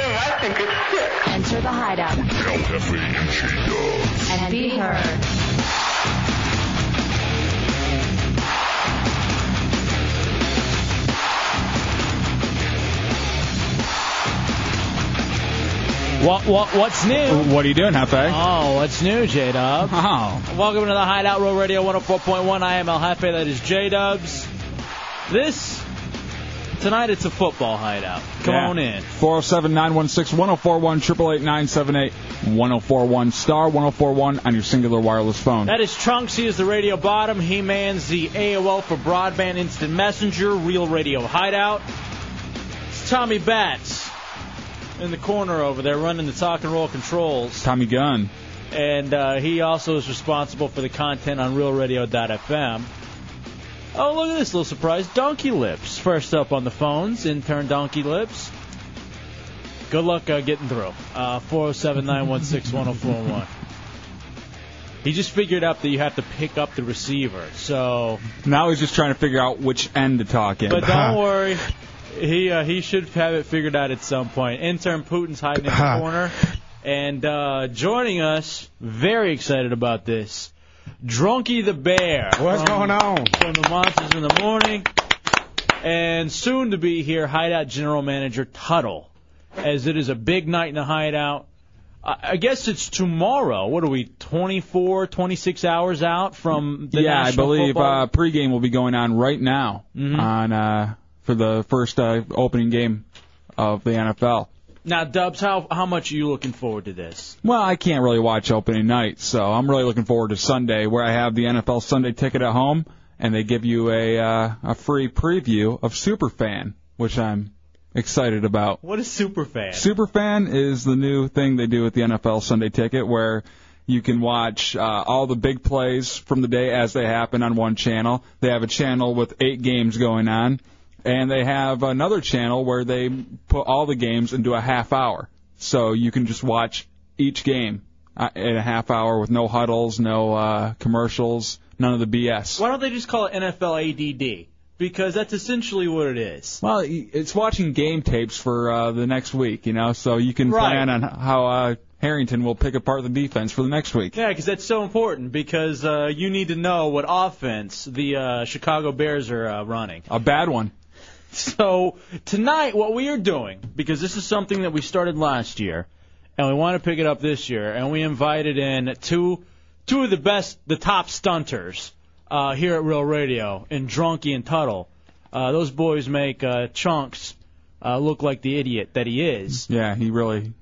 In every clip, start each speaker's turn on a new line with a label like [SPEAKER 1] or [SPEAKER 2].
[SPEAKER 1] Enter the hideout
[SPEAKER 2] El Jefe and She Dove.
[SPEAKER 1] and be heard.
[SPEAKER 3] What, what, what's new?
[SPEAKER 4] What are you doing, Hefe?
[SPEAKER 3] Oh, what's new, J Dub?
[SPEAKER 4] Oh.
[SPEAKER 3] Welcome to the Hideout Row Radio 104.1. I am El Jefe, that is J Dubs. This, tonight it's a football hideout. Come
[SPEAKER 4] Yeah.
[SPEAKER 3] on in.
[SPEAKER 4] 407 916 1041 888 978 1041 star 1041 on your singular wireless phone.
[SPEAKER 3] That is Trunks. He is the radio bottom. He mans the AOL for broadband instant messenger, real radio hideout. It's Tommy Batts in the corner over there running the talk and roll controls.
[SPEAKER 4] Tommy Gunn.
[SPEAKER 3] and uh, he also is responsible for the content on RealRadio.fm. Oh, look at this little surprise. Donkey Lips, first up on the phones, intern Donkey Lips. Good luck uh, getting through. Uh, 407-916-1041. He just figured out that you have to pick up the receiver. So,
[SPEAKER 4] Now he's just trying to figure out which end to talk in.
[SPEAKER 3] but don't worry, he uh, he should have it figured out at some point. Intern Putin's hiding in the corner, and uh, joining us, very excited about this, Drunky the Bear.
[SPEAKER 5] What's
[SPEAKER 3] from-
[SPEAKER 5] going on?
[SPEAKER 3] From the Monsters in the Morning, and soon to be here, Hideout General Manager Tuttle, as it is a big night in the Hideout. I I guess it's tomorrow. What are we, 24, 26 hours out from the
[SPEAKER 4] yeah, I
[SPEAKER 3] National
[SPEAKER 4] believe
[SPEAKER 3] Football- Mm-hmm.
[SPEAKER 4] uh, pregame will be going on right now on uh, for the first uh, opening game of the NFL.
[SPEAKER 3] Now, Dubs, how how much are you looking forward to this?
[SPEAKER 4] Well, I can't really watch opening night, so I'm really looking forward to Sunday, where I have the NFL Sunday ticket at home, and they give you a uh, a free preview of Superfan, which I'm excited about.
[SPEAKER 3] What is Superfan?
[SPEAKER 4] Superfan is the new thing they do with the NFL Sunday Ticket, where you can watch uh, all the big plays from the day as they happen on one channel. They have a channel with eight games going on, and they have another channel where they put all the games into a half hour, so you can just watch each game uh, in a half hour with no huddles, no uh, commercials, none of the BS.
[SPEAKER 3] Why don't they just call it NFL ADD? Because that's essentially what it is.
[SPEAKER 4] Well, y- it's watching game tapes for uh, the next week, you know, so you can
[SPEAKER 3] Right.
[SPEAKER 4] plan on how uh, Harrington will pick apart the defense for the next week.
[SPEAKER 3] Yeah, because that's so important. Because uh, you need to know what offense the uh, Chicago Bears are uh, running.
[SPEAKER 4] A bad one.
[SPEAKER 3] So tonight, what we are doing, because this is something that we started last year, and we want to pick it up this year, and we invited in two two of the best, the top stunters uh, here at Real Radio, and Drunky and Tuttle. Uh, those boys make uh, Chunks uh, look like the idiot that he is.
[SPEAKER 4] Yeah, he really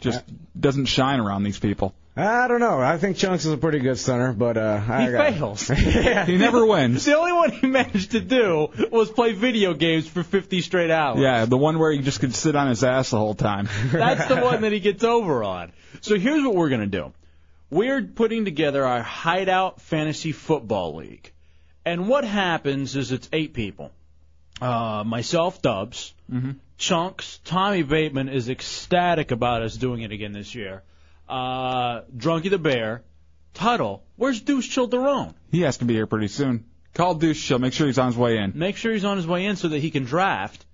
[SPEAKER 4] just doesn't shine around these people.
[SPEAKER 5] I don't know. I think Chunks is a pretty good stunner, but uh, I
[SPEAKER 3] He
[SPEAKER 5] got
[SPEAKER 3] fails.
[SPEAKER 4] He never wins.
[SPEAKER 3] the only one he managed to do was play video games for 50 straight hours.
[SPEAKER 4] Yeah, the one where he just could sit on his ass the whole time.
[SPEAKER 3] That's the one that he gets over on. So here's what we're going to do. We're putting together our Hideout Fantasy Football League. And what happens is it's eight people. Uh, myself, Dubs, Chunks, Tommy Bateman is ecstatic about us doing it again this year. Uh, Drunky the Bear, Tuttle, where's Deuce Childerone?
[SPEAKER 4] He has to be here pretty soon. Call Deuce Show. Make sure he's on his way in.
[SPEAKER 3] Make sure he's on his way in so that he can draft.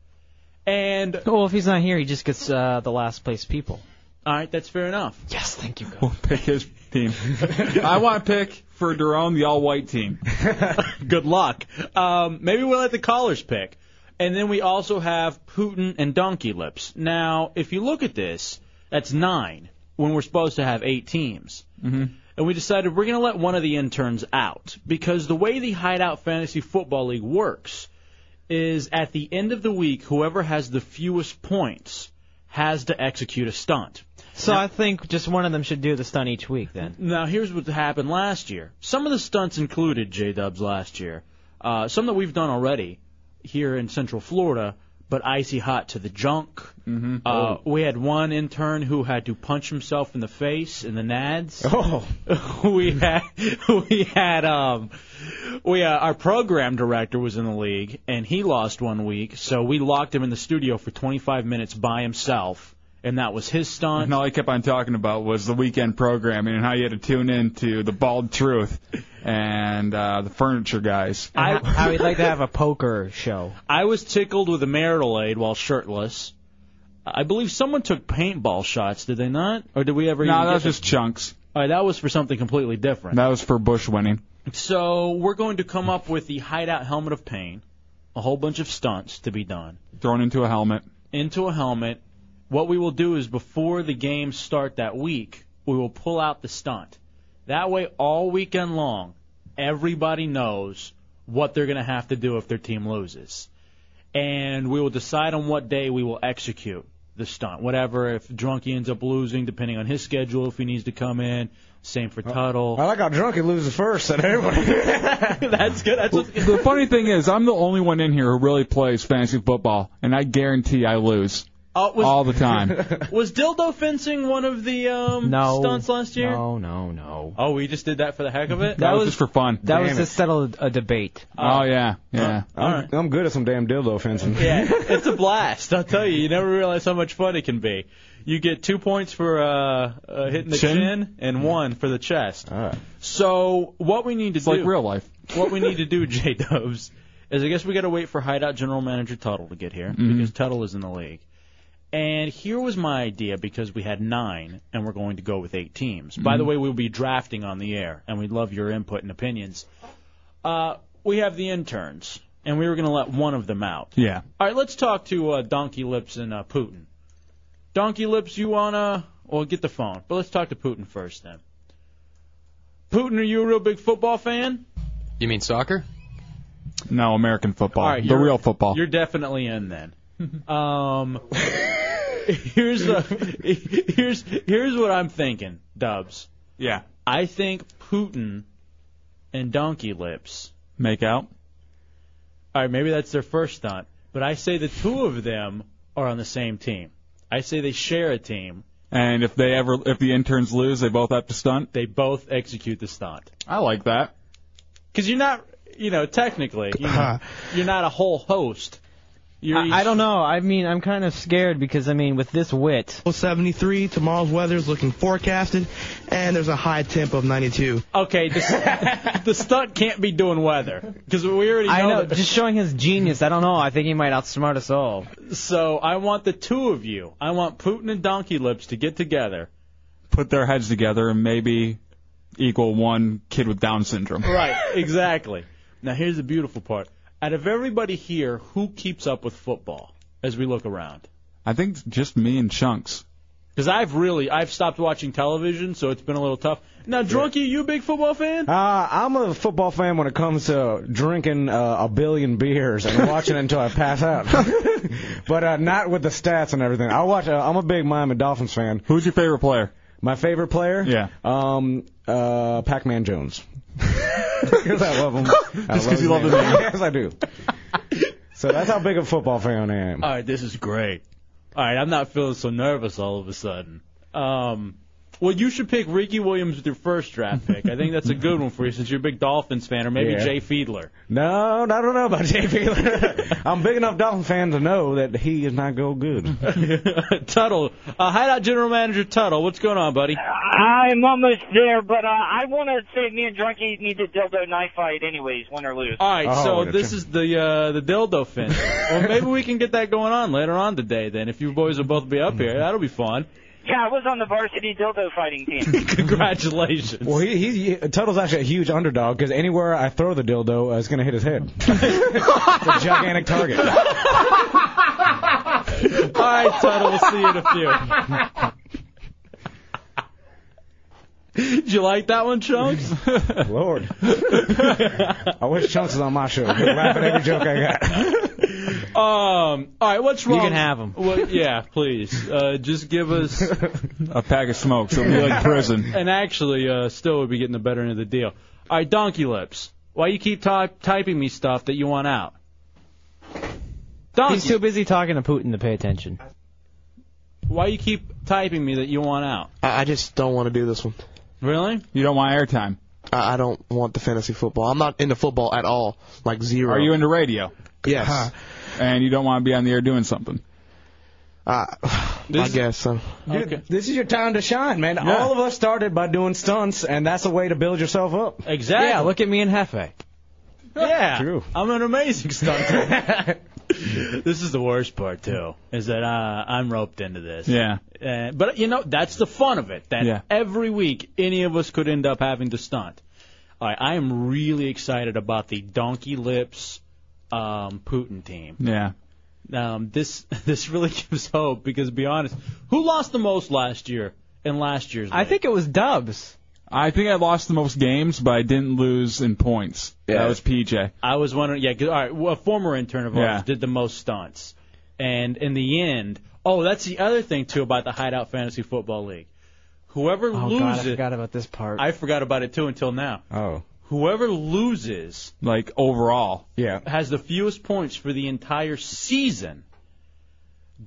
[SPEAKER 3] And all
[SPEAKER 6] Well, if he's not here, he just gets uh, the last place people.
[SPEAKER 3] right, that's fair enough.
[SPEAKER 6] Yes, thank you. God.
[SPEAKER 4] We'll pick his team. I want to pick for Durone the all-white team.
[SPEAKER 3] Good luck. Um, maybe we'll let the callers pick. And then we also have Putin and Donkey Lips. Now, if you look at this, that's nine when we're supposed to have eight teams. Mm-hmm. And we decided we're going to let one of the interns out because the way the Hideout Fantasy Football League works is at the end of the week, whoever has the fewest points has to execute a stunt.
[SPEAKER 6] So I think just one of them should do the stunt each week then.
[SPEAKER 3] Now, here's what happened last year. Some of the stunts included J Dubs last year. Uh, some that we've done already here in Central Florida, but icy hot to the junk.
[SPEAKER 6] Mm-hmm.
[SPEAKER 3] Uh,
[SPEAKER 4] Oh.
[SPEAKER 3] We had one intern who had to punch himself in the face in the nads. Oh, we had we had um we uh, our program director was in the league and he lost one week, so we locked him in the studio for 25 minutes by himself, and that was his stunt.
[SPEAKER 4] And all he kept on talking about was the weekend programming and how you had to tune in to the bald truth and uh, the furniture guys.
[SPEAKER 6] I, I would like to have a poker show.
[SPEAKER 3] I was tickled with a marital aid while shirtless. I believe someone took paintball shots, did they not? Or did we ever?
[SPEAKER 4] No,
[SPEAKER 3] even
[SPEAKER 4] that
[SPEAKER 3] get
[SPEAKER 4] was
[SPEAKER 3] to-
[SPEAKER 4] just chunks.
[SPEAKER 3] All right, that was for something completely different.
[SPEAKER 4] That was for Bush winning.
[SPEAKER 3] So we're going to come up with the hideout helmet of pain, a whole bunch of stunts to be done
[SPEAKER 4] Thrown into a helmet.
[SPEAKER 3] into a helmet. What we will do is before the games start that week, we will pull out the stunt. That way, all weekend long, everybody knows what they're going to have to do if their team loses. And we will decide on what day we will execute the stunt. Whatever, if Drunky ends up losing, depending on his schedule, if he needs to come in. Same for Tuttle.
[SPEAKER 5] I like how drunk he loses first and everybody.
[SPEAKER 3] that's good. That's what's
[SPEAKER 4] The funny thing is, I'm the only one in here who really plays fantasy football, and I guarantee I lose
[SPEAKER 3] Oh, was,
[SPEAKER 4] all the time.
[SPEAKER 3] was dildo fencing one of the um,
[SPEAKER 6] No.
[SPEAKER 3] stunts last year?
[SPEAKER 6] No, no, no.
[SPEAKER 3] Oh, we just did that for the heck of it.
[SPEAKER 4] that was just for fun.
[SPEAKER 6] That
[SPEAKER 5] Damn
[SPEAKER 6] was
[SPEAKER 5] it.
[SPEAKER 6] to settle a debate.
[SPEAKER 4] oh yeah, yeah.
[SPEAKER 5] I'm,
[SPEAKER 3] right.
[SPEAKER 5] I'm good at some damn dildo fencing.
[SPEAKER 3] yeah, it's a blast. I'll tell you, you never realize how much fun it can be. You get two points for uh, uh, hitting the chin?
[SPEAKER 4] Chin?
[SPEAKER 3] and one for the chest.
[SPEAKER 5] All right.
[SPEAKER 3] So what we need to
[SPEAKER 4] It's
[SPEAKER 3] do,
[SPEAKER 4] like real life.
[SPEAKER 3] what we need to do, J Dubs, is I guess we got to wait for Hideout General Manager Tuttle to get here
[SPEAKER 4] Mm-hmm.
[SPEAKER 3] because Tuttle is in the league. And here was my idea because we had nine and we're going to go with eight teams. By
[SPEAKER 4] Mm-hmm.
[SPEAKER 3] the way, we'll be drafting on the air, and we'd love your input and opinions. Uh, we have the interns, and we were going to let one of them out.
[SPEAKER 4] Yeah.
[SPEAKER 3] All right, let's talk to uh, Donkey Lips and uh, Putin. Donkey Lips, you wanna? Well, get the phone, but let's talk to Putin first then. Putin, are you a real big football fan?
[SPEAKER 7] You mean soccer?
[SPEAKER 4] No, American football,
[SPEAKER 3] All right,
[SPEAKER 4] the
[SPEAKER 3] you're-
[SPEAKER 4] real football.
[SPEAKER 3] You're definitely in then. Um, here's the here's here's what I'm thinking, Dubs.
[SPEAKER 4] Yeah.
[SPEAKER 3] I think Putin and Donkey Lips.
[SPEAKER 4] Make out.
[SPEAKER 3] All right, maybe that's their first stunt, but I say the two of them are on the same team. I say they share a team.
[SPEAKER 4] And if they ever, if the interns lose, they both have to stunt.
[SPEAKER 3] They both execute the stunt.
[SPEAKER 4] I like that.
[SPEAKER 3] Because you're not, you know, technically, you know, you're not a whole host. You're
[SPEAKER 6] I, I don't know. I mean, I'm kind of scared because I mean, with this wit,
[SPEAKER 8] 73. Tomorrow's weather is looking forecasted, and there's a high temp of 92.
[SPEAKER 3] Okay, the, the stunt can't be doing weather because we already know.
[SPEAKER 6] I know.
[SPEAKER 3] that-
[SPEAKER 6] Just showing his genius. I don't know. I think he might outsmart us all.
[SPEAKER 3] so I want the two of you. I want Putin and Donkey Lips to get together.
[SPEAKER 4] Put their heads together and maybe equal one kid with Down syndrome.
[SPEAKER 3] Right, exactly. Now here's the beautiful part. Out of everybody here, who keeps up with football as we look around?
[SPEAKER 4] I think it's just me and Chunks.
[SPEAKER 3] Because I've really, I've stopped watching television, so it's been a little tough. Now, Drunky, you a big football fan?
[SPEAKER 5] Uh, I'm a football fan when it comes to drinking uh, a billion beers and watching it until I pass out. but uh, not with the stats and everything. I watch. Uh, I'm a big Miami Dolphins fan.
[SPEAKER 4] Who's your favorite player?
[SPEAKER 5] My favorite player?
[SPEAKER 4] Yeah.
[SPEAKER 5] Um, uh, Pac-Man Jones. Because I love him. Just
[SPEAKER 4] 'cause you love the name.
[SPEAKER 5] yes, I do. So that's how big a football fan I am.
[SPEAKER 3] All right, this is great. All right, I'm not feeling so nervous all of a sudden. Um, well, you should pick Ricky Williams with your first draft pick. I think that's a good one for you since you're a big Dolphins fan, or maybe
[SPEAKER 5] Yeah.
[SPEAKER 3] Jay Fiedler.
[SPEAKER 5] No, I don't know about Jay Fiedler. I'm big enough Dolphin fan to know that he is not go good.
[SPEAKER 3] Tuttle, uh, Hideout General Manager Tuttle, what's going on, buddy?
[SPEAKER 9] I'm almost there, but uh, I want to say me and Drunky need a dildo knife fight, anyways, win or lose.
[SPEAKER 3] All right,
[SPEAKER 5] Oh,
[SPEAKER 3] so
[SPEAKER 5] gotcha.
[SPEAKER 3] this is the uh, the dildo fence. well, maybe we can get that going on later on today. Then, if you boys will both be up here, that'll be fun.
[SPEAKER 9] Yeah, I was on the varsity dildo fighting team.
[SPEAKER 3] Congratulations.
[SPEAKER 5] Well, he, he, he Tuttle's actually a huge underdog because anywhere I throw the dildo, uh, it's gonna hit his head. it's a gigantic target.
[SPEAKER 3] All right, Tuttle, we'll see you in a few. Did you like that one, Chunks?
[SPEAKER 5] Lord, I wish Chunks was on my show. He'd laugh at every joke I got.
[SPEAKER 3] Um, all right, what's wrong?
[SPEAKER 6] You can have 'em.
[SPEAKER 3] Well, yeah, please. Uh, just give us.
[SPEAKER 4] A pack of smokes. It'll be like prison.
[SPEAKER 3] And actually, uh, still would be getting the better end of the deal. All right, Donkey Lips. Why you keep ty- typing me stuff that you want out?
[SPEAKER 6] He's too busy talking to Putin to pay attention.
[SPEAKER 3] Why you keep typing me that you want out?
[SPEAKER 7] I, I just don't want to do this one.
[SPEAKER 3] Really?
[SPEAKER 4] You don't want airtime?
[SPEAKER 7] I, I don't want the fantasy football. I'm not into football at all. Like zero.
[SPEAKER 4] Are you into radio?
[SPEAKER 7] Yes.
[SPEAKER 4] And you don't want to be on the air doing something?
[SPEAKER 7] Uh, I guess so.
[SPEAKER 5] Dude, This is your time to shine, man. All of us started by doing stunts, and that's a way to build yourself up.
[SPEAKER 3] Exactly.
[SPEAKER 6] Yeah, look at me and Hefe.
[SPEAKER 3] Yeah.
[SPEAKER 5] True.
[SPEAKER 3] I'm an amazing stunt. this is the worst part too, is that uh, I'm roped into this.
[SPEAKER 4] Yeah.
[SPEAKER 3] Uh, but you know that's the fun of it. That
[SPEAKER 4] Yeah.
[SPEAKER 3] every week any of us could end up having to stunt. All right, I am really excited about the Donkey Lips um, Putin team.
[SPEAKER 4] Yeah.
[SPEAKER 3] Um, this this really gives hope because to be honest, who lost the most last year in last year's?
[SPEAKER 6] I think it was Dubs.
[SPEAKER 4] I think I lost the most games, but I didn't lose in points.
[SPEAKER 10] Yeah.
[SPEAKER 4] That was PJ.
[SPEAKER 3] I was wondering, yeah, 'cause- all right, well, a former intern of ours
[SPEAKER 4] Yeah.
[SPEAKER 3] did the most stunts. And in the end, oh, that's the other thing, too, about the Hideout Fantasy Football League. Whoever
[SPEAKER 6] Oh God, I
[SPEAKER 3] loses,
[SPEAKER 6] forgot about this part.
[SPEAKER 3] I forgot about it, too, until now.
[SPEAKER 5] Oh.
[SPEAKER 3] Whoever loses
[SPEAKER 4] Like overall.
[SPEAKER 5] Yeah.
[SPEAKER 3] has the fewest points for the entire season,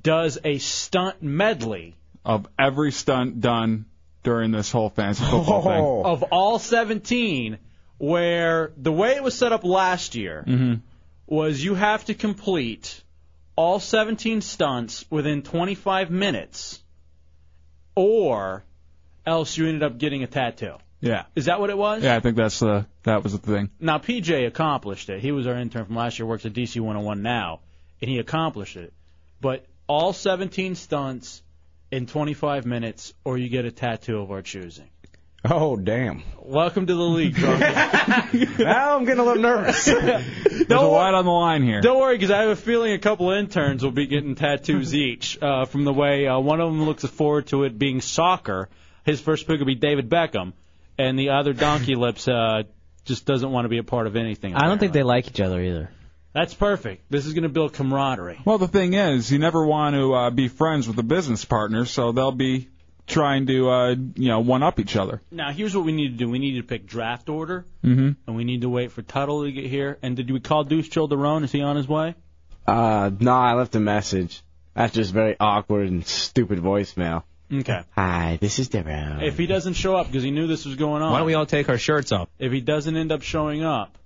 [SPEAKER 3] does a stunt medley
[SPEAKER 4] of every stunt done during this whole fantasy football thing.
[SPEAKER 5] Oh.
[SPEAKER 3] of all 17, where the way it was set up last year was you have to complete all 17 stunts within 25 minutes, or else you ended up getting a tattoo.
[SPEAKER 4] Yeah,
[SPEAKER 3] Is that what it was?
[SPEAKER 4] yeah. I think that's the that was the thing.
[SPEAKER 3] Now PJ accomplished it. He was our intern from last year. Works at DC 101 now, and he accomplished it. But all 17 stunts in 25 minutes, or you get a tattoo of our choosing.
[SPEAKER 5] Oh, damn.
[SPEAKER 3] Welcome to the league, bro.
[SPEAKER 5] Now I'm getting a little nervous.
[SPEAKER 4] There's a
[SPEAKER 3] wor-
[SPEAKER 4] lot on the line here.
[SPEAKER 3] Don't worry, because I have a feeling a couple interns will be getting tattoos each uh, from the way uh, one of them looks forward to it being soccer. His first pick will be David Beckham, and the other Donkey Lips uh, just doesn't want to be a part of anything.
[SPEAKER 6] I don't think
[SPEAKER 3] apparently.
[SPEAKER 6] they like each other either.
[SPEAKER 3] That's perfect. This is going to build camaraderie.
[SPEAKER 4] Well, the thing is, you never want to uh, be friends with a business partner, so they'll be trying to uh, you know one up each other.
[SPEAKER 3] Now, here's what we need to do. We need to pick draft order,
[SPEAKER 4] Mm-hmm.
[SPEAKER 3] and we need to wait for Tuttle to get here. And did we call Deuce Childerone? Is he on his way?
[SPEAKER 11] Uh, no, I left a message. That's just very awkward and stupid voicemail.
[SPEAKER 3] Okay.
[SPEAKER 11] Hi, this is Deborah.
[SPEAKER 3] If he doesn't show up because he knew this was going on,
[SPEAKER 12] Why don't we all take our shirts off?
[SPEAKER 3] if he doesn't end up showing up,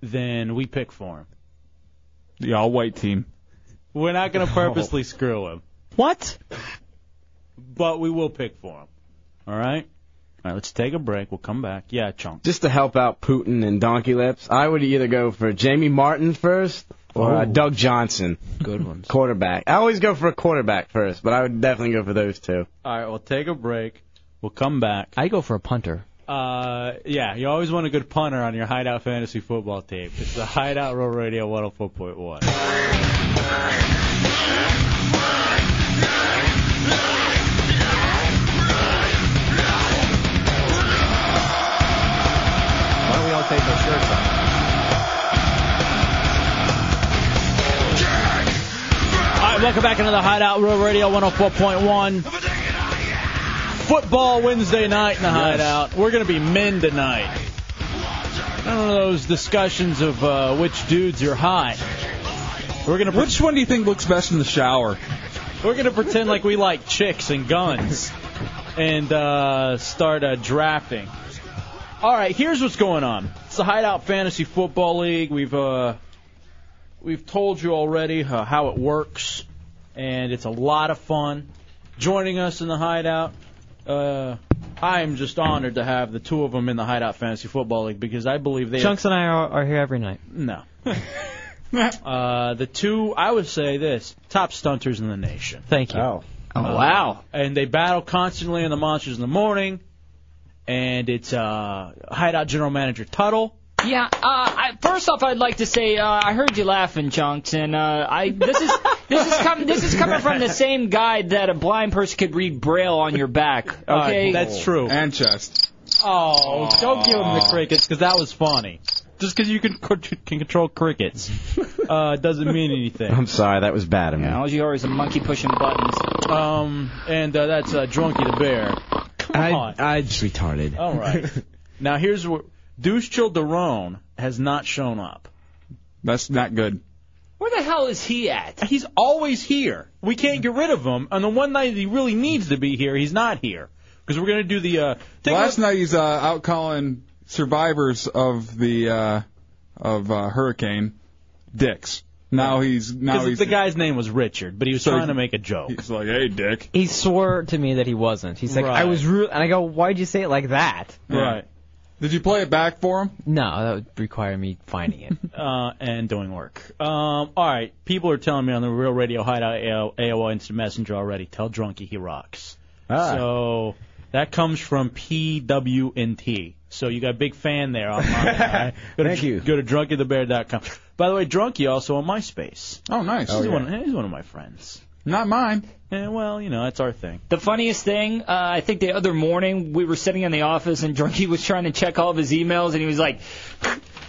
[SPEAKER 3] then we pick for him.
[SPEAKER 4] The all white team.
[SPEAKER 3] We're not going to purposely screw him,
[SPEAKER 6] What?
[SPEAKER 3] but we will pick for him. All right? All right, let's take a break. We'll come back. Yeah, Chunk.
[SPEAKER 11] Just to help out Putin and Donkey Lips, I would either go for Jamie Martin first or uh,
[SPEAKER 6] Oh.
[SPEAKER 11] Doug Johnson,
[SPEAKER 6] Good ones.
[SPEAKER 11] quarterback. I always go for a quarterback first, but I would definitely go for those two.
[SPEAKER 3] All right, we'll take a break. We'll come back.
[SPEAKER 6] I go for a punter.
[SPEAKER 3] Uh, yeah, you always want a good punter on your Hideout Fantasy Football team. It's the Hideout Row Radio 104.1.
[SPEAKER 12] Why don't we all take our shirts off?
[SPEAKER 3] All right, welcome back into the Hideout Row Radio 104.1. Football Wednesday night in the Hideout. We're going to be men tonight. None of those discussions of uh, which dudes are hot. We're going to
[SPEAKER 4] Which one do you think looks best in the shower?
[SPEAKER 3] We're gonna pretend like we like chicks and guns, and uh, start uh, drafting. All right, here's what's going on. It's the Hideout Fantasy Football League. We've uh, we've told you already uh, how it works, and it's a lot of fun. Joining us in the Hideout, uh, I am just honored to have the two of them in the Hideout Fantasy Football League because I believe they
[SPEAKER 6] Chunks and I are, are here every night.
[SPEAKER 3] no. Uh, the two, I would say this, top stunters in the nation.
[SPEAKER 6] Thank you.
[SPEAKER 5] oh.
[SPEAKER 3] Wow. And they battle constantly in the Monsters in the Morning. And it's uh, Hideout General Manager Tuttle.
[SPEAKER 13] Yeah. Uh, I, first off, I'd like to say uh, I heard you laughing, chunks, and uh, I this is this is com- this is coming from the same guy that a blind person could read braille on your back. Okay.
[SPEAKER 3] Uh, that's true.
[SPEAKER 4] And chest.
[SPEAKER 3] Oh, don't give him the crickets because that was funny. Just because you can, co- can control crickets uh, doesn't mean anything.
[SPEAKER 11] I'm sorry, that was bad of me.
[SPEAKER 13] All you are is a monkey pushing buttons.
[SPEAKER 3] Um, and uh, that's uh, Drunky the Bear. Come
[SPEAKER 11] I,
[SPEAKER 3] on.
[SPEAKER 11] I just retarded.
[SPEAKER 3] All right. now here's where Deuce Childerone has not shown up.
[SPEAKER 4] That's not good.
[SPEAKER 13] Where the hell is he at?
[SPEAKER 3] He's always here. We can't get rid of him. And the one night he really needs to be here, he's not here. Because we're going to do the. Uh, take a
[SPEAKER 4] Last night he's uh, out calling survivors of the uh, of uh, hurricane dicks. Now he's now
[SPEAKER 3] Because
[SPEAKER 4] he's
[SPEAKER 3] the guy's name was Richard, but he was
[SPEAKER 4] So
[SPEAKER 3] trying
[SPEAKER 4] he-
[SPEAKER 3] to make a joke.
[SPEAKER 4] He's like, hey, Dick.
[SPEAKER 6] He swore to me that he wasn't. He's like, I
[SPEAKER 3] Right.
[SPEAKER 6] was rude, and I go, why'd you say it like that?
[SPEAKER 3] Right.
[SPEAKER 4] Did you play it back for him?
[SPEAKER 6] No, that would require me finding it.
[SPEAKER 3] uh, and doing work. Um, all right, people are telling me on the Real Radio Hideout AO- AOL Instant Messenger already. Tell Drunky he rocks.
[SPEAKER 5] Ah.
[SPEAKER 3] So that comes from PWNT. So you got a big fan there online. all right? Go to,
[SPEAKER 5] Thank you.
[SPEAKER 3] Go to drunkythebear.com. By the way, Drunky also on MySpace.
[SPEAKER 4] Oh, nice.
[SPEAKER 3] He's,
[SPEAKER 13] Oh, yeah.
[SPEAKER 3] one, he's one of my friends.
[SPEAKER 4] Not mine.
[SPEAKER 3] Yeah, well, you know, that's our thing.
[SPEAKER 13] The funniest thing, uh, I think the other morning we were sitting in the office and Drunky was trying to check all of his emails and he was like,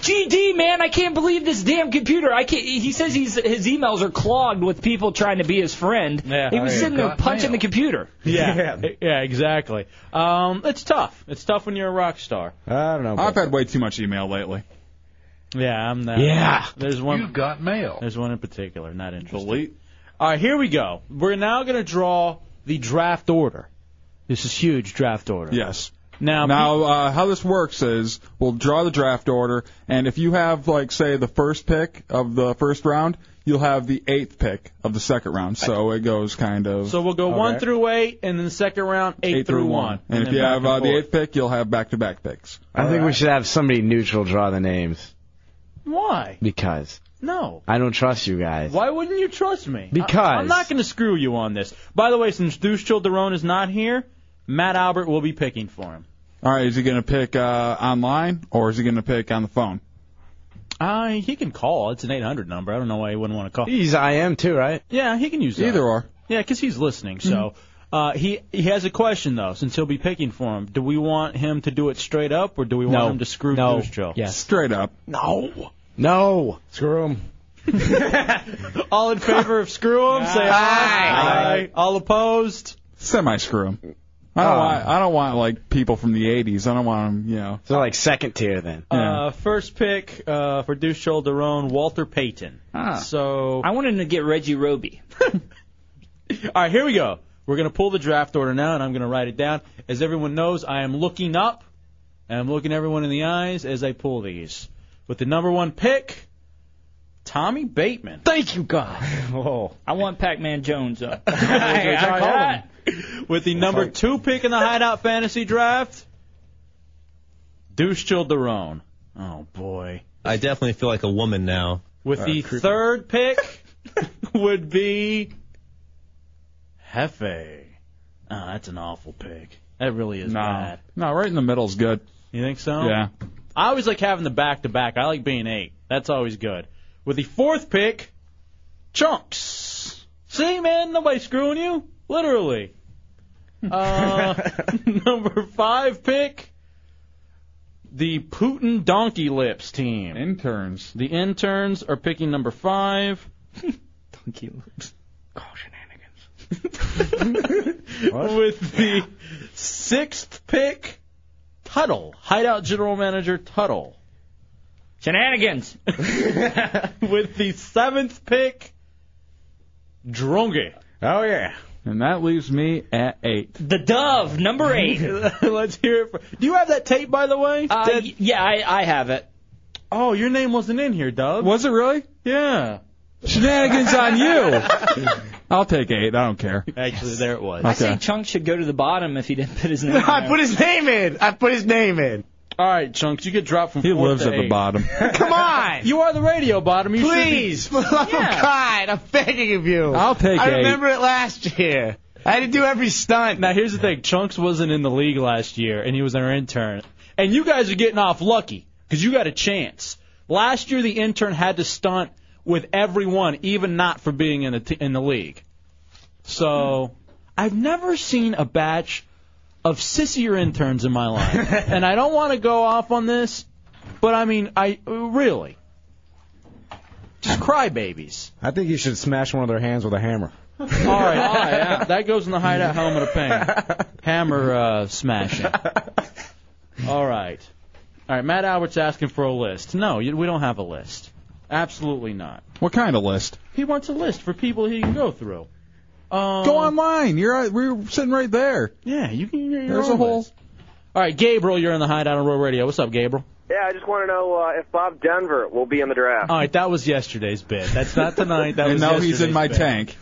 [SPEAKER 13] "GD man, I can't believe this damn computer. I can't." He says he's, his emails are clogged with people trying to be his friend.
[SPEAKER 3] Yeah.
[SPEAKER 13] he was
[SPEAKER 3] Oh, yeah.
[SPEAKER 13] sitting there
[SPEAKER 3] Got
[SPEAKER 13] punching the computer.
[SPEAKER 3] Yeah, yeah, exactly. Um, it's tough. It's tough when you're a rock star.
[SPEAKER 5] I don't know.
[SPEAKER 4] I've had way too much email lately.
[SPEAKER 3] Yeah, I'm that.
[SPEAKER 4] Yeah.
[SPEAKER 3] There's one.
[SPEAKER 4] You've
[SPEAKER 3] got mail. There's one in particular. Not interesting. All right, here we go. We're now going to draw the draft order. This is huge draft order.
[SPEAKER 4] Yes.
[SPEAKER 3] Now,
[SPEAKER 4] now uh, how this works is we'll draw the draft order, and if you have, like, say, the first pick of the first round, you'll have the eighth pick of the second round. So it goes kind of.
[SPEAKER 3] So we'll go one through eight, and then the second round eight,
[SPEAKER 4] eight through one. And, if
[SPEAKER 3] then
[SPEAKER 4] you
[SPEAKER 3] back
[SPEAKER 4] have uh, the
[SPEAKER 3] forth.
[SPEAKER 4] eighth pick, you'll have back-to-back picks.
[SPEAKER 11] I think we should have somebody neutral draw the names
[SPEAKER 3] why?
[SPEAKER 11] because
[SPEAKER 3] No.
[SPEAKER 11] I don't trust you guys.
[SPEAKER 3] Why wouldn't you trust me?
[SPEAKER 11] Because-
[SPEAKER 3] I, am not going to screw you on this. By the way, since Deuce Childerone is not here, Matt Albert will be picking for him.
[SPEAKER 4] All right, is he going to pick uh, online or is he going to pick on the phone?
[SPEAKER 3] Uh, he can call. It's an 800 number. I don't know why he wouldn't want to call.
[SPEAKER 11] He's I am too, right?
[SPEAKER 3] Yeah, he can use that.
[SPEAKER 4] Either or. Mm-hmm.
[SPEAKER 3] Yeah, 'cause he's listening. So uh, he he has a question though, since he'll be picking for him. Do we want him to do it straight up, or do we
[SPEAKER 4] No.
[SPEAKER 3] want him to screw
[SPEAKER 4] No.
[SPEAKER 3] Deuce Joe?
[SPEAKER 4] Yes. Straight up.
[SPEAKER 3] No.
[SPEAKER 11] No.
[SPEAKER 5] Screw him.
[SPEAKER 3] All in favor of screw him? Say aye. aye. All opposed?
[SPEAKER 4] Semi-screw him. I don't
[SPEAKER 11] Ah.
[SPEAKER 3] Oh.
[SPEAKER 4] want. I don't want like people from the '80s. I don't want them. You know.
[SPEAKER 11] So like second tier then.
[SPEAKER 3] Uh, first pick uh, for Deuce Childerone, Walter Payton. So
[SPEAKER 13] Ah. I wanted to get Reggie Roby.
[SPEAKER 3] All right, here we go. We're going to pull the draft order now, and I'm going to write it down. As everyone knows, I am looking up, and I'm looking everyone in the eyes as I pull these. With the number one pick, Tommy Bateman.
[SPEAKER 13] Thank you, God.
[SPEAKER 3] Oh.
[SPEAKER 13] I want Pac-Man Jones up.
[SPEAKER 3] With the number two pick in the Hideout Fantasy Draft, Deuce Childerone. Oh, boy.
[SPEAKER 12] I definitely feel like a woman now.
[SPEAKER 3] With
[SPEAKER 4] Uh,
[SPEAKER 3] the third pick would be Hefe. Oh, that's an awful pick. That really is bad.
[SPEAKER 4] No, right in the middle's good.
[SPEAKER 3] You think so?
[SPEAKER 4] Yeah.
[SPEAKER 3] I always like having the back to back. I like being eight. That's always good. With the fourth pick, Chunks. See, man, nobody's screwing you. Literally. Uh, number five pick, the Putin Donkey Lips team.
[SPEAKER 4] Interns.
[SPEAKER 3] The interns are picking number five. Oh,
[SPEAKER 13] Donkey Lips.
[SPEAKER 3] With the sixth pick, Tuttle. Hideout General Manager Tuttle.
[SPEAKER 13] Shenanigans.
[SPEAKER 3] With the seventh pick, Dronge.
[SPEAKER 5] Oh yeah.
[SPEAKER 4] And that leaves me at eight.
[SPEAKER 13] The Dove, number eight.
[SPEAKER 3] Let's hear it. For, do you have that tape, by the way?
[SPEAKER 13] Uh,
[SPEAKER 3] That-
[SPEAKER 13] y- yeah, I, I have it.
[SPEAKER 3] oh, your name wasn't in here, Doug.
[SPEAKER 4] Was it really?
[SPEAKER 3] Yeah.
[SPEAKER 4] Shenanigans on you. I'll take eight. I don't care.
[SPEAKER 3] Actually, there it was.
[SPEAKER 13] I say
[SPEAKER 4] Okay.
[SPEAKER 13] Chunk should go to the bottom if he didn't put his name. in
[SPEAKER 7] I
[SPEAKER 13] there.
[SPEAKER 7] put his name in. I put his name in.
[SPEAKER 3] All right, Chunks, you get dropped from
[SPEAKER 4] He
[SPEAKER 3] fourth
[SPEAKER 4] lives
[SPEAKER 3] to
[SPEAKER 4] at the
[SPEAKER 3] eight.
[SPEAKER 4] bottom.
[SPEAKER 7] Come on.
[SPEAKER 3] You are the radio bottom. You should be-
[SPEAKER 7] Please, for
[SPEAKER 11] Oh,
[SPEAKER 7] the love of God, I'm begging of you.
[SPEAKER 4] I'll take
[SPEAKER 7] I
[SPEAKER 4] eight.
[SPEAKER 7] remember it last year. I had to do every stunt.
[SPEAKER 3] Now here's the thing: Chunks wasn't in the league last year, and he was our intern. And you guys are getting off lucky because you got a chance. Last year, the intern had to stunt with everyone, even not for being in the t- in the league. So I've never seen a batch of sissier interns in my life, and I don't want to go off on this, but I mean, I really just crybabies.
[SPEAKER 5] I think you should smash one of their hands with a hammer.
[SPEAKER 3] All right, all right. That, Oh, that goes in the hideout helmet of pain. Hammer uh, smashing. All right. All right, Matt Albert's asking for a list. No, you- we don't have a list. Absolutely not.
[SPEAKER 4] What kind of list?
[SPEAKER 3] He wants a list for people he can go through. Um,
[SPEAKER 4] Go online. You're uh, we're sitting right there.
[SPEAKER 3] Yeah, you can. Your
[SPEAKER 4] There's
[SPEAKER 3] own
[SPEAKER 4] a whole.
[SPEAKER 3] list. All right, Gabriel, you're in the hideout on Road Radio. What's up, Gabriel?
[SPEAKER 14] Yeah, I just want to know uh, if Bob Denver will be in the draft.
[SPEAKER 9] Uh,
[SPEAKER 3] All right, that was yesterday's bid. That's not tonight. That
[SPEAKER 4] and
[SPEAKER 3] was
[SPEAKER 4] now he's in
[SPEAKER 3] yesterday's
[SPEAKER 4] my
[SPEAKER 3] bid.
[SPEAKER 4] tank.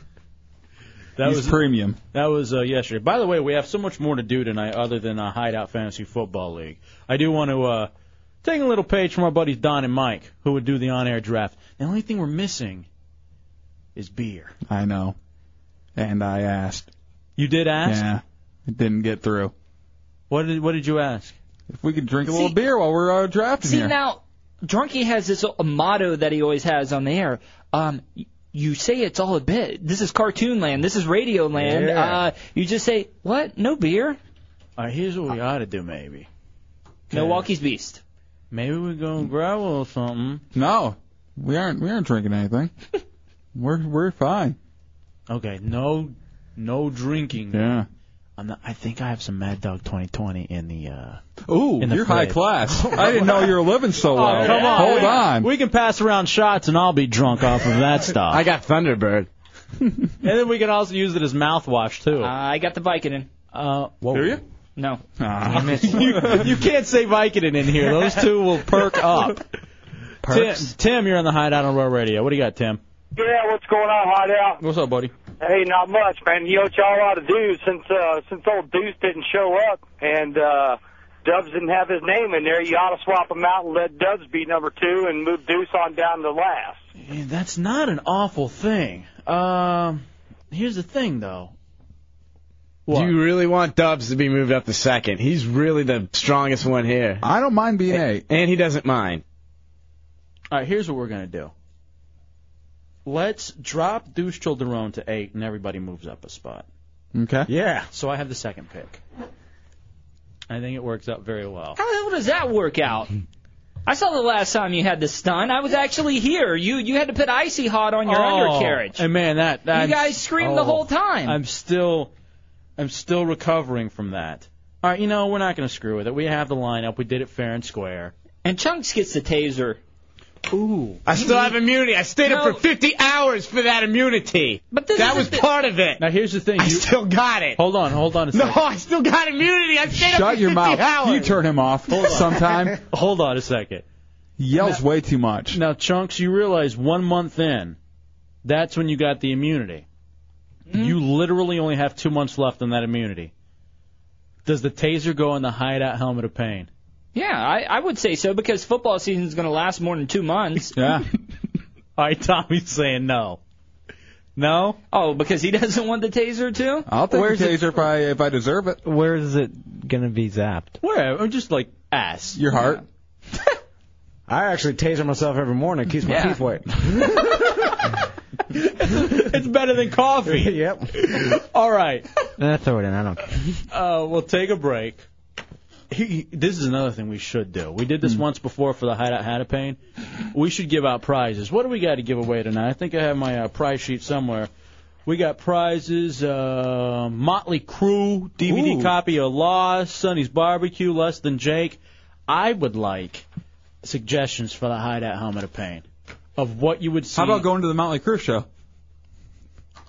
[SPEAKER 3] That
[SPEAKER 4] he's
[SPEAKER 3] was
[SPEAKER 4] premium.
[SPEAKER 3] That was uh, yesterday. By the way, we have so much more to do tonight other than a Hideout Fantasy Football League. I do want to uh, take a little page from our buddies Don and Mike, who would do the on-air draft. The only thing we're missing is beer.
[SPEAKER 4] I know. And I asked.
[SPEAKER 3] You did ask.
[SPEAKER 4] Yeah. It didn't get through.
[SPEAKER 3] What did What did you ask?
[SPEAKER 4] If we could drink a
[SPEAKER 13] See-
[SPEAKER 4] little beer while we're uh, drafting
[SPEAKER 13] See
[SPEAKER 4] here.
[SPEAKER 13] now, Drunky has this uh, motto that he always has on the air. Um, y- you say it's all a bit. This is cartoon land. This is radio land.
[SPEAKER 3] Yeah.
[SPEAKER 13] Uh, you just say what? No beer.
[SPEAKER 3] All right, Uh, here's what we ought to do, maybe.
[SPEAKER 13] Milwaukee's Beast.
[SPEAKER 3] Maybe we go grab a little something.
[SPEAKER 4] No, we aren't. We aren't drinking anything. we're we're fine.
[SPEAKER 3] Okay, no, no drinking.
[SPEAKER 4] Yeah.
[SPEAKER 3] I'm not, I think I have some Mad Dog 2020 in the. Uh,
[SPEAKER 4] Ooh,
[SPEAKER 3] in the
[SPEAKER 4] you're high
[SPEAKER 3] fridge.
[SPEAKER 4] class. I didn't know you were living so
[SPEAKER 3] Oh,
[SPEAKER 4] well.
[SPEAKER 3] come on.
[SPEAKER 4] Hold
[SPEAKER 3] we,
[SPEAKER 4] on.
[SPEAKER 3] We can pass around shots and I'll be drunk off of that stuff. I
[SPEAKER 11] got Thunderbird.
[SPEAKER 3] and then we can also use it as mouthwash too.
[SPEAKER 13] Uh, I got the Vicodin.
[SPEAKER 3] Uh, whoa.
[SPEAKER 4] Do you?
[SPEAKER 13] No.
[SPEAKER 4] Uh, Damn
[SPEAKER 3] it. you, you can't say Vicodin in here. Those two will perk up. Tim,
[SPEAKER 13] Perks.
[SPEAKER 3] Tim, you're on the Hideout on Row Radio. What do you got, Tim?
[SPEAKER 9] Yeah, what's going on, Hideout?
[SPEAKER 3] What's up, buddy?
[SPEAKER 9] Hey, not much, man. You know what y'all ought to do since uh, since old Deuce didn't show up and uh, Dubs didn't have his name in there. You ought to swap him out and let Dubs be number two and move Deuce on down to last.
[SPEAKER 3] Yeah, that's not an awful thing. Um, here's the thing, though.
[SPEAKER 11] Do you really want Dubs to be moved up to second? He's really the strongest one here.
[SPEAKER 4] I don't mind being eight.
[SPEAKER 11] And he doesn't mind.
[SPEAKER 3] All right, here's what we're gonna do. Let's drop Deuce Childerone to eight, and everybody moves up a spot.
[SPEAKER 4] Okay.
[SPEAKER 3] Yeah. So I have the second pick. I think it works out very well.
[SPEAKER 13] How the hell does that work out? I saw the last time you had this stunt. I was actually here. You you had to put icy hot on your
[SPEAKER 3] Oh,
[SPEAKER 13] undercarriage.
[SPEAKER 3] And man, that, that oh,
[SPEAKER 13] You guys screamed the whole time.
[SPEAKER 3] I'm still, I'm still recovering from that. All right, you know we're not going to screw with it. We have the lineup. We did it fair and square.
[SPEAKER 13] And Chunks gets the taser.
[SPEAKER 3] Ooh.
[SPEAKER 11] I still have immunity. I stayed
[SPEAKER 13] No.
[SPEAKER 11] up for 50 hours for that immunity.
[SPEAKER 13] But this
[SPEAKER 11] that
[SPEAKER 13] isn't
[SPEAKER 11] was
[SPEAKER 13] the-
[SPEAKER 11] part of it.
[SPEAKER 3] Now here's the thing.
[SPEAKER 11] I still got it.
[SPEAKER 3] Hold on, hold on a
[SPEAKER 11] No,
[SPEAKER 3] second.
[SPEAKER 11] I still got immunity. I stayed up
[SPEAKER 4] Shut
[SPEAKER 11] for
[SPEAKER 4] your
[SPEAKER 11] 50
[SPEAKER 4] mouth.
[SPEAKER 11] hours.
[SPEAKER 4] You turn him off
[SPEAKER 3] Hold on.
[SPEAKER 4] sometime.
[SPEAKER 3] Hold on a second.
[SPEAKER 4] He Yells way too much.
[SPEAKER 3] Now, Chunks, you realize one month in, that's when you got the immunity. You literally only have two months left on that immunity. Does the taser go in the hideout helmet of pain?
[SPEAKER 13] Yeah, I, I would say so because football season is going to last more than two months.
[SPEAKER 4] Yeah.
[SPEAKER 3] All right, Tommy's saying no. No?
[SPEAKER 13] Oh, because he doesn't want the taser too.
[SPEAKER 4] I'll take
[SPEAKER 6] Where's
[SPEAKER 4] the
[SPEAKER 6] it-
[SPEAKER 4] taser if I if I deserve it.
[SPEAKER 6] Where is it gonna be zapped?
[SPEAKER 3] Where? Or just like ass.
[SPEAKER 4] Your heart.
[SPEAKER 5] I actually taser myself every morning. It keeps my
[SPEAKER 3] Yeah.
[SPEAKER 5] teeth white.
[SPEAKER 3] It's better than coffee.
[SPEAKER 5] yep.
[SPEAKER 3] All right.
[SPEAKER 6] Eh, throw it in. I don't care.
[SPEAKER 3] Uh, we'll take a break. He, he- this is another thing we should do. We did this
[SPEAKER 4] Hmm.
[SPEAKER 3] once before for the Hideout Hat of Pain. We should give out prizes. What do we got to give away tonight? I think I have my uh, prize sheet somewhere. We got prizes: uh, Motley Crue DVD
[SPEAKER 4] Ooh.
[SPEAKER 3] copy of Lost, Sonny's Barbecue, Less Than Jake. I would like suggestions for the Hideout Helmet of Pain of what you would see.
[SPEAKER 4] How about going to the Motley Crue show?
[SPEAKER 3] All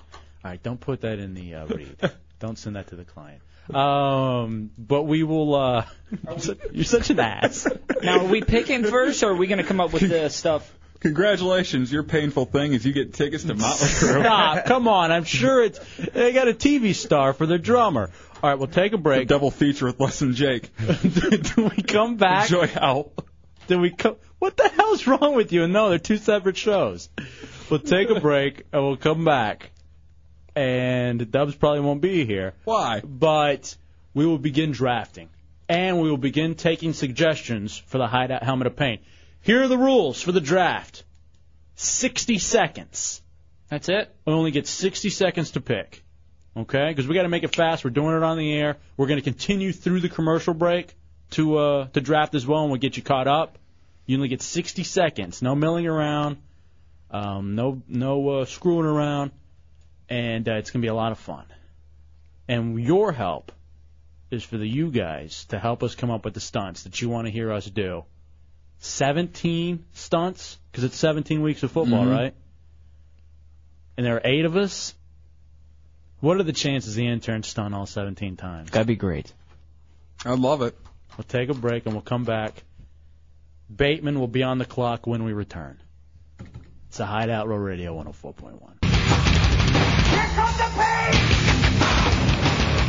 [SPEAKER 3] right, don't put that in the uh, read. don't send that to the client. Um, but we will. Uh, you're such an ass.
[SPEAKER 13] Now, are we picking first, or are we going to come up with the stuff?
[SPEAKER 4] Congratulations, your painful thing is you get tickets to Motley Crue.
[SPEAKER 3] Stop! Come on, I'm sure it's they got a TV star for their drummer. All right, we'll take a
[SPEAKER 4] A
[SPEAKER 3] break.
[SPEAKER 4] double feature with Les and Jake.
[SPEAKER 3] Do we come back?
[SPEAKER 4] Enjoy Howl.
[SPEAKER 3] Do we come? What the hell's wrong with you? No, they're two separate shows. We'll take a break and we'll come back. And Dubs probably won't be here.
[SPEAKER 4] Why?
[SPEAKER 3] but we will begin drafting and we will begin taking suggestions for the hideout helmet of pain. Here are the rules for the draft 60 seconds.
[SPEAKER 13] That's it.
[SPEAKER 3] We only get 60 seconds to pick. Okay? Because we got to make it fast. We're doing it on the air. We're going to continue through the commercial break to uh, to draft as well, and we'll get you caught up. You only get 60 seconds. No milling around. Um, no no uh, screwing around. And uh, it's going to be a lot of fun. And your help is for the you guys to help us come up with the stunts that you want to hear us do 17 stunts because it's 17 weeks of football,
[SPEAKER 6] Mm-hmm.
[SPEAKER 3] right? And there are eight of us. What are the chances the intern stunt all 17 times?
[SPEAKER 6] That'd be great.
[SPEAKER 4] I love it.
[SPEAKER 3] We'll take a break and we'll come back. Bateman will be on the clock when we return. It's a Hideout Row Radio 104.1.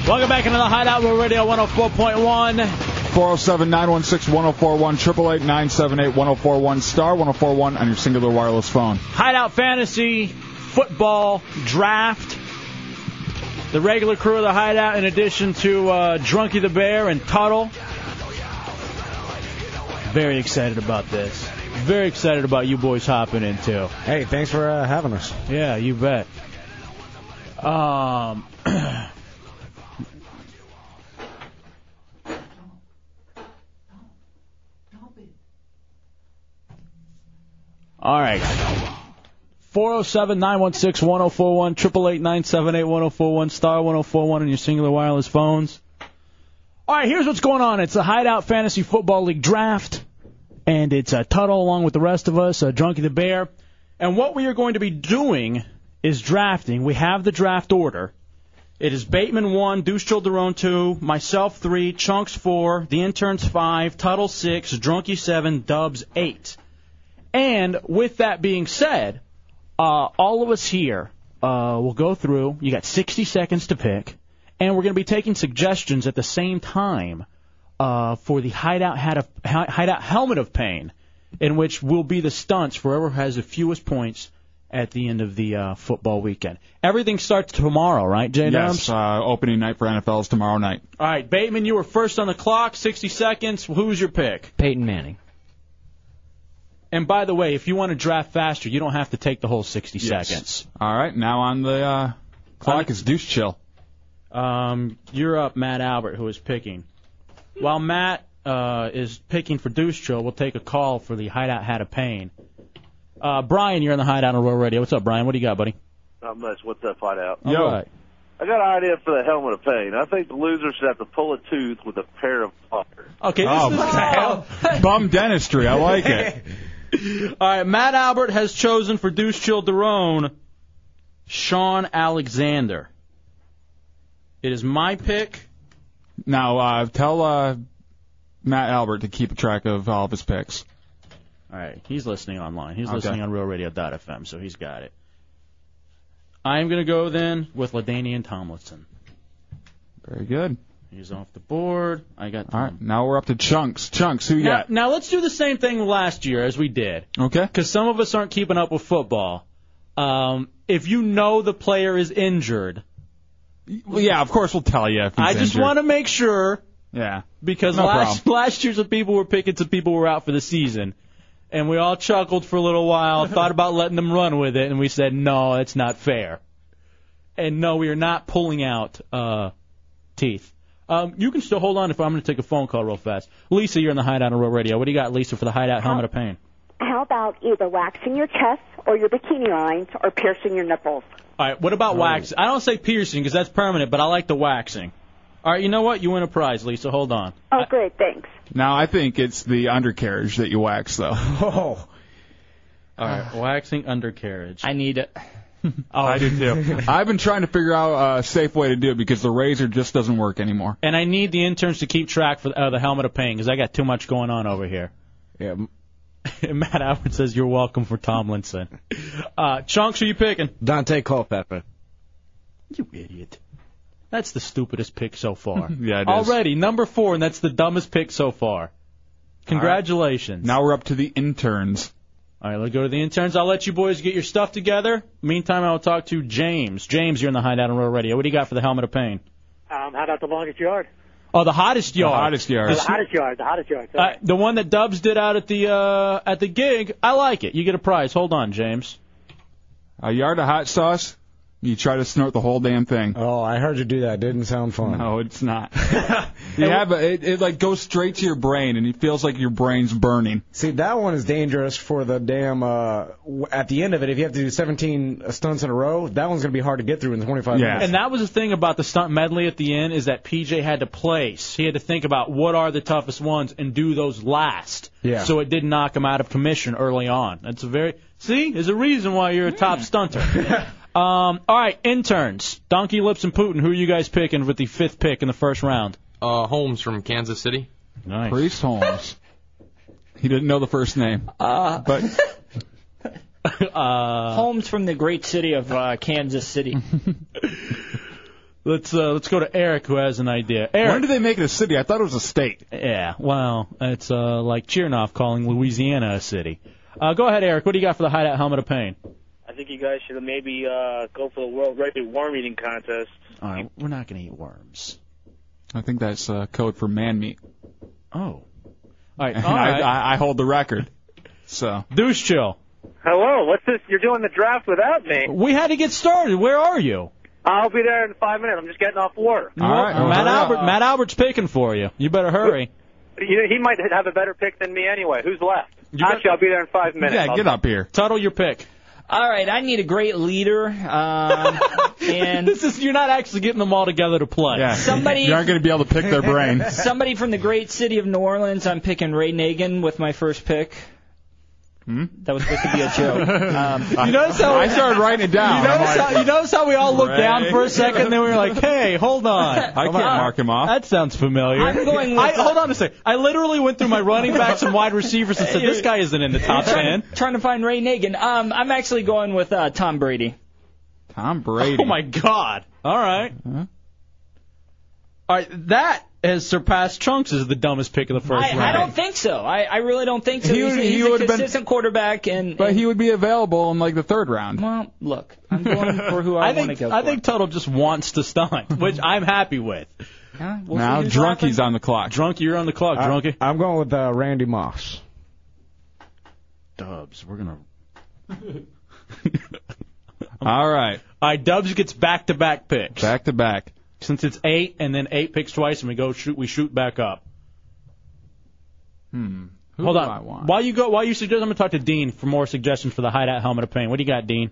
[SPEAKER 3] Welcome back into the Hideout Row Radio 104.1.
[SPEAKER 4] 407 916 1041, 888 978 1041, star 1041 on your singular wireless phone.
[SPEAKER 3] Hideout Fantasy Football Draft. The regular crew of the Hideout, in addition to uh, Drunky the Bear and Tuttle. Very excited about this. Very excited about you boys hopping in, too.
[SPEAKER 5] Hey, thanks for uh, having us.
[SPEAKER 3] Yeah, you bet. Um, All right. 407 916 1041, 888 978 1041, star 1041 on your singular wireless phones. All right, here's what's going on. It's the Hideout Fantasy Football League draft, and it's uh, Tuttle along with the rest of us, uh, Drunky the Bear. And what we are going to be doing is drafting. We have the draft order. It is Bateman 1, Deuce Childerone 2, myself 3, Chunks 4, the interns 5, Tuttle 6, Drunky 7, Dubs 8. And with that being said, uh, all of us here uh, will go through. You got 60 seconds to pick, and we're going to be taking suggestions at the same time uh, for the hideout hat of, hi- hideout helmet of pain, in which will be the stunts for whoever has the fewest points at the end of the uh, football weekend. Everything starts tomorrow, right, Jay Dubs?
[SPEAKER 4] Yes, uh, opening night for NFL is tomorrow night.
[SPEAKER 3] All right, Bateman, you were first on the clock. 60 seconds. Who's your pick?
[SPEAKER 6] Peyton Manning.
[SPEAKER 3] And by the way, if you want to draft faster, you don't have to take the whole 60 seconds.
[SPEAKER 4] All right, now on the uh, clock is Deuce Chill.
[SPEAKER 3] Um, you're up, Matt Albert, who is picking. While Matt uh, is picking for Deuce Chill, we'll take a call for the Hideout Hat of Pain. Uh, Brian, you're on the Hideout on Royal Radio. What's up, Brian? What do you got, buddy?
[SPEAKER 15] Not much. What's up, hideout?
[SPEAKER 3] All right.
[SPEAKER 15] I got an idea for the helmet of pain. I think the loser should have to pull a tooth with a pair of pliers.
[SPEAKER 3] Okay, this
[SPEAKER 4] oh,
[SPEAKER 3] is-
[SPEAKER 4] what the hell? Bum dentistry. I like it.
[SPEAKER 3] All right, Matt Albert has chosen for Deuce Childerone, Sean Alexander. It is my pick.
[SPEAKER 4] Now, uh, tell uh, Matt Albert to keep track of all of his picks.
[SPEAKER 3] All right, he's listening online. He's
[SPEAKER 4] Okay.
[SPEAKER 3] listening on RealRadio.fm, so he's got it. I am going to go then with Ladanian Tomlinson.
[SPEAKER 4] Very good.
[SPEAKER 3] He's off the board. I got.
[SPEAKER 4] All right, now we're up to Chunks. Chunks, who you
[SPEAKER 3] Now,
[SPEAKER 4] got?
[SPEAKER 3] now let's do the same thing last year as we did.
[SPEAKER 4] Okay.
[SPEAKER 3] Because some of us aren't keeping up with football. Um, if you know the player is injured,
[SPEAKER 4] Well, yeah, of course we'll tell you if he's
[SPEAKER 3] I just
[SPEAKER 4] injured.
[SPEAKER 3] want to make sure
[SPEAKER 4] Yeah.
[SPEAKER 3] because
[SPEAKER 4] No
[SPEAKER 3] last last year some people were picking some people were out for the season, and we all chuckled for a little while, thought about letting them run with it, and we said no, that's not fair. And no, we are not pulling out uh, teeth. Um, you can still hold on if I'm going to take a phone call real fast. Lisa, you're in the Hideout on Real Radio. What do you got, Lisa, for the Hideout Helmet of Pain?
[SPEAKER 16] How about either waxing your chest or your bikini lines or piercing your nipples?
[SPEAKER 3] All right, what about wax? I don't say piercing because that's permanent, but I like the waxing. All right, you know what? You win a prize, Lisa. Hold on.
[SPEAKER 16] Oh, great, thanks.
[SPEAKER 4] Now I think it's the undercarriage that you wax though.
[SPEAKER 5] Oh.
[SPEAKER 3] All right, waxing undercarriage.
[SPEAKER 13] I need.
[SPEAKER 3] Oh.
[SPEAKER 4] I do too. I've been trying to figure out a safe way to do it because the razor just doesn't work anymore.
[SPEAKER 3] And I need the interns to keep track for uh, the helmet of pain because I got too much going on over here.
[SPEAKER 5] Yeah.
[SPEAKER 3] Matt Albert says you're welcome for Tomlinson. Uh, Chunks, are you picking?
[SPEAKER 11] Dante Culpepper.
[SPEAKER 3] You idiot. That's the stupidest pick so far.
[SPEAKER 4] Yeah, it is.
[SPEAKER 3] Already number four, and that's the dumbest pick so far. Congratulations.
[SPEAKER 4] Now we're up to the interns.
[SPEAKER 3] All right, let's go to the interns. I'll let you boys get your stuff together. Meantime, I'll talk to James. James, you're in the Hideout on Royal Radio. What do you got for the helmet of pain?
[SPEAKER 17] Um, how about the longest yard?
[SPEAKER 3] Oh, the hottest yard.
[SPEAKER 4] hottest yard.
[SPEAKER 17] The hottest yard. The hottest yard.
[SPEAKER 3] Uh, the one that Dubs did out at the uh, at the gig, I like it. You get a prize. Hold on, James.
[SPEAKER 4] A yard of hot sauce. You try to snort the whole damn thing.
[SPEAKER 5] Oh, I heard you do that. Didn't sound fun.
[SPEAKER 4] No, it's not. yeah, but it, it like goes straight to your brain, and it feels like your brain's burning.
[SPEAKER 5] See, that one is dangerous for the damn. Uh, w- at the end of it, if you have to do 17 stunts in a row, that one's gonna be hard to get through in 25 minutes.
[SPEAKER 3] And that was the thing about the stunt medley at the end is that PJ had to place. He had to think about what are the toughest ones and do those last.
[SPEAKER 5] Yeah.
[SPEAKER 3] So it did knock him out of commission early on. That's a very see. There's a reason why
[SPEAKER 4] Hmm.
[SPEAKER 3] you're a top stunter. um. All right, interns. Donkey Lips and Putin. Who are you guys picking with the fifth pick in the first round?
[SPEAKER 18] Uh, Holmes from Kansas City.
[SPEAKER 3] Nice.
[SPEAKER 4] Priest Holmes. he didn't know the first name.
[SPEAKER 13] Uh,
[SPEAKER 4] but
[SPEAKER 13] uh, Holmes from the great city of uh, Kansas City.
[SPEAKER 3] Let's uh, let's go to Eric who has an idea. Eric.
[SPEAKER 4] When did they make it a city? I thought it was a state.
[SPEAKER 3] Yeah. Well, it's uh, like Chernoff calling Louisiana a city. Uh, go ahead, Eric. What do you got for the hideout helmet of pain?
[SPEAKER 17] I think you guys should maybe uh, go for the world record worm eating contest.
[SPEAKER 3] All right, we're not going to eat worms.
[SPEAKER 4] I think that's uh, code for man meat.
[SPEAKER 3] Oh. All right.
[SPEAKER 4] And
[SPEAKER 3] all
[SPEAKER 4] I,
[SPEAKER 3] right.
[SPEAKER 4] I, I hold the record. So.
[SPEAKER 3] Douche chill.
[SPEAKER 17] Hello, what's this? You're doing the draft without me.
[SPEAKER 3] We had to get started. Where are you?
[SPEAKER 17] I'll be there in five minutes. I'm just getting off work.
[SPEAKER 3] Well, Matt Albert. Matt Albert's picking for you. You better hurry.
[SPEAKER 17] You know, he might have a better pick than me anyway. Who's left? Actually, I'll be there in five minutes. I'll-
[SPEAKER 4] up here.
[SPEAKER 3] Tuttle your pick.
[SPEAKER 13] All right, I need a great leader. Um, and
[SPEAKER 3] this is you're not actually getting them all together to play.
[SPEAKER 4] Yeah.
[SPEAKER 13] Somebody-
[SPEAKER 4] You aren't going to be able to pick their brain.
[SPEAKER 13] Somebody from the great city of New Orleans. I'm picking Ray Nagin with my first pick.
[SPEAKER 4] Hmm?
[SPEAKER 13] That was supposed to be a joke. Um,
[SPEAKER 3] You notice how
[SPEAKER 4] I started writing it down.
[SPEAKER 3] You notice,
[SPEAKER 4] I'm like-
[SPEAKER 3] how, you notice how we all looked down for a second, and then we were like, "Hey, hold on."
[SPEAKER 4] I can't mark him off.
[SPEAKER 3] That sounds familiar.
[SPEAKER 13] I'm going with-
[SPEAKER 3] I, hold on a second. I literally went through my running backs and wide receivers and said, "This guy isn't in the top
[SPEAKER 13] trying,
[SPEAKER 3] ten.
[SPEAKER 13] trying to find Ray Nagin. Um, I'm actually going with uh, Tom Brady.
[SPEAKER 4] Tom Brady.
[SPEAKER 3] Oh my God! All right. All right. That has surpassed Chunks as the dumbest pick of the first
[SPEAKER 13] I, I
[SPEAKER 3] round.
[SPEAKER 13] don't think so. I, I really don't think so.
[SPEAKER 4] He
[SPEAKER 13] he's
[SPEAKER 4] would-
[SPEAKER 13] a,
[SPEAKER 4] he
[SPEAKER 13] he's a
[SPEAKER 4] would've been-
[SPEAKER 13] consistent quarterback, and,
[SPEAKER 4] But
[SPEAKER 13] and
[SPEAKER 4] he would be available in like the third round.
[SPEAKER 13] Well, look, I'm going for who I,
[SPEAKER 3] I
[SPEAKER 13] want
[SPEAKER 3] think
[SPEAKER 13] to go
[SPEAKER 3] I
[SPEAKER 13] for.
[SPEAKER 3] think Tuttle just wants to stunt, which I'm happy with.
[SPEAKER 13] Huh? We'll see
[SPEAKER 4] now
[SPEAKER 13] who's
[SPEAKER 4] Drunky's on the clock.
[SPEAKER 3] Drunk, you're on the clock,
[SPEAKER 5] I-
[SPEAKER 3] Drunky.
[SPEAKER 5] I'm going with uh, Randy Moss.
[SPEAKER 3] Dubs, we're gonna.
[SPEAKER 4] All right.
[SPEAKER 3] All right, Dubs gets back-to-back picks
[SPEAKER 4] Back to back.
[SPEAKER 3] since it's eight, and then eight picks twice, and we go shoot. We shoot back up.
[SPEAKER 4] Hmm. Who
[SPEAKER 3] Hold
[SPEAKER 4] do
[SPEAKER 3] on.
[SPEAKER 4] I want?
[SPEAKER 3] While you go, while you suggest, I'm gonna talk to Dean for more suggestions for the hideout helmet of pain. What do you got, Dean?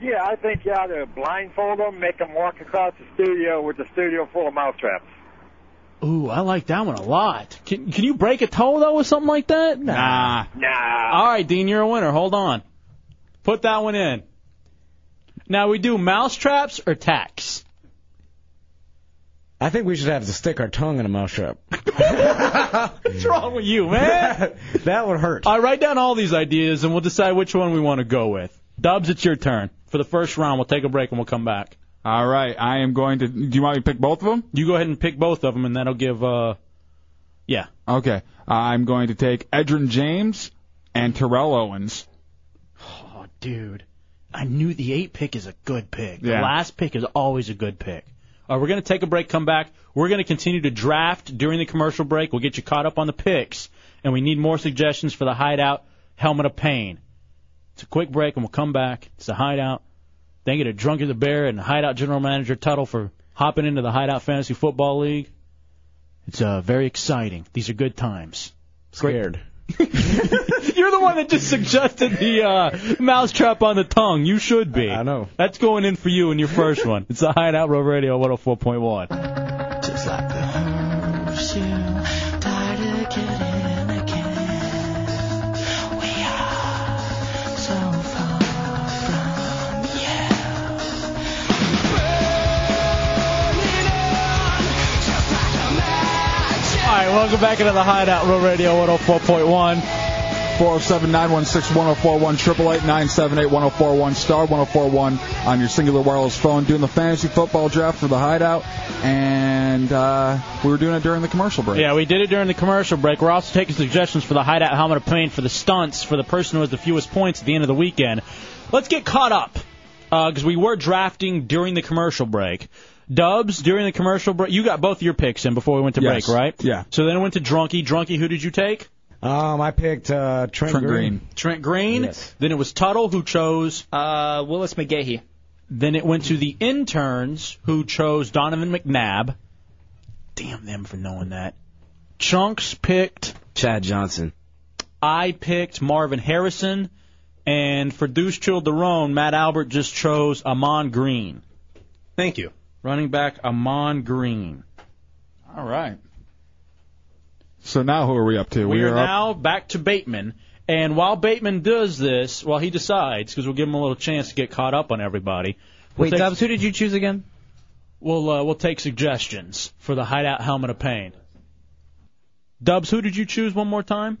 [SPEAKER 17] Yeah, I think you ought to blindfold them, make them walk across the studio with the studio full of mousetraps.
[SPEAKER 3] Ooh, I like that one a lot. Can Can you break a toe though, with something like that?
[SPEAKER 4] Nah.
[SPEAKER 17] Nah.
[SPEAKER 3] All right, Dean, you're a winner. Hold on. Put that one in. Now we do mouse traps or tacks.
[SPEAKER 5] I think we should have to stick our tongue in a mousetrap.
[SPEAKER 3] What's wrong with you, man?
[SPEAKER 5] that would hurt.
[SPEAKER 3] I write down all these ideas and we'll decide which one we want to go with. Dubs, it's your turn. For the first round, we'll take a break and we'll come back.
[SPEAKER 4] All right. I am going to. Do you want me to pick both of them?
[SPEAKER 3] You go ahead and pick both of them and that'll give uh yeah.
[SPEAKER 4] Okay. I'm going to take Edrin James and Terrell Owens.
[SPEAKER 3] Oh, dude. I knew the eight pick is a good pick. The
[SPEAKER 4] Yeah.
[SPEAKER 3] last pick is always a good pick. All right, we're going to take a break, come back. We're going to continue to draft during the commercial break. We'll get you caught up on the picks. And we need more suggestions for the hideout helmet of pain. It's a quick break, and we'll come back. It's the hideout. Thank you to Drunk as a Bear and Hideout General Manager Tuttle for hopping into the Hideout Fantasy Football League. It's uh, very exciting. These are good times.
[SPEAKER 5] Scared.
[SPEAKER 3] You're the one that just suggested the uh, mousetrap on the tongue. You should be. I
[SPEAKER 5] know.
[SPEAKER 3] That's going in for you in your first one. It's a Hideout Road Radio 104.1.
[SPEAKER 2] Just like the homes you try to get in again. We are so far from you.
[SPEAKER 3] All right, welcome back into the Hideout Road Radio 104.1.
[SPEAKER 4] 407 916 1041 888 1041 star 1041 on your singular wireless phone doing the fantasy football draft for the hideout and uh, we were doing it during the commercial break
[SPEAKER 3] Yeah, we did it during the commercial break. We're also taking suggestions for the hideout helmet of pain, for the stunts, for the person who has the fewest points at the end of the weekend. Let's get caught up because we were drafting during the commercial break. Dubs during the commercial break. You got both your picks in before we went to
[SPEAKER 4] Yes.
[SPEAKER 3] break, right?
[SPEAKER 4] Yeah.
[SPEAKER 3] So then it went to Drunky. Drunky, who did you take?
[SPEAKER 5] Um, I picked uh, Trent,
[SPEAKER 4] Trent
[SPEAKER 5] Green.
[SPEAKER 4] Green.
[SPEAKER 3] Trent Green. Then it was Tuttle who chose
[SPEAKER 13] Uh, Willis McGahee.
[SPEAKER 3] Then it went to the interns who chose Donovan McNabb. Damn them for knowing that. Chunks picked
[SPEAKER 11] Chad Johnson.
[SPEAKER 3] I picked Marvin Harrison, and for Deuce Childerone, Matt Albert just chose Amon Green.
[SPEAKER 12] Thank you.
[SPEAKER 3] Running back Amon Green. All right.
[SPEAKER 4] So now who are we up to?
[SPEAKER 3] We, are,
[SPEAKER 4] up
[SPEAKER 3] now back to Bateman. And while Bateman does this, while he decides, because we'll give him a little chance to get caught up on everybody.
[SPEAKER 6] Wait, Dubs, who did you choose again?
[SPEAKER 3] We'll uh, we'll take suggestions for the hideout helmet of pain. Dubs, who did you choose one more time?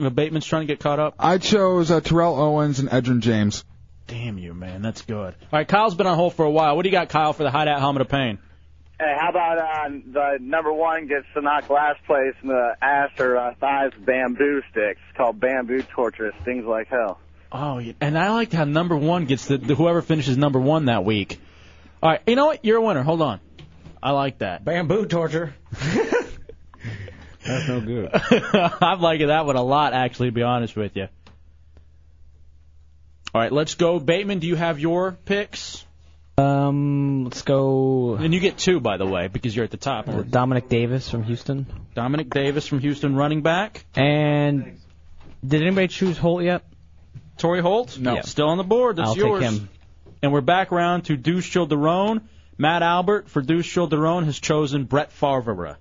[SPEAKER 3] Uh, Bateman's trying to get caught up.
[SPEAKER 4] I chose uh, Terrell Owens and Edrin James.
[SPEAKER 3] Damn you, man, that's good. All right, Kyle's been on hold for a while. What do you got, Kyle, for the hideout helmet of pain?
[SPEAKER 17] Hey, how about uh, the number one gets to knock last place in the ass or uh, thighs with bamboo sticks? It's called bamboo torture. It stings like hell.
[SPEAKER 3] Oh, yeah. and I like how number one gets the, the whoever finishes number one that week. All right, you know what? You're a winner. Hold on, I like that.
[SPEAKER 5] Bamboo torture. That's no good.
[SPEAKER 3] I'm liking that one a lot, actually. To be honest with you. All right, let's go. Bateman, do you have your picks?
[SPEAKER 6] Um, let's go.
[SPEAKER 3] And you get two, by the way, because you're at the top.
[SPEAKER 6] Dominic Davis from Houston.
[SPEAKER 3] Dominic Davis from Houston, running back.
[SPEAKER 6] And did anybody choose Holt yet?
[SPEAKER 3] Torrey Holt?
[SPEAKER 6] No. Yeah.
[SPEAKER 3] Still on the board. That's
[SPEAKER 6] I'll take
[SPEAKER 3] yours.
[SPEAKER 6] him.
[SPEAKER 3] And we're back round to Deuce Childerone. Matt Albert for Deuce Childerone has chosen Brett Favre.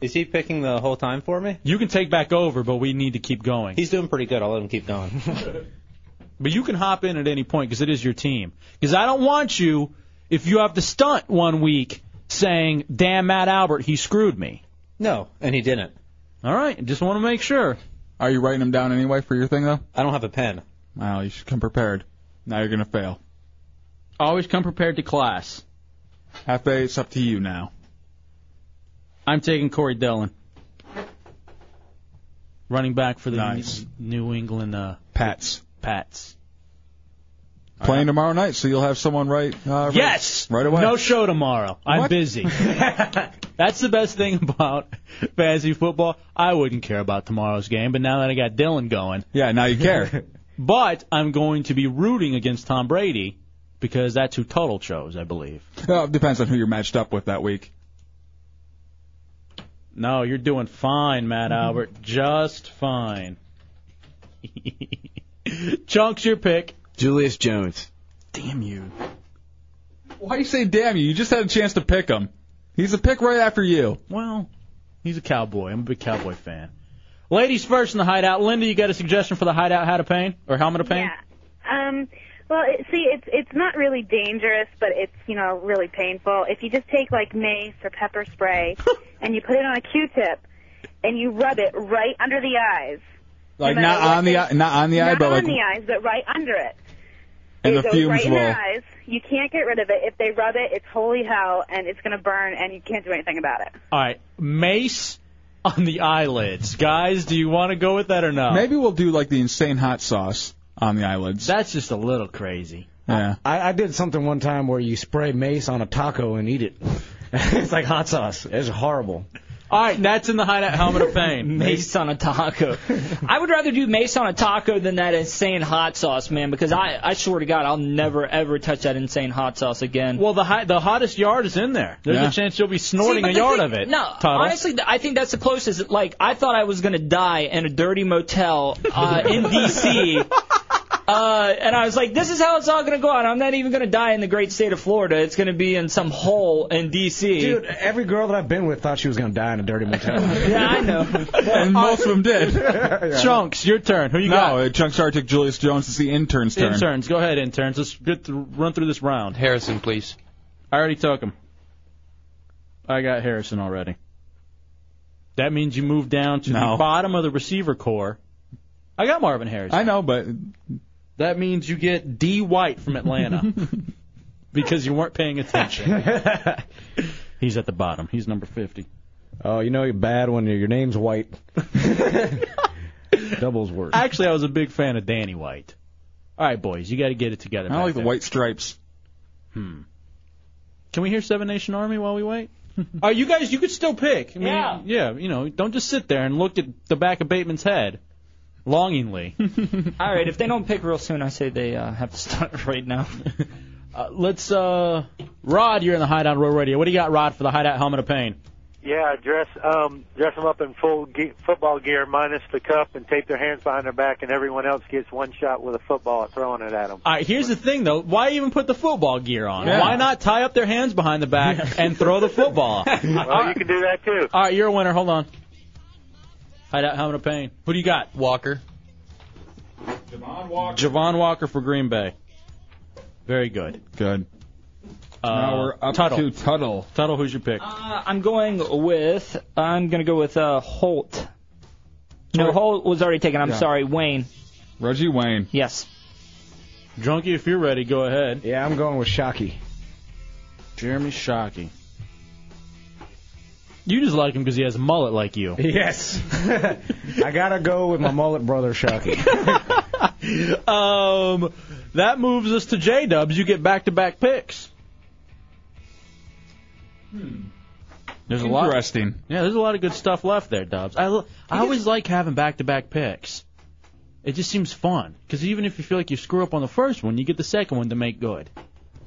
[SPEAKER 12] Is he picking the whole time for me?
[SPEAKER 3] You can take back over, but we need to keep going.
[SPEAKER 12] He's doing pretty good. I'll let him keep going.
[SPEAKER 3] But you can hop in at any point because it is your team. Because I don't want you, if you have to stunt one week, saying, damn Matt Albert, he screwed me.
[SPEAKER 12] no, and he didn't.
[SPEAKER 3] All right, just want to make sure.
[SPEAKER 4] Are you writing them down anyway for your thing though?
[SPEAKER 12] I don't have a pen.
[SPEAKER 4] Wow, you should come prepared. Now you're gonna fail.
[SPEAKER 3] Always come prepared to class.
[SPEAKER 4] Hefe, it's up to you now.
[SPEAKER 3] I'm taking Corey Dillon. Running back for the New New England uh,
[SPEAKER 4] Pats.
[SPEAKER 3] Pats.
[SPEAKER 4] Playing tomorrow night, so you'll have someone right. Uh, right-
[SPEAKER 3] Yes!
[SPEAKER 4] Right away.
[SPEAKER 3] No show tomorrow. I'm
[SPEAKER 4] What?
[SPEAKER 3] busy. That's the best thing about fantasy football. I wouldn't care about tomorrow's game, but now that I got Dylan going.
[SPEAKER 4] Yeah, now you care.
[SPEAKER 3] but I'm going to be rooting against Tom Brady because that's who Tuttle chose, I believe.
[SPEAKER 4] Well, it depends on who you're matched up with that week.
[SPEAKER 3] No, you're doing fine, Matt
[SPEAKER 4] Mm-hmm.
[SPEAKER 3] Albert. Just fine. Chunks your pick.
[SPEAKER 11] Julius Jones.
[SPEAKER 3] Damn you.
[SPEAKER 4] Why you say damn you? You just had a chance to pick him. He's a pick right after you.
[SPEAKER 3] Well, he's a cowboy. I'm a big cowboy fan. Ladies first in the hideout. Linda, you got a suggestion for the hideout hat of pain or helmet of pain?
[SPEAKER 19] Yeah. Um, well, it, see, it's it's not really dangerous, but it's you know really painful. If you just take like mace or pepper spray and you put it on a Q-tip and you rub it right under the eyes,
[SPEAKER 4] Like
[SPEAKER 19] No
[SPEAKER 4] not
[SPEAKER 19] matter
[SPEAKER 4] on
[SPEAKER 19] what
[SPEAKER 4] the
[SPEAKER 19] they-
[SPEAKER 4] eye, not on the eye,
[SPEAKER 19] not
[SPEAKER 4] but like
[SPEAKER 19] on the eyes, but right under it.
[SPEAKER 4] and
[SPEAKER 19] it
[SPEAKER 4] the
[SPEAKER 19] goes
[SPEAKER 4] fumes
[SPEAKER 19] right in
[SPEAKER 4] will.
[SPEAKER 19] their eyes. You can't get rid of it. If they rub it, it's holy hell, and it's going to burn, and you can't do anything about it.
[SPEAKER 3] All right, mace on the eyelids, guys. Do you want to go with that or no?
[SPEAKER 4] Maybe we'll do like the insane hot sauce on the eyelids.
[SPEAKER 3] That's just a little crazy.
[SPEAKER 4] Yeah.
[SPEAKER 5] I, I did something one time where you spray mace on a taco and eat it. it's like hot sauce. It's horrible.
[SPEAKER 3] All right, that's in the hideout helmet of pain.
[SPEAKER 13] Mace on a taco. I would rather do mace on a taco than that insane hot sauce, man, because I, I swear to God, I'll never, ever touch that insane hot sauce again.
[SPEAKER 3] Well, the hi- the hottest yard is in there. There's
[SPEAKER 13] Yeah.
[SPEAKER 3] a chance you'll be snorting
[SPEAKER 13] See,
[SPEAKER 3] a
[SPEAKER 13] but the
[SPEAKER 3] yard
[SPEAKER 13] thing-
[SPEAKER 3] of it.
[SPEAKER 13] No,
[SPEAKER 3] Tuttle.
[SPEAKER 13] honestly, th- I think that's the closest. Like, I thought I was gonna die in a dirty motel uh, in D.C. Uh, and I was like, this is how it's all gonna go out. I'm not even gonna die in the great state of Florida. It's gonna be in some hole in D.C.
[SPEAKER 5] Dude, every girl that I've been with thought she was gonna die in a dirty motel.
[SPEAKER 13] yeah, I know.
[SPEAKER 4] and most of them did.
[SPEAKER 3] Chunks, your turn. Who you
[SPEAKER 4] no,
[SPEAKER 3] got?
[SPEAKER 4] uh, Chunks already took Julius Jones. It's the intern's turn.
[SPEAKER 3] Interns, go ahead, interns. Let's get to run through this round.
[SPEAKER 18] Harrison, please.
[SPEAKER 3] I already took him. I got Harrison already. That means you move down to
[SPEAKER 4] No.
[SPEAKER 3] the bottom of the receiver core. I got Marvin Harrison.
[SPEAKER 4] I know, but
[SPEAKER 3] That means you get D. White from Atlanta because you weren't paying attention. He's at the bottom. He's number 50.
[SPEAKER 5] Oh, you know you're bad when your name's white. Doubles worse.
[SPEAKER 3] Actually, I was a big fan of Danny White. All right, boys, you got to get it together.
[SPEAKER 4] I
[SPEAKER 3] back
[SPEAKER 4] like the
[SPEAKER 3] there.
[SPEAKER 4] white stripes.
[SPEAKER 3] Hmm. Can we hear Seven Nation Army while we wait? All right, Uh, you guys, you could still pick. I mean,
[SPEAKER 13] Yeah.
[SPEAKER 3] Yeah, you know, don't just sit there and look at the back of Bateman's head. Longingly.
[SPEAKER 13] All right, if they don't pick real soon, I say they uh, have to start right now.
[SPEAKER 3] Uh, let's, uh, Rod, you're in the Hideout Row Radio. What do you got, Rod, for the Hideout Helmet of Pain?
[SPEAKER 20] Yeah, dress um, dress them up in full ge- football gear minus the cup and tape their hands behind their back, and everyone else gets one shot with a football at throwing it at them.
[SPEAKER 3] All right, here's the thing, though. Why even put the football gear on? Why not tie up their hands behind the back and throw the football?
[SPEAKER 20] well, you can do that too.
[SPEAKER 3] All right, you're a winner. Hold on. Hideout Helmet of Pain. Who do you got? Walker. Javon Walker. Javon Walker for Green Bay. Very good.
[SPEAKER 4] Good.
[SPEAKER 3] Uh,
[SPEAKER 4] Now we're up
[SPEAKER 3] Tuttle.
[SPEAKER 4] to Tuttle.
[SPEAKER 3] Tuttle, who's your pick?
[SPEAKER 13] Uh, I'm going with I'm going to go with uh, Holt. No, Holt was already taken. I'm
[SPEAKER 3] Yeah.
[SPEAKER 13] sorry, Wayne.
[SPEAKER 4] Reggie Wayne.
[SPEAKER 13] Yes.
[SPEAKER 3] Drunky, if you're ready, go ahead.
[SPEAKER 5] Yeah, I'm going with Shockey.
[SPEAKER 3] Jeremy Shockey. You just like him because he has a mullet like you.
[SPEAKER 5] Yes. I gotta go with my mullet brother Shockey.
[SPEAKER 3] um, that moves us to J Dubs. You get back to back picks. There's a lot.
[SPEAKER 4] Interesting.
[SPEAKER 3] Yeah, there's a lot of good stuff left there, Dubs. I, lo- I always like having back to back picks. It just seems fun because even if you feel like you screw up on the first one, you get the second one to make good.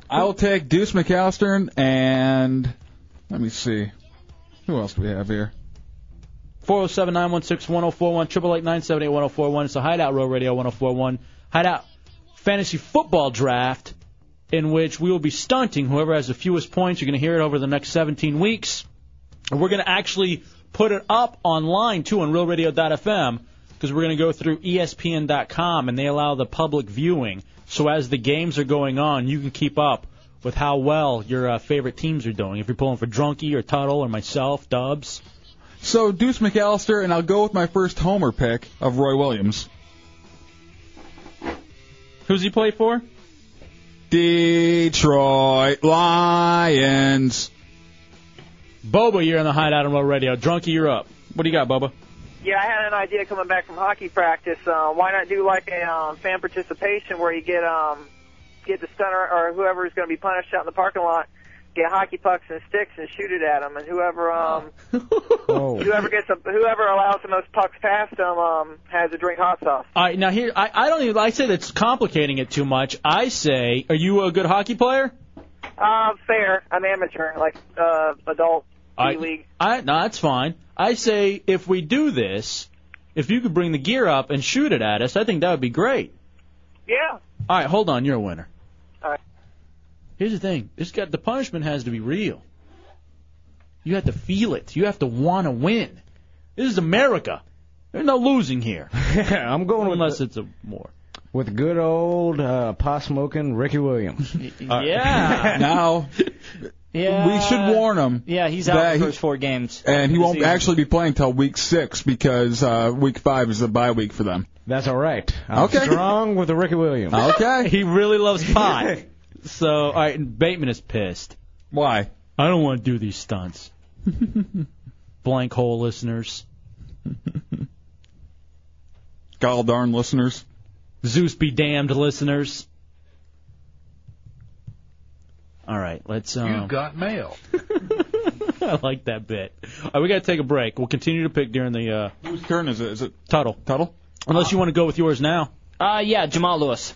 [SPEAKER 4] I will take Deuce McAllister and let me see. Who else do we have here?
[SPEAKER 3] 407 916 1041, 888 978 1041. It's a Hideout Row Radio 1041. Hideout Fantasy Football Draft, in which we will be stunting whoever has the fewest points. You're going to hear it over the next 17 weeks. And we're going to actually put it up online, too, on realradio.fm, because we're going to go through E ESPN.com, and they allow the public viewing. So as the games are going on, you can keep up with how well your uh, favorite teams are doing. If you're pulling for Drunky or Tuttle or myself, Dubs.
[SPEAKER 4] So Deuce McAllister, and I'll go with my first homer pick of Roy Williams.
[SPEAKER 3] Who's he play for?
[SPEAKER 4] Detroit Lions.
[SPEAKER 3] Boba, you're in the Hideout on Roll Radio. Drunky, you're up. What do you got, Boba?
[SPEAKER 21] Yeah, I had an idea coming back from hockey practice. Uh, why not do like a um, fan participation where you get um, get the stunner or whoever is going to be punished out in the parking lot, get hockey pucks and sticks and shoot it at them, and whoever um,
[SPEAKER 17] Oh.
[SPEAKER 21] whoever gets a, whoever allows the most pucks past them um, has a drink hot sauce.
[SPEAKER 3] All right, now here, I, I don't even, I say that's complicating it too much. I say, are you a good hockey player?
[SPEAKER 21] Uh, fair. I'm amateur, like uh, adult
[SPEAKER 3] I-
[SPEAKER 21] D league.
[SPEAKER 3] I, no, that's fine. I say if we do this, if you could bring the gear up and shoot it at us, I think that would be great.
[SPEAKER 21] Yeah.
[SPEAKER 3] All right, hold on, you're a winner.
[SPEAKER 21] All right.
[SPEAKER 3] Here's the thing, this got the punishment has to be real. You have to feel it. You have to want to win. This is America. There's no losing here.
[SPEAKER 5] I'm going with
[SPEAKER 3] unless it's a more.
[SPEAKER 5] With good old uh, pot smoking Ricky Williams.
[SPEAKER 13] Yeah.
[SPEAKER 4] now,
[SPEAKER 13] Yeah.
[SPEAKER 4] we should warn him.
[SPEAKER 13] Yeah, he's out
[SPEAKER 4] that
[SPEAKER 13] the
[SPEAKER 4] he-
[SPEAKER 13] first four games.
[SPEAKER 4] And he
[SPEAKER 13] This
[SPEAKER 4] won't
[SPEAKER 13] season.
[SPEAKER 4] actually be playing till week six because uh, week five is the bye week for them.
[SPEAKER 5] That's all right. I'm
[SPEAKER 4] Okay.
[SPEAKER 5] strong with the Ricky Williams.
[SPEAKER 4] Okay.
[SPEAKER 3] he really loves pot. so, all right, and Bateman is pissed.
[SPEAKER 4] Why?
[SPEAKER 3] I don't want to do these stunts. Blank hole listeners.
[SPEAKER 4] God darn listeners.
[SPEAKER 3] Zeus be damned listeners. All right, let's. Um,
[SPEAKER 2] got mail.
[SPEAKER 3] I like that bit. All right, we got to take a break. We'll continue to pick during the. Uh,
[SPEAKER 4] Whose turn is it? Is it
[SPEAKER 3] Tuttle?
[SPEAKER 4] Tuttle.
[SPEAKER 3] Unless you want to go with yours now.
[SPEAKER 13] Uh, yeah, Jamal Lewis.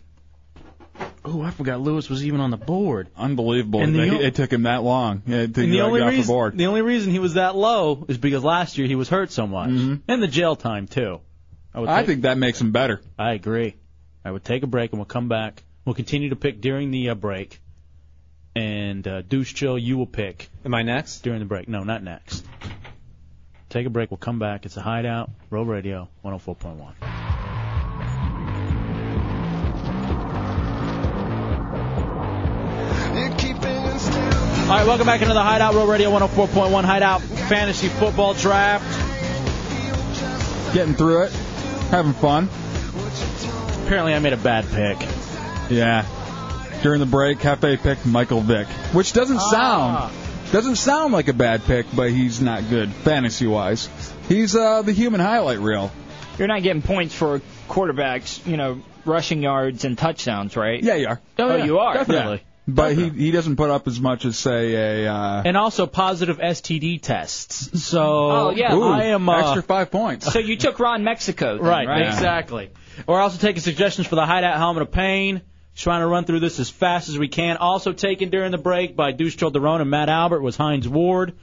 [SPEAKER 3] Oh, I forgot Lewis was even on the board.
[SPEAKER 4] Unbelievable.
[SPEAKER 3] And
[SPEAKER 4] that
[SPEAKER 3] the
[SPEAKER 4] he-
[SPEAKER 3] o-
[SPEAKER 4] it took him that long yeah, to
[SPEAKER 3] And
[SPEAKER 4] get
[SPEAKER 3] the only
[SPEAKER 4] off
[SPEAKER 3] reason
[SPEAKER 4] the board.
[SPEAKER 3] the only reason he was that low is because last year he was hurt so much, and the jail time too. would
[SPEAKER 4] Mm-hmm. I
[SPEAKER 3] take-
[SPEAKER 4] think that makes him better.
[SPEAKER 3] I agree. I would take a break and we'll come back. We'll continue to pick during the uh, break. And uh, Deuce Chill, you will pick. Am I next? During the break. No, not next. Take a break. We'll come back. It's a hideout. Roll Radio 104.1. All right, welcome back into the Hideout Roll Radio 104.1 Hideout Fantasy Football Draft.
[SPEAKER 4] Getting through it. Having fun.
[SPEAKER 3] Apparently, I made a bad pick.
[SPEAKER 4] Yeah. During the break, Hefe picked Michael Vick, which doesn't
[SPEAKER 3] Ah.
[SPEAKER 4] sound doesn't sound like a bad pick, but he's not good fantasy wise. He's uh, the human highlight reel.
[SPEAKER 13] You're not getting points for quarterbacks, you know, rushing yards and touchdowns, right?
[SPEAKER 4] Yeah, you are.
[SPEAKER 13] Oh,
[SPEAKER 4] yeah,
[SPEAKER 13] you are.
[SPEAKER 4] definitely. but he he doesn't put up as much as say a. Uh,
[SPEAKER 3] And also positive STD tests. So
[SPEAKER 13] Oh, yeah. Ooh,
[SPEAKER 3] I am uh,
[SPEAKER 4] extra five points.
[SPEAKER 13] So you took Ron Mexico, then, right?
[SPEAKER 3] Exactly. We're also taking suggestions for the Hideout Helmet of Pain. Trying to run through this as fast as we can. Also taken during the break by Deuce Childerone and Matt Albert was Heinz Ward.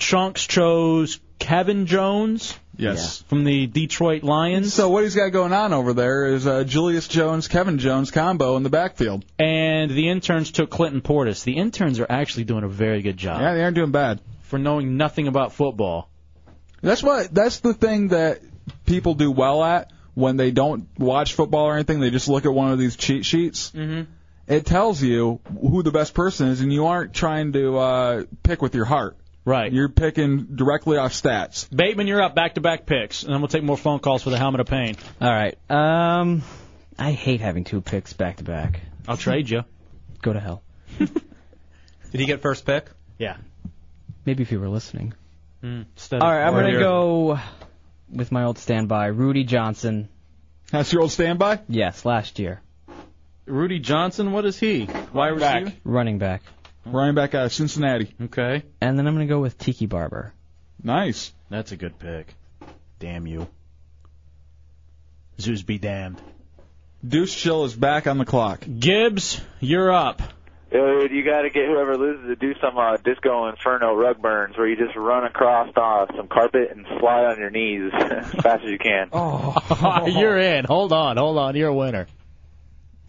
[SPEAKER 3] Trunks chose Kevin Jones.
[SPEAKER 4] Yes.
[SPEAKER 3] From the Detroit Lions.
[SPEAKER 4] So what he's got going on over there is uh, Julius Jones, Kevin Jones combo in the backfield.
[SPEAKER 3] And the interns took Clinton Portis. The interns are actually doing a very good job. Yeah,
[SPEAKER 4] they aren't doing bad.
[SPEAKER 3] For knowing nothing about football.
[SPEAKER 4] That's what. That's the thing that people do well at when they don't watch football or anything. They just look at one of these cheat sheets.
[SPEAKER 3] Mm-hmm.
[SPEAKER 4] It tells you who the best person is, and you aren't trying to uh, pick with your heart.
[SPEAKER 3] Right.
[SPEAKER 4] You're picking directly off stats.
[SPEAKER 3] Bateman, you're up back to back picks, and then we'll take more phone calls for the Helmet of Pain.
[SPEAKER 6] All right. Um, I hate having two picks back to back.
[SPEAKER 3] I'll trade you.
[SPEAKER 6] Go to hell.
[SPEAKER 12] Did he get first pick?
[SPEAKER 3] Yeah.
[SPEAKER 6] Maybe if you were listening.
[SPEAKER 18] Hmm.
[SPEAKER 3] All
[SPEAKER 6] All right, I'm gonna go with my old standby, Rudy Johnson.
[SPEAKER 4] That's your old standby?
[SPEAKER 6] Yes, last year,
[SPEAKER 3] Rudy Johnson, what is he? Wide receiver?
[SPEAKER 6] running back.
[SPEAKER 4] Running back out of Cincinnati.
[SPEAKER 3] Okay.
[SPEAKER 6] And then I'm gonna go with Tiki Barber.
[SPEAKER 4] Nice.
[SPEAKER 3] That's a good pick. Damn you. Zeus be damned.
[SPEAKER 4] Deuce Chill is back on the clock.
[SPEAKER 3] Gibbs, you're up.
[SPEAKER 17] Dude, Uh, you got to get whoever loses to do some uh, disco inferno rug burns where you just run across uh, some carpet and slide on your knees as fast as you can.
[SPEAKER 3] Oh. you're in. Hold on, hold on. You're a winner.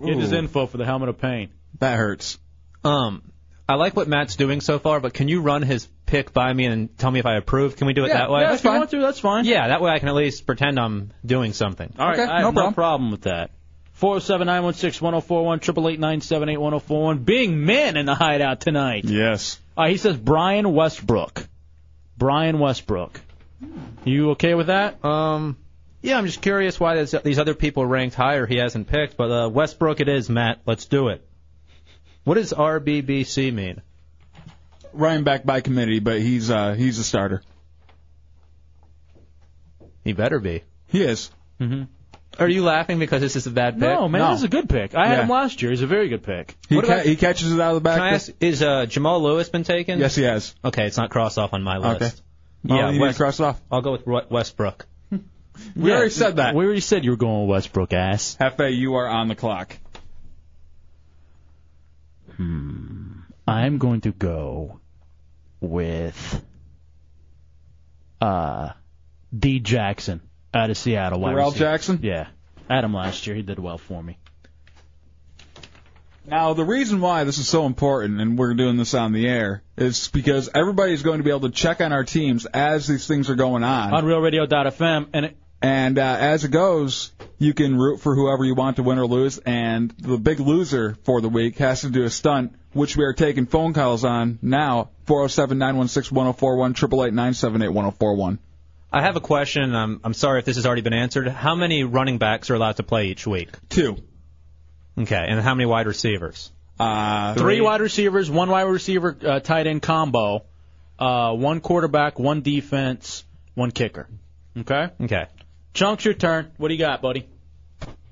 [SPEAKER 3] Get his
[SPEAKER 18] Ooh.
[SPEAKER 3] info for the Helmet of Pain.
[SPEAKER 4] That hurts.
[SPEAKER 18] Um, I like what Matt's doing so far, but can you run his pick by me and tell me if I approve? Can we do it
[SPEAKER 3] yeah,
[SPEAKER 18] that way?
[SPEAKER 3] Yeah, if you want to, that's fine.
[SPEAKER 18] Yeah, that way I can at least pretend I'm doing something.
[SPEAKER 3] All right, I have no problem with that. 407 916 1041, 888 978 1041. Being men in the hideout tonight.
[SPEAKER 4] Yes.
[SPEAKER 3] Uh, he says Brian Westbrook. Brian Westbrook. Hmm. You okay with that?
[SPEAKER 18] Um, yeah, I'm just curious why there's- these other people ranked higher he hasn't picked, but uh, Westbrook it is, Matt. Let's do it. What does RBBC mean?
[SPEAKER 4] Running back by committee, but he's uh, he's a starter.
[SPEAKER 18] He better be.
[SPEAKER 4] He is.
[SPEAKER 3] Mm-hmm.
[SPEAKER 18] Are you laughing because this is a bad pick?
[SPEAKER 3] No, man, this is a good pick. I had him last year. He's a very good pick.
[SPEAKER 4] He,
[SPEAKER 18] What
[SPEAKER 4] ca-
[SPEAKER 18] about-
[SPEAKER 4] he catches it out of the back.
[SPEAKER 18] Can I ask, is uh, Jamal Lewis been taken?
[SPEAKER 4] Yes, he has.
[SPEAKER 18] Okay, it's not crossed off on my list.
[SPEAKER 4] Okay. Well,
[SPEAKER 18] yeah,
[SPEAKER 4] you need to
[SPEAKER 18] West-
[SPEAKER 4] cross it off.
[SPEAKER 18] I'll go with Ru- Westbrook.
[SPEAKER 4] We already said that.
[SPEAKER 3] We already said you were going Westbrook ass.
[SPEAKER 4] Hefe, you are on the clock.
[SPEAKER 3] Hmm. I'm going to go with uh, D. Jackson out of Seattle. wide
[SPEAKER 4] Darrell
[SPEAKER 3] receiver.
[SPEAKER 4] Jackson?
[SPEAKER 3] Yeah. Adam last year. He did well for me.
[SPEAKER 4] Now, the reason why this is so important, and we're doing this on the air, is because everybody's going to be able to check on our teams as these things are going on.
[SPEAKER 3] On RealRadio.fm. And it,
[SPEAKER 4] And uh, as it goes, you can root for whoever you want to win or lose. And the big loser for the week has to do a stunt, which we are taking phone calls on now. 407 916 1041, 888 978 1041.
[SPEAKER 18] I have a question. I'm, I'm sorry if this has already been answered. How many running backs are allowed to play each week?
[SPEAKER 4] Two.
[SPEAKER 18] Okay, and how many wide receivers?
[SPEAKER 4] Uh,
[SPEAKER 3] three wide receivers, one wide receiver uh, tight end combo, uh, one quarterback, one defense, one kicker. Okay?
[SPEAKER 18] Okay.
[SPEAKER 3] Chunks, your turn. What do you got, buddy?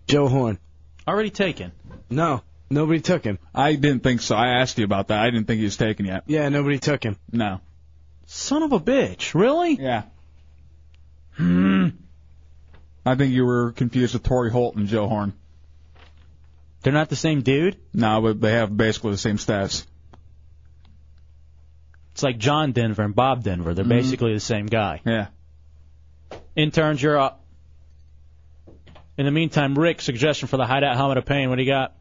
[SPEAKER 11] Joe Horn.
[SPEAKER 3] Already taken.
[SPEAKER 11] No, nobody took him.
[SPEAKER 4] I didn't think so. I asked you about that. I didn't think he was taken yet.
[SPEAKER 11] Yeah, nobody took him.
[SPEAKER 4] No.
[SPEAKER 3] Son of a bitch. Really?
[SPEAKER 4] Yeah. Hmm. I think you were confused with Torrey Holt and Joe Horn.
[SPEAKER 3] They're not the same dude?
[SPEAKER 4] No, but they have basically the same stats.
[SPEAKER 3] It's like John Denver and Bob Denver. They're
[SPEAKER 4] Mhm.
[SPEAKER 3] basically the same guy.
[SPEAKER 4] Yeah.
[SPEAKER 3] Interns, you're up. In the meantime, Rick, suggestion for the hideout helmet of pain. What do you got?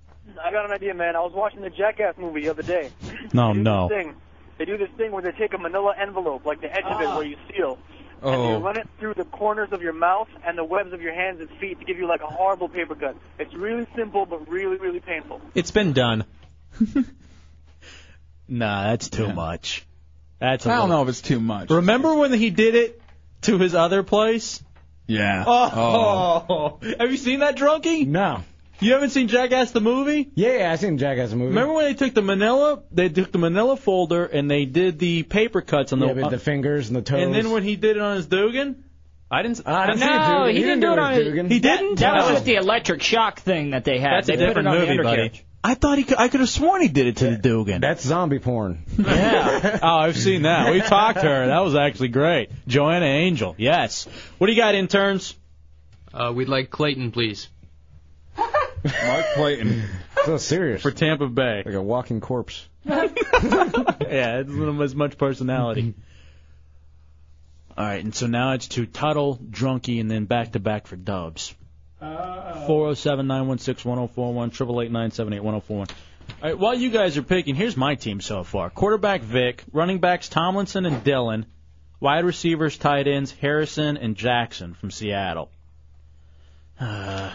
[SPEAKER 1] I got an idea, man. I was watching the Jackass movie the other day.
[SPEAKER 3] No,
[SPEAKER 1] They do
[SPEAKER 3] no.
[SPEAKER 1] This thing. They do this thing where they take a manila envelope, like the edge of
[SPEAKER 17] Ah.
[SPEAKER 1] it where you seal, and they
[SPEAKER 2] Oh.
[SPEAKER 1] run it through the corners of your mouth and the webs of your hands and feet to give you like a horrible paper cut. It's really simple, but really, really painful.
[SPEAKER 18] It's been done.
[SPEAKER 3] Nah, that's too much. That's I
[SPEAKER 4] I don't know if it's too much.
[SPEAKER 3] Remember when he did it to his other place?
[SPEAKER 4] Yeah.
[SPEAKER 3] Oh. Have you seen that, Drunkie?
[SPEAKER 5] No.
[SPEAKER 3] You haven't seen Jackass the movie?
[SPEAKER 5] Yeah, I seen Jackass the movie.
[SPEAKER 3] Remember when they took the Manila? They took the Manila folder and they did the paper cuts on the.
[SPEAKER 5] yeah, with the fingers and the toes.
[SPEAKER 3] uh, and then when he did it on his Dugan,
[SPEAKER 18] I didn't.
[SPEAKER 5] I didn't see it,
[SPEAKER 13] No,
[SPEAKER 5] Dugan.
[SPEAKER 13] he, didn't, do it on
[SPEAKER 5] Dugan.
[SPEAKER 13] He didn't. That, that was
[SPEAKER 3] No.
[SPEAKER 13] with the electric shock thing that they had.
[SPEAKER 3] That's
[SPEAKER 13] they
[SPEAKER 3] a
[SPEAKER 13] put it
[SPEAKER 3] different
[SPEAKER 13] on the
[SPEAKER 3] movie,
[SPEAKER 13] undercarriage.
[SPEAKER 3] buddy. I thought he could, I could have sworn he did it to the Dugan.
[SPEAKER 5] That's zombie porn.
[SPEAKER 3] Yeah. oh, I've seen that. We talked to her. That was actually great. Joanna Angel. Yes. What do you got, interns?
[SPEAKER 8] Uh, we'd like Clayton, please.
[SPEAKER 5] Mark Clayton. So serious. For
[SPEAKER 3] Tampa Bay.
[SPEAKER 5] Like a walking corpse.
[SPEAKER 3] yeah, it's not as much personality. All right, and so now it's to Tuttle, Drunky, and then back to back for Dubs. Four zero seven nine one six one zero four one triple eight nine seven eight one zero four one. All right, while you guys are picking, here's my team so far: quarterback Vic, running backs Tomlinson and Dillon, wide receivers, tight ends Harrison and Jackson from Seattle. Uh,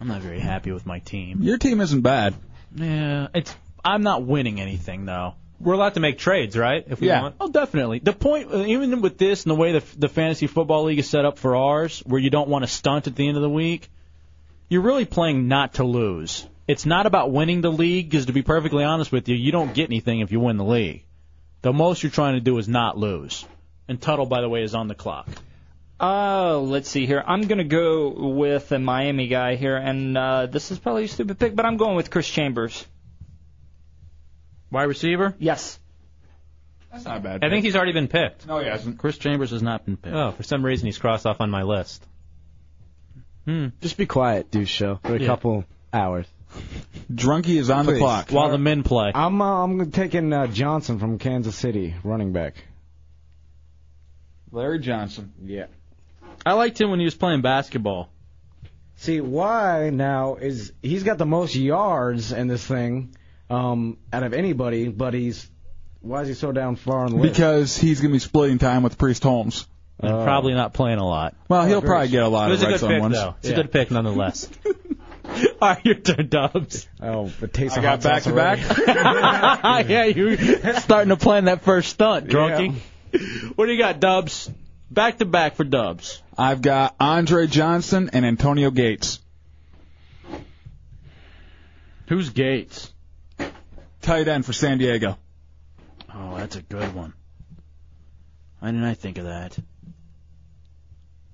[SPEAKER 3] I'm not very happy with my team.
[SPEAKER 4] Your team isn't bad.
[SPEAKER 3] Yeah, it's I'm not winning anything though. We're allowed to make trades, right? If
[SPEAKER 4] we Yeah. want.
[SPEAKER 3] Oh, definitely. The point, even with this and the way the, the fantasy football league is set up for ours, where you don't want to stunt at the end of the week, you're really playing not to lose. It's not about winning the league, because to be perfectly honest with you, you don't get anything if you win the league. The most you're trying to do is not lose. And Tuttle, by the way, is on the clock.
[SPEAKER 13] Oh, let's see here. I'm going to go with a Miami guy here, and uh, this is probably a stupid pick, but I'm going with Chris Chambers.
[SPEAKER 3] Wide receiver?
[SPEAKER 13] Yes.
[SPEAKER 4] That's not bad.
[SPEAKER 18] I think he's already been picked.
[SPEAKER 4] No, he hasn't.
[SPEAKER 3] Chris Chambers has not been picked.
[SPEAKER 18] Oh, for some reason he's crossed off on my list.
[SPEAKER 11] Just be quiet, douche show, for a
[SPEAKER 18] Yeah.
[SPEAKER 11] couple hours.
[SPEAKER 4] Drunky is on
[SPEAKER 11] the clock. While the
[SPEAKER 3] men play.
[SPEAKER 5] I'm uh, I'm taking uh, Johnson from Kansas City, running back.
[SPEAKER 4] Larry Johnson.
[SPEAKER 5] Yeah.
[SPEAKER 3] I liked him when he was playing basketball.
[SPEAKER 5] See why now is he's got the most yards in this thing um, out of anybody, but he's why is he so down far on the list?
[SPEAKER 4] Because he's going to be splitting time with Priest Holmes.
[SPEAKER 3] And probably not playing a lot.
[SPEAKER 4] Well, he'll
[SPEAKER 3] Oh,
[SPEAKER 4] probably
[SPEAKER 3] great.
[SPEAKER 4] get a lot
[SPEAKER 3] It
[SPEAKER 4] of
[SPEAKER 3] was a
[SPEAKER 4] red
[SPEAKER 3] good
[SPEAKER 4] zone
[SPEAKER 3] pick,
[SPEAKER 4] ones.
[SPEAKER 3] though. It's a Yeah. good
[SPEAKER 18] pick nonetheless.
[SPEAKER 3] All right, your turn, Dubs.
[SPEAKER 5] Oh, but taste
[SPEAKER 4] I got back to
[SPEAKER 3] back. yeah, you're starting to plan that first stunt, drunkie. What do you got, Dubs? Back to back for Dubs.
[SPEAKER 4] I've got Andre Johnson and Antonio Gates.
[SPEAKER 3] Who's Gates?
[SPEAKER 4] Tight end for San Diego.
[SPEAKER 3] Oh, that's a good one. Why didn't I think of that?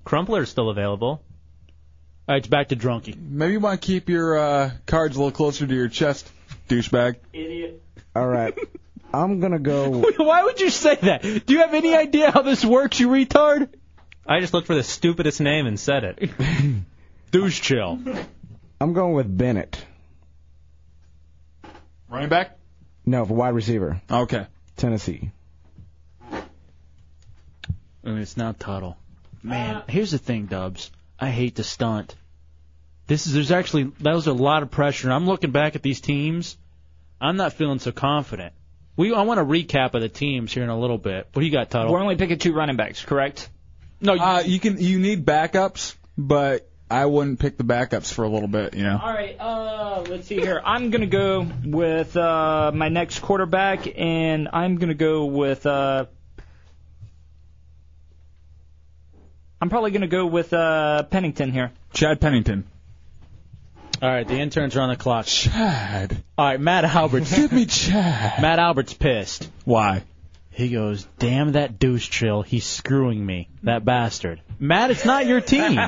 [SPEAKER 18] Crumpler's still available.
[SPEAKER 3] All right, it's back to Drunky.
[SPEAKER 4] Maybe you want to keep your uh, cards a little closer to your chest, douchebag.
[SPEAKER 3] Idiot.
[SPEAKER 5] All right, Oh. I'm gonna go.
[SPEAKER 3] Why would you say that? Do you have any idea how this works, you retard?
[SPEAKER 18] I just looked for the stupidest name and said it.
[SPEAKER 3] Douche chill.
[SPEAKER 5] I'm going with Bennett.
[SPEAKER 4] Running back?
[SPEAKER 5] No, for wide receiver.
[SPEAKER 4] Okay.
[SPEAKER 5] Tennessee.
[SPEAKER 3] And it's not Tuttle. Man, here's the thing, Dubs. I hate the stunt. This is there's actually that was a lot of pressure. And I'm looking back at these teams. I'm not feeling so confident. We I want a recap of the teams here in a little bit. What do you got, Tuttle?
[SPEAKER 13] We're only picking two running backs, correct?
[SPEAKER 3] No,
[SPEAKER 4] uh, you can. You need backups, but I wouldn't pick the backups for a little bit. You know.
[SPEAKER 13] All right, uh, let's see here. I'm going to go with uh, my next quarterback, and I'm going to go with. Uh, I'm probably going to go with uh, Pennington here.
[SPEAKER 4] Chad Pennington.
[SPEAKER 3] All right, the interns are on the clock.
[SPEAKER 4] Chad.
[SPEAKER 3] All right, Matt Alberts.
[SPEAKER 4] Give me Chad.
[SPEAKER 3] Matt Albert's pissed.
[SPEAKER 4] Why?
[SPEAKER 3] He goes, "Damn that douche chill. He's screwing me. That bastard." Matt, it's not your team.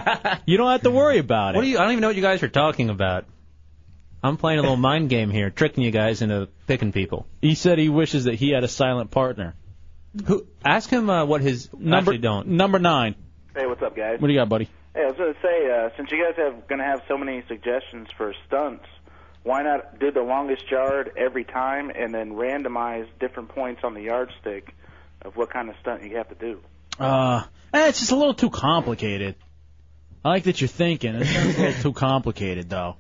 [SPEAKER 3] you don't have to worry about it.
[SPEAKER 18] What do you? I don't even know what you guys are talking about. I'm playing a little mind game here, tricking you guys into picking people.
[SPEAKER 3] He said he wishes that he had a silent partner.
[SPEAKER 18] Who? Ask him uh, what his.
[SPEAKER 3] Number
[SPEAKER 18] actually, don't.
[SPEAKER 3] number nine.
[SPEAKER 22] Hey, what's up, guys?
[SPEAKER 3] What do you got, buddy?
[SPEAKER 22] Hey, I was gonna say, uh, since you guys have gonna have so many suggestions for stunts, why not do the longest yard every time and then randomize different points on the yardstick of what kind of stunt you have to do?
[SPEAKER 3] Uh, eh, it's just a little too complicated. I like that you're thinking. It sounds a little too complicated, though.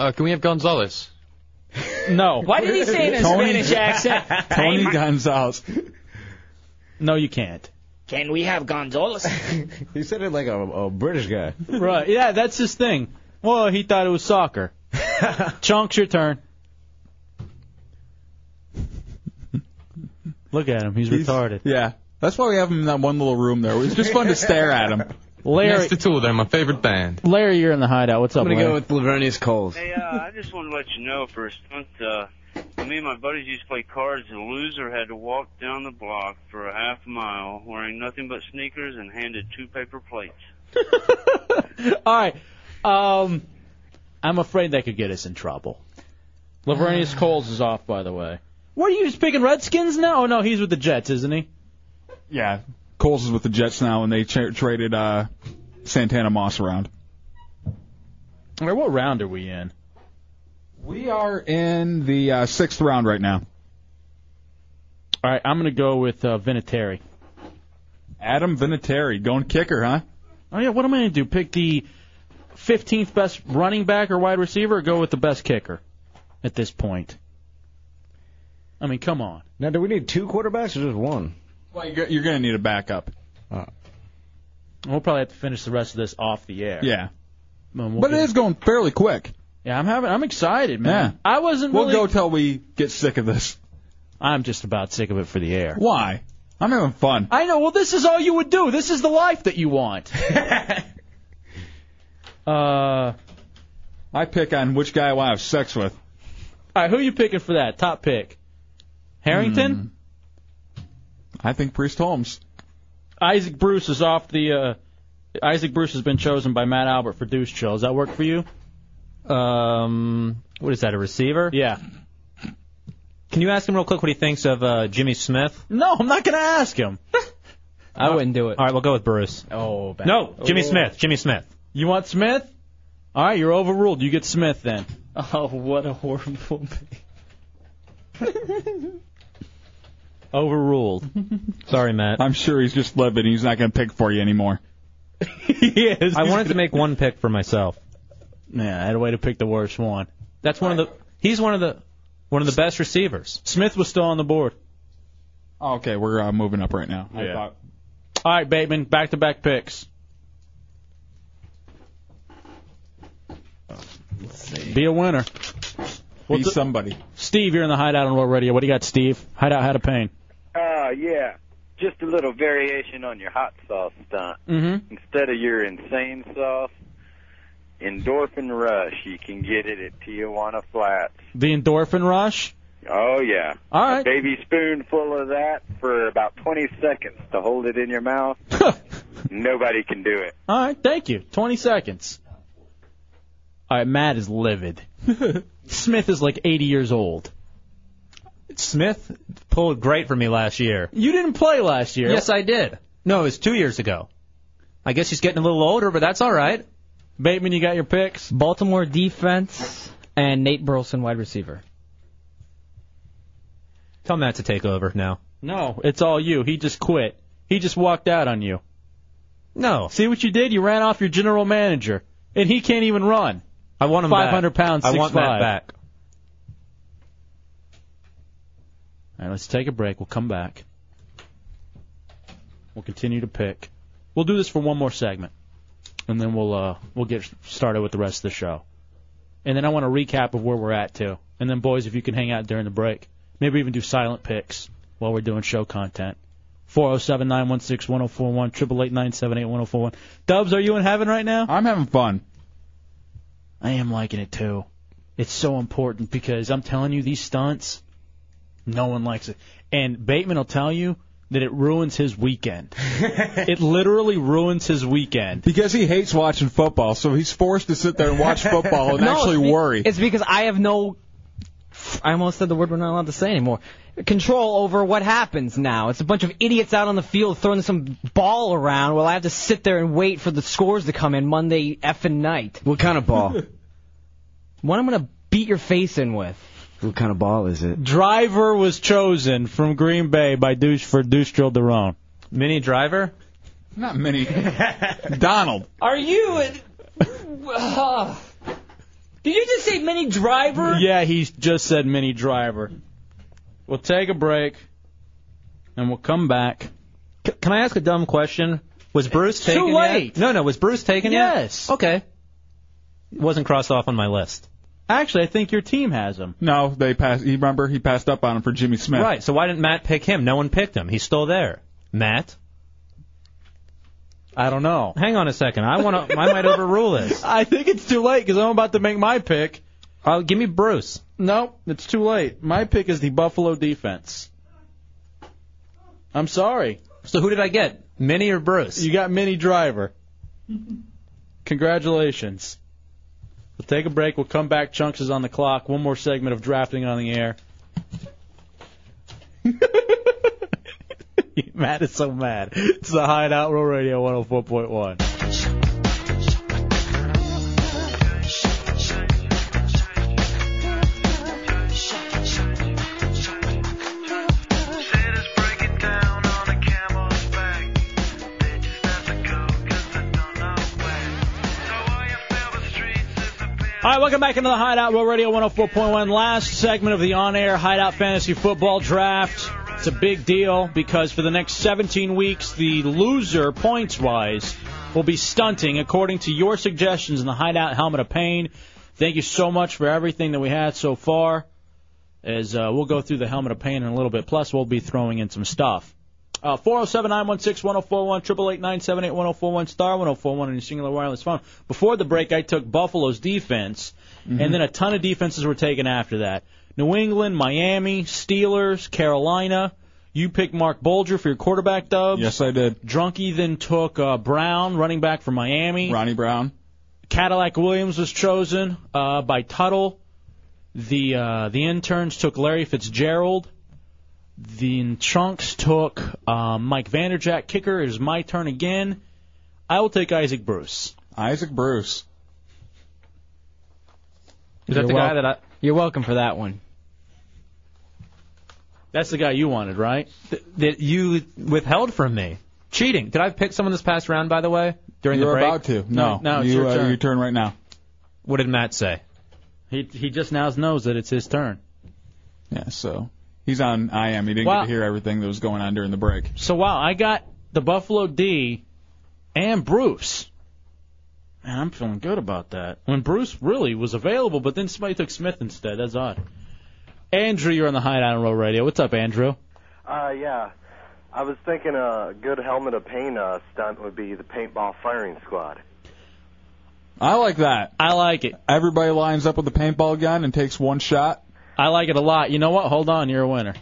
[SPEAKER 8] Uh, can we have Gonzalez?
[SPEAKER 3] No.
[SPEAKER 8] Why did he say it in a Tony- Spanish accent?
[SPEAKER 4] Tony Gonzalez.
[SPEAKER 3] No, you can't.
[SPEAKER 13] Can we have Gonzalez?
[SPEAKER 5] He said it like a, a British guy.
[SPEAKER 3] Right. Yeah, that's his thing. Well, he thought it was soccer. Chunks, your turn. Look at him. He's, retarded.
[SPEAKER 4] Yeah. That's why we have him in that one little room there. It's just fun to stare at him.
[SPEAKER 3] Larry,
[SPEAKER 8] The two of them, my favorite band.
[SPEAKER 3] Larry, you're in the hideout. What's up,
[SPEAKER 11] I'm gonna
[SPEAKER 3] Larry?
[SPEAKER 11] go with Lavernius Coles.
[SPEAKER 23] Hey, uh, I just want to let you know for a stunt, uh, me and my buddies used to play cards, and the loser had to walk down the block for a half mile wearing nothing but sneakers and handed two paper plates.
[SPEAKER 3] All right. Um, I'm afraid that could get us in trouble. Lavernius Coles is off, by the way. What are you just picking Redskins now? Oh no, he's with the Jets, isn't he?
[SPEAKER 4] Yeah, Coles is with the Jets now, and they tra- traded uh, Santana Moss around.
[SPEAKER 3] All right, what round are we in?
[SPEAKER 4] We are in the uh, sixth round right now.
[SPEAKER 3] All right, I'm gonna go with uh, Vinatieri.
[SPEAKER 4] Adam Vinatieri, going kicker, huh?
[SPEAKER 3] Oh yeah, what am I gonna do? Pick the 15th best running back or wide receiver, or go with the best kicker at this point? I mean, come on.
[SPEAKER 5] Now, do we need two quarterbacks or just one?
[SPEAKER 4] Well, you're, you're going to need a backup.
[SPEAKER 3] Uh, We'll probably have to finish the rest of this off the air.
[SPEAKER 4] Yeah.
[SPEAKER 3] Then we'll
[SPEAKER 4] But
[SPEAKER 3] get-
[SPEAKER 4] it is going fairly quick.
[SPEAKER 3] Yeah, I'm having. I'm excited, man.
[SPEAKER 4] Yeah.
[SPEAKER 3] I wasn't.
[SPEAKER 4] We'll
[SPEAKER 3] really...
[SPEAKER 4] go till we get sick of this.
[SPEAKER 3] I'm just about sick of it for the air.
[SPEAKER 4] Why? I'm having fun.
[SPEAKER 3] I know. Well, this is all you would do. This is the life that you want. uh,
[SPEAKER 4] I pick on which guy I want to have sex with.
[SPEAKER 3] All right, who you picking for that top pick? Harrington.
[SPEAKER 4] Hmm. I think Priest Holmes.
[SPEAKER 3] Isaac Bruce is off the. Uh, Isaac Bruce has been chosen by Matt Albert for Deuce Chill. Does that work for you?
[SPEAKER 18] Um, what is that? A receiver?
[SPEAKER 3] Yeah.
[SPEAKER 18] Can you ask him real quick what he thinks of uh, Jimmy Smith?
[SPEAKER 3] No, I'm not going to ask him.
[SPEAKER 18] I wouldn't do it. All right, we'll go with Bruce.
[SPEAKER 3] Oh, bad.
[SPEAKER 18] No, Jimmy
[SPEAKER 3] Oh.
[SPEAKER 18] Smith. Jimmy Smith.
[SPEAKER 3] You want Smith? All right, you're overruled. You get Smith then.
[SPEAKER 13] Oh, what a horrible.
[SPEAKER 3] Overruled.
[SPEAKER 18] Sorry, Matt.
[SPEAKER 4] I'm sure he's just living. He's not going to pick for you anymore.
[SPEAKER 3] he is.
[SPEAKER 18] I wanted to make one pick for myself.
[SPEAKER 3] Yeah, I had a way to pick the worst one.
[SPEAKER 18] That's one of the. He's one of the one of the best receivers.
[SPEAKER 3] Smith was still on the board.
[SPEAKER 4] Okay, we're uh, moving up right now.
[SPEAKER 3] Yeah. All right, Bateman, back to back picks. Be a winner.
[SPEAKER 4] Be somebody.
[SPEAKER 3] Steve, you're in the hideout on Roll Radio. What do you got, Steve? Hideout had a pain.
[SPEAKER 17] Uh, yeah. Just a little variation on your hot sauce stunt.
[SPEAKER 3] Mm-hmm.
[SPEAKER 17] Instead of your insane sauce, endorphin rush, you can get it at Tijuana Flats.
[SPEAKER 3] The endorphin rush.
[SPEAKER 17] Oh yeah.
[SPEAKER 3] All right.
[SPEAKER 17] A baby spoonful of that for about 20 seconds to hold it in your mouth. Nobody can do it.
[SPEAKER 3] All right, thank you. 20 seconds. All right, Matt is livid. Smith is like 80 years old.
[SPEAKER 18] Smith pulled great for me last year.
[SPEAKER 3] You didn't play last year.
[SPEAKER 18] Yes, I did. No, it was two years ago. I guess he's getting a little older, but that's all right.
[SPEAKER 3] Bateman, you got your picks?
[SPEAKER 10] Baltimore defense and Nate Burleson, wide receiver.
[SPEAKER 18] Tell Matt to take over now.
[SPEAKER 3] No, it's all you. He just quit. He just walked out on you.
[SPEAKER 18] No.
[SPEAKER 3] See what you did? You ran off your general manager, and he can't even run.
[SPEAKER 18] I want him
[SPEAKER 3] 500
[SPEAKER 18] back.
[SPEAKER 3] pounds,
[SPEAKER 18] I want Matt
[SPEAKER 3] 6'5".
[SPEAKER 18] back.
[SPEAKER 3] All right, let's take a break. We'll come back. We'll continue to pick. We'll do this for one more segment, and then we'll uh, we'll get started with the rest of the show. And then I want a recap of where we're at too. And then boys, if you can hang out during the break, maybe even do silent picks while we're doing show content. 407-916-1041, 888 oh Dubs, are you in heaven right now?
[SPEAKER 4] I'm having fun.
[SPEAKER 3] I am liking it too. It's so important because I'm telling you, these stunts, no one likes it. And Bateman will tell you that it ruins his weekend. it literally ruins his weekend.
[SPEAKER 4] Because he hates watching football, so he's forced to sit there and watch football and
[SPEAKER 10] No,
[SPEAKER 4] actually
[SPEAKER 10] it's be-
[SPEAKER 4] worry.
[SPEAKER 10] It's because I have no. I almost said the word we're not allowed to say anymore. Control over what happens now. It's a bunch of idiots out on the field throwing some ball around while I have to sit there and wait for the scores to come in Monday effing night.
[SPEAKER 11] What kind of ball?
[SPEAKER 10] One I'm gonna beat your face in with.
[SPEAKER 11] what kind of ball is it?
[SPEAKER 3] Driver was chosen from Green Bay by Douche for Douche Drill Derone.
[SPEAKER 18] Mini driver?
[SPEAKER 4] Not many. Donald.
[SPEAKER 13] Are you? Uh, did you just say mini driver?
[SPEAKER 3] Yeah, he just said mini driver. We'll take a break, and we'll come back.
[SPEAKER 18] C- can I ask a dumb question? Was Bruce
[SPEAKER 3] too
[SPEAKER 18] taken
[SPEAKER 3] late.
[SPEAKER 18] yet? No, no. Was Bruce taken yet?
[SPEAKER 3] Yes.
[SPEAKER 18] Okay. It wasn't crossed off on my list.
[SPEAKER 3] Actually, I think your team has him.
[SPEAKER 4] No, Oh, they passed. He remember he passed up on him for Jimmy Smith.
[SPEAKER 18] Right. So why didn't Matt pick him? No one picked him. He's still there. Matt.
[SPEAKER 3] I don't know.
[SPEAKER 18] Hang on a second. I want to. I might overrule this.
[SPEAKER 3] I think it's too late because I'm about to make my pick.
[SPEAKER 18] Uh, give me Bruce.
[SPEAKER 3] Nope, it's too late. My pick is the Buffalo defense. I'm sorry.
[SPEAKER 18] So who did I get? Minnie or Bruce?
[SPEAKER 3] You got Mini Driver. Congratulations. We'll take a break. We'll come back. Chunks is on the clock. One more segment of drafting on the air. Matt is so mad. It's the Hideout Roll Radio 104.1. All right, welcome back into the Hideout Roll Radio 104.1. Last segment of the on-air Hideout Fantasy Football Draft. It's a big deal because for the next 17 weeks, the loser points-wise will be stunting according to your suggestions in the Hideout Helmet of Pain. Thank you so much for everything that we had so far. As uh, we'll go through the Helmet of Pain in a little bit, plus we'll be throwing in some stuff. Uh, 407-916-1041, 888-978-1041, star 1041 on your singular wireless phone. Before the break, I took Buffalo's defense,
[SPEAKER 4] Mm-hmm.
[SPEAKER 3] and then a ton of defenses were taken after that. New England, Miami, Steelers, Carolina. You picked Mark Bolger for your quarterback dubs.
[SPEAKER 4] Yes, I did.
[SPEAKER 3] Drunky then took uh, Brown, running back for Miami.
[SPEAKER 4] Ronnie Brown.
[SPEAKER 3] Cadillac Williams was chosen uh, by Tuttle. The uh, the interns took Larry Fitzgerald. The Chunks took uh, Mike Vanderjack. Kicker it is my turn again. I will take Isaac Bruce.
[SPEAKER 4] Isaac Bruce.
[SPEAKER 3] Is that the guy that I-
[SPEAKER 10] You're welcome for that one.
[SPEAKER 3] That's the guy you wanted, right?
[SPEAKER 18] that you withheld from me. Cheating. Did I pick someone this past round, by the way? During
[SPEAKER 4] You're
[SPEAKER 18] the break?
[SPEAKER 4] about to. No.
[SPEAKER 18] No, it's
[SPEAKER 4] you,
[SPEAKER 18] your
[SPEAKER 4] uh,
[SPEAKER 18] turn.
[SPEAKER 4] your turn right now.
[SPEAKER 18] What did Matt say?
[SPEAKER 3] He he just now knows that it's his turn.
[SPEAKER 4] Yeah, so he's on I am. He didn't
[SPEAKER 3] Wow.
[SPEAKER 4] get to hear everything that was going on during the break.
[SPEAKER 3] So wow, I got the Buffalo D and Bruce. Man, I'm feeling good about that. When Bruce really was available, but then somebody took Smith instead. That's odd. Andrew, you're on the Hideout on Roll Radio. What's up, Andrew?
[SPEAKER 7] Uh, yeah. I was thinking a good helmet of pain uh, stunt would be the paintball firing squad.
[SPEAKER 4] I like that.
[SPEAKER 3] I like it.
[SPEAKER 4] Everybody lines up with a paintball gun and takes one shot.
[SPEAKER 3] I like it a lot. You know what? Hold on, you're a winner.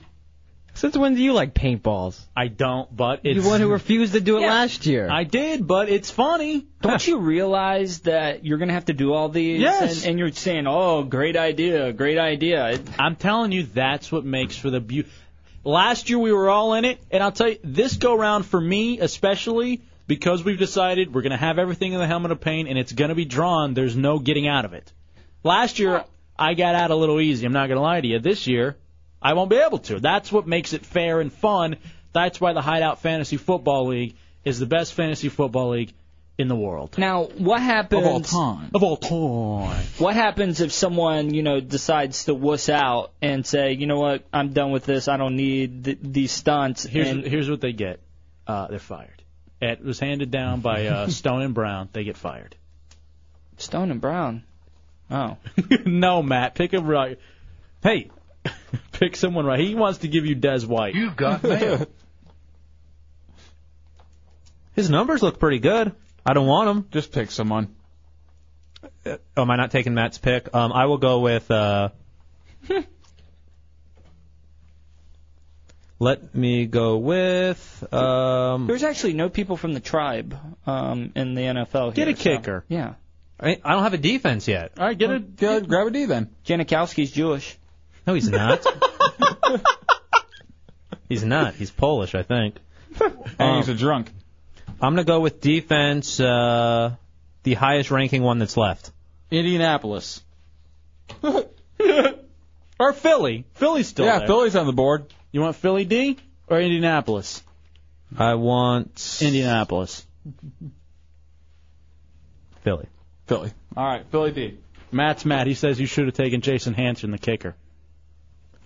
[SPEAKER 10] Since when do you like paintballs?
[SPEAKER 3] I don't, but it's
[SPEAKER 10] You're the one who refused to do it last year.
[SPEAKER 3] I did, but it's funny.
[SPEAKER 13] Don't you realize that you're gonna have to do all these?
[SPEAKER 3] Yes.
[SPEAKER 13] And, and you're saying, oh, great idea, great idea.
[SPEAKER 3] I'm telling you, that's what makes for the beauty. Last year we were all in it, and I'll tell you, this go round for me especially because we've decided we're going to have everything in the helmet of pain, and it's going to be drawn. There's no getting out of it. Last year I got out a little easy. I'm not going to lie to you. This year I won't be able to. That's what makes it fair and fun. That's why the Hideout Fantasy Football League is the best fantasy football league in the world.
[SPEAKER 13] Now, what happens?
[SPEAKER 3] time. Of all time.
[SPEAKER 13] What happens if someone, you know, decides to wuss out and say, you know what, I'm done with this. I don't need th- these stunts.
[SPEAKER 3] Here's
[SPEAKER 13] and
[SPEAKER 3] here's what they get. Uh, they're fired. It was handed down by uh, Stone and Brown. They get fired.
[SPEAKER 13] Stone and Brown. Oh.
[SPEAKER 3] no, Matt. Pick a right. Hey, pick someone right. He wants to give you Des White. You've got mail.
[SPEAKER 18] His numbers look pretty good. I don't want him.
[SPEAKER 4] Just pick someone.
[SPEAKER 18] Uh, oh, am I not taking Matt's pick? Um, I will go with. Uh, let me go with. Um,
[SPEAKER 13] There's actually no people from the tribe um, in the NFL
[SPEAKER 18] Get
[SPEAKER 13] here.
[SPEAKER 18] a kicker.
[SPEAKER 13] So, yeah.
[SPEAKER 18] I I don't have a defense yet.
[SPEAKER 3] All right, get a
[SPEAKER 4] grab a D then.
[SPEAKER 13] Janikowski's Jewish.
[SPEAKER 18] No, he's not. he's not. He's Polish, I think. Um,
[SPEAKER 4] And he's a drunk.
[SPEAKER 18] I'm gonna go with defense. Uh, the highest ranking one that's left.
[SPEAKER 3] Indianapolis. or Philly. Philly's still
[SPEAKER 18] Yeah,
[SPEAKER 3] there.
[SPEAKER 18] Philly's
[SPEAKER 4] on the board.
[SPEAKER 3] You want Philly D or Indianapolis?
[SPEAKER 18] I want
[SPEAKER 3] Indianapolis.
[SPEAKER 18] Philly.
[SPEAKER 4] Philly. All right, Philly D.
[SPEAKER 3] Matt's mad. He says you should have taken Jason Hanson, the kicker.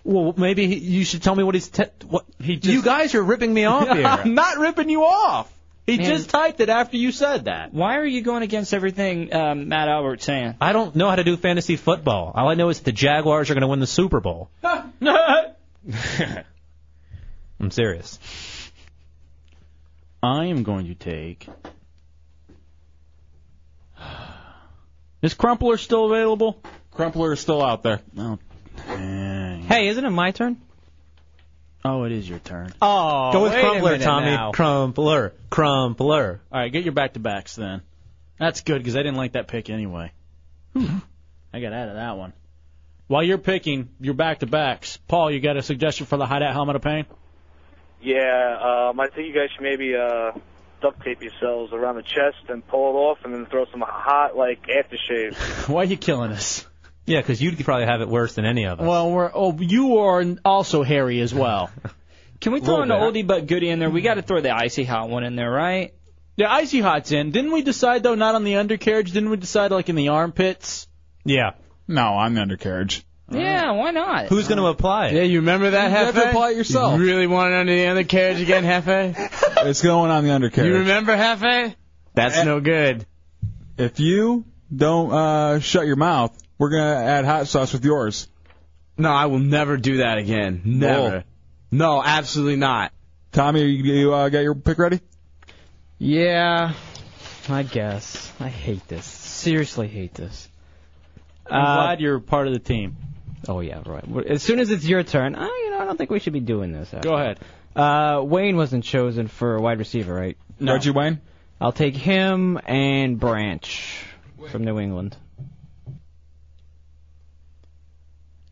[SPEAKER 18] Well, maybe he, you should tell me what he's. Te- what he just, you guys are ripping me off here.
[SPEAKER 3] I'm not ripping you off. He
[SPEAKER 13] Man.
[SPEAKER 3] just typed it after you said that.
[SPEAKER 13] Why are you going against everything um, Matt Albert's saying?
[SPEAKER 18] I don't know how to do fantasy football. All I know is the Jaguars are going to win the Super Bowl. I'm serious.
[SPEAKER 3] I am going to take. Is Crumpler still available? Oh,
[SPEAKER 4] Crumpler is still out there.
[SPEAKER 3] No.
[SPEAKER 10] Hey, isn't it my turn?
[SPEAKER 3] Oh, it is your turn.
[SPEAKER 10] Oh,
[SPEAKER 18] Go with
[SPEAKER 10] wait a
[SPEAKER 18] Crumpler,
[SPEAKER 10] minute
[SPEAKER 18] Tommy.
[SPEAKER 10] now.
[SPEAKER 18] Crumpler. Crumpler. Hmm.
[SPEAKER 3] All right, get your back to backs then. That's good because I didn't like that pick anyway. I got out of that one. While you're picking your back to backs, Paul, you got a suggestion for the hideout helmet of pain?
[SPEAKER 17] Yeah, um, I think you guys should maybe uh, duct tape yourselves around the chest and pull it off, and then throw some hot like aftershave.
[SPEAKER 3] Why are you killing us?
[SPEAKER 18] Yeah, 'cause you'd probably have it worse than any of us.
[SPEAKER 3] Well, we're oh, you are also hairy as well.
[SPEAKER 13] Can we throw an oldie but goodie in there? We got to throw the icy hot one in there, right?
[SPEAKER 3] Yeah, icy hot's in. Didn't we decide though not on the undercarriage? Didn't we decide like in the armpits?
[SPEAKER 4] Yeah. No, on the undercarriage.
[SPEAKER 13] Yeah, why not?
[SPEAKER 18] Who's going to apply it?
[SPEAKER 11] Yeah, you remember that,
[SPEAKER 4] You have to
[SPEAKER 11] Hefe?
[SPEAKER 4] apply it yourself.
[SPEAKER 11] You really want it under the undercarriage again, Hefe?
[SPEAKER 4] it's going on the undercarriage.
[SPEAKER 11] You remember, Hefe? That's no good.
[SPEAKER 4] If you don't uh, shut your mouth, we're gonna add hot sauce with yours.
[SPEAKER 11] No, I will never do that again. Never. No, absolutely not.
[SPEAKER 4] Tommy, you, you uh, got your pick ready?
[SPEAKER 10] Yeah, I guess. I hate this. Seriously, hate this. Uh,
[SPEAKER 3] I'm glad you're part of the team.
[SPEAKER 10] Oh yeah, right. Well, As soon as it's your turn, I, you know, I don't think we should be doing this.
[SPEAKER 3] Go ahead.
[SPEAKER 10] Uh, Wayne wasn't chosen for wide receiver, right?
[SPEAKER 4] No. Reggie Wayne.
[SPEAKER 10] I'll take him and Branch from New England.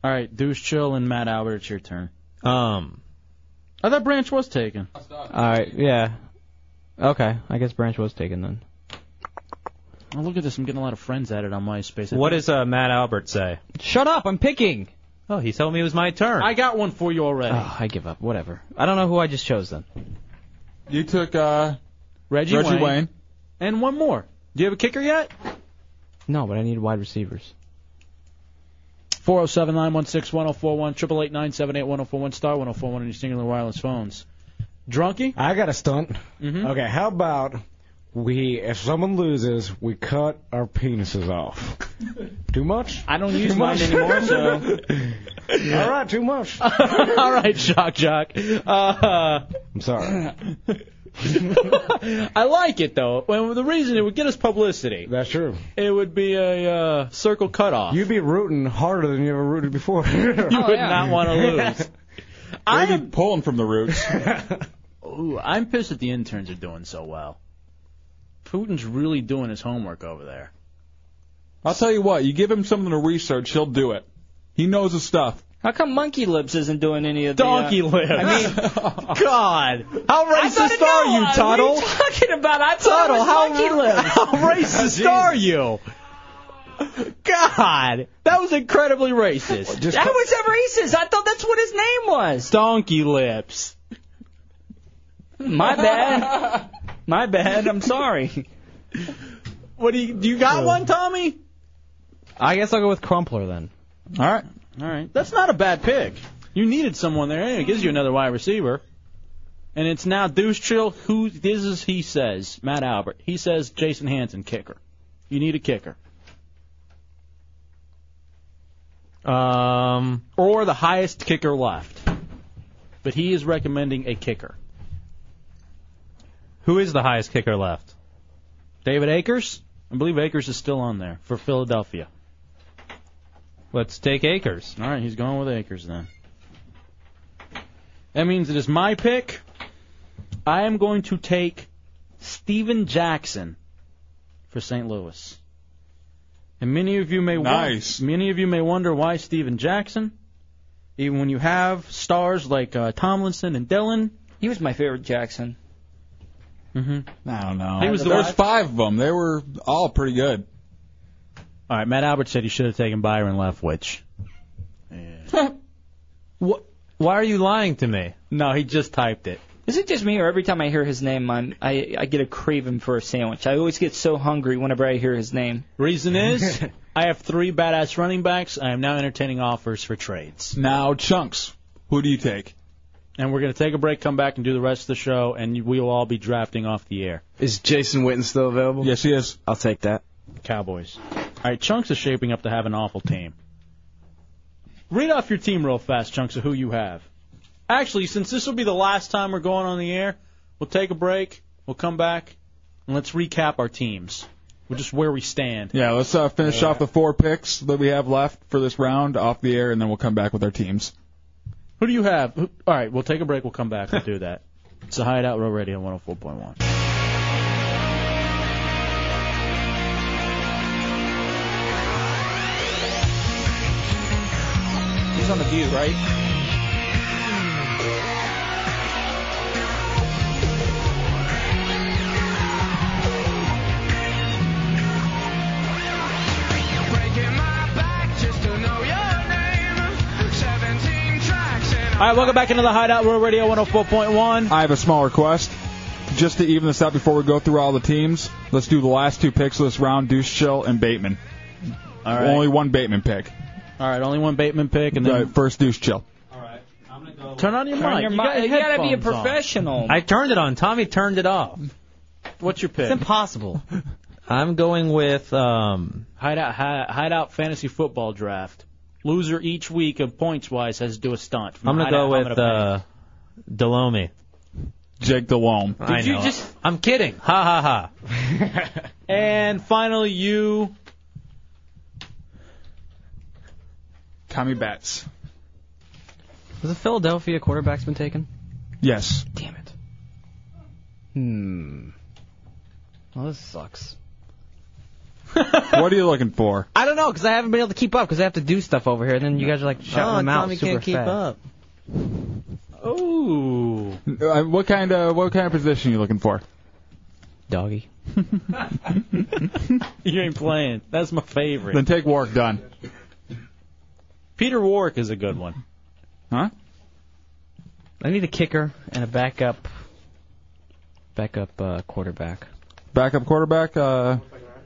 [SPEAKER 3] All right, Deuce Chill and Matt Albert, it's your turn. Um, I thought Branch was taken.
[SPEAKER 10] All right, yeah. Okay, I guess Branch was taken then.
[SPEAKER 3] Oh, look at this, I'm getting a lot of friends added on MySpace. I
[SPEAKER 18] What
[SPEAKER 3] think-
[SPEAKER 18] does uh, Matt Albert say?
[SPEAKER 10] Shut up! I'm picking.
[SPEAKER 18] Oh, he told me it was my turn.
[SPEAKER 3] I got one for you already.
[SPEAKER 10] Oh, I give up. Whatever. I don't know who I just chose then.
[SPEAKER 4] You took uh,
[SPEAKER 3] Reggie,
[SPEAKER 4] Reggie
[SPEAKER 3] Wayne,
[SPEAKER 4] Wayne.
[SPEAKER 3] and one more. Do you have a kicker yet?
[SPEAKER 10] No, but I need wide receivers.
[SPEAKER 3] 407 916 1041, 888 978 1041, star 1041 on your singular wireless phones. Drunky?
[SPEAKER 5] I got a stunt. Mm-hmm. Okay, how about we, if someone loses, we cut our penises off? Too much?
[SPEAKER 3] I don't
[SPEAKER 5] use mine anymore, so- All right, too much.
[SPEAKER 3] All right, shock jock. Uh,
[SPEAKER 5] I'm sorry.
[SPEAKER 3] I like it though. Well, the reason it would get us publicity.
[SPEAKER 5] That's true.
[SPEAKER 3] It would be a uh, circle cutoff.
[SPEAKER 5] You'd be rooting harder than you ever rooted before. you
[SPEAKER 3] would not want to lose.
[SPEAKER 4] I am pulling from the roots.
[SPEAKER 3] Ooh, I'm pissed that the interns are doing so well. Putin's really doing his homework over there.
[SPEAKER 4] I'll tell you what. You give him something to research, he'll do it. He knows his stuff.
[SPEAKER 13] How come Monkey Lips isn't doing any of the?
[SPEAKER 4] Donkey
[SPEAKER 13] uh,
[SPEAKER 4] Lips.
[SPEAKER 13] I mean,
[SPEAKER 3] God, how
[SPEAKER 13] racist are you, Tuttle? What are you talking about? I thought it was Monkey Lips.
[SPEAKER 3] How racist are you? God, that was incredibly racist.
[SPEAKER 13] that was a racist. I thought that's what his name was.
[SPEAKER 3] Donkey lips.
[SPEAKER 13] My bad. My bad. I'm sorry.
[SPEAKER 3] What do you, do you got one, Tommy?
[SPEAKER 10] I guess I'll go with Crumpler then.
[SPEAKER 4] All right.
[SPEAKER 3] All right. That's not a bad pick. You needed someone there. Anyway, it gives you another wide receiver. And it's now Deuce Trill. Who this is? He says Matt Albert. He says Jason Hanson, kicker. You need a kicker.
[SPEAKER 18] Um,
[SPEAKER 3] or the highest kicker left. But he is recommending a kicker.
[SPEAKER 18] Who is the highest kicker left?
[SPEAKER 3] David Akers? I believe Akers is still on there for Philadelphia.
[SPEAKER 18] Let's take Akers.
[SPEAKER 3] All right, he's going with Akers then. That means it is my pick. I am going to take Steven Jackson for St. Louis. And many of you may won-
[SPEAKER 4] Nice.
[SPEAKER 3] many of you may wonder why Steven Jackson, even when you have stars like uh, Tomlinson and Dillon.
[SPEAKER 13] He was my favorite Jackson.
[SPEAKER 3] Mm-hmm.
[SPEAKER 4] I don't know.
[SPEAKER 3] He was the
[SPEAKER 4] there was
[SPEAKER 3] worst-
[SPEAKER 4] five of them. They were all pretty good.
[SPEAKER 3] All right, Matt Albert said he should have taken Byron Leftwich.
[SPEAKER 18] What? Why are you lying to me?
[SPEAKER 3] No, he just typed it.
[SPEAKER 13] Is it just me, or every time I hear his name, I'm, I I get a craving for a sandwich? I always get so hungry whenever I hear his name.
[SPEAKER 3] Reason is, I have three badass running backs. I am now entertaining offers for trades.
[SPEAKER 4] Now, Chunks, who do you take?
[SPEAKER 3] And we're going to take a break, come back, and do the rest of the show, and we will all be drafting off the air.
[SPEAKER 11] Is Jason Witten still available?
[SPEAKER 4] Yes, he is.
[SPEAKER 11] I'll take that.
[SPEAKER 3] Cowboys. All right, Chunks is shaping up to have an awful team. Read off your team real fast, Chunks, of who you have. Actually, since this will be the last time we're going on the air, we'll take a break, we'll come back, and let's recap our teams. We're just where we stand.
[SPEAKER 4] Yeah, let's uh, finish off the four picks that we have left for this round off the air, and then we'll come back with our teams.
[SPEAKER 3] Who do you have? Who- All right, we'll take a break. We'll come back. We'll do that. It's the Hideout Row Radio 104.1.
[SPEAKER 13] He's on the View, right?
[SPEAKER 3] All right, welcome back into the Hideout World Radio 104.1.
[SPEAKER 4] I have a small request. Just to even this out before we go through all the teams, let's do the last two picks of this round, Deuce Chill and Bateman.
[SPEAKER 3] All right.
[SPEAKER 4] Only one Bateman pick.
[SPEAKER 3] All right, only one Bateman pick, and then
[SPEAKER 4] Right, first Deuce Chill.
[SPEAKER 3] turn on your
[SPEAKER 13] Turn
[SPEAKER 3] mic.
[SPEAKER 13] your mic-
[SPEAKER 3] you, got
[SPEAKER 13] you gotta be a
[SPEAKER 3] headphones on.
[SPEAKER 13] professional.
[SPEAKER 18] I turned it on. Tommy turned it off.
[SPEAKER 3] What's your pick?
[SPEAKER 18] It's
[SPEAKER 3] impossible.
[SPEAKER 18] I'm going with um.
[SPEAKER 3] Hideout, hi- hideout fantasy football draft. Loser each week of points wise has to do a stunt.
[SPEAKER 18] I'm gonna go with
[SPEAKER 3] the
[SPEAKER 18] uh, Delome.
[SPEAKER 4] Jake Delome.
[SPEAKER 18] uh, I
[SPEAKER 3] Did you
[SPEAKER 18] know.
[SPEAKER 3] just-
[SPEAKER 18] I'm kidding. Ha ha ha.
[SPEAKER 3] and finally you.
[SPEAKER 4] Tommy Betts.
[SPEAKER 10] Has a Philadelphia quarterback's been taken?
[SPEAKER 4] Yes.
[SPEAKER 10] Damn it. Hmm. Well, this sucks.
[SPEAKER 4] what are you looking for?
[SPEAKER 10] I don't know because I haven't been able to keep up because I have to do stuff over here, and then you guys are like shouting them out super fast.
[SPEAKER 3] Ooh.
[SPEAKER 4] Uh, what kind of what kind of position are you looking for?
[SPEAKER 10] Doggy.
[SPEAKER 3] You ain't playing. That's my favorite.
[SPEAKER 4] Then take Warwick Dunn.
[SPEAKER 3] Peter Warwick is a good one.
[SPEAKER 4] Huh?
[SPEAKER 10] I need a kicker and a backup, backup uh, quarterback.
[SPEAKER 4] Backup quarterback. Uh,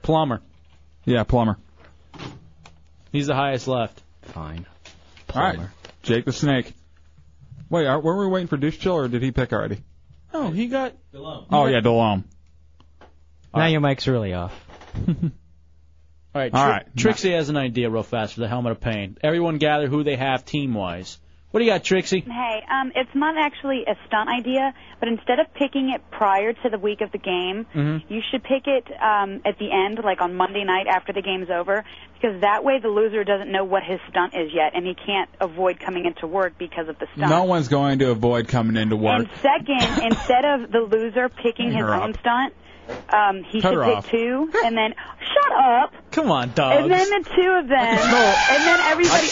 [SPEAKER 3] Plummer.
[SPEAKER 4] Yeah, Plummer.
[SPEAKER 3] He's the highest left.
[SPEAKER 10] Fine.
[SPEAKER 4] All right. Jake the Snake. Wait, are, were we waiting for Deuce Chill or did he pick already?
[SPEAKER 3] Oh, he got.
[SPEAKER 4] Oh yeah, Delome.
[SPEAKER 10] Now your mic's really off.
[SPEAKER 3] All right.
[SPEAKER 10] All
[SPEAKER 3] Tri-
[SPEAKER 10] right.
[SPEAKER 3] Trixie has an idea real fast for the helmet of pain. Everyone gather who they have team wise. What do you got, Trixie?
[SPEAKER 9] Hey, um, it's not actually a stunt idea, but instead of picking it prior to the week of the game,
[SPEAKER 3] Mm-hmm.
[SPEAKER 9] you should pick it um, at the end, like on Monday night after the game's over, because that way the loser doesn't know what his stunt is yet, and he can't avoid coming into work because of the stunt.
[SPEAKER 4] No one's going to avoid coming into work.
[SPEAKER 9] And second, instead of the loser picking his
[SPEAKER 4] Her up.
[SPEAKER 9] own stunt, um, he
[SPEAKER 4] Cut
[SPEAKER 9] should
[SPEAKER 4] her
[SPEAKER 9] pick
[SPEAKER 4] off.
[SPEAKER 9] two, and then shut up,
[SPEAKER 3] Come on, dogs.
[SPEAKER 9] and then the two of them, and then everybody.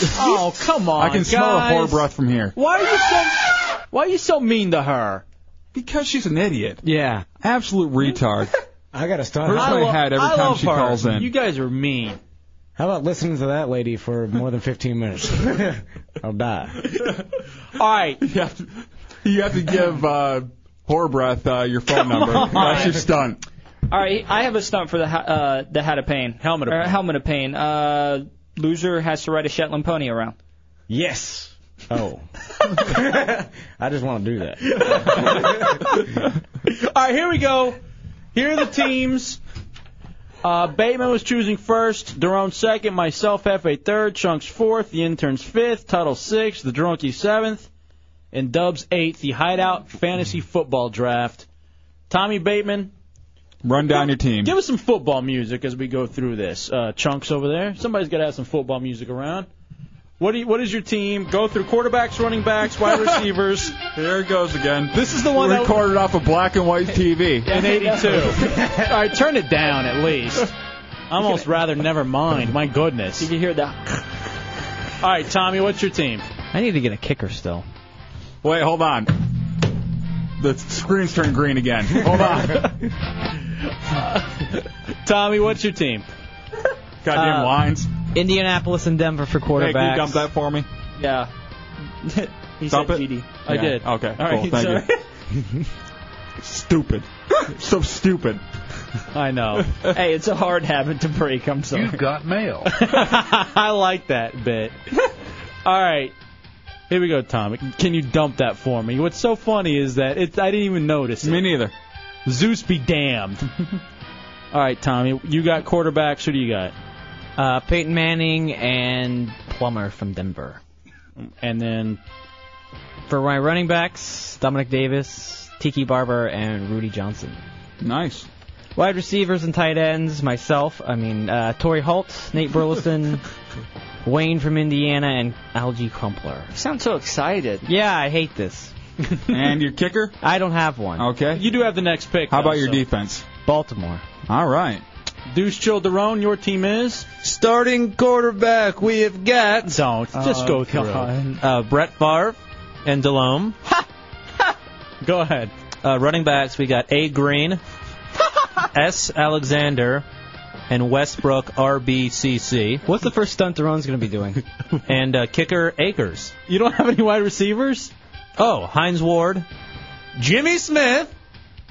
[SPEAKER 3] oh, come on.
[SPEAKER 4] I can smell a
[SPEAKER 3] guys.
[SPEAKER 4] whore breath from here.
[SPEAKER 3] Why are you so Why are you so mean to her?
[SPEAKER 4] Because she's an idiot.
[SPEAKER 10] Yeah.
[SPEAKER 4] Absolute retard.
[SPEAKER 5] I got to stop.
[SPEAKER 4] Her play
[SPEAKER 5] I
[SPEAKER 4] had every
[SPEAKER 5] I
[SPEAKER 4] time
[SPEAKER 5] love
[SPEAKER 4] she
[SPEAKER 5] her.
[SPEAKER 4] calls in.
[SPEAKER 5] You
[SPEAKER 3] guys are mean.
[SPEAKER 5] How about listening to that lady for more than 15 minutes? I'll die.
[SPEAKER 3] All right.
[SPEAKER 4] You have to, you have to give uh, Horbreath uh, your phone number.
[SPEAKER 13] on.
[SPEAKER 4] That's your stunt.
[SPEAKER 13] All right, I have a stunt for the ha- uh, the hat of pain. Helmet
[SPEAKER 3] of
[SPEAKER 13] pain. helmet of pain. Uh, loser has to ride a Shetland pony around.
[SPEAKER 5] Yes. Oh. I just want to do that.
[SPEAKER 3] All right, here we go. Here are the teams. Uh, Bateman was choosing first, Derone second, myself FA third, Chunks fourth, the interns fifth, Tuttle sixth, the Drunkie seventh, and Dubs eighth. The Hideout Fantasy Football Draft. Tommy Bateman,
[SPEAKER 4] Run down your team.
[SPEAKER 3] give us some football music as we go through this. Uh, Chunks over there, somebody's got to have some football music around. What do you, what is your team? Go through quarterbacks, running backs, wide receivers.
[SPEAKER 4] Here it goes again.
[SPEAKER 3] This is the one that
[SPEAKER 4] recorded off a black and white TV.
[SPEAKER 3] in '82. All right, turn it down at least. Almost rather never mind. My goodness. You can hear that. All right, Tommy, what's your team?
[SPEAKER 10] I need to get a kicker still.
[SPEAKER 4] Wait, hold on. The screen's turned green again. Hold on.
[SPEAKER 3] Tommy, what's your team?
[SPEAKER 4] Goddamn
[SPEAKER 10] Uh,
[SPEAKER 4] lines.
[SPEAKER 10] Indianapolis and Denver for
[SPEAKER 4] Hey, can
[SPEAKER 10] quarterbacks.
[SPEAKER 4] you dump that for me?
[SPEAKER 13] Yeah. he
[SPEAKER 4] Dump
[SPEAKER 13] said
[SPEAKER 4] it?
[SPEAKER 13] GD.
[SPEAKER 3] I
[SPEAKER 4] Yeah,
[SPEAKER 3] did.
[SPEAKER 4] Okay,
[SPEAKER 3] All right,
[SPEAKER 4] cool. Thank
[SPEAKER 3] sorry.
[SPEAKER 4] you. stupid. so stupid.
[SPEAKER 3] I know.
[SPEAKER 13] hey, it's a hard habit to break. I'm sorry. You
[SPEAKER 8] got mail.
[SPEAKER 3] I like that bit. All right. Here we go, Tommy. Can you dump that for me? What's so funny is that it, I didn't even notice. Me
[SPEAKER 4] neither.
[SPEAKER 3] Zeus be damned. All right, Tommy. You got quarterbacks. Who do you got?
[SPEAKER 10] Uh, Peyton Manning and Plummer from Denver.
[SPEAKER 3] And then
[SPEAKER 10] for my running backs, Dominic Davis, Tiki Barber, and Rudy Johnson.
[SPEAKER 4] Nice.
[SPEAKER 10] Wide receivers and tight ends, myself. I mean, uh, Torrey Holt, Nate Burleson, Wayne from Indiana, and Algie Crumpler. You
[SPEAKER 13] sound so excited.
[SPEAKER 10] Yeah, I hate this.
[SPEAKER 4] and your kicker?
[SPEAKER 10] I don't have one.
[SPEAKER 4] Okay.
[SPEAKER 3] You do have the next pick.
[SPEAKER 4] How
[SPEAKER 3] though,
[SPEAKER 4] about your
[SPEAKER 3] so-
[SPEAKER 4] defense?
[SPEAKER 10] Baltimore.
[SPEAKER 4] All right.
[SPEAKER 3] Deuce Childerone, your team is?
[SPEAKER 18] Starting quarterback, we have got.
[SPEAKER 3] Don't. Just
[SPEAKER 10] Oh,
[SPEAKER 3] go through.
[SPEAKER 18] Uh, Brett Favre and Delhomme.
[SPEAKER 3] go ahead.
[SPEAKER 18] Uh, running backs, we got A. Green, S. Alexander, and Westbrook RBCC.
[SPEAKER 10] What's the first stunt Daron's going to be doing?
[SPEAKER 18] and uh, kicker Akers.
[SPEAKER 3] You don't have any wide receivers?
[SPEAKER 18] Oh, Heinz Ward, Jimmy Smith.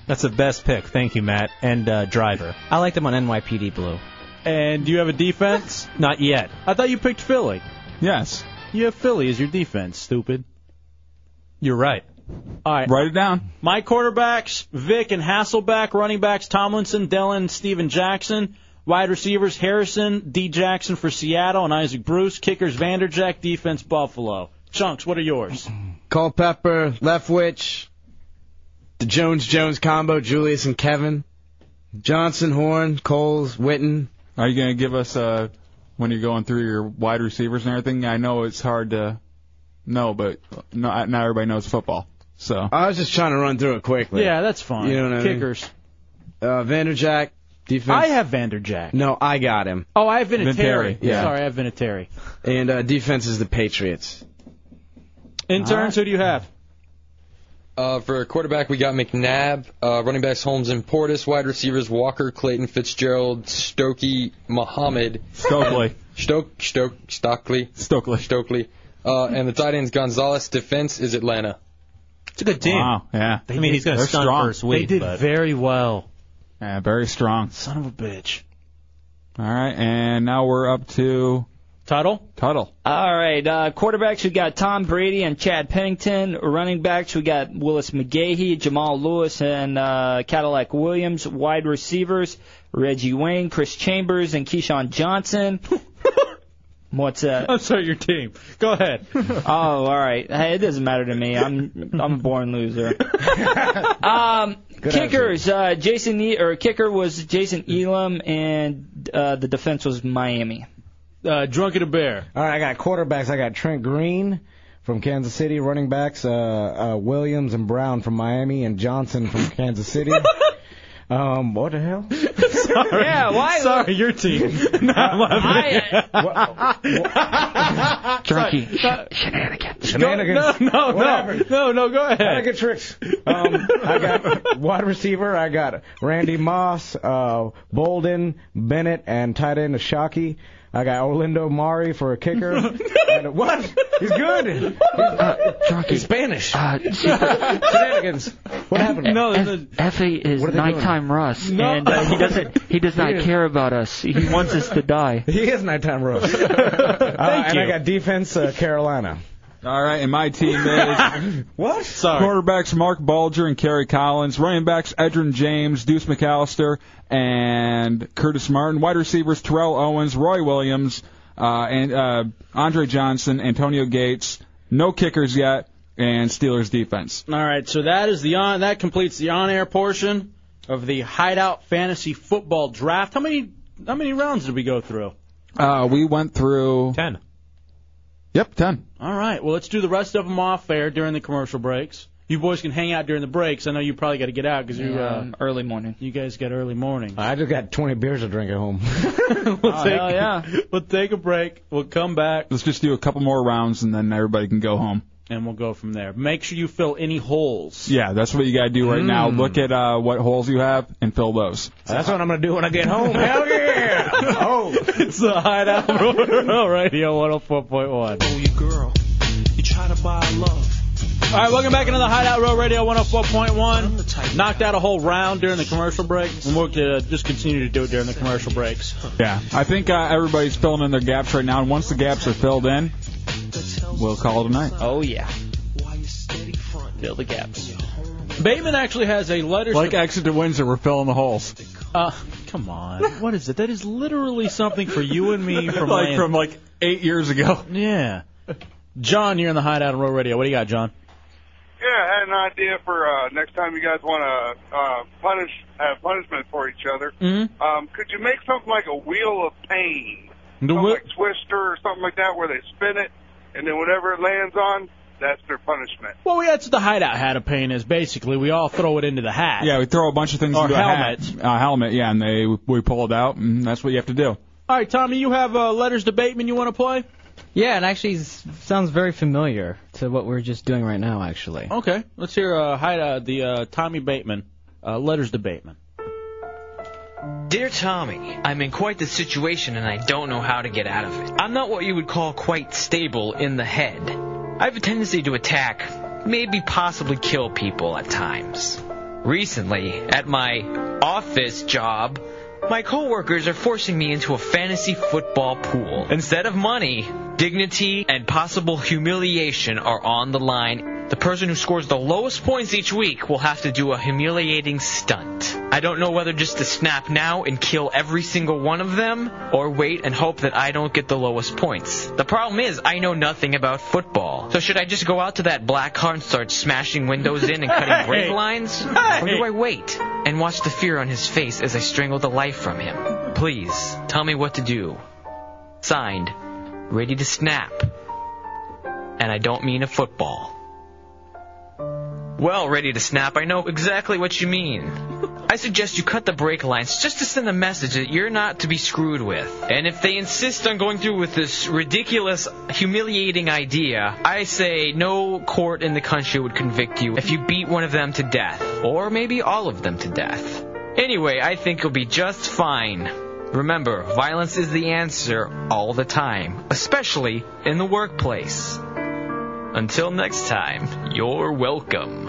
[SPEAKER 18] That's the best pick. Thank you, Matt. And uh, Driver.
[SPEAKER 10] I like them on NYPD Blue.
[SPEAKER 3] And do you have a defense?
[SPEAKER 18] Not yet.
[SPEAKER 3] I thought you picked Philly.
[SPEAKER 4] Yes.
[SPEAKER 3] You have Philly as your defense, stupid.
[SPEAKER 18] You're right.
[SPEAKER 3] All right.
[SPEAKER 4] Write it down.
[SPEAKER 3] My quarterbacks, Vic and Hasselback. Running backs, Tomlinson, Dillon, Steven Jackson. Wide receivers, Harrison, D. Jackson for Seattle, and Isaac Bruce. Kickers, Vanderjack. Defense, Buffalo. Chunks, what are yours?
[SPEAKER 11] Culpepper, Leftwich, the Jones Jones combo, Julius and Kevin, Johnson, Horn, Coles, Witten.
[SPEAKER 4] Are you going to give us uh when you're going through your wide receivers and everything? I know it's hard to know, but not, not everybody knows football. So
[SPEAKER 11] I was just trying to run through it quickly.
[SPEAKER 3] Yeah, that's fine.
[SPEAKER 11] You know what I mean?
[SPEAKER 3] Kickers.
[SPEAKER 11] Uh, Vanderjack, defense.
[SPEAKER 3] I have Vanderjack.
[SPEAKER 11] No, I got him.
[SPEAKER 3] Oh, I have Vinatieri.
[SPEAKER 11] Vinatieri, yeah.
[SPEAKER 3] Sorry, I have Vinatieri.
[SPEAKER 11] And uh, defense is the Patriots.
[SPEAKER 3] Interns, who do you have?
[SPEAKER 8] Uh, for quarterback, we got McNabb. Uh, running backs Holmes and Portis. Wide receivers Walker, Clayton, Fitzgerald, Stokey, Muhammad.
[SPEAKER 4] Stokely.
[SPEAKER 8] Stoke, Stoke, Stockley.
[SPEAKER 4] Stokely.
[SPEAKER 8] Stokely. Uh, and the tight ends Gonzalez. Defense is Atlanta.
[SPEAKER 18] It's a good team.
[SPEAKER 4] Wow. Oh, Yeah.
[SPEAKER 18] I mean, he's going to
[SPEAKER 4] They're
[SPEAKER 18] stunt
[SPEAKER 4] strong.
[SPEAKER 18] first week.
[SPEAKER 13] They did
[SPEAKER 18] but-
[SPEAKER 13] very well.
[SPEAKER 4] Yeah, very strong.
[SPEAKER 3] Son of a bitch.
[SPEAKER 4] All right, and now we're up to
[SPEAKER 3] Tuttle.
[SPEAKER 4] Tuttle.
[SPEAKER 13] All right, uh, quarterbacks we got Tom Brady and Chad Pennington. Running backs we got Willis McGahee, Jamal Lewis, and uh, Cadillac Williams. Wide receivers Reggie Wayne, Chris Chambers, and Keyshawn Johnson. What's that?
[SPEAKER 3] I'm sorry, your team. Go ahead.
[SPEAKER 13] oh, all right. Hey, it doesn't matter to me. I'm I'm a born loser. um, kickers. Uh, Jason e- or kicker was Jason Elam, and uh, the defense was Miami.
[SPEAKER 3] Uh, Drunken a Bear.
[SPEAKER 5] All right, I got quarterbacks. I got Trent Green from Kansas City. Running backs, uh, uh, Williams and Brown from Miami, and Johnson from Kansas City. um, what the hell?
[SPEAKER 3] Sorry.
[SPEAKER 13] Yeah, why-
[SPEAKER 3] Sorry, your team. Not mine.
[SPEAKER 10] Drunky.
[SPEAKER 3] No,
[SPEAKER 5] Shenanigans.
[SPEAKER 3] no, no,
[SPEAKER 5] Whatever.
[SPEAKER 3] no, no. Go
[SPEAKER 5] I
[SPEAKER 3] ahead.
[SPEAKER 5] got tricks. Um, I got wide receiver. I got Randy Moss, uh, Bolden, Bennett, and tight end Ashaki. I got Orlando Mari for a kicker. and, what? He's good. He's, he's Spanish.
[SPEAKER 14] Uh, see,
[SPEAKER 5] Shenanigans. What happened?
[SPEAKER 3] No, no.
[SPEAKER 14] Effie is
[SPEAKER 5] What are they doing?
[SPEAKER 14] nighttime Russ,
[SPEAKER 3] No.
[SPEAKER 14] and uh, he doesn't. He does not
[SPEAKER 5] He is-
[SPEAKER 14] care about us. He wants us to die.
[SPEAKER 5] He is nighttime Rose. uh, and
[SPEAKER 3] you.
[SPEAKER 5] I got defense uh, Carolina.
[SPEAKER 4] All right, and my team is
[SPEAKER 5] What?
[SPEAKER 3] Sorry.
[SPEAKER 4] quarterbacks Mark Bulger and Kerry Collins, running backs Edrin James, Deuce McAllister, and Curtis Martin, wide receivers Terrell Owens, Roy Williams, uh, and uh, Andre Johnson, Antonio Gates. No kickers yet, and Steelers defense.
[SPEAKER 3] All right, so that is the on that completes the on-air portion of the Hideout Fantasy Football Draft. How many how many rounds did we go through?
[SPEAKER 4] Uh, we went through
[SPEAKER 18] Ten.
[SPEAKER 4] Yep, ten.
[SPEAKER 3] All right, well let's do the rest of them off air during the commercial breaks. You boys can hang out during the breaks. I know you probably got to get out because you uh,
[SPEAKER 13] Um, early morning.
[SPEAKER 3] you guys got early morning.
[SPEAKER 5] I just got 20 beers to drink at home.
[SPEAKER 3] we'll, take,
[SPEAKER 13] hell yeah.
[SPEAKER 3] we'll take a break. We'll come back
[SPEAKER 4] Let's just do a couple more rounds, and then everybody can go home.
[SPEAKER 3] and we'll go from there. Make sure you fill any holes.
[SPEAKER 4] Yeah, that's what you gotta do right now. Look at uh, what holes you have and fill those.
[SPEAKER 5] That's what I'm gonna do when I get home. Hell yeah! Oh.
[SPEAKER 3] it's the Hideout Rural Radio 104.1.
[SPEAKER 2] Oh, you girl, you try to buy love.
[SPEAKER 3] All right, welcome back into the Hideout Row Radio
[SPEAKER 2] the type-
[SPEAKER 3] 104.1. Knocked out a whole round during the commercial break, and we'll uh, just continue to do it during the commercial breaks.
[SPEAKER 4] Yeah, I think uh, everybody's filling in their gaps right now, and once the gaps are filled in, we'll call it a night.
[SPEAKER 13] Oh yeah.
[SPEAKER 2] Why you steady front?
[SPEAKER 13] Fill the gaps.
[SPEAKER 3] Bateman actually has a letter.
[SPEAKER 4] Like Exit to Windsor, we're filling the holes.
[SPEAKER 3] uh, come on, what is it? That is literally something for you and me from
[SPEAKER 4] like
[SPEAKER 3] Land-
[SPEAKER 4] from like eight years ago.
[SPEAKER 3] yeah. John, you're in the Hideout Row Radio. What do you got, John?
[SPEAKER 15] Yeah, I had an idea for uh, next time you guys want to uh, punish have punishment for each other.
[SPEAKER 3] Mm-hmm.
[SPEAKER 15] Um, could you make something like a wheel of pain,
[SPEAKER 3] The
[SPEAKER 15] something
[SPEAKER 3] wheel,
[SPEAKER 15] like Twister or something like that, where they spin it and then whatever it lands on, that's their punishment.
[SPEAKER 3] Well, we, that's what the hideout hat of pain is. Basically, we all throw it into the hat.
[SPEAKER 4] Yeah, we throw a bunch of things
[SPEAKER 3] Or
[SPEAKER 4] into
[SPEAKER 3] helmets.
[SPEAKER 4] a hat. A helmet, yeah, and they we pull it out, and that's what you have to do.
[SPEAKER 3] All right, Tommy, you have uh, letters to Bateman you want to play?
[SPEAKER 10] Yeah, it actually s- sounds very familiar to what we're just doing right now, actually.
[SPEAKER 3] Okay, let's hear uh, hi, uh, the uh, Tommy Bateman uh, letters to Bateman.
[SPEAKER 16] Dear Tommy, I'm in quite the situation and I don't know how to get out of it. I'm not what you would call quite stable in the head. I have a tendency to attack, maybe possibly kill people at times. Recently, at my office job, my coworkers are forcing me into a fantasy football pool. Instead of money, dignity and possible humiliation are on the line. The person who scores the lowest points each week will have to do a humiliating stunt. I don't know whether just to snap now and kill every single one of them or wait and hope that I don't get the lowest points. The problem is I know nothing about football. So should I just go out to that black car and start smashing windows in and cutting brake Hey. lines? Or do I wait and watch the fear on his face as I strangle the life from him? Please, tell me what to do. Signed, ready to snap. And I don't mean a football. Well, ready to snap, I know exactly what you mean. I suggest you cut the brake lines just to send a message that you're not to be screwed with. And if they insist on going through with this ridiculous, humiliating idea, I say no court in the country would convict you if you beat one of them to death, or maybe all of them to death. Anyway, I think you'll be just fine. Remember, violence is the answer all the time, especially in the workplace. Until next time, you're welcome.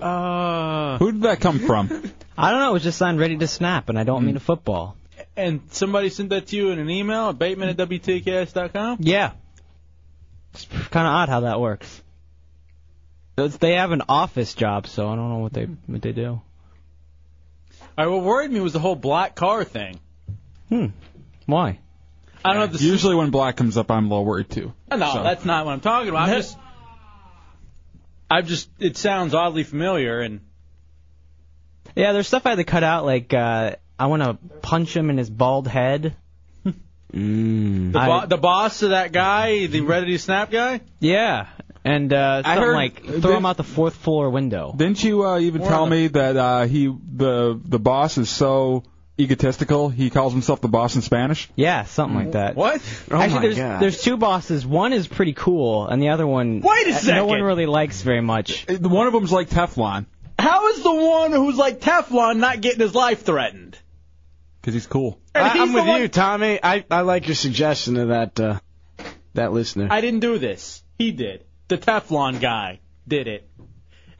[SPEAKER 3] Uh,
[SPEAKER 4] Who did that come from? Hmm.
[SPEAKER 10] I don't know. It was just signed ready to snap, and I don't mean a football.
[SPEAKER 3] And somebody sent that to you in an email at bateman at WTKS.com?
[SPEAKER 10] Yeah. It's kind of odd how that works. It's- They have an office job, so I don't know what they what they do.
[SPEAKER 3] All right, what worried me was the whole black car thing.
[SPEAKER 10] Hmm. Why?
[SPEAKER 3] I don't know if this
[SPEAKER 4] Usually when black comes up, I'm a little worried too.
[SPEAKER 3] No,
[SPEAKER 4] So-
[SPEAKER 3] that's not what I'm talking about. I'm just, I've just, it sounds oddly familiar, and
[SPEAKER 10] Yeah, there's stuff I had to cut out. Like uh, I want to punch him in his bald head.
[SPEAKER 3] the,
[SPEAKER 10] mm.
[SPEAKER 3] bo- the boss of that guy, the ready to snap guy,
[SPEAKER 10] yeah, and uh,
[SPEAKER 4] I
[SPEAKER 10] something
[SPEAKER 4] heard-
[SPEAKER 10] like throw him out the fourth floor window.
[SPEAKER 4] Didn't you uh, even
[SPEAKER 10] We're
[SPEAKER 4] tell
[SPEAKER 10] on the-
[SPEAKER 4] me that uh, he the the boss is so egotistical he calls himself the boss in Spanish?
[SPEAKER 10] Yeah, something like that.
[SPEAKER 3] What?
[SPEAKER 4] Oh
[SPEAKER 10] Actually,
[SPEAKER 4] my
[SPEAKER 10] there's
[SPEAKER 4] God.
[SPEAKER 10] there's two bosses. One is pretty cool, and the other one. uh,
[SPEAKER 3] Wait a
[SPEAKER 10] No
[SPEAKER 3] second.
[SPEAKER 10] one really likes very much.
[SPEAKER 4] Uh, One of them's like Teflon
[SPEAKER 3] how is the one who's like Teflon not getting his life threatened?
[SPEAKER 4] because he's cool.
[SPEAKER 11] I, am
[SPEAKER 3] the
[SPEAKER 11] with
[SPEAKER 3] one-
[SPEAKER 11] you, Tommy. I, I like your suggestion of that uh, that listener.
[SPEAKER 3] I didn't do this. He did. The Teflon guy did it.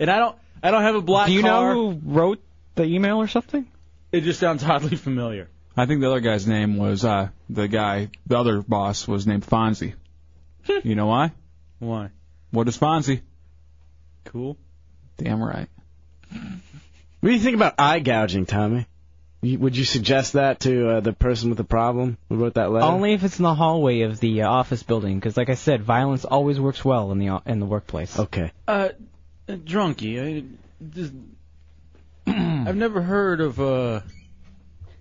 [SPEAKER 3] And I don't, I don't have a black
[SPEAKER 10] Do you
[SPEAKER 3] car.
[SPEAKER 10] know who wrote the email or something?
[SPEAKER 3] It just sounds oddly familiar.
[SPEAKER 4] I think the other guy's name was uh, the guy. The other boss was named Fonzie. you know why?
[SPEAKER 3] Hmm. Why?
[SPEAKER 4] What is Fonzie?
[SPEAKER 3] Cool.
[SPEAKER 4] Damn right.
[SPEAKER 11] What do you think about eye gouging, Tommy? You, would you suggest that to uh, the person with the problem who wrote that letter?
[SPEAKER 10] Uh,
[SPEAKER 3] Oh,
[SPEAKER 10] Only if it's in the hallway of the uh, office building, because like I said, violence always works well in the o- in the workplace.
[SPEAKER 11] Okay.
[SPEAKER 3] Uh, drunkie. I, this, I've never heard of uh,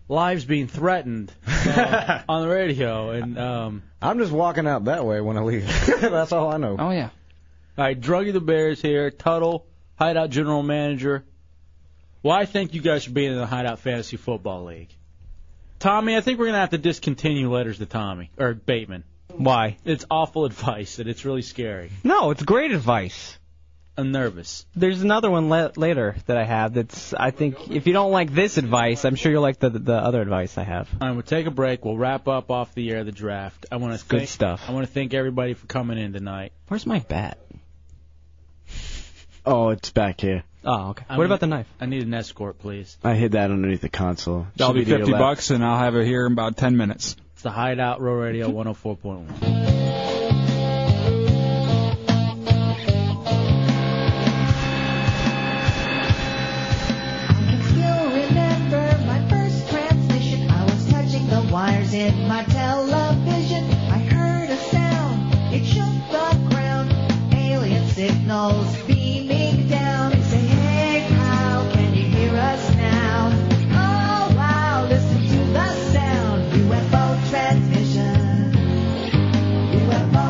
[SPEAKER 3] lives being threatened uh, on the radio. And um,
[SPEAKER 5] I'm just walking out that way when I leave. That's all I know.
[SPEAKER 4] Oh yeah.
[SPEAKER 3] all right, Druggy the Bears here. Tuttle, Hideout General Manager. Well, I think you guys should be in the Hideout Fantasy Football League. Tommy, I think we're gonna have to discontinue letters to Tommy or Bateman.
[SPEAKER 10] Why?
[SPEAKER 3] It's awful advice, and it's really scary.
[SPEAKER 10] No, it's great advice.
[SPEAKER 3] I'm nervous.
[SPEAKER 10] There's another one la- later that I have. That's I think if you don't like this advice, I'm sure you'll like the the other advice I have.
[SPEAKER 3] All right, we'll take a break. We'll wrap up off the air the draft. I want to
[SPEAKER 10] good
[SPEAKER 3] thank,
[SPEAKER 10] stuff.
[SPEAKER 3] I want to thank everybody for coming in tonight.
[SPEAKER 10] Where's my bat?
[SPEAKER 11] Oh, it's back here.
[SPEAKER 10] Oh, okay.
[SPEAKER 3] I
[SPEAKER 10] what
[SPEAKER 3] need-
[SPEAKER 10] about the knife?
[SPEAKER 3] I need an escort, please.
[SPEAKER 11] I hid that underneath the console. It
[SPEAKER 4] That'll
[SPEAKER 11] should
[SPEAKER 4] be
[SPEAKER 11] to your
[SPEAKER 4] fifty
[SPEAKER 11] left.
[SPEAKER 4] bucks, and I'll have it here in about ten minutes.
[SPEAKER 3] It's the Hideout Row Radio 104.1.
[SPEAKER 19] Still remember my first transmission. I was touching the wires in my television. I heard a sound, it shook the ground. Alien signals beaming down. They say, hey, pal, can you hear us now? Oh, wow, listen to the sound. UFO transmission. UFO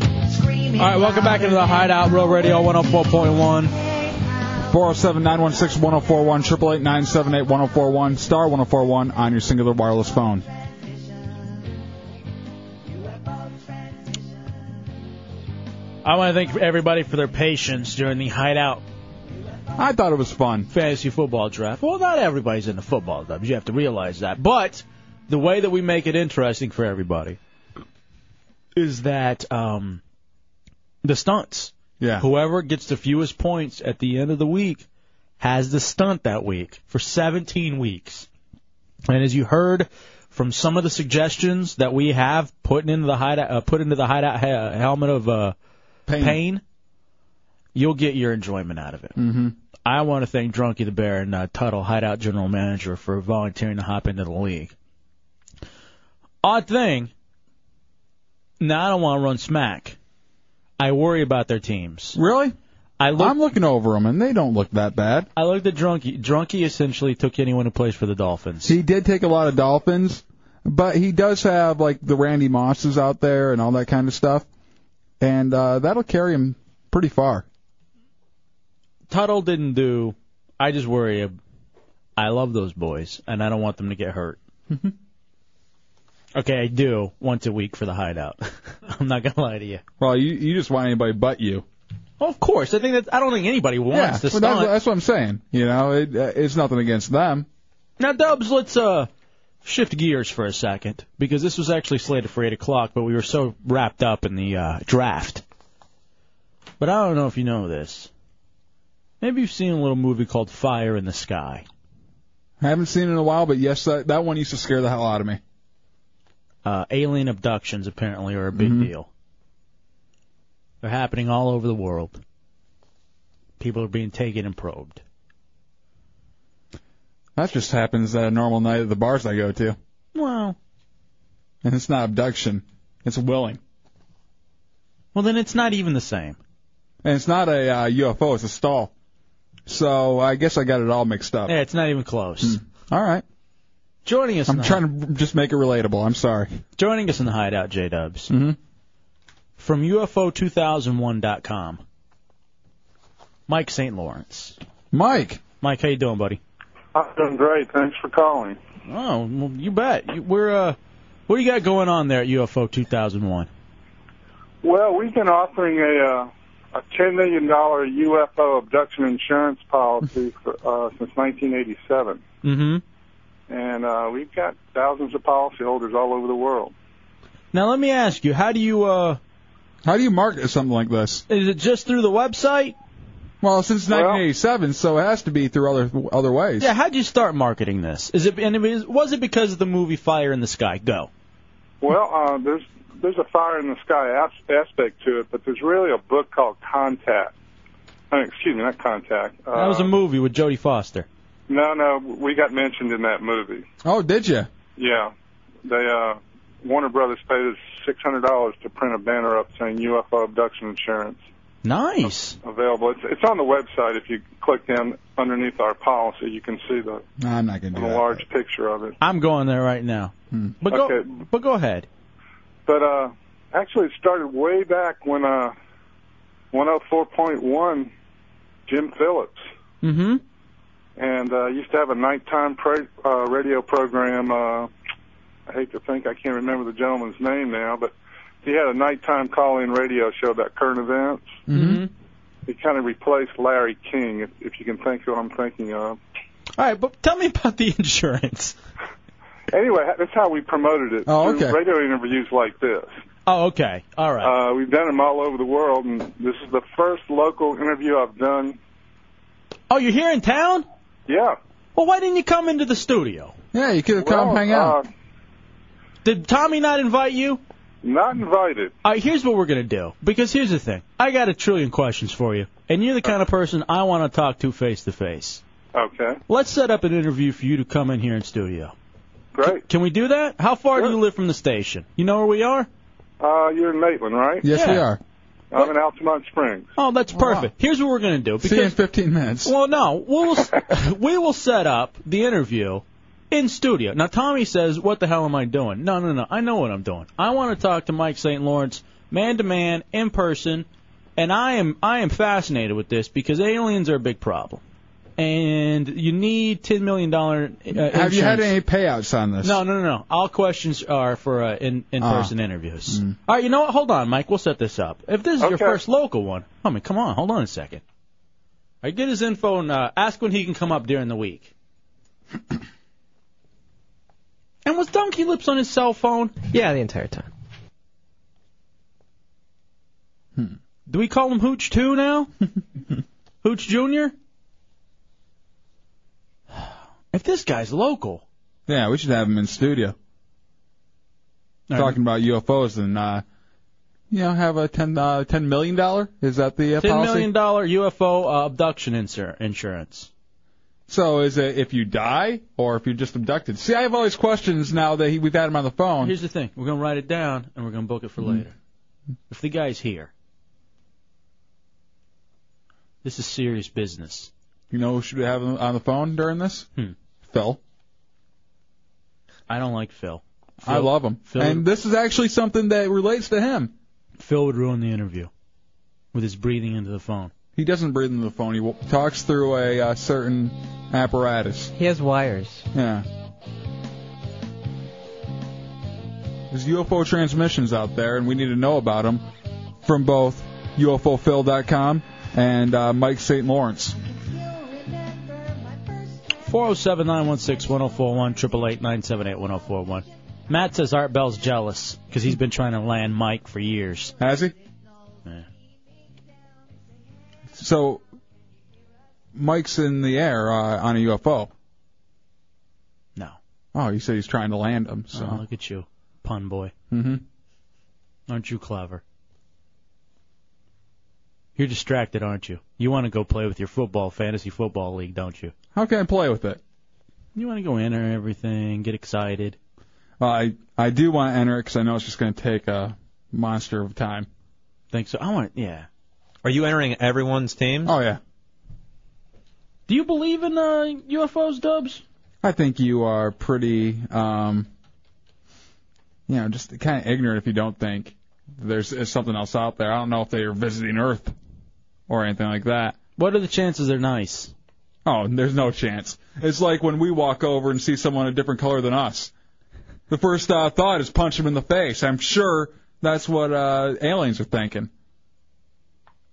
[SPEAKER 18] welcome back into the Hideout, Real Radio 104.1.
[SPEAKER 4] 407 916 1041, 888 978 1041, star 1041 on your singular wireless phone.
[SPEAKER 3] I want to thank everybody for their patience during the hideout.
[SPEAKER 4] I thought it was fun.
[SPEAKER 3] Fantasy football draft. Well, not everybody's into football, Dubs. You have to realize that. But the way that we make it interesting for everybody is that um, the stunts.
[SPEAKER 4] Yeah.
[SPEAKER 3] Whoever gets the fewest points at the end of the week has the stunt that week for 17 weeks. And as you heard from some of the suggestions that we have put into the hideout, uh, put into the hideout uh, helmet of uh, pain. you'll get your enjoyment out of it.
[SPEAKER 4] Mm-hmm.
[SPEAKER 3] I want to thank Drunky the Bear and uh, Tuttle, Hideout General Manager, for volunteering to hop into the league. Odd thing. Now I don't want to run smack. I worry about their teams.
[SPEAKER 4] Really?
[SPEAKER 3] I look,
[SPEAKER 4] I'm looking over them, and they don't look that bad.
[SPEAKER 3] I looked at Drunky. Drunky essentially took anyone who plays for the Dolphins.
[SPEAKER 4] He did take a lot of Dolphins, but he does have like the Randy Mosses out there and all that kind of stuff, and uh, that'll carry him pretty far.
[SPEAKER 3] Tuttle didn't do. I just worry. I love those boys, and I don't want them to get hurt. okay, I do once a week for the hideout. I'm not gonna lie to you.
[SPEAKER 4] Well, you you just want anybody but you.
[SPEAKER 3] Well, of course, I think that I don't think anybody wants
[SPEAKER 4] yeah,
[SPEAKER 3] to
[SPEAKER 4] well, that's,
[SPEAKER 3] stunt.
[SPEAKER 4] that's what I'm saying. You know, it, uh, it's nothing against them.
[SPEAKER 3] Now, Dubs, let's uh shift gears for a second because this was actually slated for eight o'clock, but we were so wrapped up in the uh, draft. But I don't know if you know this. Maybe you've seen a little movie called Fire in the Sky.
[SPEAKER 4] I haven't seen it in a while, but yes, that that one used to scare the hell out of me.
[SPEAKER 3] Uh, alien abductions apparently are a
[SPEAKER 4] Mm-hmm.
[SPEAKER 3] big deal. They're happening all over the world. People are being taken and probed.
[SPEAKER 4] That just happens at a normal night at the bars I go to,
[SPEAKER 3] Wow.
[SPEAKER 4] and it's not abduction; it's willing,
[SPEAKER 3] Well, then it's not even the same.
[SPEAKER 4] and it's not a uh, UFO; it's a stall. So I guess I got it all mixed up.
[SPEAKER 3] Yeah, it's not even close.
[SPEAKER 4] Mm. All right.
[SPEAKER 3] Joining us.
[SPEAKER 4] I'm
[SPEAKER 3] now.
[SPEAKER 4] trying to just make it relatable. I'm sorry.
[SPEAKER 3] Joining us in the hideout, J Dubs.
[SPEAKER 4] Mm-hmm.
[SPEAKER 3] From UFO2001.com, Mike St. Lawrence.
[SPEAKER 4] Mike.
[SPEAKER 3] Mike, how you doing, buddy?
[SPEAKER 15] I'm doing great. Thanks for calling.
[SPEAKER 3] Oh, well, you bet. You- We're uh, what do you got going on there at UFO 2001?
[SPEAKER 15] Well, we've been offering a uh, a ten million dollar UFO abduction insurance policy for, uh, since 1987,
[SPEAKER 3] Mm-hmm.
[SPEAKER 15] and uh, we've got thousands of policyholders all over the world.
[SPEAKER 3] Now let me ask you, how do you uh,
[SPEAKER 4] how do you market something like this?
[SPEAKER 3] Is it just through the website?
[SPEAKER 4] Well, since 1987, so it has to be through other other ways.
[SPEAKER 3] Yeah, how'd you start marketing this? Is it and it was, was it because of the movie Fire in the Sky? Go.
[SPEAKER 15] Well, uh, there's there's a fire in the sky as- aspect to it, but there's really a book called Contact. I mean, excuse me, not Contact. Uh,
[SPEAKER 3] that was a movie with Jodie Foster.
[SPEAKER 15] no, no, we got mentioned in that movie.
[SPEAKER 4] Oh, did you?
[SPEAKER 15] Yeah, they uh, Warner Brothers paid us six hundred dollars to print a banner up saying UFO abduction insurance
[SPEAKER 3] Nice.
[SPEAKER 15] available. It's it's on the website. If you click down underneath our policy, you can see the
[SPEAKER 4] No, I'm not gonna
[SPEAKER 15] the
[SPEAKER 4] do that. Hmm.
[SPEAKER 15] large picture of it.
[SPEAKER 3] I'm going there right now. But go,
[SPEAKER 15] Okay.
[SPEAKER 3] but go ahead.
[SPEAKER 15] But uh, actually, it started way back when uh, 104.1, Jim Phillips,
[SPEAKER 3] Mm-hmm.
[SPEAKER 15] and uh, used to have a nighttime pra- uh, radio program. Uh, I hate to think I can't remember the gentleman's name now, but he had a nighttime call-in radio show about current events.
[SPEAKER 3] Mm-hmm.
[SPEAKER 15] He kind of replaced Larry King, if, if you can think what I'm thinking of.
[SPEAKER 3] All right, but tell me about the insurance.
[SPEAKER 15] Anyway, that's how we promoted it
[SPEAKER 3] Oh,
[SPEAKER 15] through
[SPEAKER 3] okay.
[SPEAKER 15] radio interviews like this.
[SPEAKER 3] Oh, okay. All right.
[SPEAKER 15] Uh, we've done them all over the world, and this is the first local interview I've done.
[SPEAKER 3] Oh, you're here in town?
[SPEAKER 15] Yeah.
[SPEAKER 3] Well, why didn't you come into the studio?
[SPEAKER 4] Yeah, you could have
[SPEAKER 15] Well,
[SPEAKER 4] come hang out.
[SPEAKER 15] uh,
[SPEAKER 3] Did Tommy not invite you?
[SPEAKER 15] not invited.
[SPEAKER 3] All right, here's what we're gonna do. Because here's the thing, I got a trillion questions for you, and you're the kind of person I want to talk to face to face.
[SPEAKER 15] Okay.
[SPEAKER 3] Let's set up an interview for you to come in here in studio.
[SPEAKER 15] Great.
[SPEAKER 3] Can we do that? How far do you live from the station? You know where we are?
[SPEAKER 15] Uh, you're in Maitland, right?
[SPEAKER 3] Yes, we Yeah. are.
[SPEAKER 15] I'm in Altamont Springs.
[SPEAKER 3] Oh, that's perfect. Here's what we're gonna do.
[SPEAKER 4] See you in
[SPEAKER 3] Because
[SPEAKER 4] 15 minutes.
[SPEAKER 3] well, no, we'll we will set up the interview in studio. Now Tommy says, "What the hell am I doing?" No, no, no. I know what I'm doing. I want to talk to Mike St. Lawrence, man to man, in person, And I am I am fascinated with this because aliens are a big problem, and you need ten million dollar. Uh,
[SPEAKER 4] Have you had
[SPEAKER 3] insurance.
[SPEAKER 4] any payouts on this?
[SPEAKER 3] No, no, no, no. All questions are for uh, in in person interviews. All right, you know what? Hold on, Mike. We'll set this up. If this is your
[SPEAKER 4] Okay.
[SPEAKER 3] first local one, I mean, come on. Hold on a second. I get his info and uh, ask when he can come up during the week. and was Donkey Lips on his cell phone?
[SPEAKER 6] Yeah, the entire time.
[SPEAKER 3] Hmm. Do we call him Hooch too now? Hooch Junior. If this guy's local,
[SPEAKER 4] Yeah, we should have him in studio. Talking about UFOs and uh, you know, have a ten uh, ten million dollar. Is that the uh,
[SPEAKER 3] ten
[SPEAKER 4] policy?
[SPEAKER 3] million dollar UFO uh, abduction insur- insurance.
[SPEAKER 4] So is it if you die or if you're just abducted? See, I have all these questions now that he, we've had him on the phone.
[SPEAKER 3] Here's the thing: we're gonna write it down and we're gonna book it for
[SPEAKER 4] Mm-hmm.
[SPEAKER 3] later. If the guy's here, this is serious business.
[SPEAKER 4] You know, who should we have him on the phone during this?
[SPEAKER 3] Hmm.
[SPEAKER 4] Phil.
[SPEAKER 3] I don't like Phil.
[SPEAKER 4] I love him,
[SPEAKER 3] Phil,
[SPEAKER 4] and this is actually something that relates to him.
[SPEAKER 3] Phil would ruin the interview with his breathing into the phone.
[SPEAKER 4] He doesn't breathe into the phone. He w- talks through a uh, certain apparatus.
[SPEAKER 6] He has wires.
[SPEAKER 4] Yeah. There's UFO transmissions out there, and we need to know about them from both UFOphil.com and uh, Mike St. Lawrence.
[SPEAKER 3] 407 916 1041, 888 978 1041. Matt says Art Bell's jealous because he's been trying to land Mike for years.
[SPEAKER 4] Has he?
[SPEAKER 3] Yeah.
[SPEAKER 4] So, Mike's in the air uh, on a UFO.
[SPEAKER 3] No.
[SPEAKER 4] Oh, you said he's trying to land him. So.
[SPEAKER 3] Oh, look at you, pun boy.
[SPEAKER 4] hmm
[SPEAKER 3] Aren't you clever? You're distracted, aren't you? You want to go play with your football fantasy football league, don't you?
[SPEAKER 4] How can I play with it?
[SPEAKER 3] You want to go enter everything, get excited.
[SPEAKER 4] Well, I I do want to enter it because I know it's just going to take a monster of time.
[SPEAKER 3] Think so? I want yeah.
[SPEAKER 18] Are you entering everyone's team?
[SPEAKER 4] Oh yeah.
[SPEAKER 3] Do you believe in uh, UFOs, Dubs?
[SPEAKER 4] I think you are pretty, um, you know, just kind of ignorant if you don't think there's, there's something else out there. I don't know if they are visiting Earth or anything like that.
[SPEAKER 3] What are the chances they're nice?
[SPEAKER 4] Oh, there's no chance. It's like when we walk over and see someone a different color than us. The first uh, thought is punch them in the face. I'm sure that's what uh, aliens are thinking.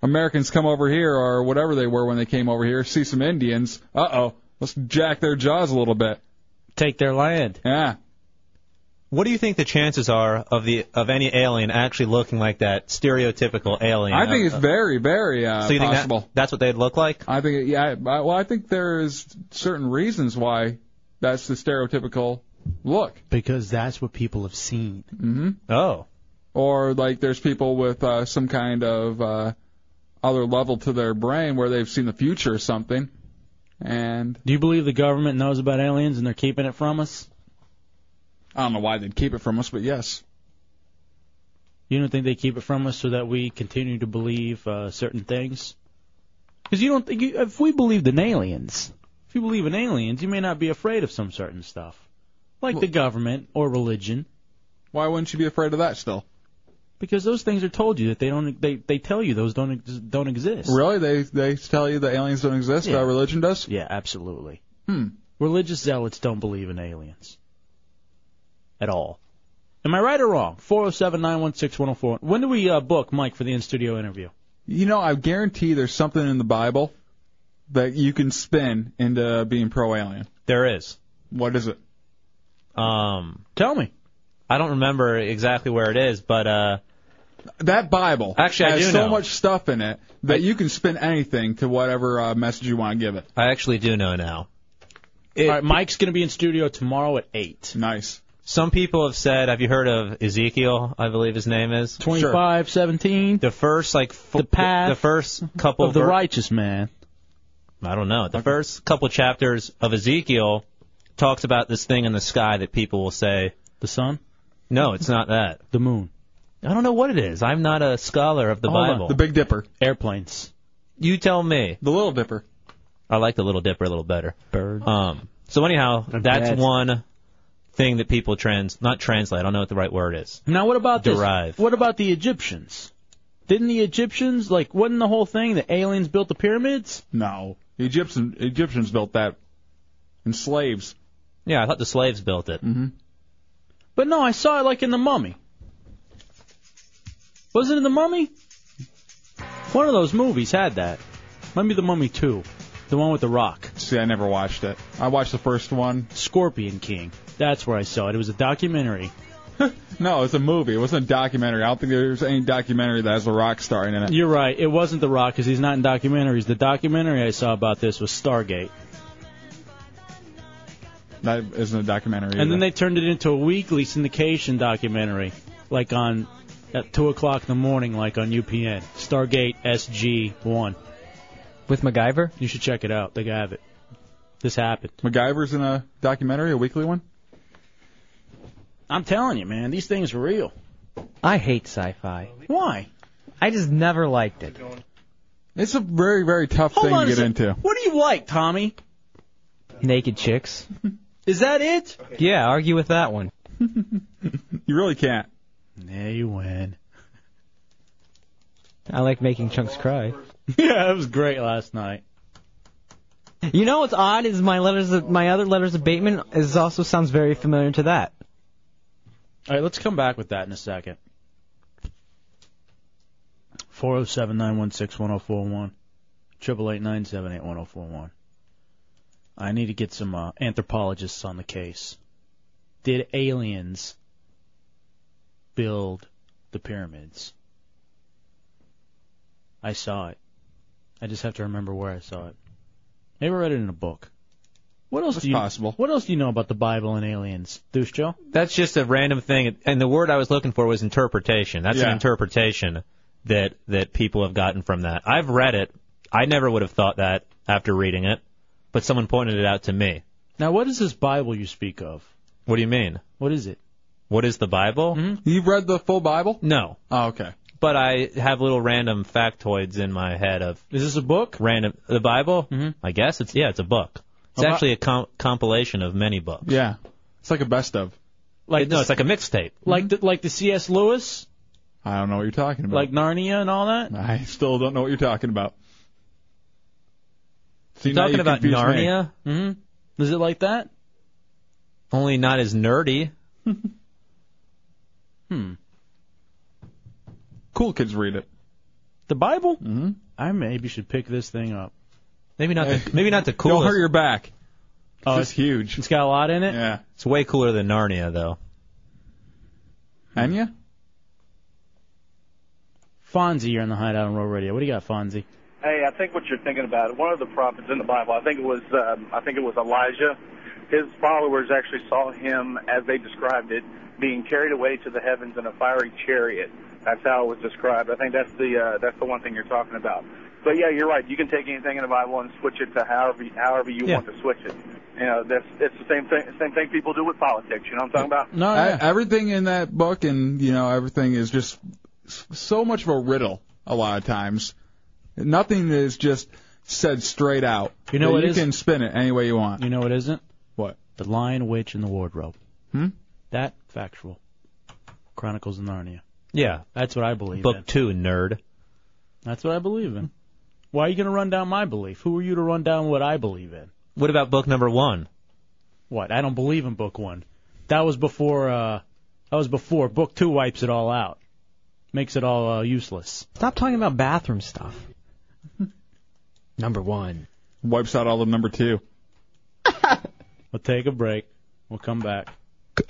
[SPEAKER 4] Americans come over here or whatever they were when they came over here, see some Indians. Uh oh, let's jack their jaws a little bit.
[SPEAKER 3] Take their land.
[SPEAKER 4] Yeah.
[SPEAKER 18] What do you think the chances are of the of any alien actually looking like that stereotypical alien?
[SPEAKER 4] I think it's very, very uh,
[SPEAKER 18] so you think that-
[SPEAKER 4] possible.
[SPEAKER 18] that's what they'd look like?
[SPEAKER 4] I think, yeah. I, I- well, I think there's certain reasons why that's the stereotypical look.
[SPEAKER 3] Because that's what people have seen.
[SPEAKER 4] hmm
[SPEAKER 18] Oh.
[SPEAKER 4] Or like there's people with uh, some kind of uh, other level to their brain where they've seen the future or something. And
[SPEAKER 3] Do you believe the government knows about aliens and they're keeping it from us?
[SPEAKER 4] I don't know why they'd keep it from us, but yes.
[SPEAKER 3] You don't think they keep it from us so that we continue to believe uh, certain things? Because you don't think you, if we believed in aliens, if you believe in aliens, you may not be afraid of some certain stuff, like the government or religion.
[SPEAKER 4] Why wouldn't you be afraid of that still?
[SPEAKER 3] Because those things are told you that they don't. They they tell you those don't ex- don't exist.
[SPEAKER 4] Really? They they tell you that aliens don't exist,
[SPEAKER 3] Yeah.
[SPEAKER 4] but religion does?
[SPEAKER 3] Yeah, absolutely.
[SPEAKER 4] Hmm.
[SPEAKER 3] Religious zealots don't believe in aliens at all. Am I right or wrong? Four zero seven nine one six one zero four. When do we uh, book Mike for the in studio interview?
[SPEAKER 4] You know, I guarantee there's something in the Bible that you can spin into being pro alien.
[SPEAKER 18] There is.
[SPEAKER 4] What is it?
[SPEAKER 18] Um,
[SPEAKER 3] Tell me.
[SPEAKER 18] I don't remember exactly where it is, but uh,
[SPEAKER 4] That Bible
[SPEAKER 18] Actually, I
[SPEAKER 4] has
[SPEAKER 18] do
[SPEAKER 4] so
[SPEAKER 18] know.
[SPEAKER 4] much stuff in it that you can spin anything to whatever uh, message you want to give it.
[SPEAKER 18] I actually do know now.
[SPEAKER 3] All right, Mike's going to be in studio tomorrow at eight.
[SPEAKER 4] Nice.
[SPEAKER 18] Some people have said, have you heard of Ezekiel? I believe his name is
[SPEAKER 3] Twenty-five, seventeen.
[SPEAKER 18] The first like fo- the
[SPEAKER 3] path
[SPEAKER 18] the first couple
[SPEAKER 3] of the
[SPEAKER 18] ver-
[SPEAKER 3] righteous man.
[SPEAKER 18] I don't know. The first couple chapters of Ezekiel talks about this thing in the sky that people will say
[SPEAKER 3] the sun.
[SPEAKER 18] No, it's not that.
[SPEAKER 3] The moon.
[SPEAKER 18] I don't know what it is. I'm not a scholar of the
[SPEAKER 3] Hold on.
[SPEAKER 18] Bible.
[SPEAKER 3] The
[SPEAKER 4] Big Dipper.
[SPEAKER 3] Airplanes.
[SPEAKER 18] You tell me.
[SPEAKER 4] The Little Dipper.
[SPEAKER 18] I like the Little Dipper a little better.
[SPEAKER 3] Bird.
[SPEAKER 18] Um. So anyhow, that's
[SPEAKER 3] bad.
[SPEAKER 18] one thing that people trans not translate. I don't know what the right word is.
[SPEAKER 3] Now, what about
[SPEAKER 18] Derive.
[SPEAKER 3] this? What about the Egyptians? Didn't the Egyptians like? Wasn't the whole thing the aliens built the pyramids?
[SPEAKER 4] No, the Egyptian Egyptians built that, and slaves.
[SPEAKER 18] Yeah, I thought the slaves built it.
[SPEAKER 4] Mm-hmm.
[SPEAKER 3] But no, I saw it like in the Mummy. Wasn't it the Mummy? One of those movies had that. Might be the Mummy Two, the one with the Rock.
[SPEAKER 4] See, I never watched it. I watched the first one.
[SPEAKER 3] Scorpion King. That's where I saw it. It was a documentary.
[SPEAKER 4] No, it's a movie. It wasn't a documentary. I don't think there's any documentary that has a rock star in it.
[SPEAKER 3] You're right. It wasn't The Rock because he's not in documentaries. The documentary I saw about this was Stargate.
[SPEAKER 4] That isn't a documentary.
[SPEAKER 3] And then they turned it into a weekly syndication documentary, like on at two o'clock in the morning, like on UPN, Stargate SG One.
[SPEAKER 10] With MacGyver?
[SPEAKER 3] You should check it out. They have it. This happened.
[SPEAKER 4] MacGyver's in a documentary, a weekly one.
[SPEAKER 3] I'm telling you, man, these things are real.
[SPEAKER 10] I hate sci-fi.
[SPEAKER 3] Why?
[SPEAKER 10] I just never liked it.
[SPEAKER 4] It's a very, very tough
[SPEAKER 3] Hold
[SPEAKER 4] thing
[SPEAKER 3] on
[SPEAKER 4] to
[SPEAKER 3] a
[SPEAKER 4] get
[SPEAKER 3] sec-
[SPEAKER 4] into.
[SPEAKER 3] What do you like, Tommy?
[SPEAKER 10] Naked chicks.
[SPEAKER 3] Is that it?
[SPEAKER 10] Yeah, argue with that one.
[SPEAKER 4] you really can't.
[SPEAKER 3] Yeah, you win.
[SPEAKER 10] I like making chunks cry.
[SPEAKER 3] yeah, that was great last night.
[SPEAKER 10] You know what's odd is my letters, of, my other letters of Bateman is also sounds very familiar to that.
[SPEAKER 3] All right, let's come back with that in a second. Four zero seven nine one six one zero four one, triple eight nine seven eight one zero four one. I need to get some uh, anthropologists on the case. Did aliens build the pyramids? I saw it. I just have to remember where I saw it. Maybe I read it in a book. What else
[SPEAKER 18] That's
[SPEAKER 3] do you
[SPEAKER 18] possible.
[SPEAKER 3] What else do you know about the Bible and aliens, Deuce Joe?
[SPEAKER 18] That's just a random thing, and the word I was looking for was interpretation. That's an
[SPEAKER 3] Yeah.
[SPEAKER 18] interpretation that that people have gotten from that. I've read it. I never would have thought that after reading it, but someone pointed it out to me.
[SPEAKER 3] Now, what is this Bible you speak of?
[SPEAKER 18] What do you mean?
[SPEAKER 3] What is it? Mm-hmm.
[SPEAKER 18] What is the Bible?
[SPEAKER 4] You've read the full Bible?
[SPEAKER 18] No.
[SPEAKER 4] Oh, okay.
[SPEAKER 18] But I have little random factoids in my head of.
[SPEAKER 3] Is this a book?
[SPEAKER 18] Random the Bible?
[SPEAKER 3] Mhm.
[SPEAKER 18] I guess it's yeah, it's a book. It's
[SPEAKER 4] A bi-
[SPEAKER 18] actually a com- compilation of many books.
[SPEAKER 4] Yeah, it's like a best of.
[SPEAKER 3] Like
[SPEAKER 18] no, it's like a mixtape.
[SPEAKER 3] Like the, like the C.S. Lewis,
[SPEAKER 4] I don't know what you're talking about.
[SPEAKER 3] like Narnia and all that.
[SPEAKER 4] I still don't know what you're talking about. See, now
[SPEAKER 18] talking
[SPEAKER 4] you
[SPEAKER 18] about
[SPEAKER 4] confuse me.
[SPEAKER 18] Narnia?
[SPEAKER 3] hmm Is it like that?
[SPEAKER 18] Only not as nerdy.
[SPEAKER 3] Hmm.
[SPEAKER 4] Cool kids read it.
[SPEAKER 3] The Bible? Mm-hmm. I maybe should pick this thing up.
[SPEAKER 18] Maybe not. The, maybe not the
[SPEAKER 4] Don't
[SPEAKER 18] coolest.
[SPEAKER 4] hurt your back.
[SPEAKER 3] Oh,
[SPEAKER 4] it's huge.
[SPEAKER 3] It's got a lot in it.
[SPEAKER 4] Yeah.
[SPEAKER 18] It's way cooler than Narnia though.
[SPEAKER 4] Anya?
[SPEAKER 3] Fonzie, you're in the Hideout on Roll Radio. What do you got, Fonzie?
[SPEAKER 17] Hey, I think what you're thinking about, one of the prophets in the Bible, I think it was, um, I think it was Elijah. His followers actually saw him, as they described it, being carried away to the heavens in a fiery chariot. That's how it was described. I think that's the uh, that's the one thing you're talking about. But yeah, you're right. You can take anything in the Bible and switch it to however however you
[SPEAKER 4] Yeah.
[SPEAKER 17] want to switch it. You know, that's it's the same thing same thing people do with politics. You know what I'm talking about?
[SPEAKER 4] No, E-, everything in that book and you know everything is just s- so much of a riddle a lot of times. Nothing is just said straight out.
[SPEAKER 3] You know what
[SPEAKER 4] you
[SPEAKER 3] is-
[SPEAKER 4] can spin it any way you want.
[SPEAKER 3] You know it isn't.
[SPEAKER 4] What?
[SPEAKER 3] The Lion, Witch, and the Wardrobe.
[SPEAKER 4] Hmm?
[SPEAKER 3] That factual. Chronicles of Narnia.
[SPEAKER 18] Yeah.
[SPEAKER 3] That's what I believe.
[SPEAKER 18] Book
[SPEAKER 3] in.
[SPEAKER 18] two, nerd.
[SPEAKER 3] That's what I believe in. Why are you going to run down my belief? Who are you to run down what I believe in?
[SPEAKER 18] What about book number one?
[SPEAKER 3] What? I don't believe in book one. That was before. Uh, that was before book two wipes it all out, makes it all uh, useless.
[SPEAKER 10] Stop talking about bathroom stuff. Number one.
[SPEAKER 4] Wipes out all of number two.
[SPEAKER 3] We'll take a break. We'll come back. it's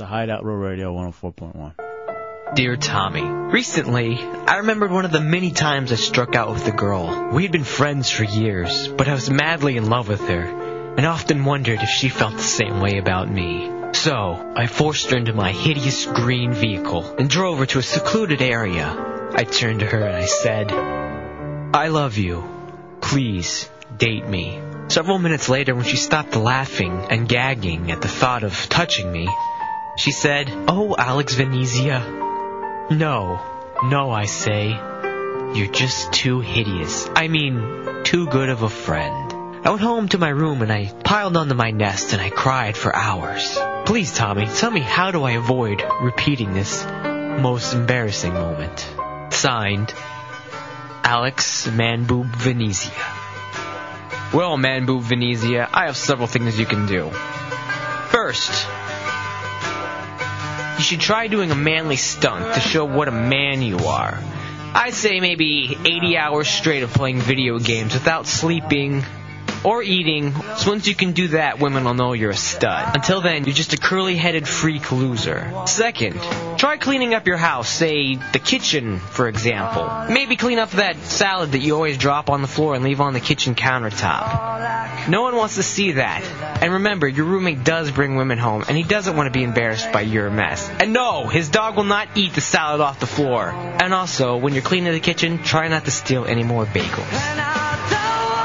[SPEAKER 3] a Hideout Row Radio 104.1.
[SPEAKER 16] Dear Tommy, recently I remembered one of the many times I struck out with a girl. We had been friends for years, but I was madly in love with her, and often wondered if she felt the same way about me. So, I forced her into my hideous green vehicle and drove her to a secluded area. I turned to her and I said, I love you. Please date me. Several minutes later, when she stopped laughing and gagging at the thought of touching me, she said, Oh, Alex Venezia. No, no, I say. You're just too hideous. I mean, too good of a friend. I went home to my room and I piled onto my nest and I cried for hours. Please, Tommy, tell me how do I avoid repeating this most embarrassing moment. Signed, Alex Manboob Venezia. Well, Manboob Venezia, I have several things you can do. First, you should try doing a manly stunt to show what a man you are. I say maybe 80 hours straight of playing video games without sleeping or eating. So once you can do that, women will know you're a stud. Until then, you're just a curly-headed freak loser. Second, try cleaning up your house, say the kitchen, for example. Maybe clean up that salad that you always drop on the floor and leave on the kitchen countertop. No one wants to see that. And remember, your roommate does bring women home, and he doesn't want to be embarrassed by your mess. And no, his dog will not eat the salad off the floor. And also, when you're cleaning the kitchen, try not to steal any more bagels.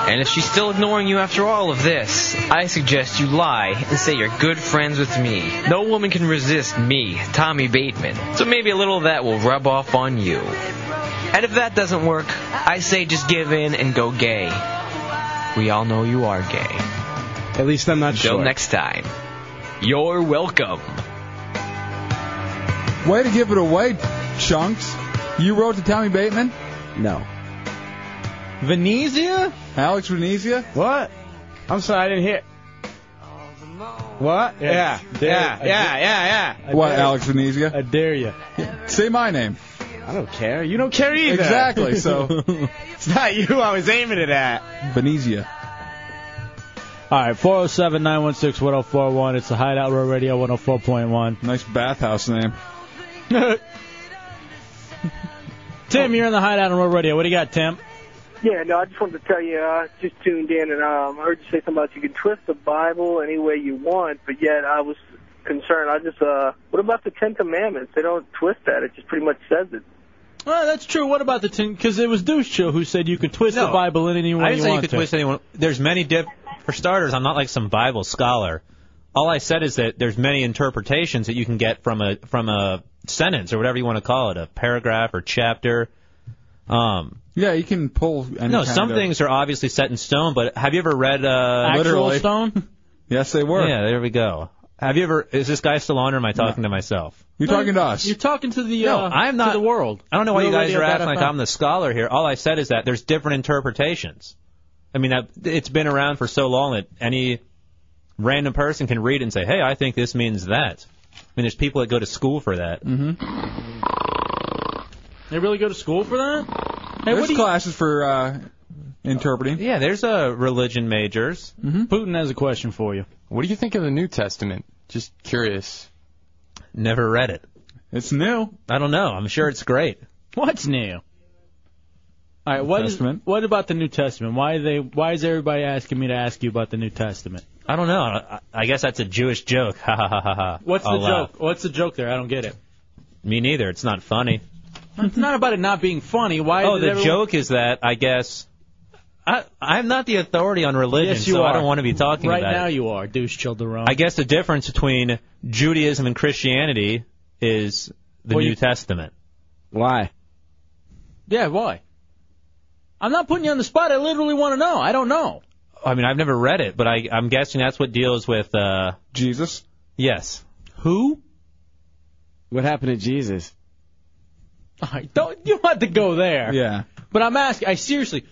[SPEAKER 16] And if she's still ignoring you after all of this, I suggest you lie and say you're good friends with me. No woman can resist me, Tommy Bateman. So maybe a little of that will rub off on you. And if that doesn't work, I say just give in and go gay. We all know you are gay.
[SPEAKER 11] At least I'm not
[SPEAKER 16] Until
[SPEAKER 11] sure.
[SPEAKER 16] next time, you're welcome.
[SPEAKER 4] Way to give it away, Chunks. You wrote to Tommy Bateman?
[SPEAKER 11] No.
[SPEAKER 4] Venezia? Alex Venezia?
[SPEAKER 5] What? I'm sorry, I didn't hear. What? Yeah. Yeah. Yeah. Yeah. Yeah.
[SPEAKER 4] What, Alex Venezia? I
[SPEAKER 18] dare you.
[SPEAKER 4] Say my name.
[SPEAKER 5] I don't care. You don't care either.
[SPEAKER 4] Exactly, so.
[SPEAKER 5] it's not you I was aiming it at.
[SPEAKER 4] Venezia.
[SPEAKER 3] All right, 407 916 1041. It's the Hideout Row Radio 104.1.
[SPEAKER 4] Nice bathhouse name.
[SPEAKER 3] Tim, you're in the Hideout Row Radio. What do you got, Tim?
[SPEAKER 12] Yeah, no, I just wanted to tell you, uh, just tuned in, and um, I heard you say something about you can twist the Bible any way you want, but yet I was concerned. I just, uh, what about the Ten Commandments? They don't twist that; it just pretty much says it.
[SPEAKER 3] Well, that's true. What about the tin? Because it was Deuce Show who said you could twist
[SPEAKER 18] No.
[SPEAKER 3] the Bible in any way
[SPEAKER 18] I didn't
[SPEAKER 3] you
[SPEAKER 18] say
[SPEAKER 3] want
[SPEAKER 18] you could
[SPEAKER 3] to.
[SPEAKER 18] twist anyone. There's many diff. For starters, I'm not like some Bible scholar. All I said is that there's many interpretations that you can get from a from a sentence or whatever you want to call it, a paragraph or chapter. Um,
[SPEAKER 4] Yeah, you can pull any
[SPEAKER 18] no,
[SPEAKER 4] kind
[SPEAKER 18] some
[SPEAKER 4] of-
[SPEAKER 18] things are obviously set in stone, but have you ever read uh,
[SPEAKER 4] Actual Literally.
[SPEAKER 3] stone?
[SPEAKER 4] Yes, they were.
[SPEAKER 18] Yeah, there we go. Have you ever? Is this guy still on, or am I talking to myself?
[SPEAKER 4] You're talking to us.
[SPEAKER 3] You're talking to the.
[SPEAKER 18] No,
[SPEAKER 3] uh,
[SPEAKER 18] I'm not
[SPEAKER 3] To the world.
[SPEAKER 18] I don't know why you
[SPEAKER 3] Real
[SPEAKER 18] guys
[SPEAKER 3] radio
[SPEAKER 18] are
[SPEAKER 3] dot
[SPEAKER 18] acting like
[SPEAKER 3] FM.
[SPEAKER 18] I'm the scholar here. All I said is that there's different interpretations. I mean, that, it's been around for so long that any random person can read and say, "Hey, I think this means that." I mean, there's people that go to school for that.
[SPEAKER 4] Mm-hmm.
[SPEAKER 3] They really go to school for that? Hey, what
[SPEAKER 4] There's
[SPEAKER 3] do you-
[SPEAKER 4] classes for uh, interpreting. Mm-hmm.
[SPEAKER 18] Yeah, there's uh, religion majors.
[SPEAKER 3] Putin has a question for you.
[SPEAKER 8] What do you think of the New Testament? Just curious.
[SPEAKER 18] Never read it.
[SPEAKER 4] It's new.
[SPEAKER 18] I don't know. I'm sure it's great.
[SPEAKER 3] What's new? All right, what is-
[SPEAKER 18] Testament.
[SPEAKER 3] what about the New Testament? Why they? Why is everybody asking me to ask you about the New Testament?
[SPEAKER 18] I don't know. I, I guess that's a Jewish joke. Ha ha ha ha ha.
[SPEAKER 3] What's
[SPEAKER 18] I'll
[SPEAKER 3] the
[SPEAKER 18] laugh.
[SPEAKER 3] joke? What's the joke there? I don't get it.
[SPEAKER 18] Me neither. It's not funny.
[SPEAKER 3] It's not about it not being funny. Why?
[SPEAKER 18] oh,
[SPEAKER 3] did
[SPEAKER 18] the
[SPEAKER 3] everyone-
[SPEAKER 18] joke is that I guess I I'm not the authority on religion,
[SPEAKER 3] Yes, you
[SPEAKER 18] so
[SPEAKER 3] are.
[SPEAKER 18] I don't want to be talking
[SPEAKER 3] right
[SPEAKER 18] about
[SPEAKER 3] now.
[SPEAKER 18] it.
[SPEAKER 3] You are douche childerone.
[SPEAKER 18] I guess the difference between Judaism and Christianity is the
[SPEAKER 3] Well,
[SPEAKER 18] New
[SPEAKER 3] you-
[SPEAKER 18] Testament.
[SPEAKER 11] Why?
[SPEAKER 3] Yeah, why? I'm not putting you on the spot. I literally want to know. I don't know.
[SPEAKER 18] I mean, I've never read it, but I, I'm guessing that's what deals with uh,
[SPEAKER 4] Jesus.
[SPEAKER 18] Yes.
[SPEAKER 3] Who?
[SPEAKER 11] What happened to Jesus?
[SPEAKER 3] I don't. You want to go there?
[SPEAKER 4] Yeah.
[SPEAKER 3] But I'm asking. I seriously.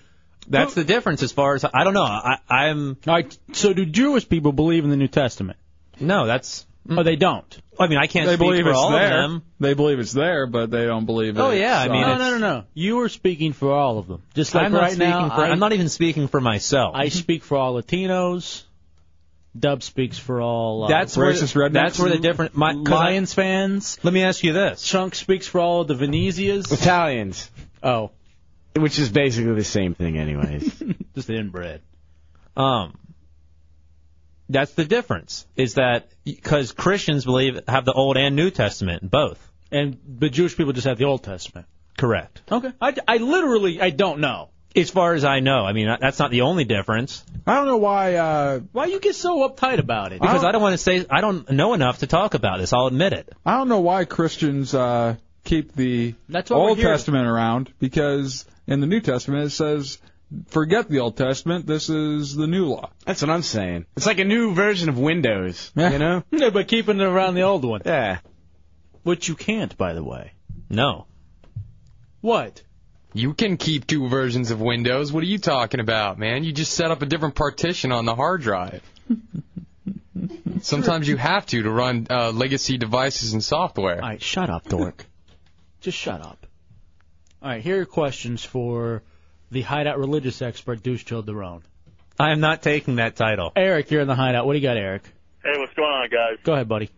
[SPEAKER 18] That's the difference as far as I don't know. I, I'm.
[SPEAKER 3] All right. So do Jewish people believe in the New Testament?
[SPEAKER 18] No, that's. mm.
[SPEAKER 3] Oh, they don't.
[SPEAKER 18] I mean, I can't
[SPEAKER 4] they
[SPEAKER 18] speak
[SPEAKER 4] believe
[SPEAKER 18] for
[SPEAKER 4] it's
[SPEAKER 18] all of
[SPEAKER 4] there.
[SPEAKER 18] them.
[SPEAKER 4] They believe it's there, but they don't believe
[SPEAKER 18] Oh,
[SPEAKER 4] it.
[SPEAKER 3] no, no, no, no. You were speaking for all of them. Just like
[SPEAKER 18] I'm not
[SPEAKER 3] right
[SPEAKER 18] speaking
[SPEAKER 3] now,
[SPEAKER 18] for-
[SPEAKER 3] I,
[SPEAKER 18] I'm not even speaking for myself.
[SPEAKER 3] I speak for all Latinos. Dub speaks for all. Uh,
[SPEAKER 18] That's where- Racist rednecks. that's where the different- my- 'cause I-
[SPEAKER 3] Lions fans.
[SPEAKER 18] Let me ask you this.
[SPEAKER 3] Chunk speaks for all the Venezias.
[SPEAKER 11] Italians.
[SPEAKER 3] Oh.
[SPEAKER 11] Which is basically the same thing, anyways.
[SPEAKER 3] Just inbred.
[SPEAKER 18] Um, that's the difference. Is that because Christians believe have the Old and New Testament both?
[SPEAKER 3] And but Jewish people just have the Old Testament.
[SPEAKER 18] Correct.
[SPEAKER 3] Okay. I, I literally I don't know.
[SPEAKER 18] As far as I know, I mean that's not the only difference
[SPEAKER 4] I don't know why. Uh,
[SPEAKER 3] Why you get so uptight about it?
[SPEAKER 18] because I don't, want to say I don't know enough to talk about this. I'll admit it.
[SPEAKER 4] I don't know why Christians uh, keep the
[SPEAKER 18] That's why we're
[SPEAKER 4] Old
[SPEAKER 18] here.
[SPEAKER 4] Testament around because in the New Testament it says, "Forget the Old Testament. This is the new law."
[SPEAKER 11] That's what I'm saying. It's like a new version of Windows. You know?
[SPEAKER 3] Yeah, but keeping it around the old one.
[SPEAKER 11] Yeah.
[SPEAKER 3] Which you can't, by the way.
[SPEAKER 18] No.
[SPEAKER 3] What?
[SPEAKER 8] You can keep two versions of Windows. What are you talking about, man? You just set up a different partition on the hard drive. Sometimes you have to to run uh, legacy devices and software. All
[SPEAKER 3] right, shut up, dork. Just shut up. All right, here are questions for the hideout religious expert, Deuce Childerone.
[SPEAKER 18] I am not taking that title.
[SPEAKER 3] Eric, you're in the hideout. What do you got, Eric?
[SPEAKER 1] Hey, what's going on, guys?
[SPEAKER 3] Go ahead, buddy.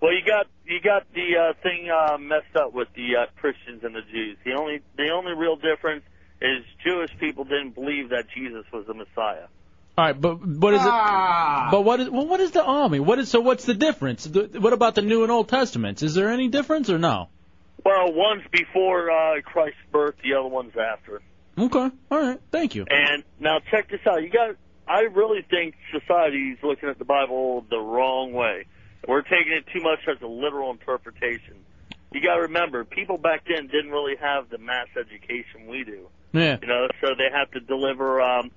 [SPEAKER 1] Well, you got you got the uh, thing uh, messed up with the uh, Christians and the Jews. The only the only real difference is Jewish people didn't believe that Jesus was the Messiah.
[SPEAKER 3] All right, but what is it? But what is well, what is the army? What is so? What's the difference? The, what about the New and Old Testaments? Is there any difference or no?
[SPEAKER 1] Well, one's before uh, Christ's birth, the other one's after.
[SPEAKER 3] Okay, all right, thank you.
[SPEAKER 1] And now check this out. You got I really think society's looking at the Bible the wrong way. We're taking it too much as a literal interpretation. You got to remember, people back then didn't really have the mass education we do.
[SPEAKER 3] Yeah.
[SPEAKER 1] You know, so they have to deliver um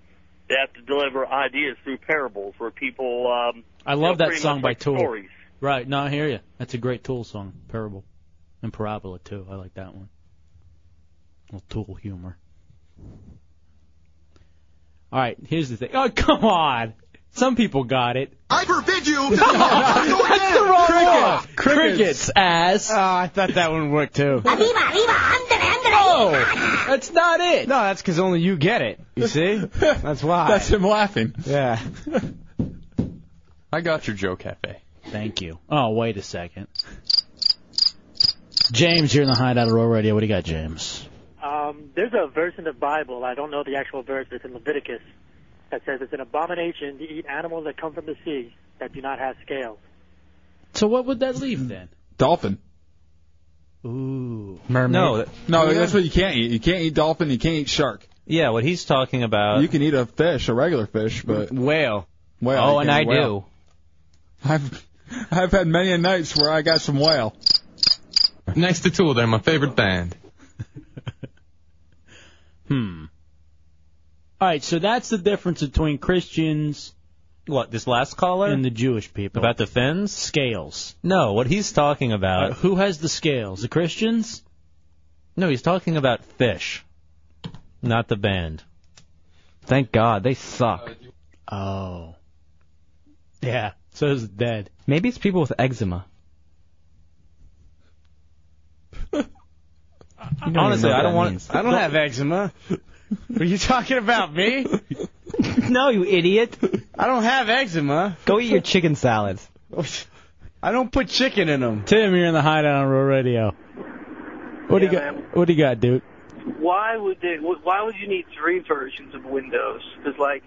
[SPEAKER 1] they have to deliver ideas through parables where people um
[SPEAKER 3] I
[SPEAKER 1] you
[SPEAKER 3] love
[SPEAKER 1] know,
[SPEAKER 3] that
[SPEAKER 1] pretty
[SPEAKER 3] song
[SPEAKER 1] much
[SPEAKER 3] by
[SPEAKER 1] like
[SPEAKER 3] Tool.
[SPEAKER 1] stories.
[SPEAKER 3] Right, no, I hear you. That's a great Tool song, Parable, and Parabola too. I like that one. Well, Tool humor. All right, here's the thing. Oh, come on. Some people got it.
[SPEAKER 2] I forbid you.
[SPEAKER 3] That's the wrong
[SPEAKER 2] Cricket.
[SPEAKER 3] one. Crickets, ass. Oh, I thought that one worked too.
[SPEAKER 5] Oh,
[SPEAKER 3] that's not it.
[SPEAKER 5] No, that's because only you get it. You see? That's why. That's
[SPEAKER 4] him laughing.
[SPEAKER 5] Yeah.
[SPEAKER 8] I got your Joe Cafe.
[SPEAKER 3] Thank you. Oh, wait a second. James, you're in the hideout of Royal Radio. What do you got, James?
[SPEAKER 20] Um, there's a verse in the Bible, I don't know the actual verse, but it's in Leviticus, that says it's an abomination to eat animals that come from the sea that do not have scales.
[SPEAKER 3] So what would that leave then?
[SPEAKER 4] Dolphin.
[SPEAKER 3] Ooh.
[SPEAKER 4] Mermaid. No, that- no,
[SPEAKER 18] Yeah.
[SPEAKER 4] that's what you can't eat. You can't eat dolphin. You can't eat shark.
[SPEAKER 18] Yeah, what he's talking about.
[SPEAKER 4] you can eat a fish, a regular fish, but
[SPEAKER 18] Whale.
[SPEAKER 4] whale.
[SPEAKER 18] Oh,
[SPEAKER 4] you
[SPEAKER 18] and
[SPEAKER 4] can
[SPEAKER 18] I
[SPEAKER 4] eat whale. I've I've had many a nights where I got some whale.
[SPEAKER 8] Next to Tool, they're my favorite band.
[SPEAKER 3] Hmm. All right, so that's the difference between Christians.
[SPEAKER 18] What this last caller
[SPEAKER 3] and the Jewish people
[SPEAKER 18] about the fins
[SPEAKER 3] scales? Uh,
[SPEAKER 18] No, what he's talking about.
[SPEAKER 3] who has the scales? The Christians?
[SPEAKER 18] No, he's talking about fish, not the band.
[SPEAKER 10] Thank God, they suck.
[SPEAKER 3] Oh. Yeah. So is dead.
[SPEAKER 10] Maybe it's people with eczema. You don't even know what
[SPEAKER 3] Honestly, I don't
[SPEAKER 10] that
[SPEAKER 3] want-
[SPEAKER 10] means.
[SPEAKER 11] I don't have eczema. Are you talking about me?
[SPEAKER 10] no, you idiot.
[SPEAKER 11] I don't have eczema.
[SPEAKER 10] Go eat your chicken salads.
[SPEAKER 11] I don't put chicken in them.
[SPEAKER 3] Tim, you're in the hideout on Roll Radio. What do you
[SPEAKER 22] Yeah,
[SPEAKER 3] got? What do you got, dude?
[SPEAKER 22] Why would they? wh- Why would you need three versions of Windows? Because like,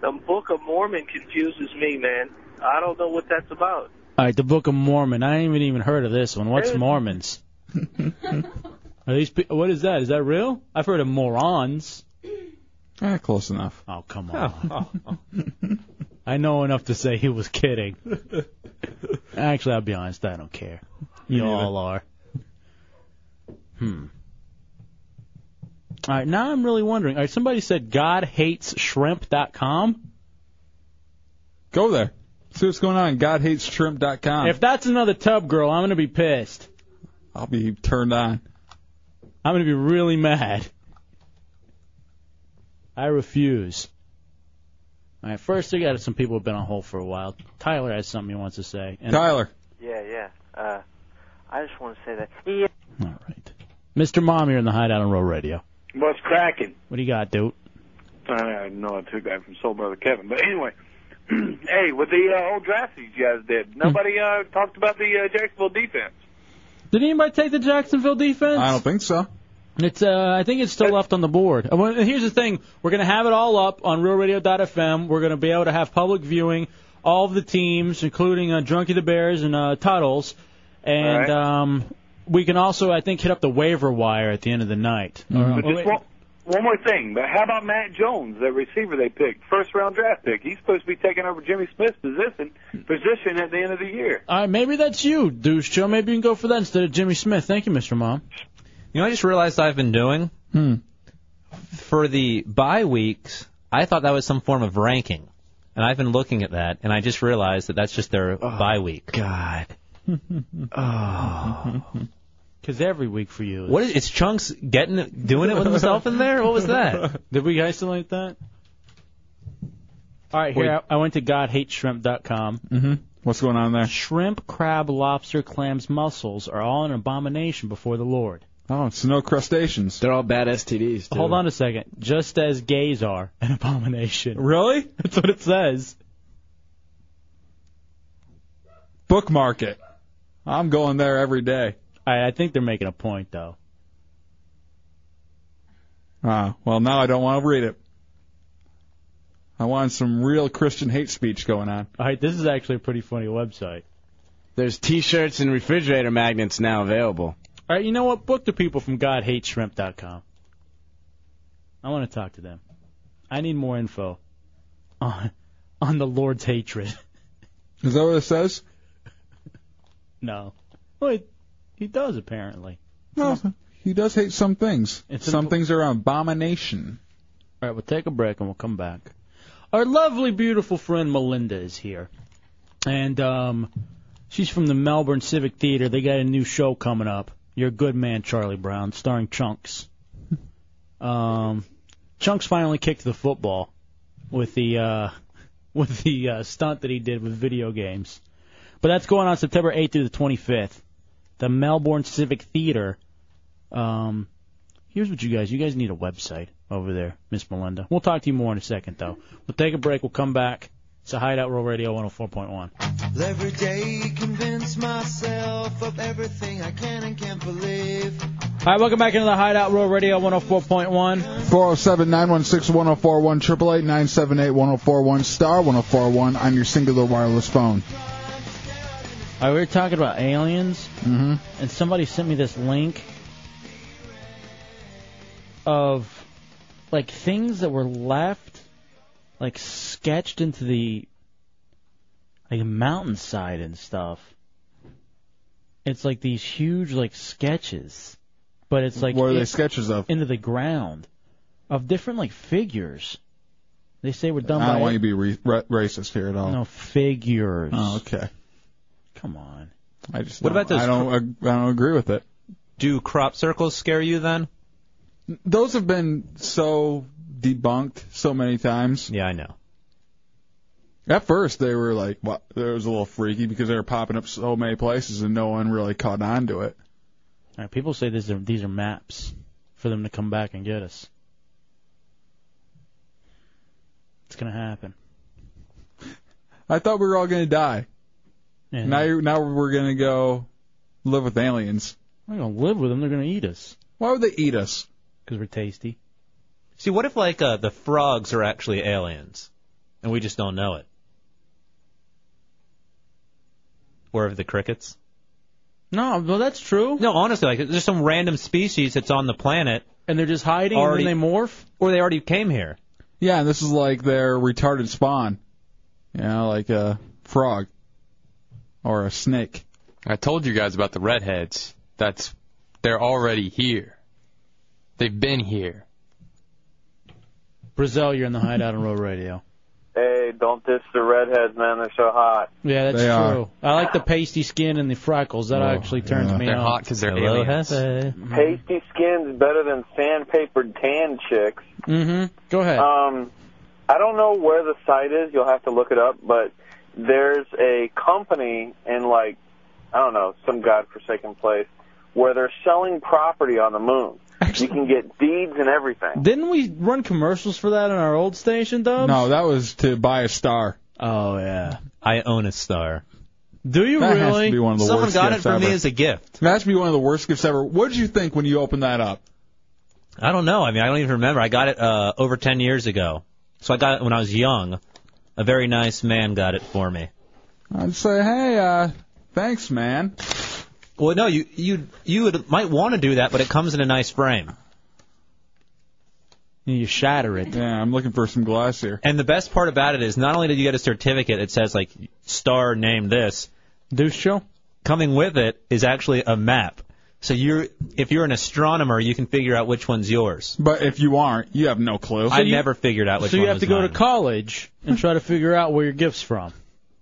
[SPEAKER 22] the Book of Mormon confuses me, man. I don't know what that's about.
[SPEAKER 3] All right, the Book of Mormon. I haven't even heard of this one. What's
[SPEAKER 22] Dude.
[SPEAKER 3] Mormons? Are these? pe- What is that? Is that real? I've heard of morons.
[SPEAKER 4] Ah, close enough.
[SPEAKER 3] Oh come on. I know enough to say he was kidding. Actually, I'll be honest. I don't care. You all are. Hmm. All right, now I'm really wondering. All right, somebody said GodHatesShrimp.com.
[SPEAKER 4] Go there. See what's going on. GodHatesShrimp.com.
[SPEAKER 3] If that's another tub girl, I'm gonna be pissed.
[SPEAKER 4] I'll be turned on.
[SPEAKER 3] I'm gonna be really mad. I refuse. All right, first we got some people who've been on hold for a while. Tyler has something he wants to say. And
[SPEAKER 4] Tyler.
[SPEAKER 21] Yeah, yeah. Uh, I just want to say that. Yeah.
[SPEAKER 3] Mr. Mom, you're in the hideout on Roll Radio.
[SPEAKER 17] What's cracking?
[SPEAKER 3] What do you got, dude?
[SPEAKER 17] I know I took that from Soul Brother Kevin, but anyway. hey, with the uh, old draft that you guys did, nobody uh, talked about the uh, Jacksonville defense.
[SPEAKER 3] Did anybody take the Jacksonville defense? I
[SPEAKER 4] don't think so.
[SPEAKER 3] It's uh, I think it's still left on the board. Uh, well, Here's the thing: we're gonna have it all up on RealRadio.fm. We're gonna be able to have public viewing all of the teams, including uh, Drunky the Bears and uh, Tuttles, and
[SPEAKER 17] All right.
[SPEAKER 3] um, we can also I think hit up the waiver wire at the end of the night.
[SPEAKER 4] Mm-hmm.
[SPEAKER 17] But
[SPEAKER 3] Or-
[SPEAKER 17] just one, one more thing. But how about Matt Jones, that receiver they picked, first round draft pick? He's supposed to be taking over Jimmy Smith's position position at the end of the year.
[SPEAKER 3] All right, maybe that's you, douche Joe. Maybe you can go for that instead of Jimmy Smith. Thank you, Mr. Mom.
[SPEAKER 18] You know, I just realized I've been doing
[SPEAKER 4] Hmm.
[SPEAKER 18] for the bye weeks. I thought that was some form of ranking, and I've been looking at that, and I just realized that that's just their bye week.
[SPEAKER 3] God.
[SPEAKER 18] oh.
[SPEAKER 3] Because every week for you.
[SPEAKER 18] What is it's chunks getting doing it with himself in there? What was that?
[SPEAKER 3] Did we isolate that? All right,
[SPEAKER 18] Wait.
[SPEAKER 3] here I, I went to GodHateShrimp.com.
[SPEAKER 4] Mm-hmm. What's going on there?
[SPEAKER 3] Shrimp, crab, lobster, clams, mussels are all an abomination before the Lord.
[SPEAKER 4] Oh, it's no crustaceans.
[SPEAKER 11] They're all bad STDs.
[SPEAKER 3] Hold on a second. Just as gays are an abomination.
[SPEAKER 4] Really?
[SPEAKER 3] That's what it says.
[SPEAKER 4] Bookmark it. I'm going there every day.
[SPEAKER 3] I, I think they're making a point though.
[SPEAKER 4] Ah, well now I don't want to read it. I want some real Christian hate speech going on.
[SPEAKER 3] All right, this is actually a pretty funny website.
[SPEAKER 11] There's T-shirts and refrigerator magnets now available.
[SPEAKER 3] All right, you know what? Book the people from GodHateShrimp.com. I want to talk to them. I need more info on on the Lord's hatred.
[SPEAKER 4] Is that what it says?
[SPEAKER 3] No, well, he, he does apparently.
[SPEAKER 4] No, he does hate some things.
[SPEAKER 3] It's
[SPEAKER 4] some
[SPEAKER 3] an-
[SPEAKER 4] things are an abomination.
[SPEAKER 3] All right, we'll take a break and we'll come back. Our lovely, beautiful friend Melinda is here, and um, she's from the Melbourne Civic Theater. They got a new show coming up. You're a good man, Charlie Brown, starring Chunks. Um, Chunks finally kicked the football with the uh, with the uh, stunt that he did with video games. But that's going on September 8th through the 25th. The Melbourne Civic Theater. Um, here's what you guys, you guys need a website over there, Miss Melinda. We'll talk to you more in a second, though. We'll take a break. We'll come back. It's a Hideout Roll Radio 104.1.
[SPEAKER 2] Well, Every day convince myself of everything I can and can't believe.
[SPEAKER 3] All right, welcome back into the Hideout Roll Radio 104.1.
[SPEAKER 4] 407 916 1041 888 978 1041 star 1041 on your singular wireless phone.
[SPEAKER 3] All right, we were talking about aliens,
[SPEAKER 4] Mm-hmm.
[SPEAKER 3] and somebody sent me this link of like things that were left, like sketched into the like mountainside and stuff. It's like these huge like sketches, but it's like
[SPEAKER 4] What are they
[SPEAKER 3] it-
[SPEAKER 4] sketches of?
[SPEAKER 3] into the ground of different like figures. They say were done
[SPEAKER 4] I
[SPEAKER 3] by
[SPEAKER 4] don't want you to be re- ra- racist here at all.
[SPEAKER 3] no figures.
[SPEAKER 4] Oh, okay.
[SPEAKER 3] Come on.
[SPEAKER 4] I just
[SPEAKER 18] What
[SPEAKER 4] don't-
[SPEAKER 18] about those
[SPEAKER 4] I don't, ag- I don't agree with it.
[SPEAKER 18] Do crop circles scare you then?
[SPEAKER 4] Those have been so debunked so many times.
[SPEAKER 18] Yeah, I know.
[SPEAKER 4] At first, they were like, what? It was a little freaky because they were popping up so many places and no one really caught on to it.
[SPEAKER 3] All right, people say these are these are maps for them to come back and get us. It's gonna happen.
[SPEAKER 4] I thought we were all going to die.
[SPEAKER 3] Yeah.
[SPEAKER 4] Now, you're, now we're going to go live with aliens.
[SPEAKER 3] We're gonna live with them. They're gonna eat us.
[SPEAKER 4] Why would they eat us?
[SPEAKER 3] Because we're tasty.
[SPEAKER 18] See, what if like uh, the frogs are actually aliens, and we just don't know it? Or of the crickets?
[SPEAKER 3] No, well that's true.
[SPEAKER 18] No, honestly, like there's some random species that's on the planet,
[SPEAKER 3] and they're just hiding,
[SPEAKER 18] already,
[SPEAKER 3] and then they morph.
[SPEAKER 18] or they already came here.
[SPEAKER 4] Yeah, and this is like their retarded spawn. You know, like a frog or a snake.
[SPEAKER 8] I told you guys about the redheads. That's they're already here. They've been here.
[SPEAKER 3] Brazil, you're in the Hideout on Road Radio.
[SPEAKER 7] Hey, don't diss the redheads, man. They're so hot.
[SPEAKER 3] Yeah, that's
[SPEAKER 7] They are.
[SPEAKER 3] true. I like the pasty skin and the freckles. That actually turns me
[SPEAKER 8] They're
[SPEAKER 3] on.
[SPEAKER 8] hot 'cause they're
[SPEAKER 3] Hello,
[SPEAKER 8] aliens.
[SPEAKER 3] Mm-hmm.
[SPEAKER 7] Pasty skin's better than sandpapered tan chicks.
[SPEAKER 3] Mm-hmm. Go ahead.
[SPEAKER 7] Um, I don't know where the site is. You'll have to look it up. But there's a company in like I don't know some godforsaken place where they're selling property on the moon. you can get deeds and everything.
[SPEAKER 3] Didn't we run commercials for that on our old station, Dubs?
[SPEAKER 4] No, that was to buy a star.
[SPEAKER 3] Oh yeah.
[SPEAKER 18] Uh, I own a star.
[SPEAKER 3] Do you
[SPEAKER 4] that Has
[SPEAKER 3] really?
[SPEAKER 4] to be one of the
[SPEAKER 18] Someone
[SPEAKER 4] worst
[SPEAKER 18] got it
[SPEAKER 4] gifts
[SPEAKER 18] for me
[SPEAKER 4] ever.
[SPEAKER 18] as a gift.
[SPEAKER 4] That has to be one of the worst gifts ever. What did you think when you opened that up?
[SPEAKER 18] I don't know. I mean, I don't even remember. I got it uh, over 10 years ago. So I got it when I was young. A very nice man got it for me.
[SPEAKER 4] I'd say, hey, uh, thanks, man.
[SPEAKER 18] Well, no, you you you would, might want to do that, but it comes in a nice frame.
[SPEAKER 3] You shatter it.
[SPEAKER 4] Yeah, I'm looking for some glass here.
[SPEAKER 18] And the best part about it is not only did you get a certificate that says like star name this,
[SPEAKER 3] Deuce show.
[SPEAKER 18] Coming with it is actually a map. So you're if you're an astronomer, you can figure out which one's yours.
[SPEAKER 4] But if you aren't, you have no clue.
[SPEAKER 18] I never figured out which
[SPEAKER 3] So you
[SPEAKER 18] one
[SPEAKER 3] have
[SPEAKER 18] was
[SPEAKER 3] to go
[SPEAKER 18] mine.
[SPEAKER 3] to college and try to figure out where your gift's from.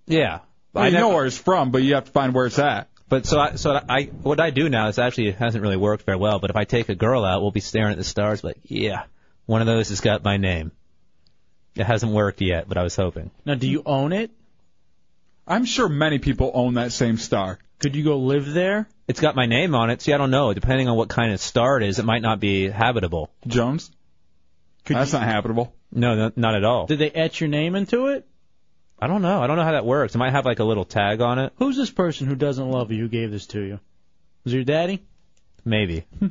[SPEAKER 18] Yeah.
[SPEAKER 4] Well,
[SPEAKER 18] I
[SPEAKER 4] you know
[SPEAKER 18] never-
[SPEAKER 4] where it's from, but you have to find where it's at.
[SPEAKER 18] But so I, so I, what I do now is actually it hasn't really worked very well. But if I take a girl out, we'll be staring at the stars, like, yeah, one of those has got my name. It hasn't worked yet, but I was hoping.
[SPEAKER 3] Now, do you own it?
[SPEAKER 4] I'm sure many people own that same star.
[SPEAKER 3] Could you go live there?
[SPEAKER 18] It's got my name on it. See, I don't know. Depending on what kind of star it is, it might not be habitable.
[SPEAKER 4] Jones? That's not habitable.
[SPEAKER 18] No, no, not at all.
[SPEAKER 3] Did they etch your name into it?
[SPEAKER 18] I don't know. I don't know how that works. It might have like a little tag on it.
[SPEAKER 3] Who's this person who doesn't love you who gave this to you? Was it your daddy?
[SPEAKER 18] Maybe.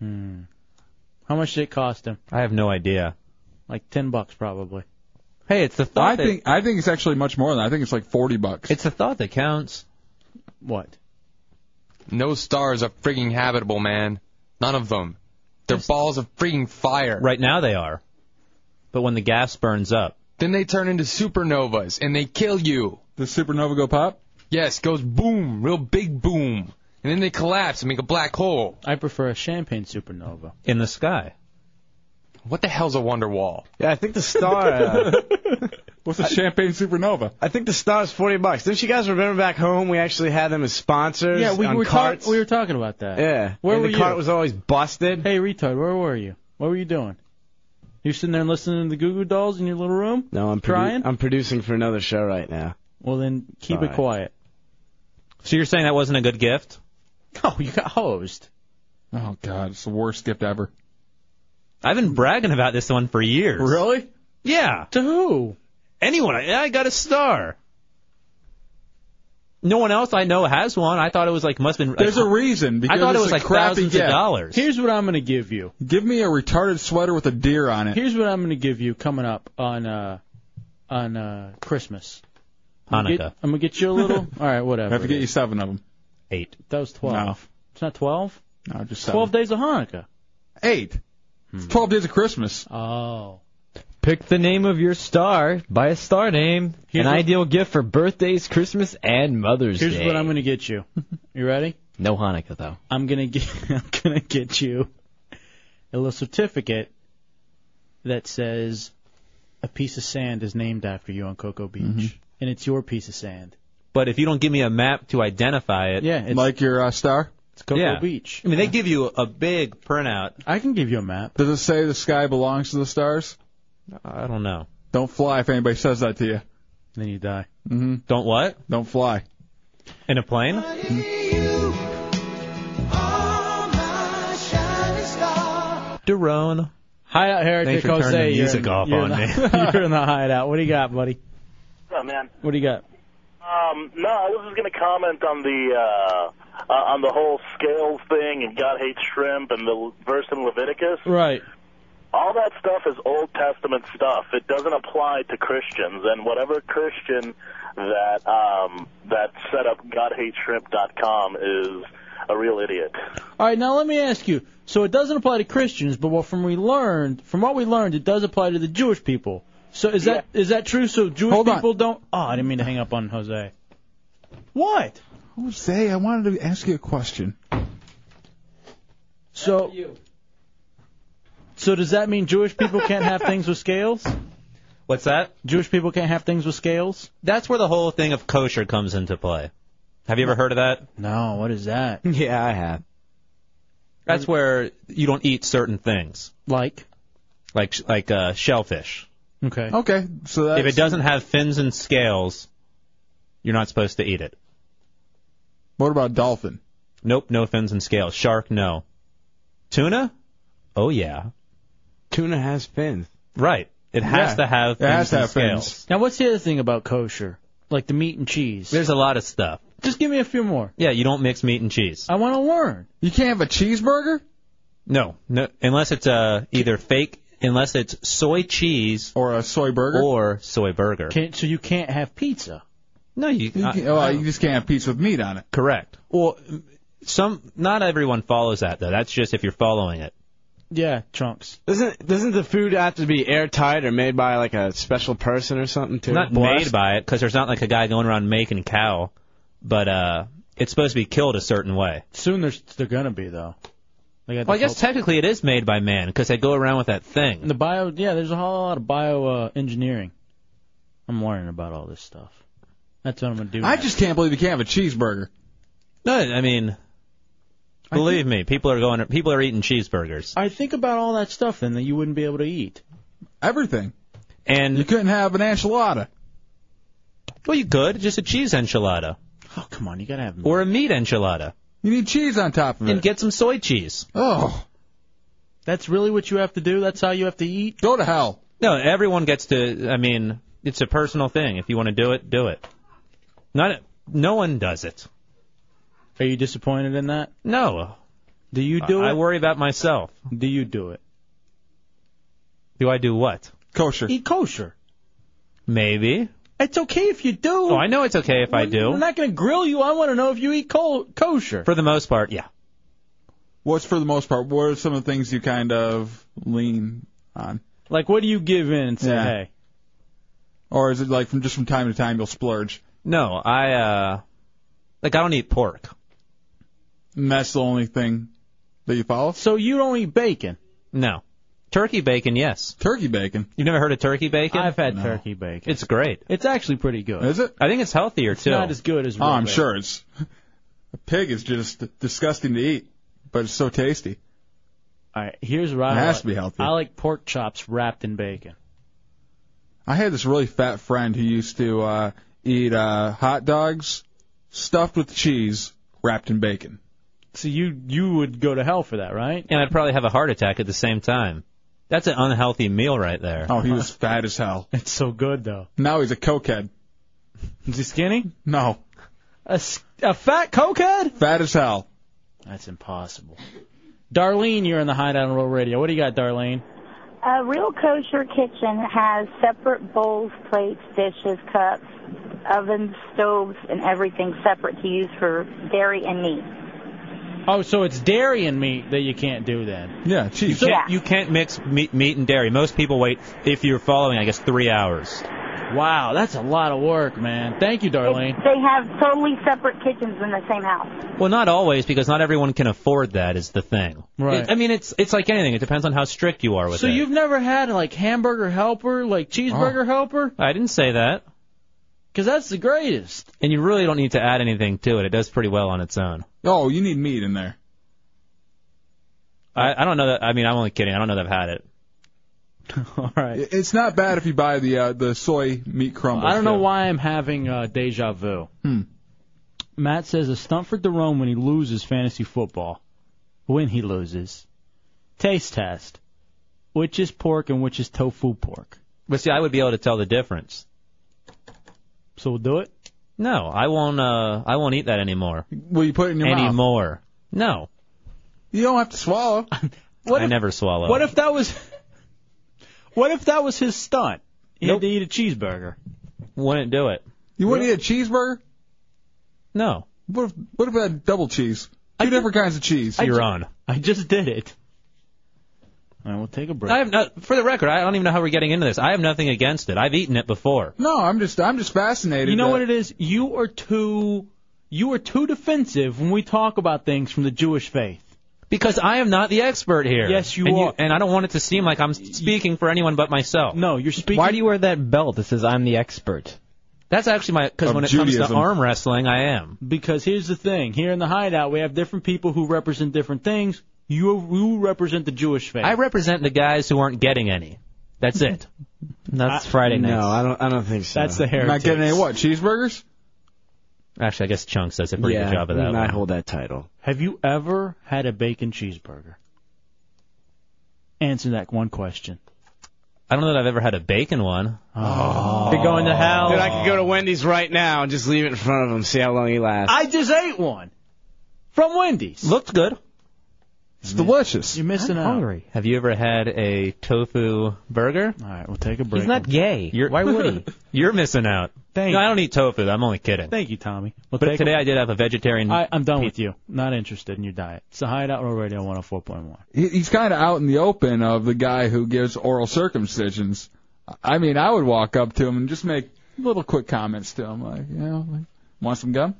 [SPEAKER 3] Hmm. How much did it cost him?
[SPEAKER 18] I have no idea.
[SPEAKER 3] Like ten bucks probably.
[SPEAKER 18] Hey, it's the thought.
[SPEAKER 4] I
[SPEAKER 18] that-
[SPEAKER 4] think I think it's actually much more than that. I think it's like 40 bucks.
[SPEAKER 18] It's a thought that counts.
[SPEAKER 3] What?
[SPEAKER 8] No stars are frigging habitable, man. None of them. They're balls of frigging fire.
[SPEAKER 18] Right now they are. But when the gas burns up.
[SPEAKER 8] Then they turn into supernovas and they kill you.
[SPEAKER 4] The supernova go pop?
[SPEAKER 8] Yes, goes boom, real big boom. And then they collapse and make a black hole.
[SPEAKER 3] I prefer a champagne supernova.
[SPEAKER 18] In the sky.
[SPEAKER 8] What the hell's a wonder wall?
[SPEAKER 11] Yeah, I think the star. Uh,
[SPEAKER 4] What's a champagne supernova?
[SPEAKER 11] I think the star's forty bucks. Don't you guys remember back home? We actually had them as sponsors.
[SPEAKER 3] Yeah, we
[SPEAKER 11] on
[SPEAKER 3] were
[SPEAKER 11] carts.
[SPEAKER 3] talking. We were talking about that.
[SPEAKER 11] Yeah.
[SPEAKER 3] Where
[SPEAKER 11] And
[SPEAKER 3] were
[SPEAKER 11] the
[SPEAKER 3] you?
[SPEAKER 11] cart was always busted.
[SPEAKER 3] Hey, retard, where were you? What were you doing? You sitting there listening to the Goo Goo Dolls in your little room?
[SPEAKER 11] No, I'm produ-
[SPEAKER 3] Crying?
[SPEAKER 11] I'm producing for another show right now.
[SPEAKER 3] Well, then keep
[SPEAKER 11] Sorry.
[SPEAKER 3] it quiet.
[SPEAKER 18] So you're saying that wasn't a good gift?
[SPEAKER 3] Oh, you got hosed.
[SPEAKER 4] Oh God, it's the worst gift ever.
[SPEAKER 18] I've been bragging about this one for years.
[SPEAKER 3] Really?
[SPEAKER 18] Yeah.
[SPEAKER 3] To who?
[SPEAKER 18] Anyone. I, I got a star. No one else I know has one. I thought it was like must have been.
[SPEAKER 4] There's a reason because
[SPEAKER 18] I thought
[SPEAKER 4] it's
[SPEAKER 18] it was
[SPEAKER 4] a
[SPEAKER 18] like
[SPEAKER 4] crappy
[SPEAKER 18] thousands
[SPEAKER 4] gift.
[SPEAKER 18] of dollars.
[SPEAKER 3] Here's what I'm going to give you.
[SPEAKER 4] Give me a retarded sweater with a deer on it.
[SPEAKER 3] Here's what I'm going to give you coming up on uh on uh Christmas. I'm gonna
[SPEAKER 4] Hanukkah.
[SPEAKER 3] Get, I'm gonna get you a little. all right,
[SPEAKER 4] I
[SPEAKER 3] whatever.
[SPEAKER 4] have to
[SPEAKER 3] it
[SPEAKER 4] get you
[SPEAKER 3] is.
[SPEAKER 4] seven of them.
[SPEAKER 18] Eight.
[SPEAKER 3] That was twelve. It's not twelve.
[SPEAKER 4] No, just seven.
[SPEAKER 3] Twelve days of Hanukkah.
[SPEAKER 4] Eight. It's 12 days of Christmas.
[SPEAKER 3] Oh.
[SPEAKER 6] Pick the name of your star by a star name.
[SPEAKER 3] Here's
[SPEAKER 6] An
[SPEAKER 3] what-
[SPEAKER 6] ideal gift for birthdays, Christmas, and Mother's
[SPEAKER 3] Here's
[SPEAKER 6] Day.
[SPEAKER 3] what I'm going to get you. You ready?
[SPEAKER 6] No Hanukkah though.
[SPEAKER 3] I'm gonna get I'm gonna get you a little certificate that says a piece of sand is named after you on Cocoa Beach,
[SPEAKER 18] Mm-hmm.
[SPEAKER 3] and it's your piece of sand.
[SPEAKER 18] But if you don't give me a map to identify it,
[SPEAKER 3] Yeah, it's,
[SPEAKER 4] Like your uh, star?
[SPEAKER 3] it's Cocoa
[SPEAKER 18] yeah.
[SPEAKER 3] Beach.
[SPEAKER 18] I mean, they give you a big printout.
[SPEAKER 3] I can give you a map.
[SPEAKER 4] Does it say the sky belongs to the stars?
[SPEAKER 18] Uh, I don't know.
[SPEAKER 4] Don't fly if anybody says that to you.
[SPEAKER 3] Then you die.
[SPEAKER 4] Mm-hmm.
[SPEAKER 18] Don't what?
[SPEAKER 4] Don't fly. Mm-hmm.
[SPEAKER 18] In a plane? Derone.
[SPEAKER 3] Hideout
[SPEAKER 18] Thanks
[SPEAKER 3] Heritage
[SPEAKER 18] for turning
[SPEAKER 3] Jose,
[SPEAKER 18] the
[SPEAKER 3] you're
[SPEAKER 18] music
[SPEAKER 3] in,
[SPEAKER 18] off
[SPEAKER 3] you're
[SPEAKER 18] on
[SPEAKER 3] in
[SPEAKER 18] me.
[SPEAKER 3] the, you're in the hideout. What do you got, buddy?
[SPEAKER 1] What's up, man?
[SPEAKER 3] What do you got?
[SPEAKER 1] Um, no, I was just going to comment on the uh, uh, on the whole scales thing and God hates shrimp and the verse in Leviticus.
[SPEAKER 3] Right.
[SPEAKER 1] All that stuff is Old Testament stuff. It doesn't apply to Christians. And whatever Christian that um, that set up GodHateShrimp.com is a real idiot.
[SPEAKER 3] All right, now let me ask you. So it doesn't apply to Christians, but what from we learned, from what we learned, it does apply to the Jewish people. So is that is that true? So Jewish
[SPEAKER 4] Hold on.
[SPEAKER 3] people don't. Oh, I didn't mean to hang up on Jose. What?
[SPEAKER 4] Jose, I wanted to ask you a question.
[SPEAKER 3] So so does that mean Jewish people can't have things with scales?
[SPEAKER 18] What's that?
[SPEAKER 3] Jewish people can't have things with scales?
[SPEAKER 18] That's where the whole thing of kosher comes into play. Have you ever heard of that?
[SPEAKER 3] No. What is that?
[SPEAKER 11] Yeah, I have.
[SPEAKER 18] That's where you don't eat certain things,
[SPEAKER 3] Mm-hmm. Like?
[SPEAKER 18] like like uh, shellfish.
[SPEAKER 3] Okay.
[SPEAKER 4] Okay, so that's...
[SPEAKER 18] If it doesn't have fins and scales, you're not supposed to eat it.
[SPEAKER 4] What about dolphin?
[SPEAKER 18] Nope, no fins and scales. Shark, no. Tuna? Oh yeah.
[SPEAKER 11] Tuna has fins.
[SPEAKER 18] Right. It has
[SPEAKER 3] Yeah,
[SPEAKER 18] to have
[SPEAKER 3] it
[SPEAKER 18] fins
[SPEAKER 3] has to
[SPEAKER 18] and
[SPEAKER 3] have fins.
[SPEAKER 18] scales.
[SPEAKER 3] Now what's the other thing about kosher? Like the meat and cheese.
[SPEAKER 18] There's a lot of stuff.
[SPEAKER 3] Just give me a few more.
[SPEAKER 18] Yeah, you don't mix meat and cheese.
[SPEAKER 3] I want to learn.
[SPEAKER 4] You can't have a cheeseburger?
[SPEAKER 18] No, no, unless it's uh, either fake, unless it's soy cheese
[SPEAKER 4] Or a soy burger?
[SPEAKER 18] or soy burger.
[SPEAKER 3] Can, so you can't have pizza.
[SPEAKER 18] No, you.
[SPEAKER 4] You,
[SPEAKER 18] I-
[SPEAKER 4] can't, well,
[SPEAKER 18] I-
[SPEAKER 4] you just can't have pizza with meat on it.
[SPEAKER 18] correct. Well, some not everyone follows that though. That's just if you're following it.
[SPEAKER 3] Yeah, chunks.
[SPEAKER 11] Doesn't doesn't the food have to be airtight or made by like a special person or something too?
[SPEAKER 18] not made by it because there's not like a guy going around making cow, but uh, it's supposed to be killed a certain way.
[SPEAKER 3] Soon there's they're gonna be though. They got
[SPEAKER 18] Well, I
[SPEAKER 3] the
[SPEAKER 18] guess technically it is made by man because they go around with that thing.
[SPEAKER 3] The bio, yeah, there's a whole lot of bio uh, engineering. I'm learning about all this stuff. That's what I'm gonna do.
[SPEAKER 4] I
[SPEAKER 3] next.
[SPEAKER 4] just can't believe you can't have a cheeseburger.
[SPEAKER 18] No, I mean, believe me, people are going. People are eating cheeseburgers.
[SPEAKER 3] I think about all that stuff then that you wouldn't be able to eat.
[SPEAKER 4] Everything.
[SPEAKER 18] And
[SPEAKER 4] you couldn't have an enchilada.
[SPEAKER 18] Well, you could just a cheese enchilada
[SPEAKER 3] Oh come on, you gotta have.
[SPEAKER 18] or a meat enchilada.
[SPEAKER 4] You need cheese on top of
[SPEAKER 18] it. And get some soy cheese.
[SPEAKER 4] Oh.
[SPEAKER 3] That's really what you have to do. That's how you have to eat.
[SPEAKER 4] Go to hell.
[SPEAKER 18] No, everyone gets to. I mean, it's a personal thing. If you want to do it, do it. Not no one does it.
[SPEAKER 3] Are you disappointed in that?
[SPEAKER 18] No.
[SPEAKER 3] Do you do
[SPEAKER 18] I,
[SPEAKER 3] it?
[SPEAKER 18] I worry about myself.
[SPEAKER 3] Do you do it?
[SPEAKER 18] Do I do what?
[SPEAKER 4] Kosher.
[SPEAKER 3] Eat kosher.
[SPEAKER 18] Maybe.
[SPEAKER 3] It's okay if you do.
[SPEAKER 18] Oh, I know it's okay if I do.
[SPEAKER 3] We're not going to grill you. I want to know if you eat co- kosher.
[SPEAKER 18] For the most part, yeah.
[SPEAKER 4] What's for the most part? What are some of the things you kind of lean on?
[SPEAKER 3] Like, what do you give in and say,
[SPEAKER 4] Yeah.
[SPEAKER 3] hey?
[SPEAKER 4] Or is it like from just from time to time you'll splurge?
[SPEAKER 18] No, I uh like I don't eat pork.
[SPEAKER 4] And that's the only thing that you follow.
[SPEAKER 3] So you don't eat bacon?
[SPEAKER 18] No. Turkey bacon, yes.
[SPEAKER 4] Turkey bacon.
[SPEAKER 18] You've never heard of turkey bacon?
[SPEAKER 3] I've had turkey bacon.
[SPEAKER 18] It's great.
[SPEAKER 3] It's actually pretty good.
[SPEAKER 4] Is it?
[SPEAKER 18] I think it's healthier too.
[SPEAKER 3] not as good as
[SPEAKER 4] Oh,
[SPEAKER 3] real
[SPEAKER 4] I'm
[SPEAKER 3] bacon.
[SPEAKER 4] sure it's. A pig is just disgusting to eat, but it's so tasty.
[SPEAKER 3] All right, here's what I
[SPEAKER 4] It has
[SPEAKER 3] like.
[SPEAKER 4] to be healthy.
[SPEAKER 3] I like pork chops wrapped in bacon.
[SPEAKER 4] I had this really fat friend who used to uh, eat uh, hot dogs stuffed with cheese wrapped in bacon.
[SPEAKER 3] So you you would go to hell for that, right?
[SPEAKER 18] And I'd probably have a heart attack at the same time. That's an unhealthy meal right there.
[SPEAKER 4] Oh, he was fat as hell.
[SPEAKER 3] It's so good though.
[SPEAKER 4] Now he's a cokehead.
[SPEAKER 3] Is he skinny?
[SPEAKER 4] No,
[SPEAKER 3] A, s- a fat cokehead?
[SPEAKER 4] fat as hell.
[SPEAKER 3] That's impossible. Darlene, you're in the Hideout on Roll Radio. What do you got, Darlene?
[SPEAKER 9] A real kosher kitchen has separate bowls, plates, dishes, cups, ovens, stoves, and everything separate to use for dairy and meat.
[SPEAKER 3] Oh, so it's dairy and meat that you can't do then.
[SPEAKER 4] Yeah,
[SPEAKER 18] You
[SPEAKER 4] cheese.
[SPEAKER 18] can't, you can't mix meat, meat and dairy. Most people wait, if you're following, I guess, three hours.
[SPEAKER 3] Wow, that's a lot of work, man. Thank you, Darlene.
[SPEAKER 9] They have totally separate kitchens in the same house.
[SPEAKER 18] Well, not always, because not everyone can afford that. Is the thing.
[SPEAKER 3] Right.
[SPEAKER 18] It- I mean, it's it's like anything. It depends on how strict you are with
[SPEAKER 3] So
[SPEAKER 18] it.
[SPEAKER 3] you've never had like hamburger helper, like cheeseburger helper?
[SPEAKER 18] I didn't say that.
[SPEAKER 3] 'Cause that's the greatest.
[SPEAKER 18] And you really don't need to add anything to it. It does pretty well on its own.
[SPEAKER 4] Oh, you need meat in there.
[SPEAKER 18] I, I don't know that. I mean, I'm only kidding. I don't know that I've had it.
[SPEAKER 3] All right.
[SPEAKER 4] It- It's not bad if you buy the uh, the soy meat crumble.
[SPEAKER 3] I don't know why I'm having uh, deja vu.
[SPEAKER 4] Hmm.
[SPEAKER 3] Matt says a stunt for Derome when he loses fantasy football. When he loses. Taste test. Which is pork and which is tofu pork.
[SPEAKER 18] But see, I would be able to tell the difference.
[SPEAKER 3] So we'll do it?
[SPEAKER 18] No, I won't. Uh, I won't eat that anymore.
[SPEAKER 4] Will you put it in your mouth?
[SPEAKER 18] anymore? No,
[SPEAKER 4] You don't have to swallow.
[SPEAKER 3] What
[SPEAKER 18] I
[SPEAKER 3] if,
[SPEAKER 18] never swallow.
[SPEAKER 3] What if that was What if that was his stunt? He
[SPEAKER 18] Nope.
[SPEAKER 3] had to eat a cheeseburger.
[SPEAKER 18] Wouldn't do it.
[SPEAKER 4] You wouldn't eat a cheeseburger?
[SPEAKER 18] No.
[SPEAKER 4] What if, what if I had double cheese? Two different kinds of cheese.
[SPEAKER 18] I You're ju- on.
[SPEAKER 3] I just did it. All right, we'll take a break.
[SPEAKER 18] I have not. For the record, I don't even know how we're getting into this. I have nothing against it. I've eaten it before.
[SPEAKER 4] No, I'm just I'm just fascinated.
[SPEAKER 3] You know
[SPEAKER 4] that-
[SPEAKER 3] what it is? You are too you are too defensive when we talk about things from the Jewish faith.
[SPEAKER 18] Because I am not the expert here.
[SPEAKER 3] Yes, you
[SPEAKER 18] and
[SPEAKER 3] are.
[SPEAKER 18] and I don't want it to seem like I'm speaking for anyone but myself.
[SPEAKER 3] No, you're speaking.
[SPEAKER 6] Why do you wear that belt that says "I'm the expert"?
[SPEAKER 18] That's actually my because
[SPEAKER 6] Of
[SPEAKER 18] when it comes
[SPEAKER 6] Judaism.
[SPEAKER 18] to arm wrestling, I am.
[SPEAKER 3] Because here's the thing: here in the hideout, we have different people who represent different things. You you represent the Jewish faith.
[SPEAKER 18] I represent the guys who aren't getting any. That's it.
[SPEAKER 6] That's Friday night.
[SPEAKER 11] No, I don't. I don't think so.
[SPEAKER 3] That's the heritage.
[SPEAKER 4] Not getting any what cheeseburgers?
[SPEAKER 18] Actually, I guess Chunks does a pretty
[SPEAKER 11] yeah,
[SPEAKER 18] good job of that.
[SPEAKER 11] and
[SPEAKER 18] one.
[SPEAKER 11] I hold that title.
[SPEAKER 3] Have you ever had a bacon cheeseburger? Answer that one question.
[SPEAKER 18] I don't know that I've ever had a bacon one.
[SPEAKER 3] Oh. You're going to hell.
[SPEAKER 11] Dude, I could go to Wendy's right now and just leave it in front of him, see how long he lasts.
[SPEAKER 3] I just ate one from Wendy's.
[SPEAKER 18] Looked good.
[SPEAKER 4] It's delicious.
[SPEAKER 3] You're missing out.
[SPEAKER 6] hungry.
[SPEAKER 18] Have you ever had a tofu burger?
[SPEAKER 3] All right, we'll take a break.
[SPEAKER 6] He's not gay.
[SPEAKER 18] You're,
[SPEAKER 6] Why would he?
[SPEAKER 18] You're missing out.
[SPEAKER 3] Thank
[SPEAKER 18] no,
[SPEAKER 3] you.
[SPEAKER 18] I don't eat tofu. I'm only kidding.
[SPEAKER 3] Thank you, Tommy. We'll
[SPEAKER 18] but
[SPEAKER 3] take
[SPEAKER 18] today
[SPEAKER 3] a-
[SPEAKER 18] I did have a vegetarian.
[SPEAKER 3] I, I'm done with you. Not interested in your diet. It's the Hideout Row Radio 104.1.
[SPEAKER 4] He- He's kind of out in the open of the guy who gives oral circumcisions. I mean, I would walk up to him and just make little quick comments to him, like, you know, like, want some gum?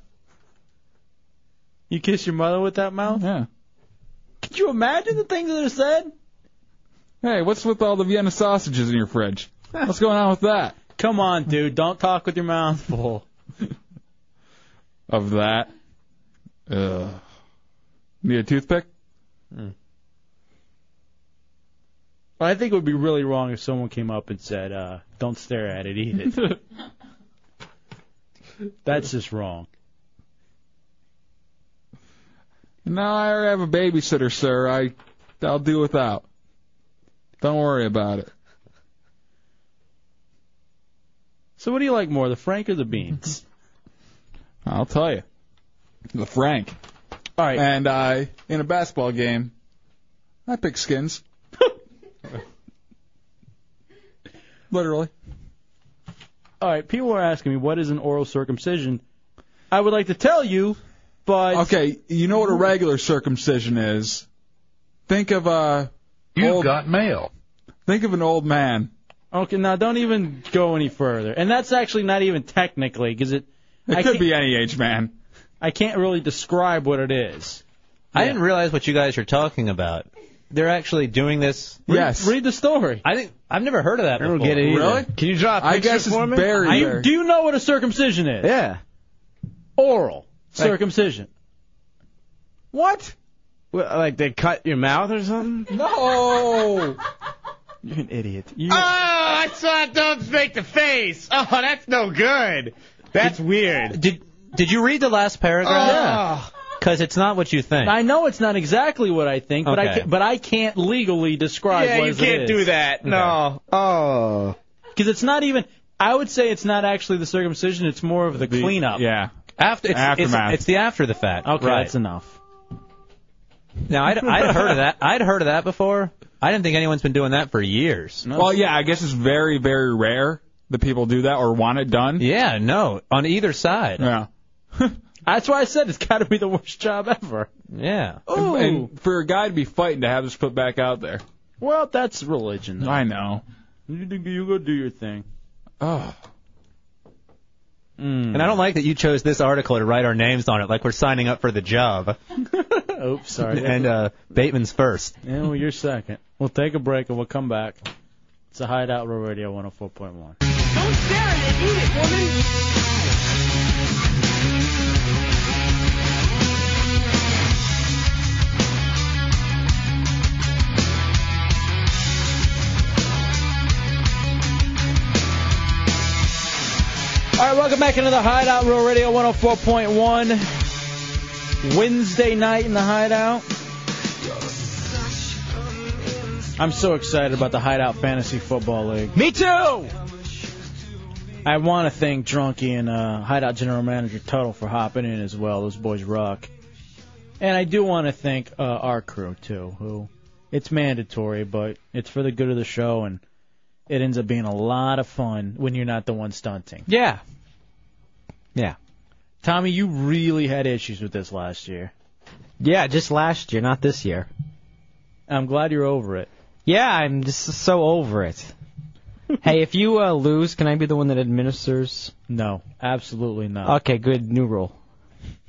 [SPEAKER 3] You kiss your mother with that mouth?
[SPEAKER 4] Yeah.
[SPEAKER 3] Could you imagine the things that are said?
[SPEAKER 4] Hey, what's with all the Vienna sausages in your fridge? What's going on with that?
[SPEAKER 3] Come on, dude. Don't talk with your mouth full.
[SPEAKER 4] Of that. Ugh. Need a toothpick?
[SPEAKER 3] Mm. I think it would be really wrong if someone came up and said, uh, "Don't stare at it, eat it." That's just wrong.
[SPEAKER 4] No, I already have a babysitter, sir. I, I'll do without. Don't worry about it.
[SPEAKER 3] So, what do you like more, the Frank or the beans?
[SPEAKER 4] I'll tell you. The Frank.
[SPEAKER 3] All right.
[SPEAKER 4] And I, in a basketball game, I pick skins. Literally.
[SPEAKER 3] All right, people are asking me what is an oral circumcision. I would like to tell you, but
[SPEAKER 4] okay, you know what a regular circumcision is. Think of uh, a. You've got mail. Think of an old man.
[SPEAKER 3] Okay, now don't even go any further. And that's actually not even technically, because it.
[SPEAKER 4] It
[SPEAKER 3] I
[SPEAKER 4] could
[SPEAKER 3] can't-
[SPEAKER 4] be any age man.
[SPEAKER 3] I can't really describe what it is.
[SPEAKER 18] I didn't realize what you guys are talking about. They're actually doing this.
[SPEAKER 3] Read- Yes. Read the story.
[SPEAKER 18] I think I've never heard of that.
[SPEAKER 3] don't
[SPEAKER 18] before.
[SPEAKER 3] get it either. Really?
[SPEAKER 18] Can you drop?
[SPEAKER 3] I guess it's buried I- there. do you know what a circumcision is?
[SPEAKER 18] Yeah.
[SPEAKER 3] Oral
[SPEAKER 11] Like-
[SPEAKER 3] circumcision. What?
[SPEAKER 11] Well, like they cut your mouth or something?
[SPEAKER 4] No.
[SPEAKER 3] You're an idiot.
[SPEAKER 11] oh, I saw. Don't make the face. Oh, that's no good. That's weird.
[SPEAKER 18] Did Did you read the last paragraph? Because it's not what you think.
[SPEAKER 3] I know it's not exactly what I think, but I
[SPEAKER 18] Okay.
[SPEAKER 3] can't, but I can't legally describe.
[SPEAKER 11] Yeah,
[SPEAKER 3] what
[SPEAKER 11] you
[SPEAKER 3] it
[SPEAKER 11] can't
[SPEAKER 3] is.
[SPEAKER 11] do that. No. Oh.
[SPEAKER 3] because it's not even. I would say it's not actually the circumcision. It's more of the, cleanup.
[SPEAKER 4] Yeah.
[SPEAKER 18] After it's, it's-
[SPEAKER 3] Aftermath.
[SPEAKER 18] It's, the after the fact.
[SPEAKER 3] Okay,
[SPEAKER 18] right.
[SPEAKER 3] that's enough.
[SPEAKER 18] Now I'd, I'd heard of that. I'd heard of that before. I didn't think anyone's been doing that for years.
[SPEAKER 4] Well, yeah, I guess it's very, very rare that people do that or want it done.
[SPEAKER 18] Yeah, no, on either side.
[SPEAKER 4] Yeah.
[SPEAKER 3] That's why I said it's got to be the worst job ever.
[SPEAKER 18] Yeah.
[SPEAKER 4] And, and for a guy to be fighting to have this put back out there.
[SPEAKER 3] Well, that's religion. Though.
[SPEAKER 4] I know.
[SPEAKER 3] You, you go do your thing.
[SPEAKER 4] Oh.
[SPEAKER 18] And I don't like that you chose this article to write our names on it, like we're signing up for the job.
[SPEAKER 3] Oops, sorry.
[SPEAKER 18] and uh, Bateman's first.
[SPEAKER 3] Yeah, well, you're second. We'll take a break and we'll come back. It's a Hideout Row Radio 104.1. All right, welcome back into the Hideout Row Radio 104.1. Wednesday night in the Hideout. I'm so excited about the Hideout Fantasy Football League.
[SPEAKER 18] Me too!
[SPEAKER 3] I want to thank Drunky and uh, Hideout General Manager Tuttle for hopping in as well. Those boys rock. And I do want to thank uh, our crew too, who it's mandatory, but it's for the good of the show, and it ends up being a lot of fun when you're not the one stunting.
[SPEAKER 18] Yeah.
[SPEAKER 3] Yeah. Tommy, you really had issues with this last year.
[SPEAKER 16] Yeah, just last year, not this year.
[SPEAKER 3] I'm glad you're over it.
[SPEAKER 16] Yeah, I'm just so over it. hey, if you uh, lose, can I be the one that administers?
[SPEAKER 3] No, absolutely not.
[SPEAKER 16] Okay, good new rule.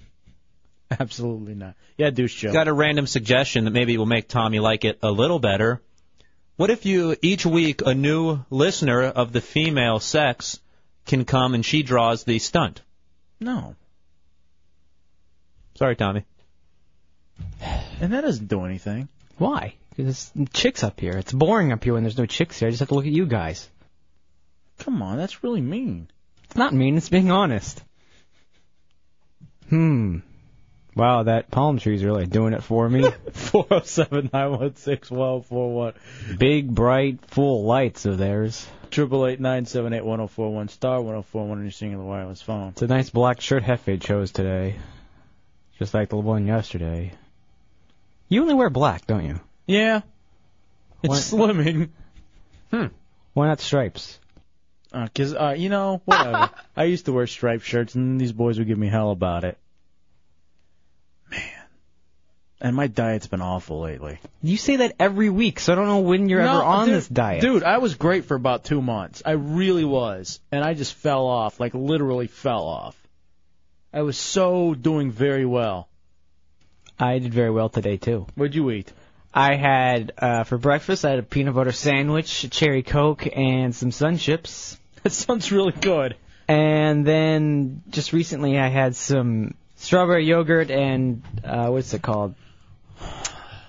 [SPEAKER 3] Absolutely not. Yeah, douche Joe.
[SPEAKER 18] Got a random suggestion that maybe will make Tommy like it a little better. What if you each week a new listener of the female sex can come and she draws the stunt?
[SPEAKER 3] No.
[SPEAKER 18] Sorry, Tommy.
[SPEAKER 3] And that doesn't do anything.
[SPEAKER 16] Why? Because there's chicks up here. It's boring up here when there's no chicks here. I just have to look at you guys.
[SPEAKER 3] Come on, that's really mean.
[SPEAKER 16] It's not mean. It's being honest. Hmm. Wow, that palm tree's really doing it for me.
[SPEAKER 3] Oh, 407 916 1241.
[SPEAKER 16] Big, bright, full lights of theirs.
[SPEAKER 3] Triple eight nine seven eight one zero four one star one zero four one on your singular wireless phone.
[SPEAKER 16] It's a nice black shirt Hefe chose today. Just like the one yesterday. You only wear black, don't you?
[SPEAKER 3] Yeah, it's
[SPEAKER 16] Why-
[SPEAKER 3] slimming. Hmm.
[SPEAKER 16] Why not stripes?
[SPEAKER 3] Uh, Cause uh, you know whatever. I used to wear striped shirts, and these boys would give me hell about it. Man, and my diet's been awful lately.
[SPEAKER 16] You say that every week, so I don't know when you're
[SPEAKER 3] No,
[SPEAKER 16] ever on
[SPEAKER 3] dude-
[SPEAKER 16] this diet.
[SPEAKER 3] Dude, I was great for about two months. I really was. And I just fell off, like literally fell off. I was so doing very well.
[SPEAKER 16] I did very well today too.
[SPEAKER 3] What'd you eat?
[SPEAKER 16] I had uh, for breakfast. I had a peanut butter sandwich, a cherry coke, and some sun chips.
[SPEAKER 3] That sounds really good.
[SPEAKER 16] And then just recently, I had some strawberry yogurt and uh, what's it called?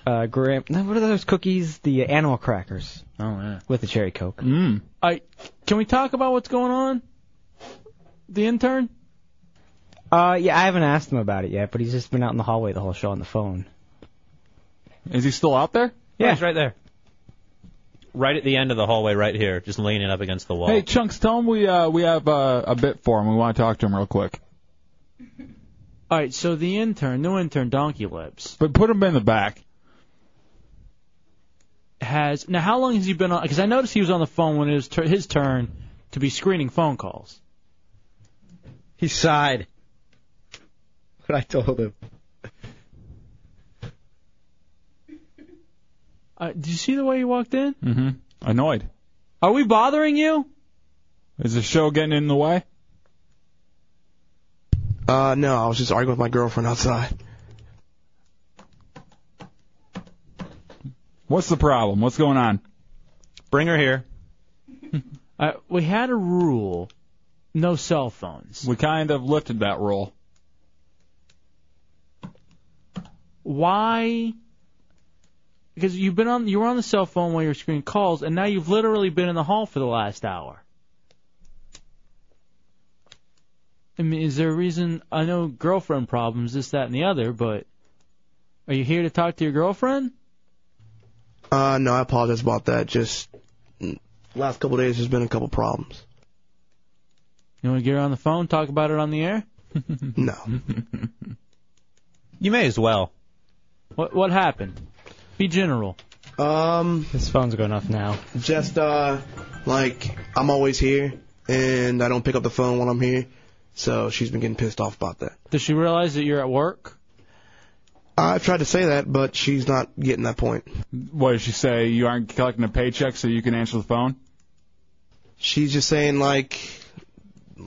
[SPEAKER 16] Uh, graham. No, what are those cookies? The animal crackers.
[SPEAKER 3] Oh yeah.
[SPEAKER 16] With the cherry coke.
[SPEAKER 4] Mm.
[SPEAKER 3] I can we talk about what's going on? The intern.
[SPEAKER 16] Uh, yeah, I haven't asked him about it yet, but he's just been out in the hallway the whole show on the phone.
[SPEAKER 4] Is he still out there?
[SPEAKER 16] Yeah,
[SPEAKER 18] he's right there. Right at the end of the hallway, right here, just leaning up against the wall.
[SPEAKER 4] Hey, Chunks, tell him we uh, we have uh, a bit for him. We want to talk to him real quick.
[SPEAKER 3] All right, so the intern, new intern, Donkey Lips,
[SPEAKER 4] But put him in the back.
[SPEAKER 3] has now. How long has he been on? Because I noticed he was on the phone when it was tur his turn to be screening phone calls.
[SPEAKER 11] He sighed. What I told him.
[SPEAKER 3] Uh, did you see the way he walked in?
[SPEAKER 4] Mm-hmm. Annoyed.
[SPEAKER 3] Are we bothering you?
[SPEAKER 4] Is the show getting in the way?
[SPEAKER 7] Uh, no, I was just arguing with my girlfriend outside.
[SPEAKER 4] What's the problem? What's going on?
[SPEAKER 18] Bring her here.
[SPEAKER 3] Uh, we had a rule: no cell phones.
[SPEAKER 4] We kind of lifted that rule.
[SPEAKER 3] Why? Because you've been on, you were on the cell phone while you were screening calls, and now you've literally been in the hall for the last hour. I mean, is there a reason? I know girlfriend problems, this, that, and the other, but are you here to talk to your girlfriend?
[SPEAKER 7] Uh, no, I apologize about that. Just mm, last couple of days, there's been a couple problems.
[SPEAKER 3] You want to get her on the phone, talk about it on the air?
[SPEAKER 7] no.
[SPEAKER 18] You may as well.
[SPEAKER 3] What What happened? Be general.
[SPEAKER 7] Um,
[SPEAKER 24] his phone's going off now.
[SPEAKER 7] Just uh, like I'm always here, and I don't pick up the phone when I'm here, so she's been getting pissed off about that.
[SPEAKER 3] Does she realize that you're at work?
[SPEAKER 7] I've tried to say that, but she's not getting that point.
[SPEAKER 4] What did she say? You aren't collecting a paycheck so you can answer the phone?
[SPEAKER 7] She's just saying like,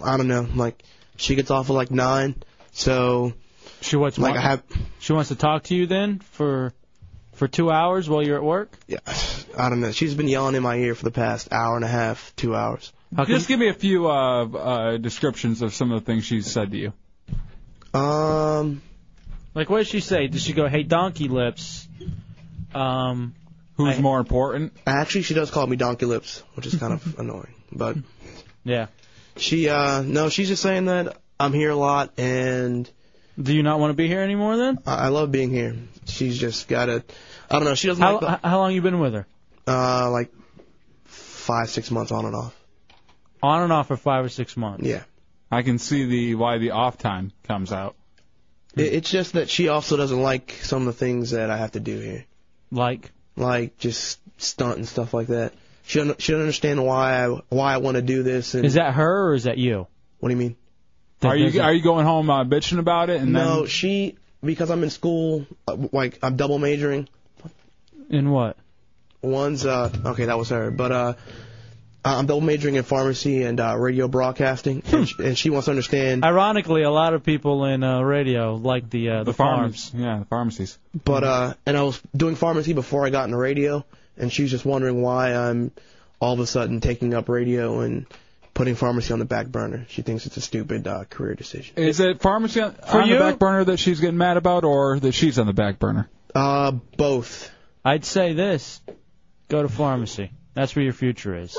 [SPEAKER 7] I don't know, like she gets off at like nine, so
[SPEAKER 3] she wants
[SPEAKER 7] like I have
[SPEAKER 3] She wants to talk to you then for for two hours while you're at work.
[SPEAKER 7] Yeah, I don't know. She's been yelling in my ear for the past hour and a half, two hours.
[SPEAKER 4] Just give me a few uh, uh, descriptions of some of the things she's said to you.
[SPEAKER 7] Um.
[SPEAKER 3] Like, what did she say? Did she go, "Hey, donkey lips"? Um,
[SPEAKER 4] Who's more important?
[SPEAKER 7] Actually, she does call me Donkey Lips, which is kind of annoying. But
[SPEAKER 3] yeah,
[SPEAKER 7] she uh no, she's just saying that I'm here a lot and.
[SPEAKER 3] Do you not want to be here anymore then?
[SPEAKER 7] I, I love being here. She's just got a, I don't know. She doesn't
[SPEAKER 3] how,
[SPEAKER 7] like the,
[SPEAKER 3] h- how long you been with her?
[SPEAKER 7] uh like five six months on and off.
[SPEAKER 3] On and off for five or six months.
[SPEAKER 7] Yeah.
[SPEAKER 4] I can see the why the off time comes out.
[SPEAKER 7] It, it's just that she also doesn't like some of the things that I have to do here.
[SPEAKER 3] Like?
[SPEAKER 7] Like just stunt and stuff like that. She don't she don't understand why I why I want to do this. And
[SPEAKER 3] Is that her or is that you?
[SPEAKER 7] What do you mean?
[SPEAKER 4] Are you are you going home uh, bitching about it? And
[SPEAKER 7] no,
[SPEAKER 4] then,
[SPEAKER 7] she because I'm in school, uh, like I'm double majoring.
[SPEAKER 3] In what?
[SPEAKER 7] One's uh okay, that was her, but uh. I'm double majoring in pharmacy and uh, radio broadcasting,
[SPEAKER 4] Hmm.
[SPEAKER 7] and, she, and she wants to understand.
[SPEAKER 3] Ironically, a lot of people in uh, radio like the uh, the, farms.
[SPEAKER 4] Yeah, the pharmacies.
[SPEAKER 7] But uh, and I was doing pharmacy before I got into radio, and she's just wondering why I'm all of a sudden taking up radio and putting pharmacy on the back burner. She thinks it's a stupid uh, career decision.
[SPEAKER 4] is it pharmacy on,
[SPEAKER 7] For
[SPEAKER 4] on
[SPEAKER 7] you?
[SPEAKER 4] the back burner that she's getting mad about, or that she's on the back burner?
[SPEAKER 7] Uh, both.
[SPEAKER 3] I'd say this: go to pharmacy. That's where your future is.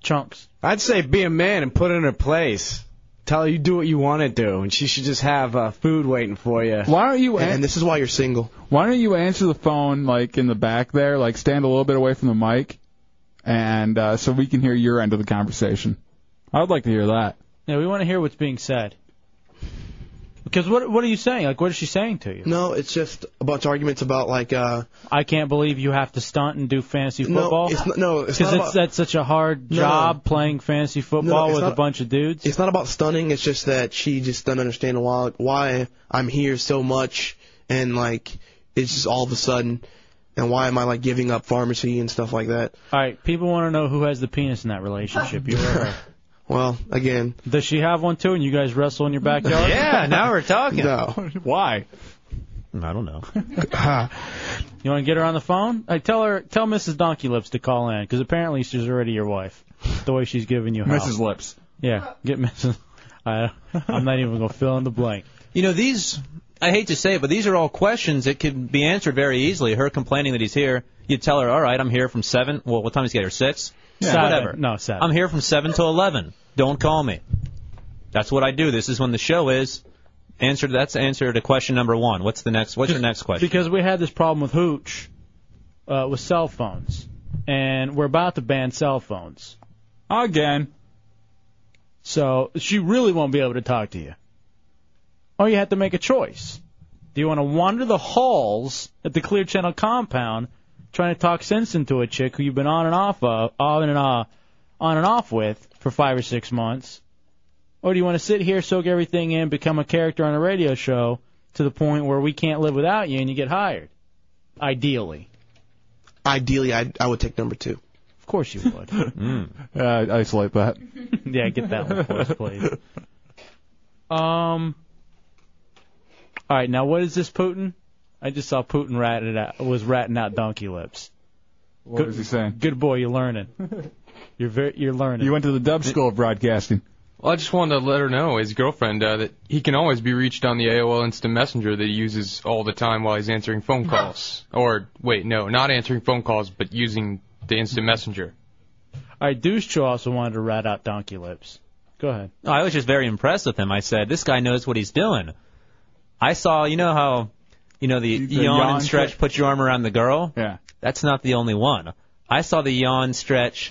[SPEAKER 3] Chunks.
[SPEAKER 11] I'd say be a man and put her in her place. Tell her you do what you want to do, and she should just have uh, food waiting for you.
[SPEAKER 4] Why don't you?
[SPEAKER 11] And
[SPEAKER 7] this is why you're single.
[SPEAKER 4] Why don't you answer the phone like in the back there, like stand a little bit away from the mic, and uh, so we can hear your end of the conversation. I would like to hear that.
[SPEAKER 3] Yeah, we want to hear what's being said. Because what what are you saying? Like, what is she saying to you?
[SPEAKER 7] No, it's just a bunch of arguments about like. uh
[SPEAKER 3] I can't believe you have to stunt and do fantasy
[SPEAKER 7] No,
[SPEAKER 3] football.
[SPEAKER 7] it's not- no, it's not about-
[SPEAKER 3] that's such a hard
[SPEAKER 7] No.
[SPEAKER 3] job playing fantasy football
[SPEAKER 7] it's
[SPEAKER 3] with
[SPEAKER 7] not-
[SPEAKER 3] a bunch of dudes.
[SPEAKER 7] It's not about stunning. It's just that she just doesn't understand why why I'm here so much, and like it's just all of a sudden, and why am I like giving up pharmacy and stuff like that?
[SPEAKER 3] All right, people want to know who has the penis in that relationship. You or her.
[SPEAKER 7] Well, again,
[SPEAKER 3] Does she have one too? And you guys wrestle in your backyard?
[SPEAKER 7] Yeah, now we're talking.
[SPEAKER 18] No.
[SPEAKER 3] Why?
[SPEAKER 18] I don't know.
[SPEAKER 3] You want to get her on the phone? I tell her, tell Mrs. Donkey Lips to call in, 'cause apparently she's already your wife. The way she's giving you. hell.
[SPEAKER 4] Mrs. Lips.
[SPEAKER 3] Yeah, get Mrs. I, I'm not even gonna fill in the blank.
[SPEAKER 18] You know, these, I hate to say it, but these are all questions that could be answered very easily. Her complaining that he's here, you tell her, all right, I'm here from 7. Well, what time does he get here? 6?
[SPEAKER 3] Yeah. Seven.
[SPEAKER 18] Whatever.
[SPEAKER 3] No, seven.
[SPEAKER 18] I'm here from 7 till 11. Don't call me. That's what I do. This is when the show is. Answer that's the answer to question number one. What's the next? What's your next question?
[SPEAKER 3] Because we had this problem with hooch, uh, with cell phones, and we're about to ban cell phones again. So she really won't be able to talk to you. Or you have to make a choice. Do you want to wander the halls at the Clear Channel compound, trying to talk sense into a chick who you've been on and off of, on and off, on and off with for five or six months, or do you want to sit here, soak everything in, become a character on a radio show to the point where we can't live without you and you get hired? Ideally.
[SPEAKER 13] Ideally, I I would take number two.
[SPEAKER 3] Of course you would.
[SPEAKER 4] Uh, isolate that.
[SPEAKER 3] yeah, get that one for us, please. Um. All right, now what is this Putin? I just saw Putin ratted out was ratting out donkey lips.
[SPEAKER 4] What was he saying?
[SPEAKER 3] Good boy, you're learning. You're very, you're learning.
[SPEAKER 4] You went to the Dub School of Broadcasting.
[SPEAKER 8] Well, I just wanted to let her know, his girlfriend, uh, that he can always be reached on the AOL Instant Messenger that he uses all the time while he's answering phone calls. or, wait, no, not answering phone calls, but using the Instant Messenger.
[SPEAKER 3] All right, Deuce Cho also wanted to rat out donkey lips. Go ahead.
[SPEAKER 18] I was just very impressed with him. I said, this guy knows what he's doing. I saw, you know how, you know, the,
[SPEAKER 3] The
[SPEAKER 18] yawn,
[SPEAKER 3] yawn
[SPEAKER 18] and stretch,
[SPEAKER 3] stretch.
[SPEAKER 18] put your arm around the girl?
[SPEAKER 4] Yeah.
[SPEAKER 18] That's not the only one. I saw the yawn, stretch,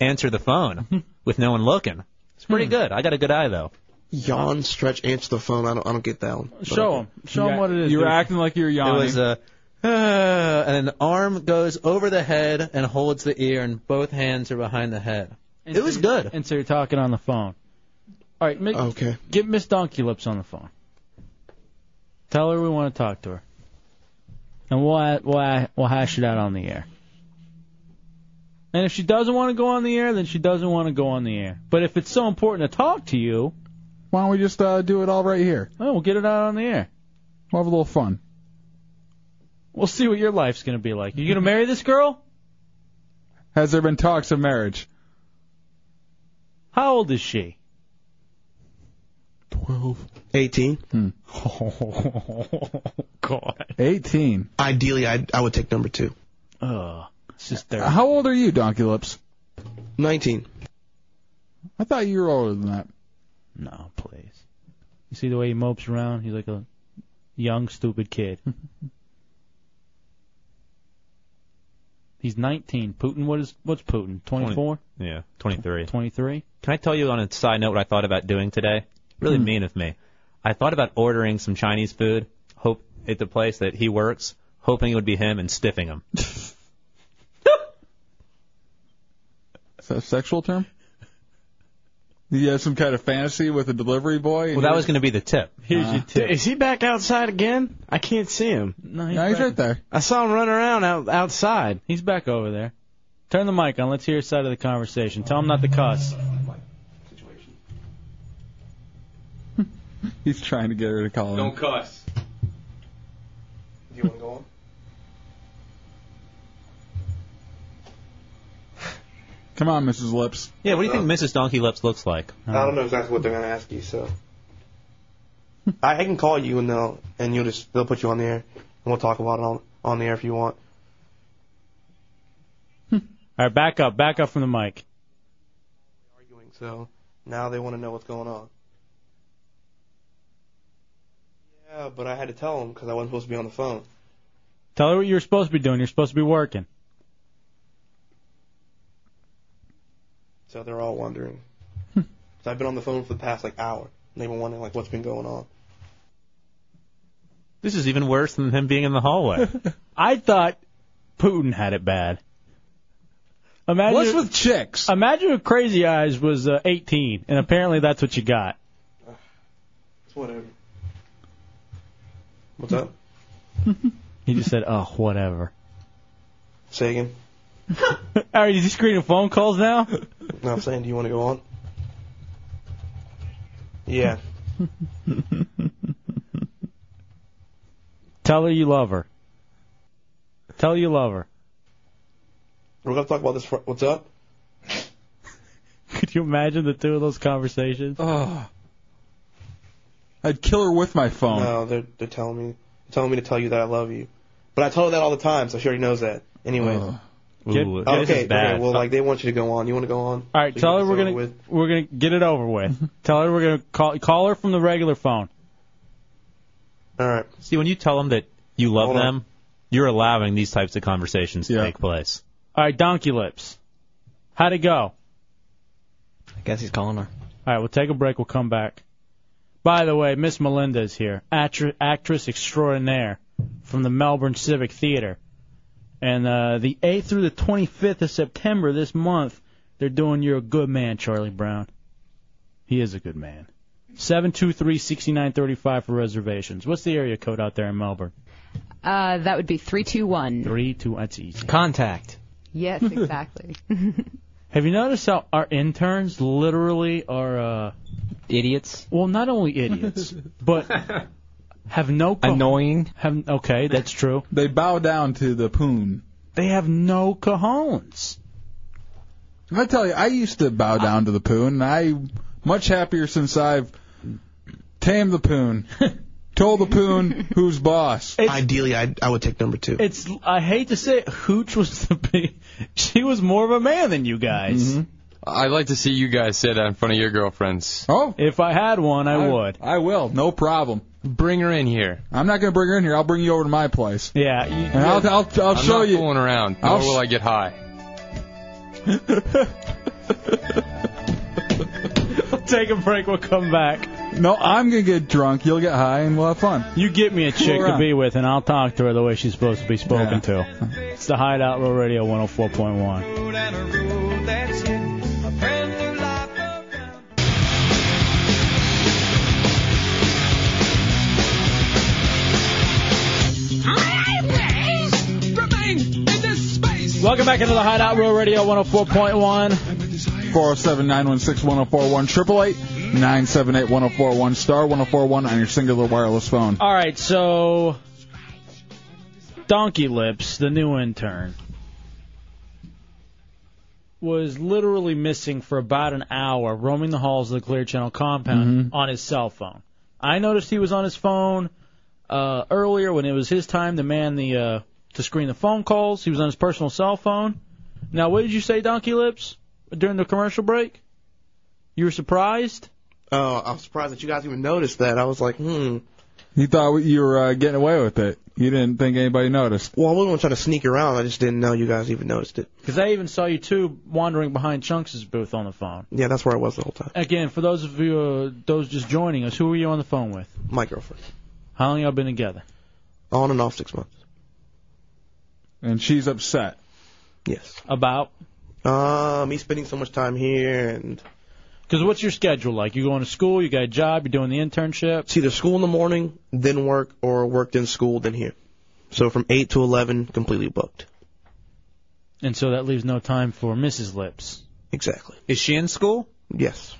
[SPEAKER 18] answer the phone with no one looking. It's pretty
[SPEAKER 4] Hmm.
[SPEAKER 18] good. I got a good eye, though.
[SPEAKER 13] Yawn, stretch, answer the phone. I don't I don't get that one. But okay.
[SPEAKER 4] You were acting like you were yawning.
[SPEAKER 18] It was a, uh, and then the arm goes over the head and holds the ear, and both hands are behind the head.
[SPEAKER 3] it was good. And so you're talking on the phone. All right, make,
[SPEAKER 13] Okay.
[SPEAKER 3] Get Miss Donkey Lips on the phone. Tell her we want to talk to her, and we'll ha- we'll ha- we'll hash it out on the air. And if she doesn't want to go on the air, then she doesn't want to go on the air. But if it's so important to talk to you,
[SPEAKER 4] Why don't we just uh, do it all right here?
[SPEAKER 3] Oh, well, we'll get it out on the air.
[SPEAKER 4] We'll have a little fun.
[SPEAKER 3] We'll see what your life's gonna be like. You gonna marry this girl?
[SPEAKER 4] Has there been talks of marriage?
[SPEAKER 3] How old is she?
[SPEAKER 13] 18.
[SPEAKER 4] Hmm.
[SPEAKER 3] God.
[SPEAKER 4] 18.
[SPEAKER 7] uh,
[SPEAKER 13] Ideally, I I would take number two.
[SPEAKER 3] Oh, it's just
[SPEAKER 4] How old are you, Donkey Lips?
[SPEAKER 13] 19.
[SPEAKER 4] I thought you were older than that.
[SPEAKER 3] No, please. You see the way he mopes around? He's like a young, stupid kid. He's 19. Putin, what is what's Putin? 24,
[SPEAKER 18] Yeah, 23.
[SPEAKER 3] 23.
[SPEAKER 18] Can I tell you on a side note what I thought about doing today? Really
[SPEAKER 4] Hmm.
[SPEAKER 18] mean of me. I thought about ordering some Chinese food, hope at the place that he works, hoping it would be him and stiffing him.
[SPEAKER 4] Is that a sexual term? You have some kind of fantasy with a delivery boy? Uh,
[SPEAKER 18] Well, that was going to be the tip.
[SPEAKER 4] Here's your
[SPEAKER 11] Dude, Uh, is he back outside again? I can't see him.
[SPEAKER 3] No,
[SPEAKER 4] he's No, he's back. right there.
[SPEAKER 11] I saw him run around out, outside.
[SPEAKER 3] He's back over there. Turn the mic on. Let's hear his side of the conversation. Tell him not to cuss.
[SPEAKER 4] He's trying to get her to call him.
[SPEAKER 8] cuss.
[SPEAKER 13] Do you want to go on?
[SPEAKER 4] Come on, Mrs. Lips.
[SPEAKER 18] Yeah, what do you think Mrs. Donkey Lips looks like?
[SPEAKER 13] Uh, I don't know exactly what they're gonna ask you, so I, I can call you and they'll and you'll just they'll put you on the air and we'll talk about it on on the air if you want.
[SPEAKER 3] All right, back up. Back up from the mic.
[SPEAKER 13] So now they want to know what's going on. Yeah, but I had to tell them because I wasn't supposed to be on the phone.
[SPEAKER 3] Tell her what you're supposed to be doing. You're supposed to be working.
[SPEAKER 13] So they're all wondering. so I've been on the phone for the past like hour. And they've been wondering like what's been going on.
[SPEAKER 18] This is even worse than him being in the hallway.
[SPEAKER 3] I thought Putin had it bad. Imagine
[SPEAKER 4] What's with chicks?
[SPEAKER 3] Imagine if Crazy Eyes was uh, 18, and apparently that's what you got.
[SPEAKER 13] It's whatever. What's up?
[SPEAKER 3] He just said, "Oh, whatever."
[SPEAKER 13] Say again.
[SPEAKER 3] All right, is he screening phone calls now?
[SPEAKER 13] No, I'm saying, do you want to go on? Yeah.
[SPEAKER 3] Tell her you love her. Tell her you love her.
[SPEAKER 13] We're gonna talk about this. Fr- what's up?
[SPEAKER 3] Could you imagine the two of those conversations?
[SPEAKER 4] Oh. I'd kill her with my phone.
[SPEAKER 7] No, they're they're telling me they're telling me to tell you that I love you. But I tell her that all the time, so she already knows that. Anyway.
[SPEAKER 4] Oh.
[SPEAKER 3] Get- Ooh, this is
[SPEAKER 7] okay,
[SPEAKER 3] bad.
[SPEAKER 7] okay. Well, like they want you to go on. You want to go on?
[SPEAKER 3] All right,
[SPEAKER 7] So you
[SPEAKER 3] tell
[SPEAKER 7] get
[SPEAKER 3] her we're
[SPEAKER 7] this over
[SPEAKER 3] gonna
[SPEAKER 7] with.
[SPEAKER 3] we're gonna get it over with. tell her we're gonna call call her from the regular phone.
[SPEAKER 7] All right.
[SPEAKER 18] See, when you tell them that you love
[SPEAKER 3] Hold on.
[SPEAKER 18] them, you're allowing these types of conversations to take place.
[SPEAKER 3] All right, Donkey Lips, how'd it go?
[SPEAKER 25] I guess he's calling her.
[SPEAKER 3] All right, we'll take a break. We'll come back. By the way, Miss Melinda's here, actress, actress extraordinaire from the Melbourne Civic Theater. And uh, the 8th through the 25th of September this month, they're doing You're a Good Man, Charlie Brown. He is a good man. 723-6935 for reservations. What's the area code out there in Melbourne?
[SPEAKER 9] Uh, that would be
[SPEAKER 25] Mm.
[SPEAKER 9] 321.
[SPEAKER 3] 32, that's easy. Contact.
[SPEAKER 9] Yes, exactly.
[SPEAKER 3] Have you noticed how our interns literally are uh, idiots? Well, not only idiots, but have no co- annoying. Have okay, that's true.
[SPEAKER 4] They bow down to the poon.
[SPEAKER 3] They have no cajones.
[SPEAKER 4] I tell you, I used to bow down to the poon, and I much happier since I've tamed the poon, told the poon who's boss.
[SPEAKER 7] Ideally, I I would take number two.
[SPEAKER 3] It's I hate to say it, Hooch was the big. She was more of a man than you guys.
[SPEAKER 8] I'd like to see you guys say that in front of your girlfriends.
[SPEAKER 4] Oh,
[SPEAKER 3] if I had one, I, would.
[SPEAKER 4] I will, no problem.
[SPEAKER 8] Bring her in here.
[SPEAKER 4] I'm not gonna bring her in here. I'll bring you over to my place.
[SPEAKER 3] Yeah,
[SPEAKER 4] and I'll I'll, I'll
[SPEAKER 8] I'm
[SPEAKER 4] show
[SPEAKER 8] not
[SPEAKER 4] you.
[SPEAKER 8] fooling around. Nor
[SPEAKER 4] I'll
[SPEAKER 8] will
[SPEAKER 4] sh-
[SPEAKER 8] I get high.
[SPEAKER 3] Take a break. We'll come back.
[SPEAKER 4] No, I'm gonna get drunk. You'll get high, and we'll have fun.
[SPEAKER 3] You get me a Chick to be with, and I'll talk to her the way she's supposed to be spoken
[SPEAKER 4] Yeah.
[SPEAKER 3] to. It's the Hideout Row Radio 104.1. Welcome back into the Hideout Row Radio 104.1.
[SPEAKER 4] 407-916-1041, 888-978-1041, star 1041 on your singular wireless phone.
[SPEAKER 3] All right, so Donkey Lips, the new intern, was literally missing for about an hour, roaming the halls of the Clear Channel compound on his cell phone. I noticed he was on his phone uh, earlier when it was his time to man the uh, to screen the phone calls. He was on his personal cell phone. Now, what did you say, Donkey Lips, during the commercial break? You were surprised.
[SPEAKER 7] Oh, I'm surprised that you guys even noticed that. I was like, hmm.
[SPEAKER 4] You thought you were uh, getting away with it. You didn't think anybody noticed.
[SPEAKER 7] Well, I wasn't trying to sneak around. I just didn't know you guys even noticed it.
[SPEAKER 3] Because I even saw you two wandering behind Chunks' booth on the phone.
[SPEAKER 7] Yeah, that's where I was the whole time.
[SPEAKER 3] Again, for those of you, uh, those just joining us, who were you on the phone with?
[SPEAKER 7] My girlfriend.
[SPEAKER 3] How long y'all been together?
[SPEAKER 7] On and off six months.
[SPEAKER 4] And she's upset.
[SPEAKER 7] Yes.
[SPEAKER 3] About?
[SPEAKER 7] Uh, me spending so much time here and.
[SPEAKER 3] Because what's your schedule like? You going to school? You got a job? You're doing the internship?
[SPEAKER 7] It's either school in the morning, then work, or worked in school, then here. So from 8 to 11, completely booked.
[SPEAKER 3] And so that leaves no time for Mrs. Lips.
[SPEAKER 7] Exactly.
[SPEAKER 18] Is she in school?
[SPEAKER 7] Yes.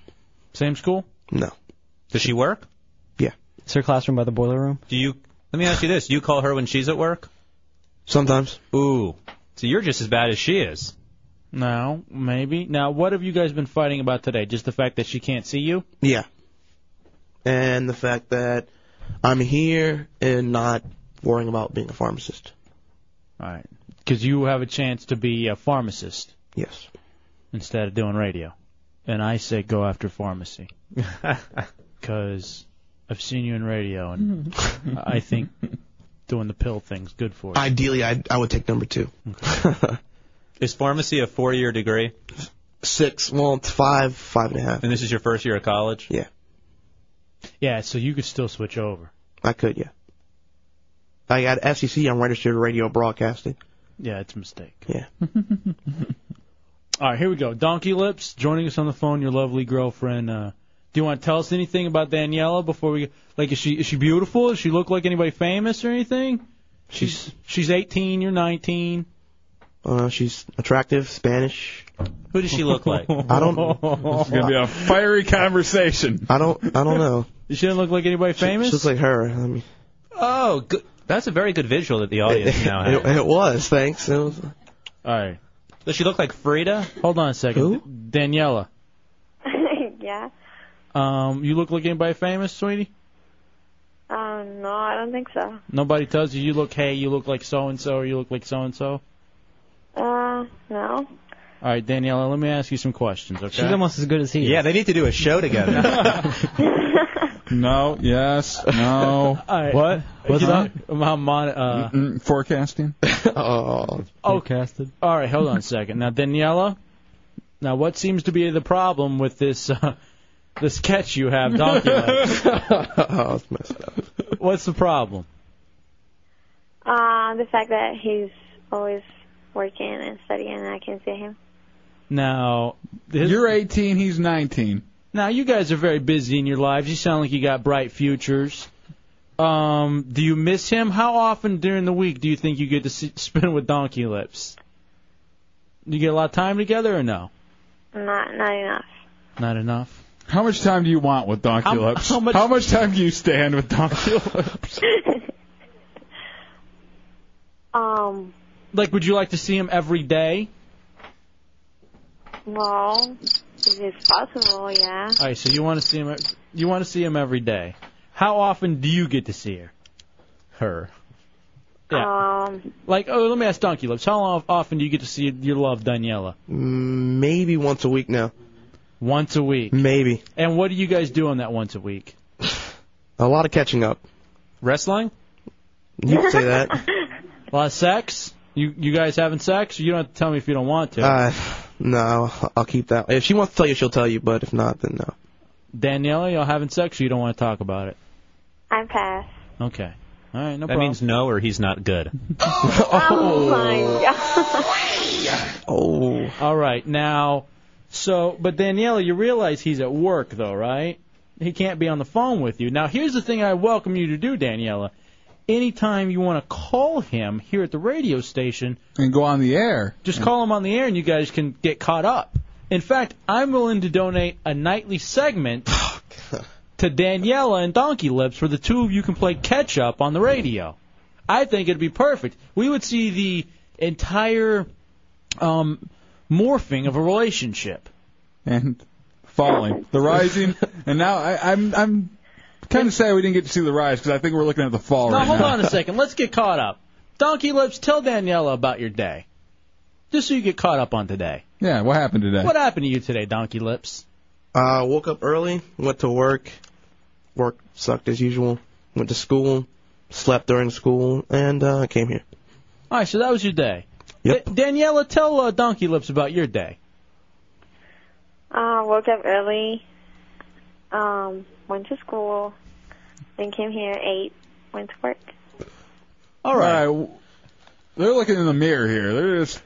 [SPEAKER 3] Same school?
[SPEAKER 7] No.
[SPEAKER 18] Does she work?
[SPEAKER 25] It's her classroom by the boiler room.
[SPEAKER 18] Do you? Let me ask you this: Do you call her when she's at work?
[SPEAKER 7] Sometimes.
[SPEAKER 18] Ooh, so you're just as bad as she is.
[SPEAKER 3] No, maybe. Now, what have you guys been fighting about today? Just the fact that she can't see you?
[SPEAKER 7] Yeah. And the fact that I'm here and not worrying about being a pharmacist.
[SPEAKER 3] All right. Because you have a chance to be a pharmacist.
[SPEAKER 7] Yes.
[SPEAKER 3] Instead of doing radio. And I say go after pharmacy. Because I've seen you in radio, and I think doing the pill thing's good for you.
[SPEAKER 7] Ideally, I, I would take number two.
[SPEAKER 18] Is pharmacy a four-year degree?
[SPEAKER 7] Six. Well, it's five, five and a half.
[SPEAKER 18] And this is your first year of college?
[SPEAKER 7] Yeah.
[SPEAKER 3] Yeah, so you could still switch over.
[SPEAKER 7] I could, yeah. I got FCC. I'm registered radio broadcasting.
[SPEAKER 3] Yeah, it's a mistake.
[SPEAKER 7] Yeah.
[SPEAKER 18] Mm-hmm.
[SPEAKER 3] All right, here we go. Donkey Lips joining us on the phone. Your lovely girlfriend. Uh, do you want to tell us anything about Daniela before we like? Is she is she beautiful? Does she look like anybody famous or anything? She's she's 18. You're 19.
[SPEAKER 7] Uh, she's attractive, Spanish.
[SPEAKER 18] Who does she look like?
[SPEAKER 7] I don't. It's
[SPEAKER 4] gonna be a fiery conversation.
[SPEAKER 7] I don't. I don't know.
[SPEAKER 3] She doesn't look like anybody famous.
[SPEAKER 7] She looks like her. I mean,
[SPEAKER 18] Oh, good. that's a very good visual that the audience now
[SPEAKER 7] it,
[SPEAKER 18] has.
[SPEAKER 7] it was. Thanks. It was,
[SPEAKER 3] All right.
[SPEAKER 18] Does she look like Frida?
[SPEAKER 3] Hold on a second. Daniela,
[SPEAKER 26] yeah.
[SPEAKER 3] um, you look like anybody famous, sweetie?
[SPEAKER 17] Um, no, I don't think so.
[SPEAKER 3] Nobody tells you you look hey, you look like so and so, or you look like so and so.
[SPEAKER 17] Uh, no.
[SPEAKER 3] All right, Daniela, let me ask you some questions. Okay.
[SPEAKER 16] She's almost as good as he is.
[SPEAKER 3] Yeah, they need to do a show together.
[SPEAKER 4] No. Yes. No.
[SPEAKER 3] What?
[SPEAKER 4] What's
[SPEAKER 3] that? I'm mon- uh,
[SPEAKER 4] Mm-mm, forecasting.
[SPEAKER 3] oh. Forecasted. All right, hold on a second. Now, Daniela, now what seems to be the problem with this uh, the sketch you have, Donkey Legs? oh, it's messed up. What's the problem?
[SPEAKER 17] Uh, the fact that he's always working and studying and I can see him.
[SPEAKER 3] Now, you're 18, he's 19. Now, you guys are very busy in your lives. You sound like you got bright futures. Um, do you miss him? How often during the week do you think you get to s spend with Donkey Lips? Do you get a lot of time together or no?
[SPEAKER 17] Not, not enough.
[SPEAKER 3] Not enough.
[SPEAKER 4] How much time do you want with Donkey
[SPEAKER 3] How-
[SPEAKER 4] Lips?
[SPEAKER 3] how much-
[SPEAKER 4] time do you stand with Donkey Lips?
[SPEAKER 17] Um,
[SPEAKER 3] Like, would you like to see him every day?
[SPEAKER 17] well, if it's possible, yeah.
[SPEAKER 3] All right, so you want to see him. e, You want to see him every day. How often do you get to see her? Her. Yeah.
[SPEAKER 17] Um,
[SPEAKER 3] Like, oh, let me ask Donkey Lips. How of- often do you get to see your love, Daniela?
[SPEAKER 7] Mm, Maybe once a week now.
[SPEAKER 3] Once a week.
[SPEAKER 7] Maybe.
[SPEAKER 3] And what do you guys do on that once a week?
[SPEAKER 7] A lot of catching up.
[SPEAKER 3] Wrestling?
[SPEAKER 7] You can say that.
[SPEAKER 3] A lot of sex? You you guys having sex? You don't have to tell me if you don't want to.
[SPEAKER 7] Uh, no, I'll keep that. If she wants to tell you, she'll tell you. But if not, then no.
[SPEAKER 3] Daniela, y'all having sex or you don't want to talk about it?
[SPEAKER 17] I pass.
[SPEAKER 3] Okay. All right, no
[SPEAKER 18] that
[SPEAKER 3] problem.
[SPEAKER 18] means no or he's not good.
[SPEAKER 17] Oh my god.
[SPEAKER 3] Oh. All right, now, so, but Daniela, you realize he's at work, though, right? He can't be on the phone with you. Now, here's the thing I welcome you to do, Daniela. Anytime you want to call him here at the radio station
[SPEAKER 4] and go on the air,
[SPEAKER 3] just call him on the air and you guys can get caught up. In fact, I'm willing to donate a nightly segment
[SPEAKER 4] Oh,
[SPEAKER 3] to Daniela and Donkey Lips where the two of you can play catch up on the radio. I think it'd be perfect. We would see the entire um, morphing of a relationship.
[SPEAKER 4] and falling, the rising, and now I, I'm I'm kind of sad we didn't get to see the rise because I think we're looking at the fall
[SPEAKER 3] now
[SPEAKER 4] right
[SPEAKER 3] hold
[SPEAKER 4] now.
[SPEAKER 3] on a second. Let's get caught up. Donkey Lips, tell Daniela about your day, just so you get caught up on today.
[SPEAKER 4] Yeah, what happened today?
[SPEAKER 3] What happened to you today, Donkey Lips?
[SPEAKER 7] Uh, woke up early, went to work. Work sucked as usual. Went to school, slept during school, and uh, came here.
[SPEAKER 3] All right, so that was your day. Da- Daniela, tell uh, Donkey Lips about your day.
[SPEAKER 17] Uh, woke up early, um, went to school, then came here, ate, went to work.
[SPEAKER 3] All right.
[SPEAKER 4] They're looking in the mirror here. They're just.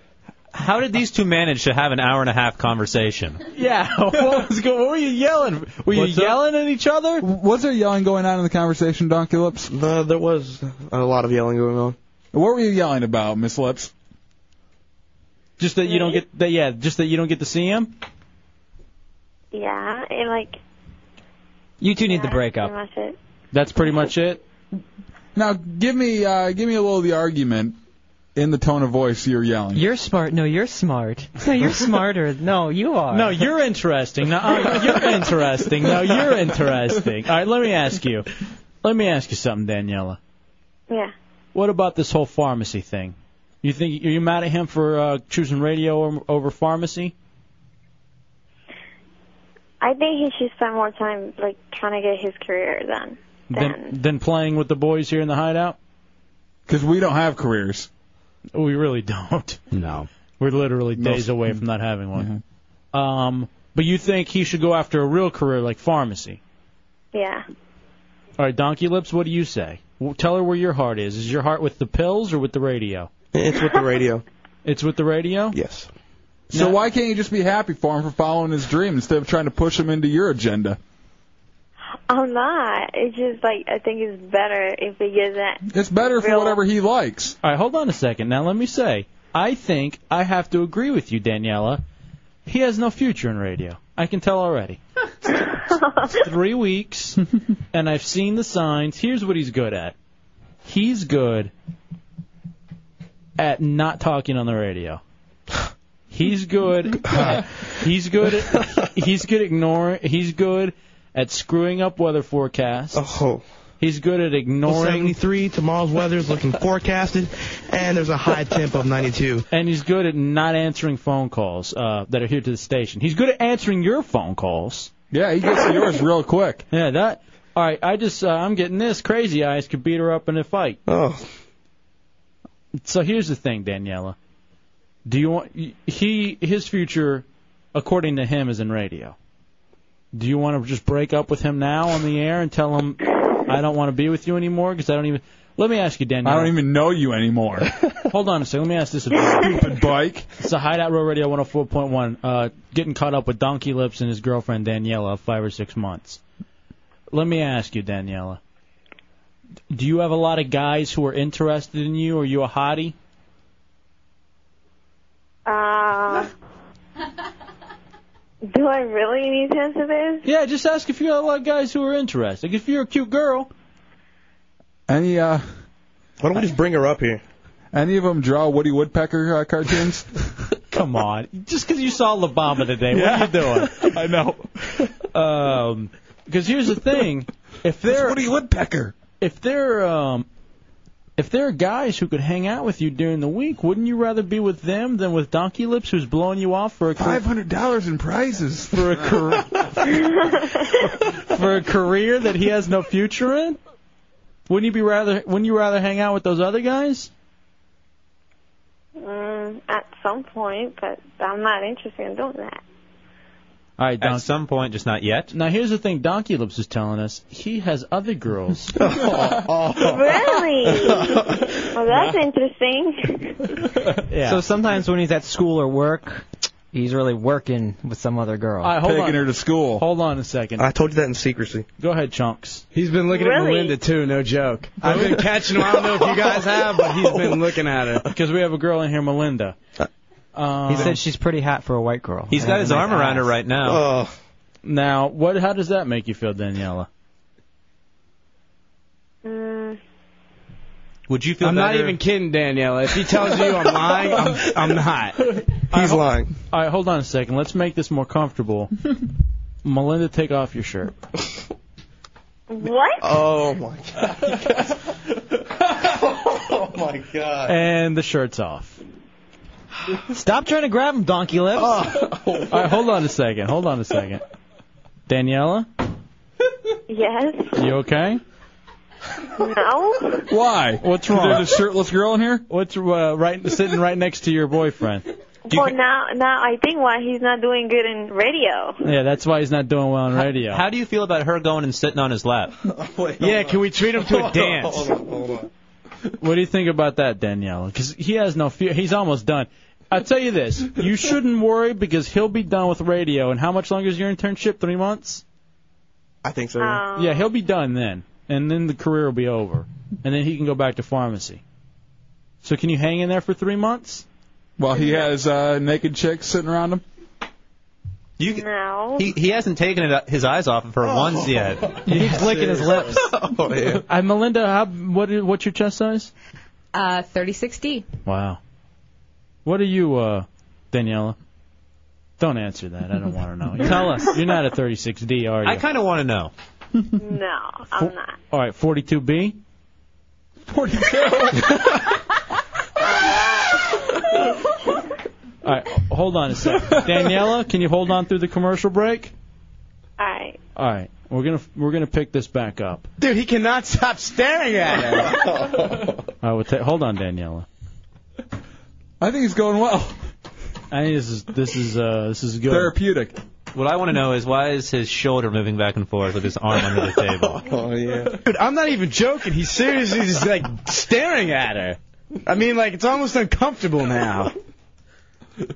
[SPEAKER 18] How did these two manage to have an hour and a half conversation?
[SPEAKER 3] Yeah, what was going? What were you yelling? Were you yelling at each other?
[SPEAKER 4] Was there yelling going on in the conversation, Donkey Lips?
[SPEAKER 7] Uh, there was a lot of yelling going on.
[SPEAKER 4] What were you yelling about, Miss Lips?
[SPEAKER 3] Just that you don't get that. Yeah, just that you don't get to see him.
[SPEAKER 17] Yeah, and like,
[SPEAKER 3] You two need
[SPEAKER 17] yeah, pretty much it.
[SPEAKER 3] That's pretty much it.
[SPEAKER 4] Now give me uh, give me a little of the argument in the tone of voice you're yelling.
[SPEAKER 16] You're smart. No, you're smart. No, you're smarter. No, you are.
[SPEAKER 3] No, you're interesting. No, uh, you're interesting. No, you're interesting. All right, let me ask you. Let me ask you something, Daniela.
[SPEAKER 17] Yeah.
[SPEAKER 3] What about this whole pharmacy thing? You think are you mad at him for uh, choosing radio o- over pharmacy?
[SPEAKER 17] I think he should spend more time, like, trying to get his career done.
[SPEAKER 3] than than playing with the boys here in the hideout?
[SPEAKER 4] Because we don't have careers.
[SPEAKER 3] We really don't.
[SPEAKER 27] No.
[SPEAKER 3] We're literally days
[SPEAKER 27] No.
[SPEAKER 3] away from not having one.
[SPEAKER 4] Mm-hmm.
[SPEAKER 3] Um, but you think he should go after a real career like pharmacy?
[SPEAKER 17] Yeah.
[SPEAKER 3] All right, Donkey Lips, what do you say? W- Tell her where your heart is. Is your heart with the pills or with the radio?
[SPEAKER 7] It's with the radio.
[SPEAKER 3] It's with the radio?
[SPEAKER 7] Yes.
[SPEAKER 4] So why can't you just be happy for him for following his dream instead of trying to push him into your agenda?
[SPEAKER 17] I'm not. It's just, like, I think it's better if he gives that.
[SPEAKER 4] It's better for whatever he likes.
[SPEAKER 3] All right, hold on a second. Now, let me say, I think I have to agree with you, Daniela. He has no future in radio. I can tell already. It's three weeks, and I've seen the signs. Here's what he's good at he's good at not talking on the radio. He's good. at- he's good. At, he's good ignoring. He's good at screwing up weather forecasts.
[SPEAKER 7] Oh.
[SPEAKER 3] He's good at ignoring
[SPEAKER 13] 73. Tomorrow's weather is looking forecasted, and there's a high temp of 92.
[SPEAKER 3] And he's good at not answering phone calls uh, that are here to the station. He's good at answering your phone calls.
[SPEAKER 4] Yeah, he gets to yours real quick.
[SPEAKER 3] Yeah, that. All right, I just uh, I'm getting this. Crazy Eyes could beat her up in a fight.
[SPEAKER 13] Oh.
[SPEAKER 3] So here's the thing, Daniela. Do you want he his future, according to him, is in radio. Do you want to just break up with him now on the air and tell him I don't want to be with you anymore because I don't even. Let me ask you, Daniela.
[SPEAKER 4] I don't even know you anymore.
[SPEAKER 3] Hold on a second. Let me ask this about
[SPEAKER 4] stupid bike.
[SPEAKER 3] It's the Hideout Row Radio 104.1. Uh, getting caught up with Donkey Lips and his girlfriend Daniela of five or six months. Let me ask you, Daniela. Do you have a lot of guys who are interested in you? Are you a hottie?
[SPEAKER 15] Uh, do I really need hints of this?
[SPEAKER 3] Yeah, just ask if you have a lot of guys who are interested. Like, if you're a cute girl.
[SPEAKER 4] Any uh,
[SPEAKER 13] why don't we just bring her up here?
[SPEAKER 4] Any of them draw Woody Woodpecker uh, cartoons?
[SPEAKER 3] Come on, just because you saw La Bamba today, what are you doing?
[SPEAKER 4] I know.
[SPEAKER 3] Um, because here's the thing: if they're
[SPEAKER 4] Woody Woodpecker,
[SPEAKER 3] if they're um, if there are guys who could hang out with you during the week, wouldn't you rather be with them than with Donkey Lips, who's blowing you off for a car-
[SPEAKER 4] Five hundred dollars in prizes
[SPEAKER 3] for a career for a career that he has no future in? Wouldn't you be rather? Wouldn't you rather hang out with those other guys?
[SPEAKER 15] Mm, at some point, but I'm not interested in doing that.
[SPEAKER 3] All right,
[SPEAKER 18] At some point, just not yet.
[SPEAKER 3] Now here's the thing: Donkey Lips is telling us he has other girls.
[SPEAKER 13] Oh.
[SPEAKER 15] Really? well, that's interesting.
[SPEAKER 3] Yeah.
[SPEAKER 10] So sometimes when he's at school or work, he's really working with some other girl.
[SPEAKER 3] All right, hold on.
[SPEAKER 4] to school.
[SPEAKER 3] Hold on a second.
[SPEAKER 13] I told you that in secrecy.
[SPEAKER 3] Go ahead, Chunks.
[SPEAKER 11] He's been looking at
[SPEAKER 3] Really?
[SPEAKER 11] Melinda too, no joke. I've been catching him. I don't know if you guys have, but he's been
[SPEAKER 18] Oh.
[SPEAKER 11] looking at her.
[SPEAKER 3] Because we have a girl in here, Melinda. Um,
[SPEAKER 10] He said she's pretty hot for a white girl.
[SPEAKER 18] Uh, He's got his arm around her right now.
[SPEAKER 3] Uh,
[SPEAKER 11] Oh.
[SPEAKER 3] now, what? How does that make you feel, Daniela?
[SPEAKER 15] Mm,
[SPEAKER 18] Would you feel
[SPEAKER 11] I'm not
[SPEAKER 18] better-
[SPEAKER 11] even kidding, Daniela. If he tells you I'm lying, I'm, I'm not.
[SPEAKER 13] He's lying.
[SPEAKER 3] All right, hold on a second. Let's make this more comfortable. Melinda, take off your shirt.
[SPEAKER 15] what?
[SPEAKER 13] Oh my god. oh my god.
[SPEAKER 3] And the shirt's off.
[SPEAKER 10] Stop trying to grab him, donkey lips.
[SPEAKER 4] Oh.
[SPEAKER 3] All right, hold on a second. Hold on a second. Daniela,
[SPEAKER 15] Yes?
[SPEAKER 3] you okay?
[SPEAKER 15] No?
[SPEAKER 4] Why?
[SPEAKER 3] What's wrong?
[SPEAKER 4] There's a shirtless girl in here.
[SPEAKER 3] What's uh, right sitting right next to your boyfriend?
[SPEAKER 15] Well, now, now I think why he's not doing good in radio.
[SPEAKER 3] Yeah, that's why he's not doing well on radio.
[SPEAKER 18] How do you feel about her going and sitting on his lap?
[SPEAKER 11] Yeah, can we treat him to a dance?
[SPEAKER 3] What do you think about that, Daniela? Because he has no fear. He's almost done. I tell you this: you shouldn't worry because he'll be done with radio. And how much longer is your internship? Three months?
[SPEAKER 13] I think so.
[SPEAKER 15] Um,
[SPEAKER 3] Yeah, he'll be done then, and then the career will be over, and then he can go back to pharmacy. So can you hang in there for three months?
[SPEAKER 4] While he has uh, naked chicks sitting around him.
[SPEAKER 18] You,
[SPEAKER 15] No.
[SPEAKER 18] he, he hasn't taken it, uh, his eyes off of her once yet.
[SPEAKER 10] He's licking his lips.
[SPEAKER 13] Oh yeah.
[SPEAKER 3] Uh, Melinda, how, what is, what's your chest size?
[SPEAKER 14] Uh, 36D.
[SPEAKER 3] Wow. What are you, uh, Daniela? Don't answer that. I don't want to know.
[SPEAKER 18] Tell us.
[SPEAKER 3] You're not a 36D, are you?
[SPEAKER 18] I kind of want to know.
[SPEAKER 15] No, I'm not.
[SPEAKER 3] All right, 42B. 42. All right, hold on a sec. Daniela, can you hold on through the commercial break?
[SPEAKER 15] All right.
[SPEAKER 3] All right, we're gonna we're gonna pick this back up.
[SPEAKER 11] Dude, he cannot stop staring at her.
[SPEAKER 3] I will ta- hold on, Daniela.
[SPEAKER 4] I think he's going well.
[SPEAKER 3] I think this is this is uh this is good.
[SPEAKER 4] Therapeutic.
[SPEAKER 18] What I want to know is why is his shoulder moving back and forth with his arm under the table?
[SPEAKER 13] Oh yeah.
[SPEAKER 11] Dude, I'm not even joking. He's seriously just like staring at her. I mean, like it's almost uncomfortable now.
[SPEAKER 3] All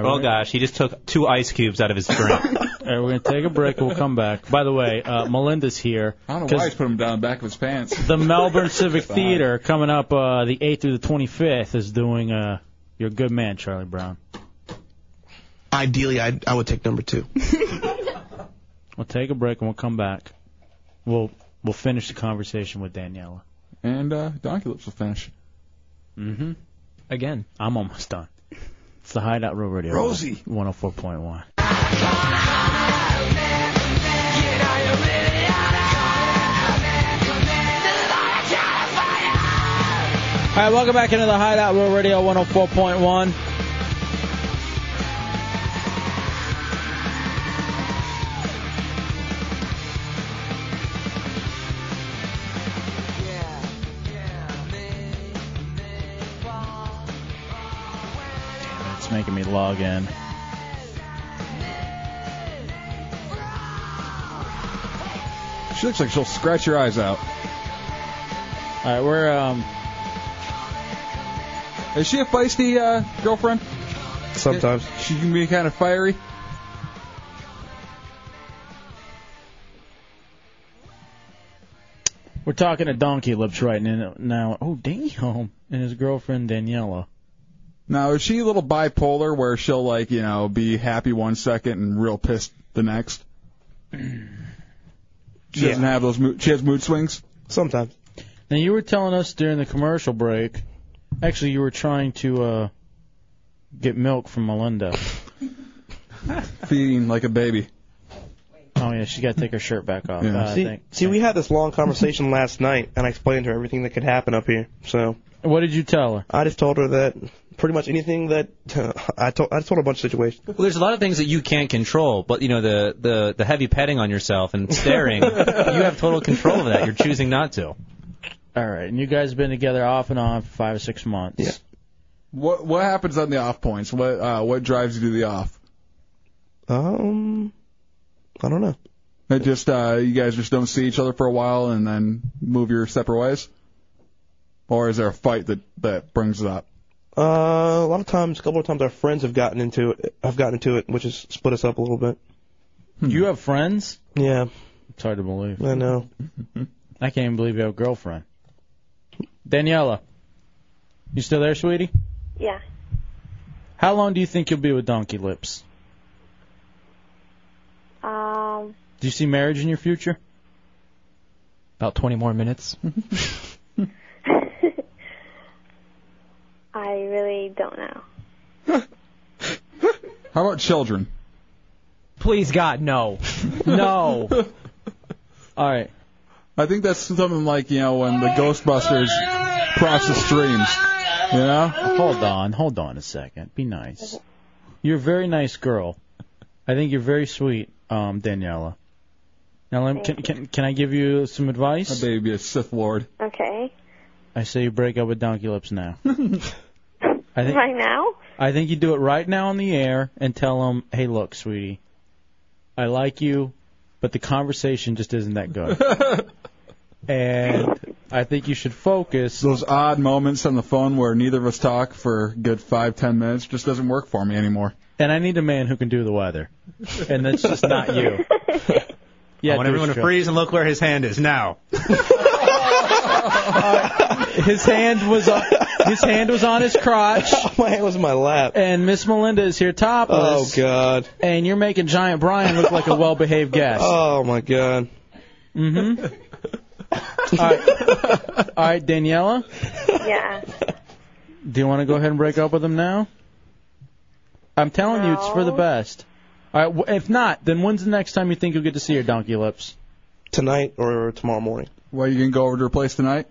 [SPEAKER 3] right,
[SPEAKER 18] Oh
[SPEAKER 3] we're,
[SPEAKER 18] gosh, he just took two ice cubes out of his drink.
[SPEAKER 3] all right, we're gonna take a break. We'll come back. By the way, uh, Melinda's here.
[SPEAKER 4] I don't know
[SPEAKER 3] 'cause-
[SPEAKER 4] why he's putting him down the back of his pants.
[SPEAKER 3] the Melbourne Civic Theater coming up uh, the 8th through the 25th is doing uh, You're a Good Man, Charlie Brown.
[SPEAKER 13] Ideally, I I would take number two.
[SPEAKER 3] We'll take a break and we'll come back. We'll we'll finish the conversation with Daniela.
[SPEAKER 4] And uh, Donkey Lips will finish.
[SPEAKER 3] Mm-hmm.
[SPEAKER 10] Again.
[SPEAKER 3] I'm almost done. It's the Hideout Row oh Radio. 104.1.
[SPEAKER 2] Get out
[SPEAKER 3] All right, welcome back into the Hideout Real Radio 104.1. It's making me log in.
[SPEAKER 4] She looks like she'll scratch your eyes out.
[SPEAKER 3] All right, we're um.
[SPEAKER 4] Is she a feisty uh, girlfriend?
[SPEAKER 13] Sometimes.
[SPEAKER 4] She can be kind of fiery.
[SPEAKER 3] We're talking to Donkey Lips right now. now. Oh, damn. And his girlfriend, Daniela.
[SPEAKER 4] Now, is she a little bipolar where she'll like, you know, be happy one second and real pissed the next? She doesn't have those. Mood, she has mood swings.
[SPEAKER 13] Sometimes.
[SPEAKER 3] Now, you were telling us during the commercial break. Actually, you were trying to uh, get milk from Melinda.
[SPEAKER 4] Feeding like a baby.
[SPEAKER 3] Oh, yeah. She got to take her shirt back off. Uh, I
[SPEAKER 13] see,
[SPEAKER 3] think.
[SPEAKER 13] see, we had this long conversation last night, and I explained to her everything that could happen up here. So.
[SPEAKER 3] What did you tell her?
[SPEAKER 13] I just told her that pretty much anything that I told I told her a bunch of situations.
[SPEAKER 18] Well, there's a lot of things that you can't control, but you know the the, the heavy petting on yourself and staring, you have total control of that. You're choosing not to.
[SPEAKER 3] All right. And you guys have been together off and on for five or six months. Yeah.
[SPEAKER 4] What What happens on the off points? What uh, What drives you to the off?
[SPEAKER 13] Um, I don't know.
[SPEAKER 4] It just uh, you guys just don't see each other for a while and then move your separate ways, or is there a fight that that brings it up?
[SPEAKER 13] Uh, a lot of times, a couple of times, our friends have gotten into it. I've gotten into it, which has split us up a little bit.
[SPEAKER 3] You have friends?
[SPEAKER 13] Yeah.
[SPEAKER 3] It's hard to believe.
[SPEAKER 13] I know.
[SPEAKER 3] I can't even believe you have a girlfriend. Daniela, you still there, sweetie?
[SPEAKER 15] Yeah.
[SPEAKER 3] How long do you think you'll be with Donkey Lips?
[SPEAKER 15] Um,
[SPEAKER 3] Do you see marriage in your future? About 20 more minutes.
[SPEAKER 15] I really don't know.
[SPEAKER 4] How about children?
[SPEAKER 10] Please God, no, no.
[SPEAKER 3] All right.
[SPEAKER 4] I think that's something like you know when the Ghostbusters cross the streams. You know?
[SPEAKER 3] Hold on, hold on a second. Be nice. You're a very nice girl. I think you're very sweet, um, Daniela. Now, let me, can, can can I give you some advice?
[SPEAKER 4] That baby a Sith Lord.
[SPEAKER 15] Okay.
[SPEAKER 3] I say you break up with Donkey Lips now. I think
[SPEAKER 15] right now?
[SPEAKER 3] I think you do it right now on the air and tell him, "Hey, look, sweetie, I like you, but the conversation just isn't that good." and I think you should focus.
[SPEAKER 4] Those odd moments on the phone where neither of us talk for a good five ten minutes just doesn't work for me anymore.
[SPEAKER 3] And I need a man who can do the weather, and that's just not you. Yeah,
[SPEAKER 18] I want
[SPEAKER 3] douche
[SPEAKER 18] everyone to
[SPEAKER 3] joke.
[SPEAKER 18] freeze and look where his hand is now.
[SPEAKER 3] His hand was on, his hand was on his crotch.
[SPEAKER 13] my hand was in my lap.
[SPEAKER 3] And Miss Melinda is here topless.
[SPEAKER 13] Oh, God.
[SPEAKER 3] And you're making Giant Brian look like a well-behaved guest.
[SPEAKER 13] Oh my God.
[SPEAKER 3] Mm-hmm. All right. All right, Daniela,
[SPEAKER 15] Yeah.
[SPEAKER 3] do you want to go ahead and break up with him now? I'm telling you, it's for the best. All right. w- If not, then when's the next time you think you'll get to see her, Donkey Lips?
[SPEAKER 13] Tonight or tomorrow morning.
[SPEAKER 4] Well, you can go over to her place tonight.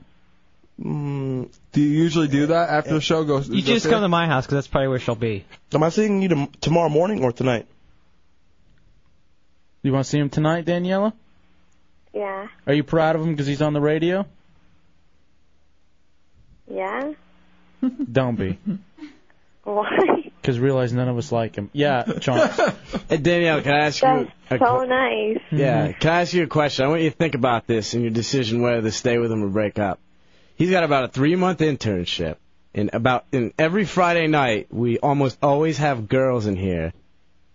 [SPEAKER 13] Mm,
[SPEAKER 4] do you usually do that after the show? Go.
[SPEAKER 10] You just come to my house 'cause that's probably where she'll be.
[SPEAKER 13] Am I seeing you tom- tomorrow morning or tonight?
[SPEAKER 3] You want to see him tonight, Daniela?
[SPEAKER 15] Yeah.
[SPEAKER 3] Are you proud of him because he's on the radio?
[SPEAKER 15] Yeah.
[SPEAKER 3] Don't be.
[SPEAKER 15] Why?
[SPEAKER 3] Because realize none of us like him. Yeah, Chunks.
[SPEAKER 11] Hey, Danielle, can I ask you?
[SPEAKER 15] So
[SPEAKER 11] a que-
[SPEAKER 15] nice.
[SPEAKER 11] yeah, can I ask you a question? I want you to think about this and your decision whether to stay with him or break up. He's got about a three-month internship, and about and every Friday night we almost always have girls in here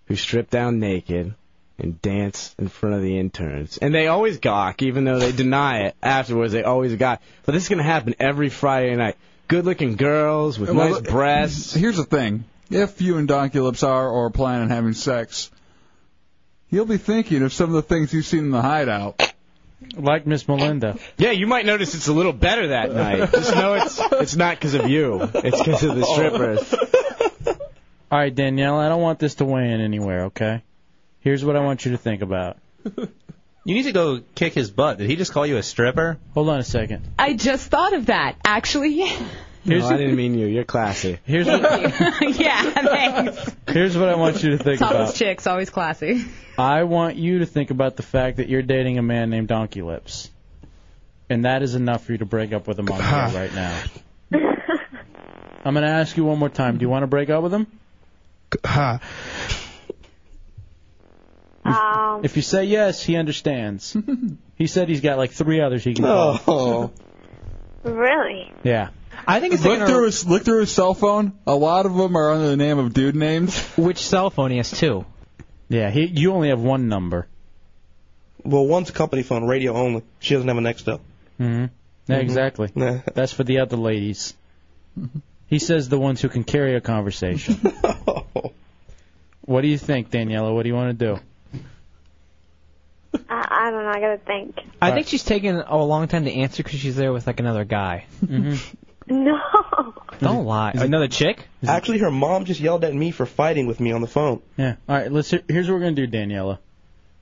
[SPEAKER 11] who strip down naked and dance in front of the interns, and they always gawk, even though they deny it afterwards. They always gawk, but this is gonna happen every Friday night. Good-looking girls with
[SPEAKER 4] Well,
[SPEAKER 11] nice breasts.
[SPEAKER 4] Here's the thing: if you and Donkey Lips are or plan on having sex, you'll be thinking of some of the things you've seen in the hideout.
[SPEAKER 3] Like Miss Melinda.
[SPEAKER 11] Yeah, you might notice it's a little better that night. Just know it's it's not because of you. It's because of the strippers.
[SPEAKER 3] Oh. All right, Danielle, I don't want this to weigh in anywhere, okay? Here's what I want you to think about.
[SPEAKER 18] You need to go kick his butt. Did he just call you a stripper?
[SPEAKER 3] Hold on a second.
[SPEAKER 9] I just thought of that, actually.
[SPEAKER 28] no, I didn't mean you. You're classy.
[SPEAKER 3] Here's
[SPEAKER 9] yeah, thanks.
[SPEAKER 3] Here's what I want you to think
[SPEAKER 9] Topless
[SPEAKER 3] about.
[SPEAKER 9] chicks, always classy.
[SPEAKER 3] I want you to think about the fact that you're dating a man named Donkey Lips, and that is enough for you to break up with him on here right now. I'm gonna ask you one more time. Do you want to break up with him?
[SPEAKER 17] Um,
[SPEAKER 3] If you say yes, he understands. he said he's got like three others he can call.
[SPEAKER 17] really?
[SPEAKER 3] Yeah.
[SPEAKER 4] I think
[SPEAKER 16] it's
[SPEAKER 4] look
[SPEAKER 16] taking a-
[SPEAKER 4] through his look through his cell phone. A lot of them are under the name of dude names.
[SPEAKER 16] Which cell phone? He has two.
[SPEAKER 3] Yeah, he, you only have one number.
[SPEAKER 7] Well, one's a company phone, radio only. She doesn't have a Nextel.
[SPEAKER 3] Mm-hmm. Yeah,
[SPEAKER 7] Mhm.
[SPEAKER 3] exactly. That's for the other ladies. He says the ones who can carry a conversation. what do you think, Daniela? What do you want to do?
[SPEAKER 17] I, I don't know. I gotta think.
[SPEAKER 16] I think she's taking a long time to answer because she's there with like another guy.
[SPEAKER 17] No.
[SPEAKER 16] Don't lie. Another chick?
[SPEAKER 7] Actually, her mom just yelled at me for fighting with me on the phone.
[SPEAKER 3] Yeah. All right. Let's. Hear, here's what we're gonna do, Daniela.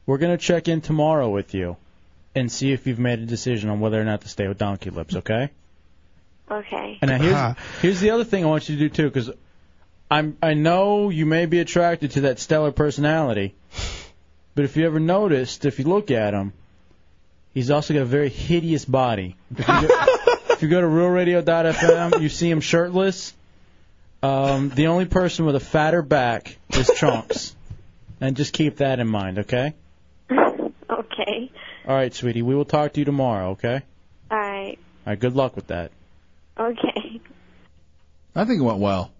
[SPEAKER 3] We're gonna check in tomorrow with you, and see if you've made a decision on whether or not to stay with Donkey Lips. Okay?
[SPEAKER 17] Okay.
[SPEAKER 3] And now here's here's the other thing I want you to do too, because I'm I know you may be attracted to that stellar personality, but if you ever noticed, if you look at him, he's also got a very hideous body. If you go, if you go to RealRadio.fm, you see him shirtless. Um, the only person with a fatter back is Chunks, and just keep that in mind, okay?
[SPEAKER 17] Okay.
[SPEAKER 3] All right, sweetie, we will talk to you tomorrow, okay?
[SPEAKER 17] All right.
[SPEAKER 3] All right, good luck with that.
[SPEAKER 17] Okay.
[SPEAKER 4] I think it went well.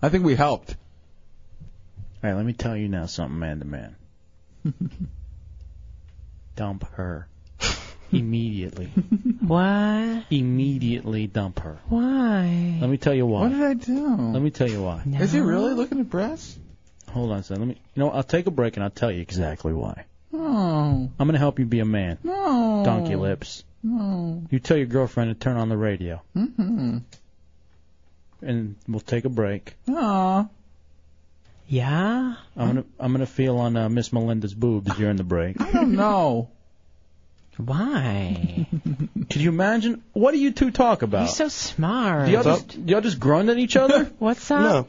[SPEAKER 4] I think we helped.
[SPEAKER 3] All right, let me tell you now something, man to man. dump her immediately.
[SPEAKER 16] Why?
[SPEAKER 3] Immediately dump her.
[SPEAKER 16] Why?
[SPEAKER 3] Let me tell you why.
[SPEAKER 4] What did I do?
[SPEAKER 3] Let me tell you why.
[SPEAKER 4] Is he really looking at breasts?
[SPEAKER 3] Hold on a second. Let me. You know, what, I'll take a break and I'll tell you exactly why.
[SPEAKER 4] No.
[SPEAKER 3] I'm gonna help you be a man.
[SPEAKER 4] No.
[SPEAKER 3] Donkey lips.
[SPEAKER 4] No.
[SPEAKER 3] You tell your girlfriend to turn on the radio,
[SPEAKER 4] Mm-hmm.
[SPEAKER 3] and we'll take a break.
[SPEAKER 4] No.
[SPEAKER 16] Yeah.
[SPEAKER 3] I'm gonna I'm gonna feel on uh, Miss Melinda's boobs during the break.
[SPEAKER 4] I don't know.
[SPEAKER 16] Why?
[SPEAKER 3] Could you imagine? What do you two talk about?
[SPEAKER 16] You're so smart.
[SPEAKER 3] Do y'all just do y'all just grunt at each other?
[SPEAKER 16] What's up? No.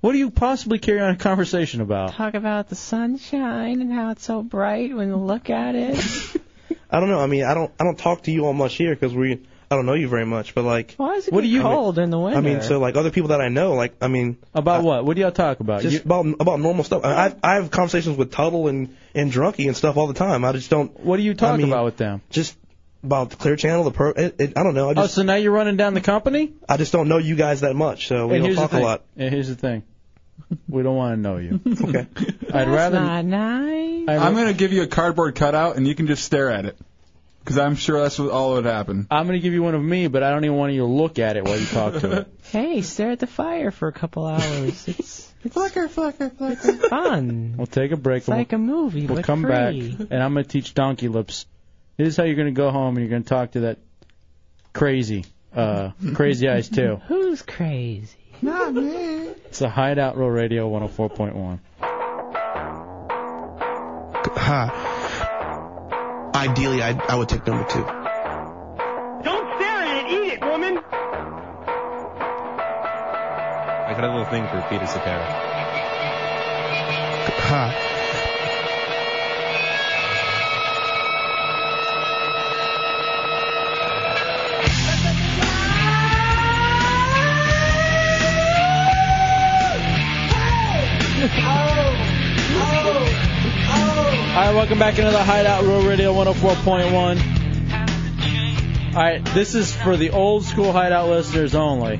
[SPEAKER 3] What do you possibly carry on a conversation about?
[SPEAKER 16] Talk about the sunshine and how it's so bright when you look at it.
[SPEAKER 7] I don't know. I mean, I don't I don't talk to you all much here 'cause we I don't know you very much. But like,
[SPEAKER 16] Why is it
[SPEAKER 7] What do
[SPEAKER 16] getting
[SPEAKER 7] you-
[SPEAKER 16] cold in the winter?
[SPEAKER 7] I mean, so like other people that I know, like I mean,
[SPEAKER 3] about what? What do y'all talk about?
[SPEAKER 7] Just about about normal stuff. I I've, I have conversations with Tuttle and and Drunky and stuff all the time. I just don't.
[SPEAKER 3] What do you talk
[SPEAKER 7] I mean,
[SPEAKER 3] about with them?
[SPEAKER 7] Just about the Clear Channel, the per. It, it, I don't know. I
[SPEAKER 3] Oh,
[SPEAKER 7] just
[SPEAKER 3] so now you're running down the company?
[SPEAKER 7] I just don't know you guys that much, so we
[SPEAKER 3] and
[SPEAKER 7] don't
[SPEAKER 3] here's the
[SPEAKER 7] talk a
[SPEAKER 3] thing.
[SPEAKER 7] lot.
[SPEAKER 3] And here's the thing. We don't want to know you.
[SPEAKER 7] Okay.
[SPEAKER 3] I'd rather
[SPEAKER 16] nice.
[SPEAKER 4] I'm gonna give you a cardboard cutout and you can just stare at it. 'Cause I'm sure that's what all that would happen.
[SPEAKER 3] I'm going to give you one of me, but I don't even want you to look at it while you talk to it.
[SPEAKER 16] Hey, stare at the fire for a couple hours. It's
[SPEAKER 4] Flicker, flicker, flicker.
[SPEAKER 16] fun.
[SPEAKER 3] We'll take a break.
[SPEAKER 16] It's like a movie.
[SPEAKER 3] We'll
[SPEAKER 16] but
[SPEAKER 3] come
[SPEAKER 16] free.
[SPEAKER 3] back, and I'm going to teach Donkey Lips. This is how you're going to go home, and you're going to talk to that crazy, uh, crazy eyes too.
[SPEAKER 16] Who's crazy?
[SPEAKER 4] Not me.
[SPEAKER 3] It's the Hideout Row Radio 104.1.
[SPEAKER 7] Ha. Ideally, I I would take number two.
[SPEAKER 11] Don't stare at it. Eat it, woman.
[SPEAKER 18] I got a little thing for Peter Cetera.
[SPEAKER 7] Ha.
[SPEAKER 10] Oh.
[SPEAKER 3] All right, welcome back into the Hideout Row Radio 104.1. All right, this is for the old school Hideout listeners only.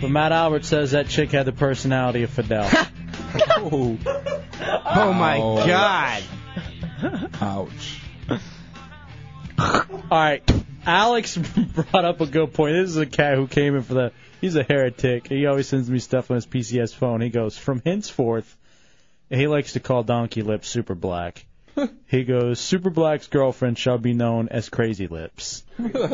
[SPEAKER 3] But Matt Albert says that chick had the personality of Fidel. oh.
[SPEAKER 28] my
[SPEAKER 17] Oh,
[SPEAKER 28] God.
[SPEAKER 4] Ouch.
[SPEAKER 3] All right, Alex brought up a good point. This is a cat who came in for the. He's a heretic. He always sends me stuff on his PCS phone. He goes from henceforth. He likes to call Donkey Lips Super Black. he goes, Super Black's girlfriend shall be known as Crazy Lips.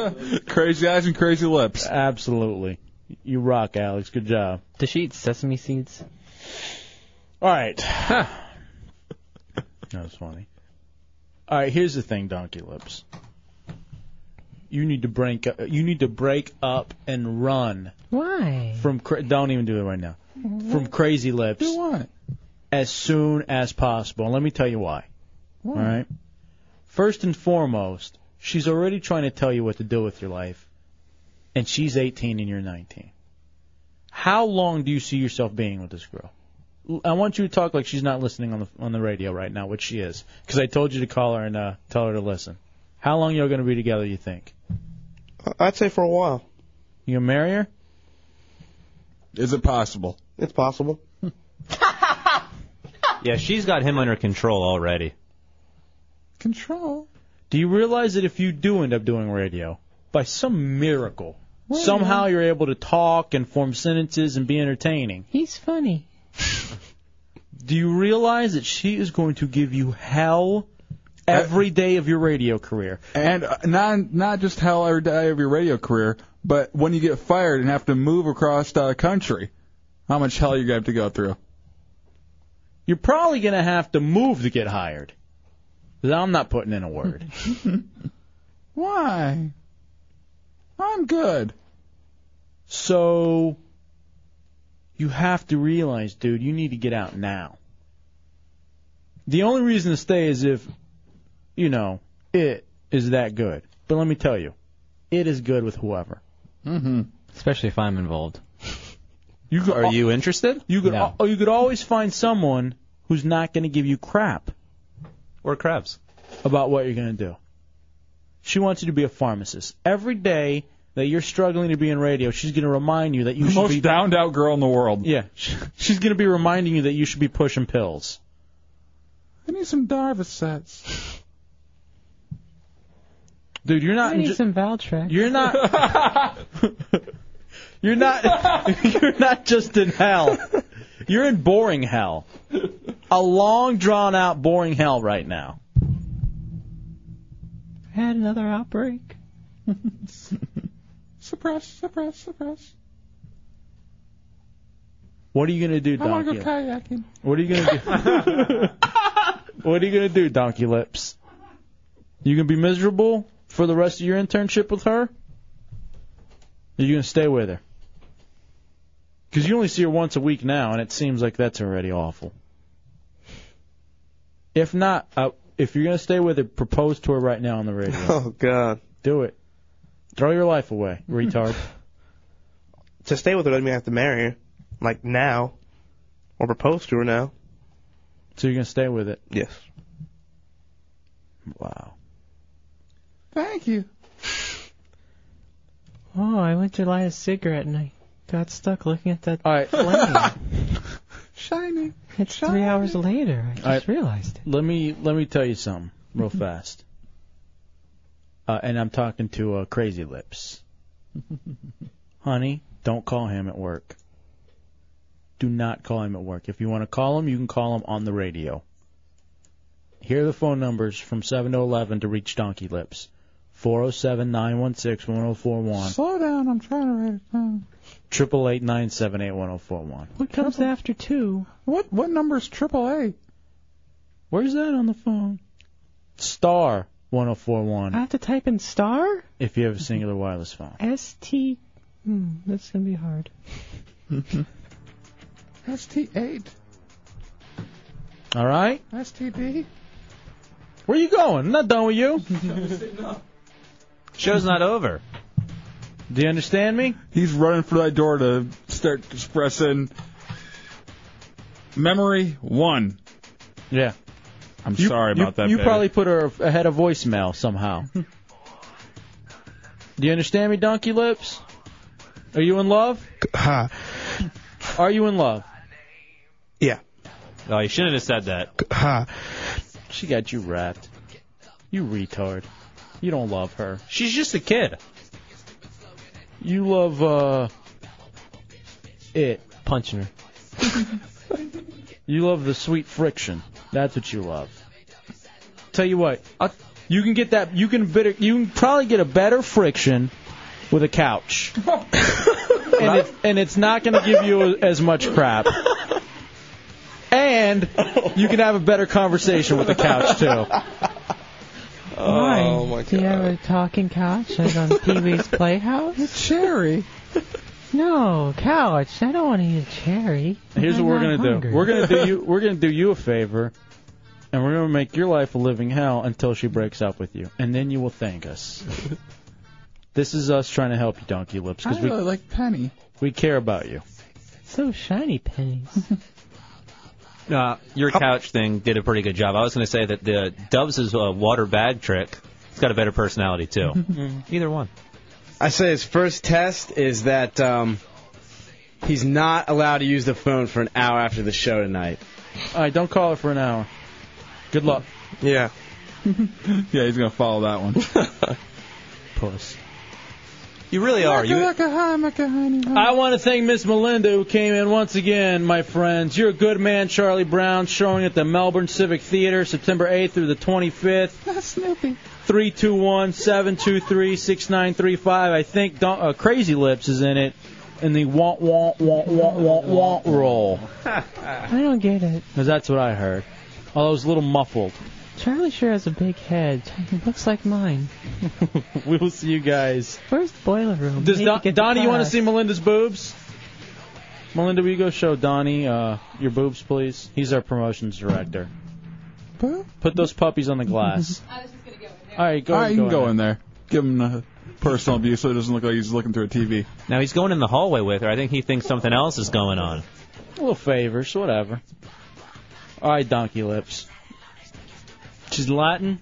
[SPEAKER 4] crazy eyes and crazy lips.
[SPEAKER 3] Absolutely. You rock, Alex. Good job.
[SPEAKER 16] Does she eat sesame seeds?
[SPEAKER 3] All right. That was funny. All right, here's the thing, Donkey Lips. You need to break. Up, you need to break up and run
[SPEAKER 10] Why?
[SPEAKER 3] from. Cra- don't even do it right now. From Crazy Lips.
[SPEAKER 4] Do what?
[SPEAKER 3] As soon as possible. And let me tell you why. All right. First and foremost, she's already trying to tell you what to do with your life, and she's 18 and you're 19. How long do you see yourself being with this girl? L- I want you to talk like she's not listening on the on the radio right now, which she is, because I told you to call her and uh, tell her to listen. How long y'all gonna be together? You think?
[SPEAKER 13] I'd say for a while.
[SPEAKER 3] You gonna marry her?
[SPEAKER 4] Is it possible?
[SPEAKER 13] It's possible.
[SPEAKER 18] Yeah, she's got him under control already.
[SPEAKER 4] Control.
[SPEAKER 3] Do you realize that if you do end up doing radio, by some miracle,
[SPEAKER 10] Well,
[SPEAKER 3] somehow you're able to talk and form sentences and be entertaining?
[SPEAKER 10] He's funny.
[SPEAKER 3] Do you realize that she is going to give you hell every day of your radio career?
[SPEAKER 4] Uh, And uh, not not just hell every day of your radio career, but when you get fired and have to move across the country, how much hell you gonna have to go through?
[SPEAKER 3] You're probably going to have to move to get hired. 'Cause I'm not putting in a word.
[SPEAKER 4] Why? I'm good.
[SPEAKER 3] So you have to realize, dude, you need to get out now. The only reason to stay is if you know it is that good. But let me tell you, it is good with whoever.
[SPEAKER 4] Mm-hmm.
[SPEAKER 6] Especially if I'm involved.
[SPEAKER 3] You could,
[SPEAKER 18] Are you interested?
[SPEAKER 3] You could,
[SPEAKER 18] No.
[SPEAKER 3] al- you could always find someone who's not going to give you crap
[SPEAKER 18] Or crabs.
[SPEAKER 3] about what you're going to do. She wants you to be a pharmacist. Every day that you're struggling to be in radio, she's going to remind you that you
[SPEAKER 4] The
[SPEAKER 3] should
[SPEAKER 4] most
[SPEAKER 3] be
[SPEAKER 4] downed out girl in the world.
[SPEAKER 3] Yeah, sh- she's going to be reminding you that you should be pushing pills.
[SPEAKER 4] I need some Darvocets.
[SPEAKER 3] Dude, you're not
[SPEAKER 10] I need
[SPEAKER 3] ju-
[SPEAKER 10] some Valtrex.
[SPEAKER 3] You're not. you're not. You're not just in hell. You're in boring hell. A long, drawn out, boring hell right now.
[SPEAKER 10] I had another outbreak.
[SPEAKER 4] Suppress, suppress, suppress.
[SPEAKER 3] What are you gonna do,
[SPEAKER 4] I want to
[SPEAKER 3] Donkey?
[SPEAKER 4] go kayaking.
[SPEAKER 3] What are you gonna do? what are you gonna do, Donkey Lips? You gonna be miserable for the rest of your internship with her? Or you gonna stay with her? 'Cause you only see her once a week now, and it seems like that's already awful. If not, uh, if you're gonna stay with her, propose to her right now on the radio.
[SPEAKER 13] Oh God.
[SPEAKER 3] Do it. Throw your life away, retard.
[SPEAKER 13] to stay with her doesn't mean I have to marry her, like now, or propose to her now.
[SPEAKER 3] So you're gonna stay with it?
[SPEAKER 13] Yes.
[SPEAKER 3] Wow.
[SPEAKER 4] Thank you.
[SPEAKER 10] Oh, I went to light a cigarette and I got stuck looking at that
[SPEAKER 3] All right.
[SPEAKER 10] flame.
[SPEAKER 4] Shiny.
[SPEAKER 10] It's three hours later. I just
[SPEAKER 3] All right.
[SPEAKER 10] realized.
[SPEAKER 3] Let me let me tell you something real fast. Uh, and I'm talking to uh, Crazy Lips. Honey, don't call him at work. Do not call him at work. If you want to call him, you can call him on the radio. Here are the phone numbers from 7 to 11 to reach Donkey Lips. 407 916 1041,
[SPEAKER 4] Slow down. I'm trying to write it down.
[SPEAKER 3] 888 978 1041.
[SPEAKER 10] What comes after two?
[SPEAKER 4] What what number's triple A?
[SPEAKER 3] Where's that on the phone? Star
[SPEAKER 10] I
[SPEAKER 3] 1041
[SPEAKER 10] have to type in star?
[SPEAKER 3] if you have a singular wireless phone.
[SPEAKER 10] S T. Hmm, that's gonna be hard.
[SPEAKER 4] ST8.
[SPEAKER 3] All right?
[SPEAKER 4] STD.
[SPEAKER 3] Where you going? I'm not done with you.
[SPEAKER 18] Show's not over.
[SPEAKER 3] Do you understand me?
[SPEAKER 4] He's running for that door to start expressing memory one.
[SPEAKER 3] Yeah.
[SPEAKER 4] I'm
[SPEAKER 3] You-
[SPEAKER 4] sorry
[SPEAKER 3] you-
[SPEAKER 4] about that.
[SPEAKER 3] You
[SPEAKER 4] baby.
[SPEAKER 3] probably put her ahead of voicemail somehow. Do you understand me, Donkey Lips? Are you in love? Are you in love?
[SPEAKER 13] Yeah.
[SPEAKER 18] Oh, you shouldn't have said that.
[SPEAKER 3] She got you wrapped. You retard. You don't love her.
[SPEAKER 18] She's just a kid.
[SPEAKER 3] You love uh it.
[SPEAKER 10] Punching her.
[SPEAKER 3] You love the sweet friction. That's what you love. Tell you what, i you can get that. You can better. You can probably get a better friction with a couch, and, it, and it's not going to give you as much crap. And and you can have a better conversation with the couch too.
[SPEAKER 16] Why? Do you have a talking couch like on Pee Wee's Playhouse? Cherry. No, couch. I don't want to eat a cherry.
[SPEAKER 3] Here's
[SPEAKER 16] I'm
[SPEAKER 3] what we're
[SPEAKER 16] not
[SPEAKER 3] gonna
[SPEAKER 16] hungry.
[SPEAKER 3] do. We're gonna do you. We're gonna do you a favor, and we're gonna make your life a living hell until she breaks up with you, and then you will thank us. this is us trying to help you, Donkey Lips,
[SPEAKER 16] I
[SPEAKER 3] because we
[SPEAKER 16] really like Penny.
[SPEAKER 3] we care about you.
[SPEAKER 16] So shiny pennies.
[SPEAKER 18] Uh, your couch thing did a pretty good job. I was going to say that the Dubs' uh, water bag trick, it's got a better personality too.
[SPEAKER 3] Mm-hmm.
[SPEAKER 18] Either one.
[SPEAKER 11] I say his first test is that um, he's not allowed to use the phone for an hour after the show tonight.
[SPEAKER 3] All right, don't call her for an hour. Good luck.
[SPEAKER 11] Yeah.
[SPEAKER 4] yeah, he's gonna follow that one.
[SPEAKER 3] Puss.
[SPEAKER 18] You really
[SPEAKER 3] are. You. I
[SPEAKER 16] I
[SPEAKER 3] want to thank Miss Melinda who came in once again, my friends. You're a good man, Charlie Brown, showing at the Melbourne Civic Theater September 8th through the 25th.
[SPEAKER 16] That's Snoopy.
[SPEAKER 3] 321-723-6935. I think Don- uh, Crazy Lips is in it in the want want want want want want roll.
[SPEAKER 16] I don't get it.
[SPEAKER 3] 'Cause that's what I heard. Although it was a little muffled.
[SPEAKER 16] Charlie sure has a big head. It looks like mine.
[SPEAKER 3] we will see you guys.
[SPEAKER 16] Where's the boiler room?
[SPEAKER 3] Does
[SPEAKER 16] Need to
[SPEAKER 3] Don-
[SPEAKER 16] get
[SPEAKER 3] Donnie, you want to
[SPEAKER 16] class.
[SPEAKER 3] see Melinda's boobs? Melinda, will you go show Donnie uh, your boobs, please? He's our promotions director. Put those puppies on the glass. All right, go.
[SPEAKER 4] All
[SPEAKER 3] ahead
[SPEAKER 4] right,
[SPEAKER 3] and
[SPEAKER 4] you can
[SPEAKER 3] go
[SPEAKER 4] go in there. Give him the personal abuse so it doesn't look like he's looking through a TV.
[SPEAKER 18] Now he's going in the hallway with her. I think he thinks something else is going on.
[SPEAKER 3] Little favors, whatever. All right, donkey lips. She's Latin.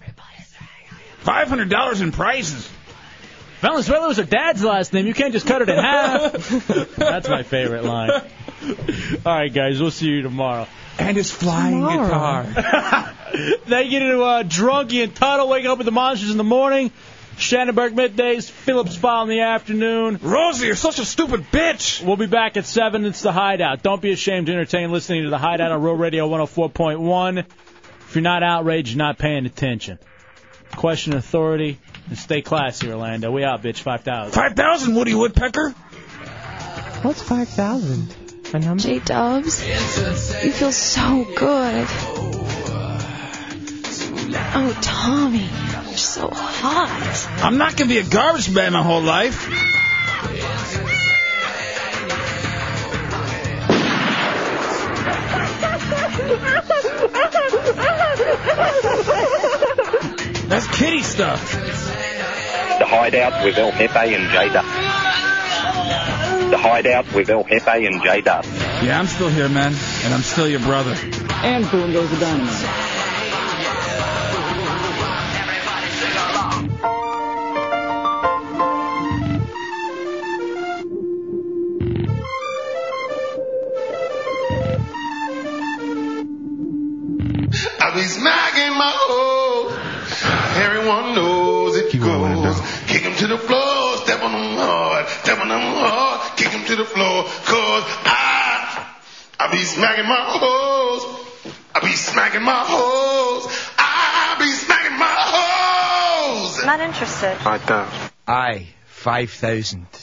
[SPEAKER 3] Five hundred dollars in prizes. Valenzuela was her dad's last name. You can't just cut it in half. That's my favorite line. All right, guys, we'll see you tomorrow.
[SPEAKER 4] And his flying guitar.
[SPEAKER 3] Thank you to uh, Drunky and Tuttle. Wake up with the monsters in the morning. Shannonburg middays. Phillips Spa in the afternoon. Rosie, you're such a stupid bitch. We'll be back at 7. It's the Hideout. Don't be ashamed to entertain listening to the Hideout on Real Radio 104.1. If you're not outraged, you're not paying attention. Question authority. And stay classy, Orlando. We out, bitch. 5,000.
[SPEAKER 4] 5,000, Woody Woodpecker?
[SPEAKER 16] What's 5,000? A number?
[SPEAKER 19] J Dubs, you feel so good. Oh, Tommy, you're so hot.
[SPEAKER 4] I'm not gonna be a garbage man my whole life.
[SPEAKER 23] That's kitty stuff. The Hideout with El Jefe and J Dub. The Hideout with El Jefe and J Dub.
[SPEAKER 4] Yeah, I'm still here, man, and I'm still your brother.
[SPEAKER 16] And boom goes the dynamite.
[SPEAKER 29] I be smacking my hoes. Everyone knows it goes. Kick 'em to the floor, step on 'em hard, step on 'em hard, kick 'em to the floor, cause I, I be smacking my hoes. I be smacking my hoes. I be smacking my hoes.
[SPEAKER 30] Not interested.
[SPEAKER 31] I, 5,000.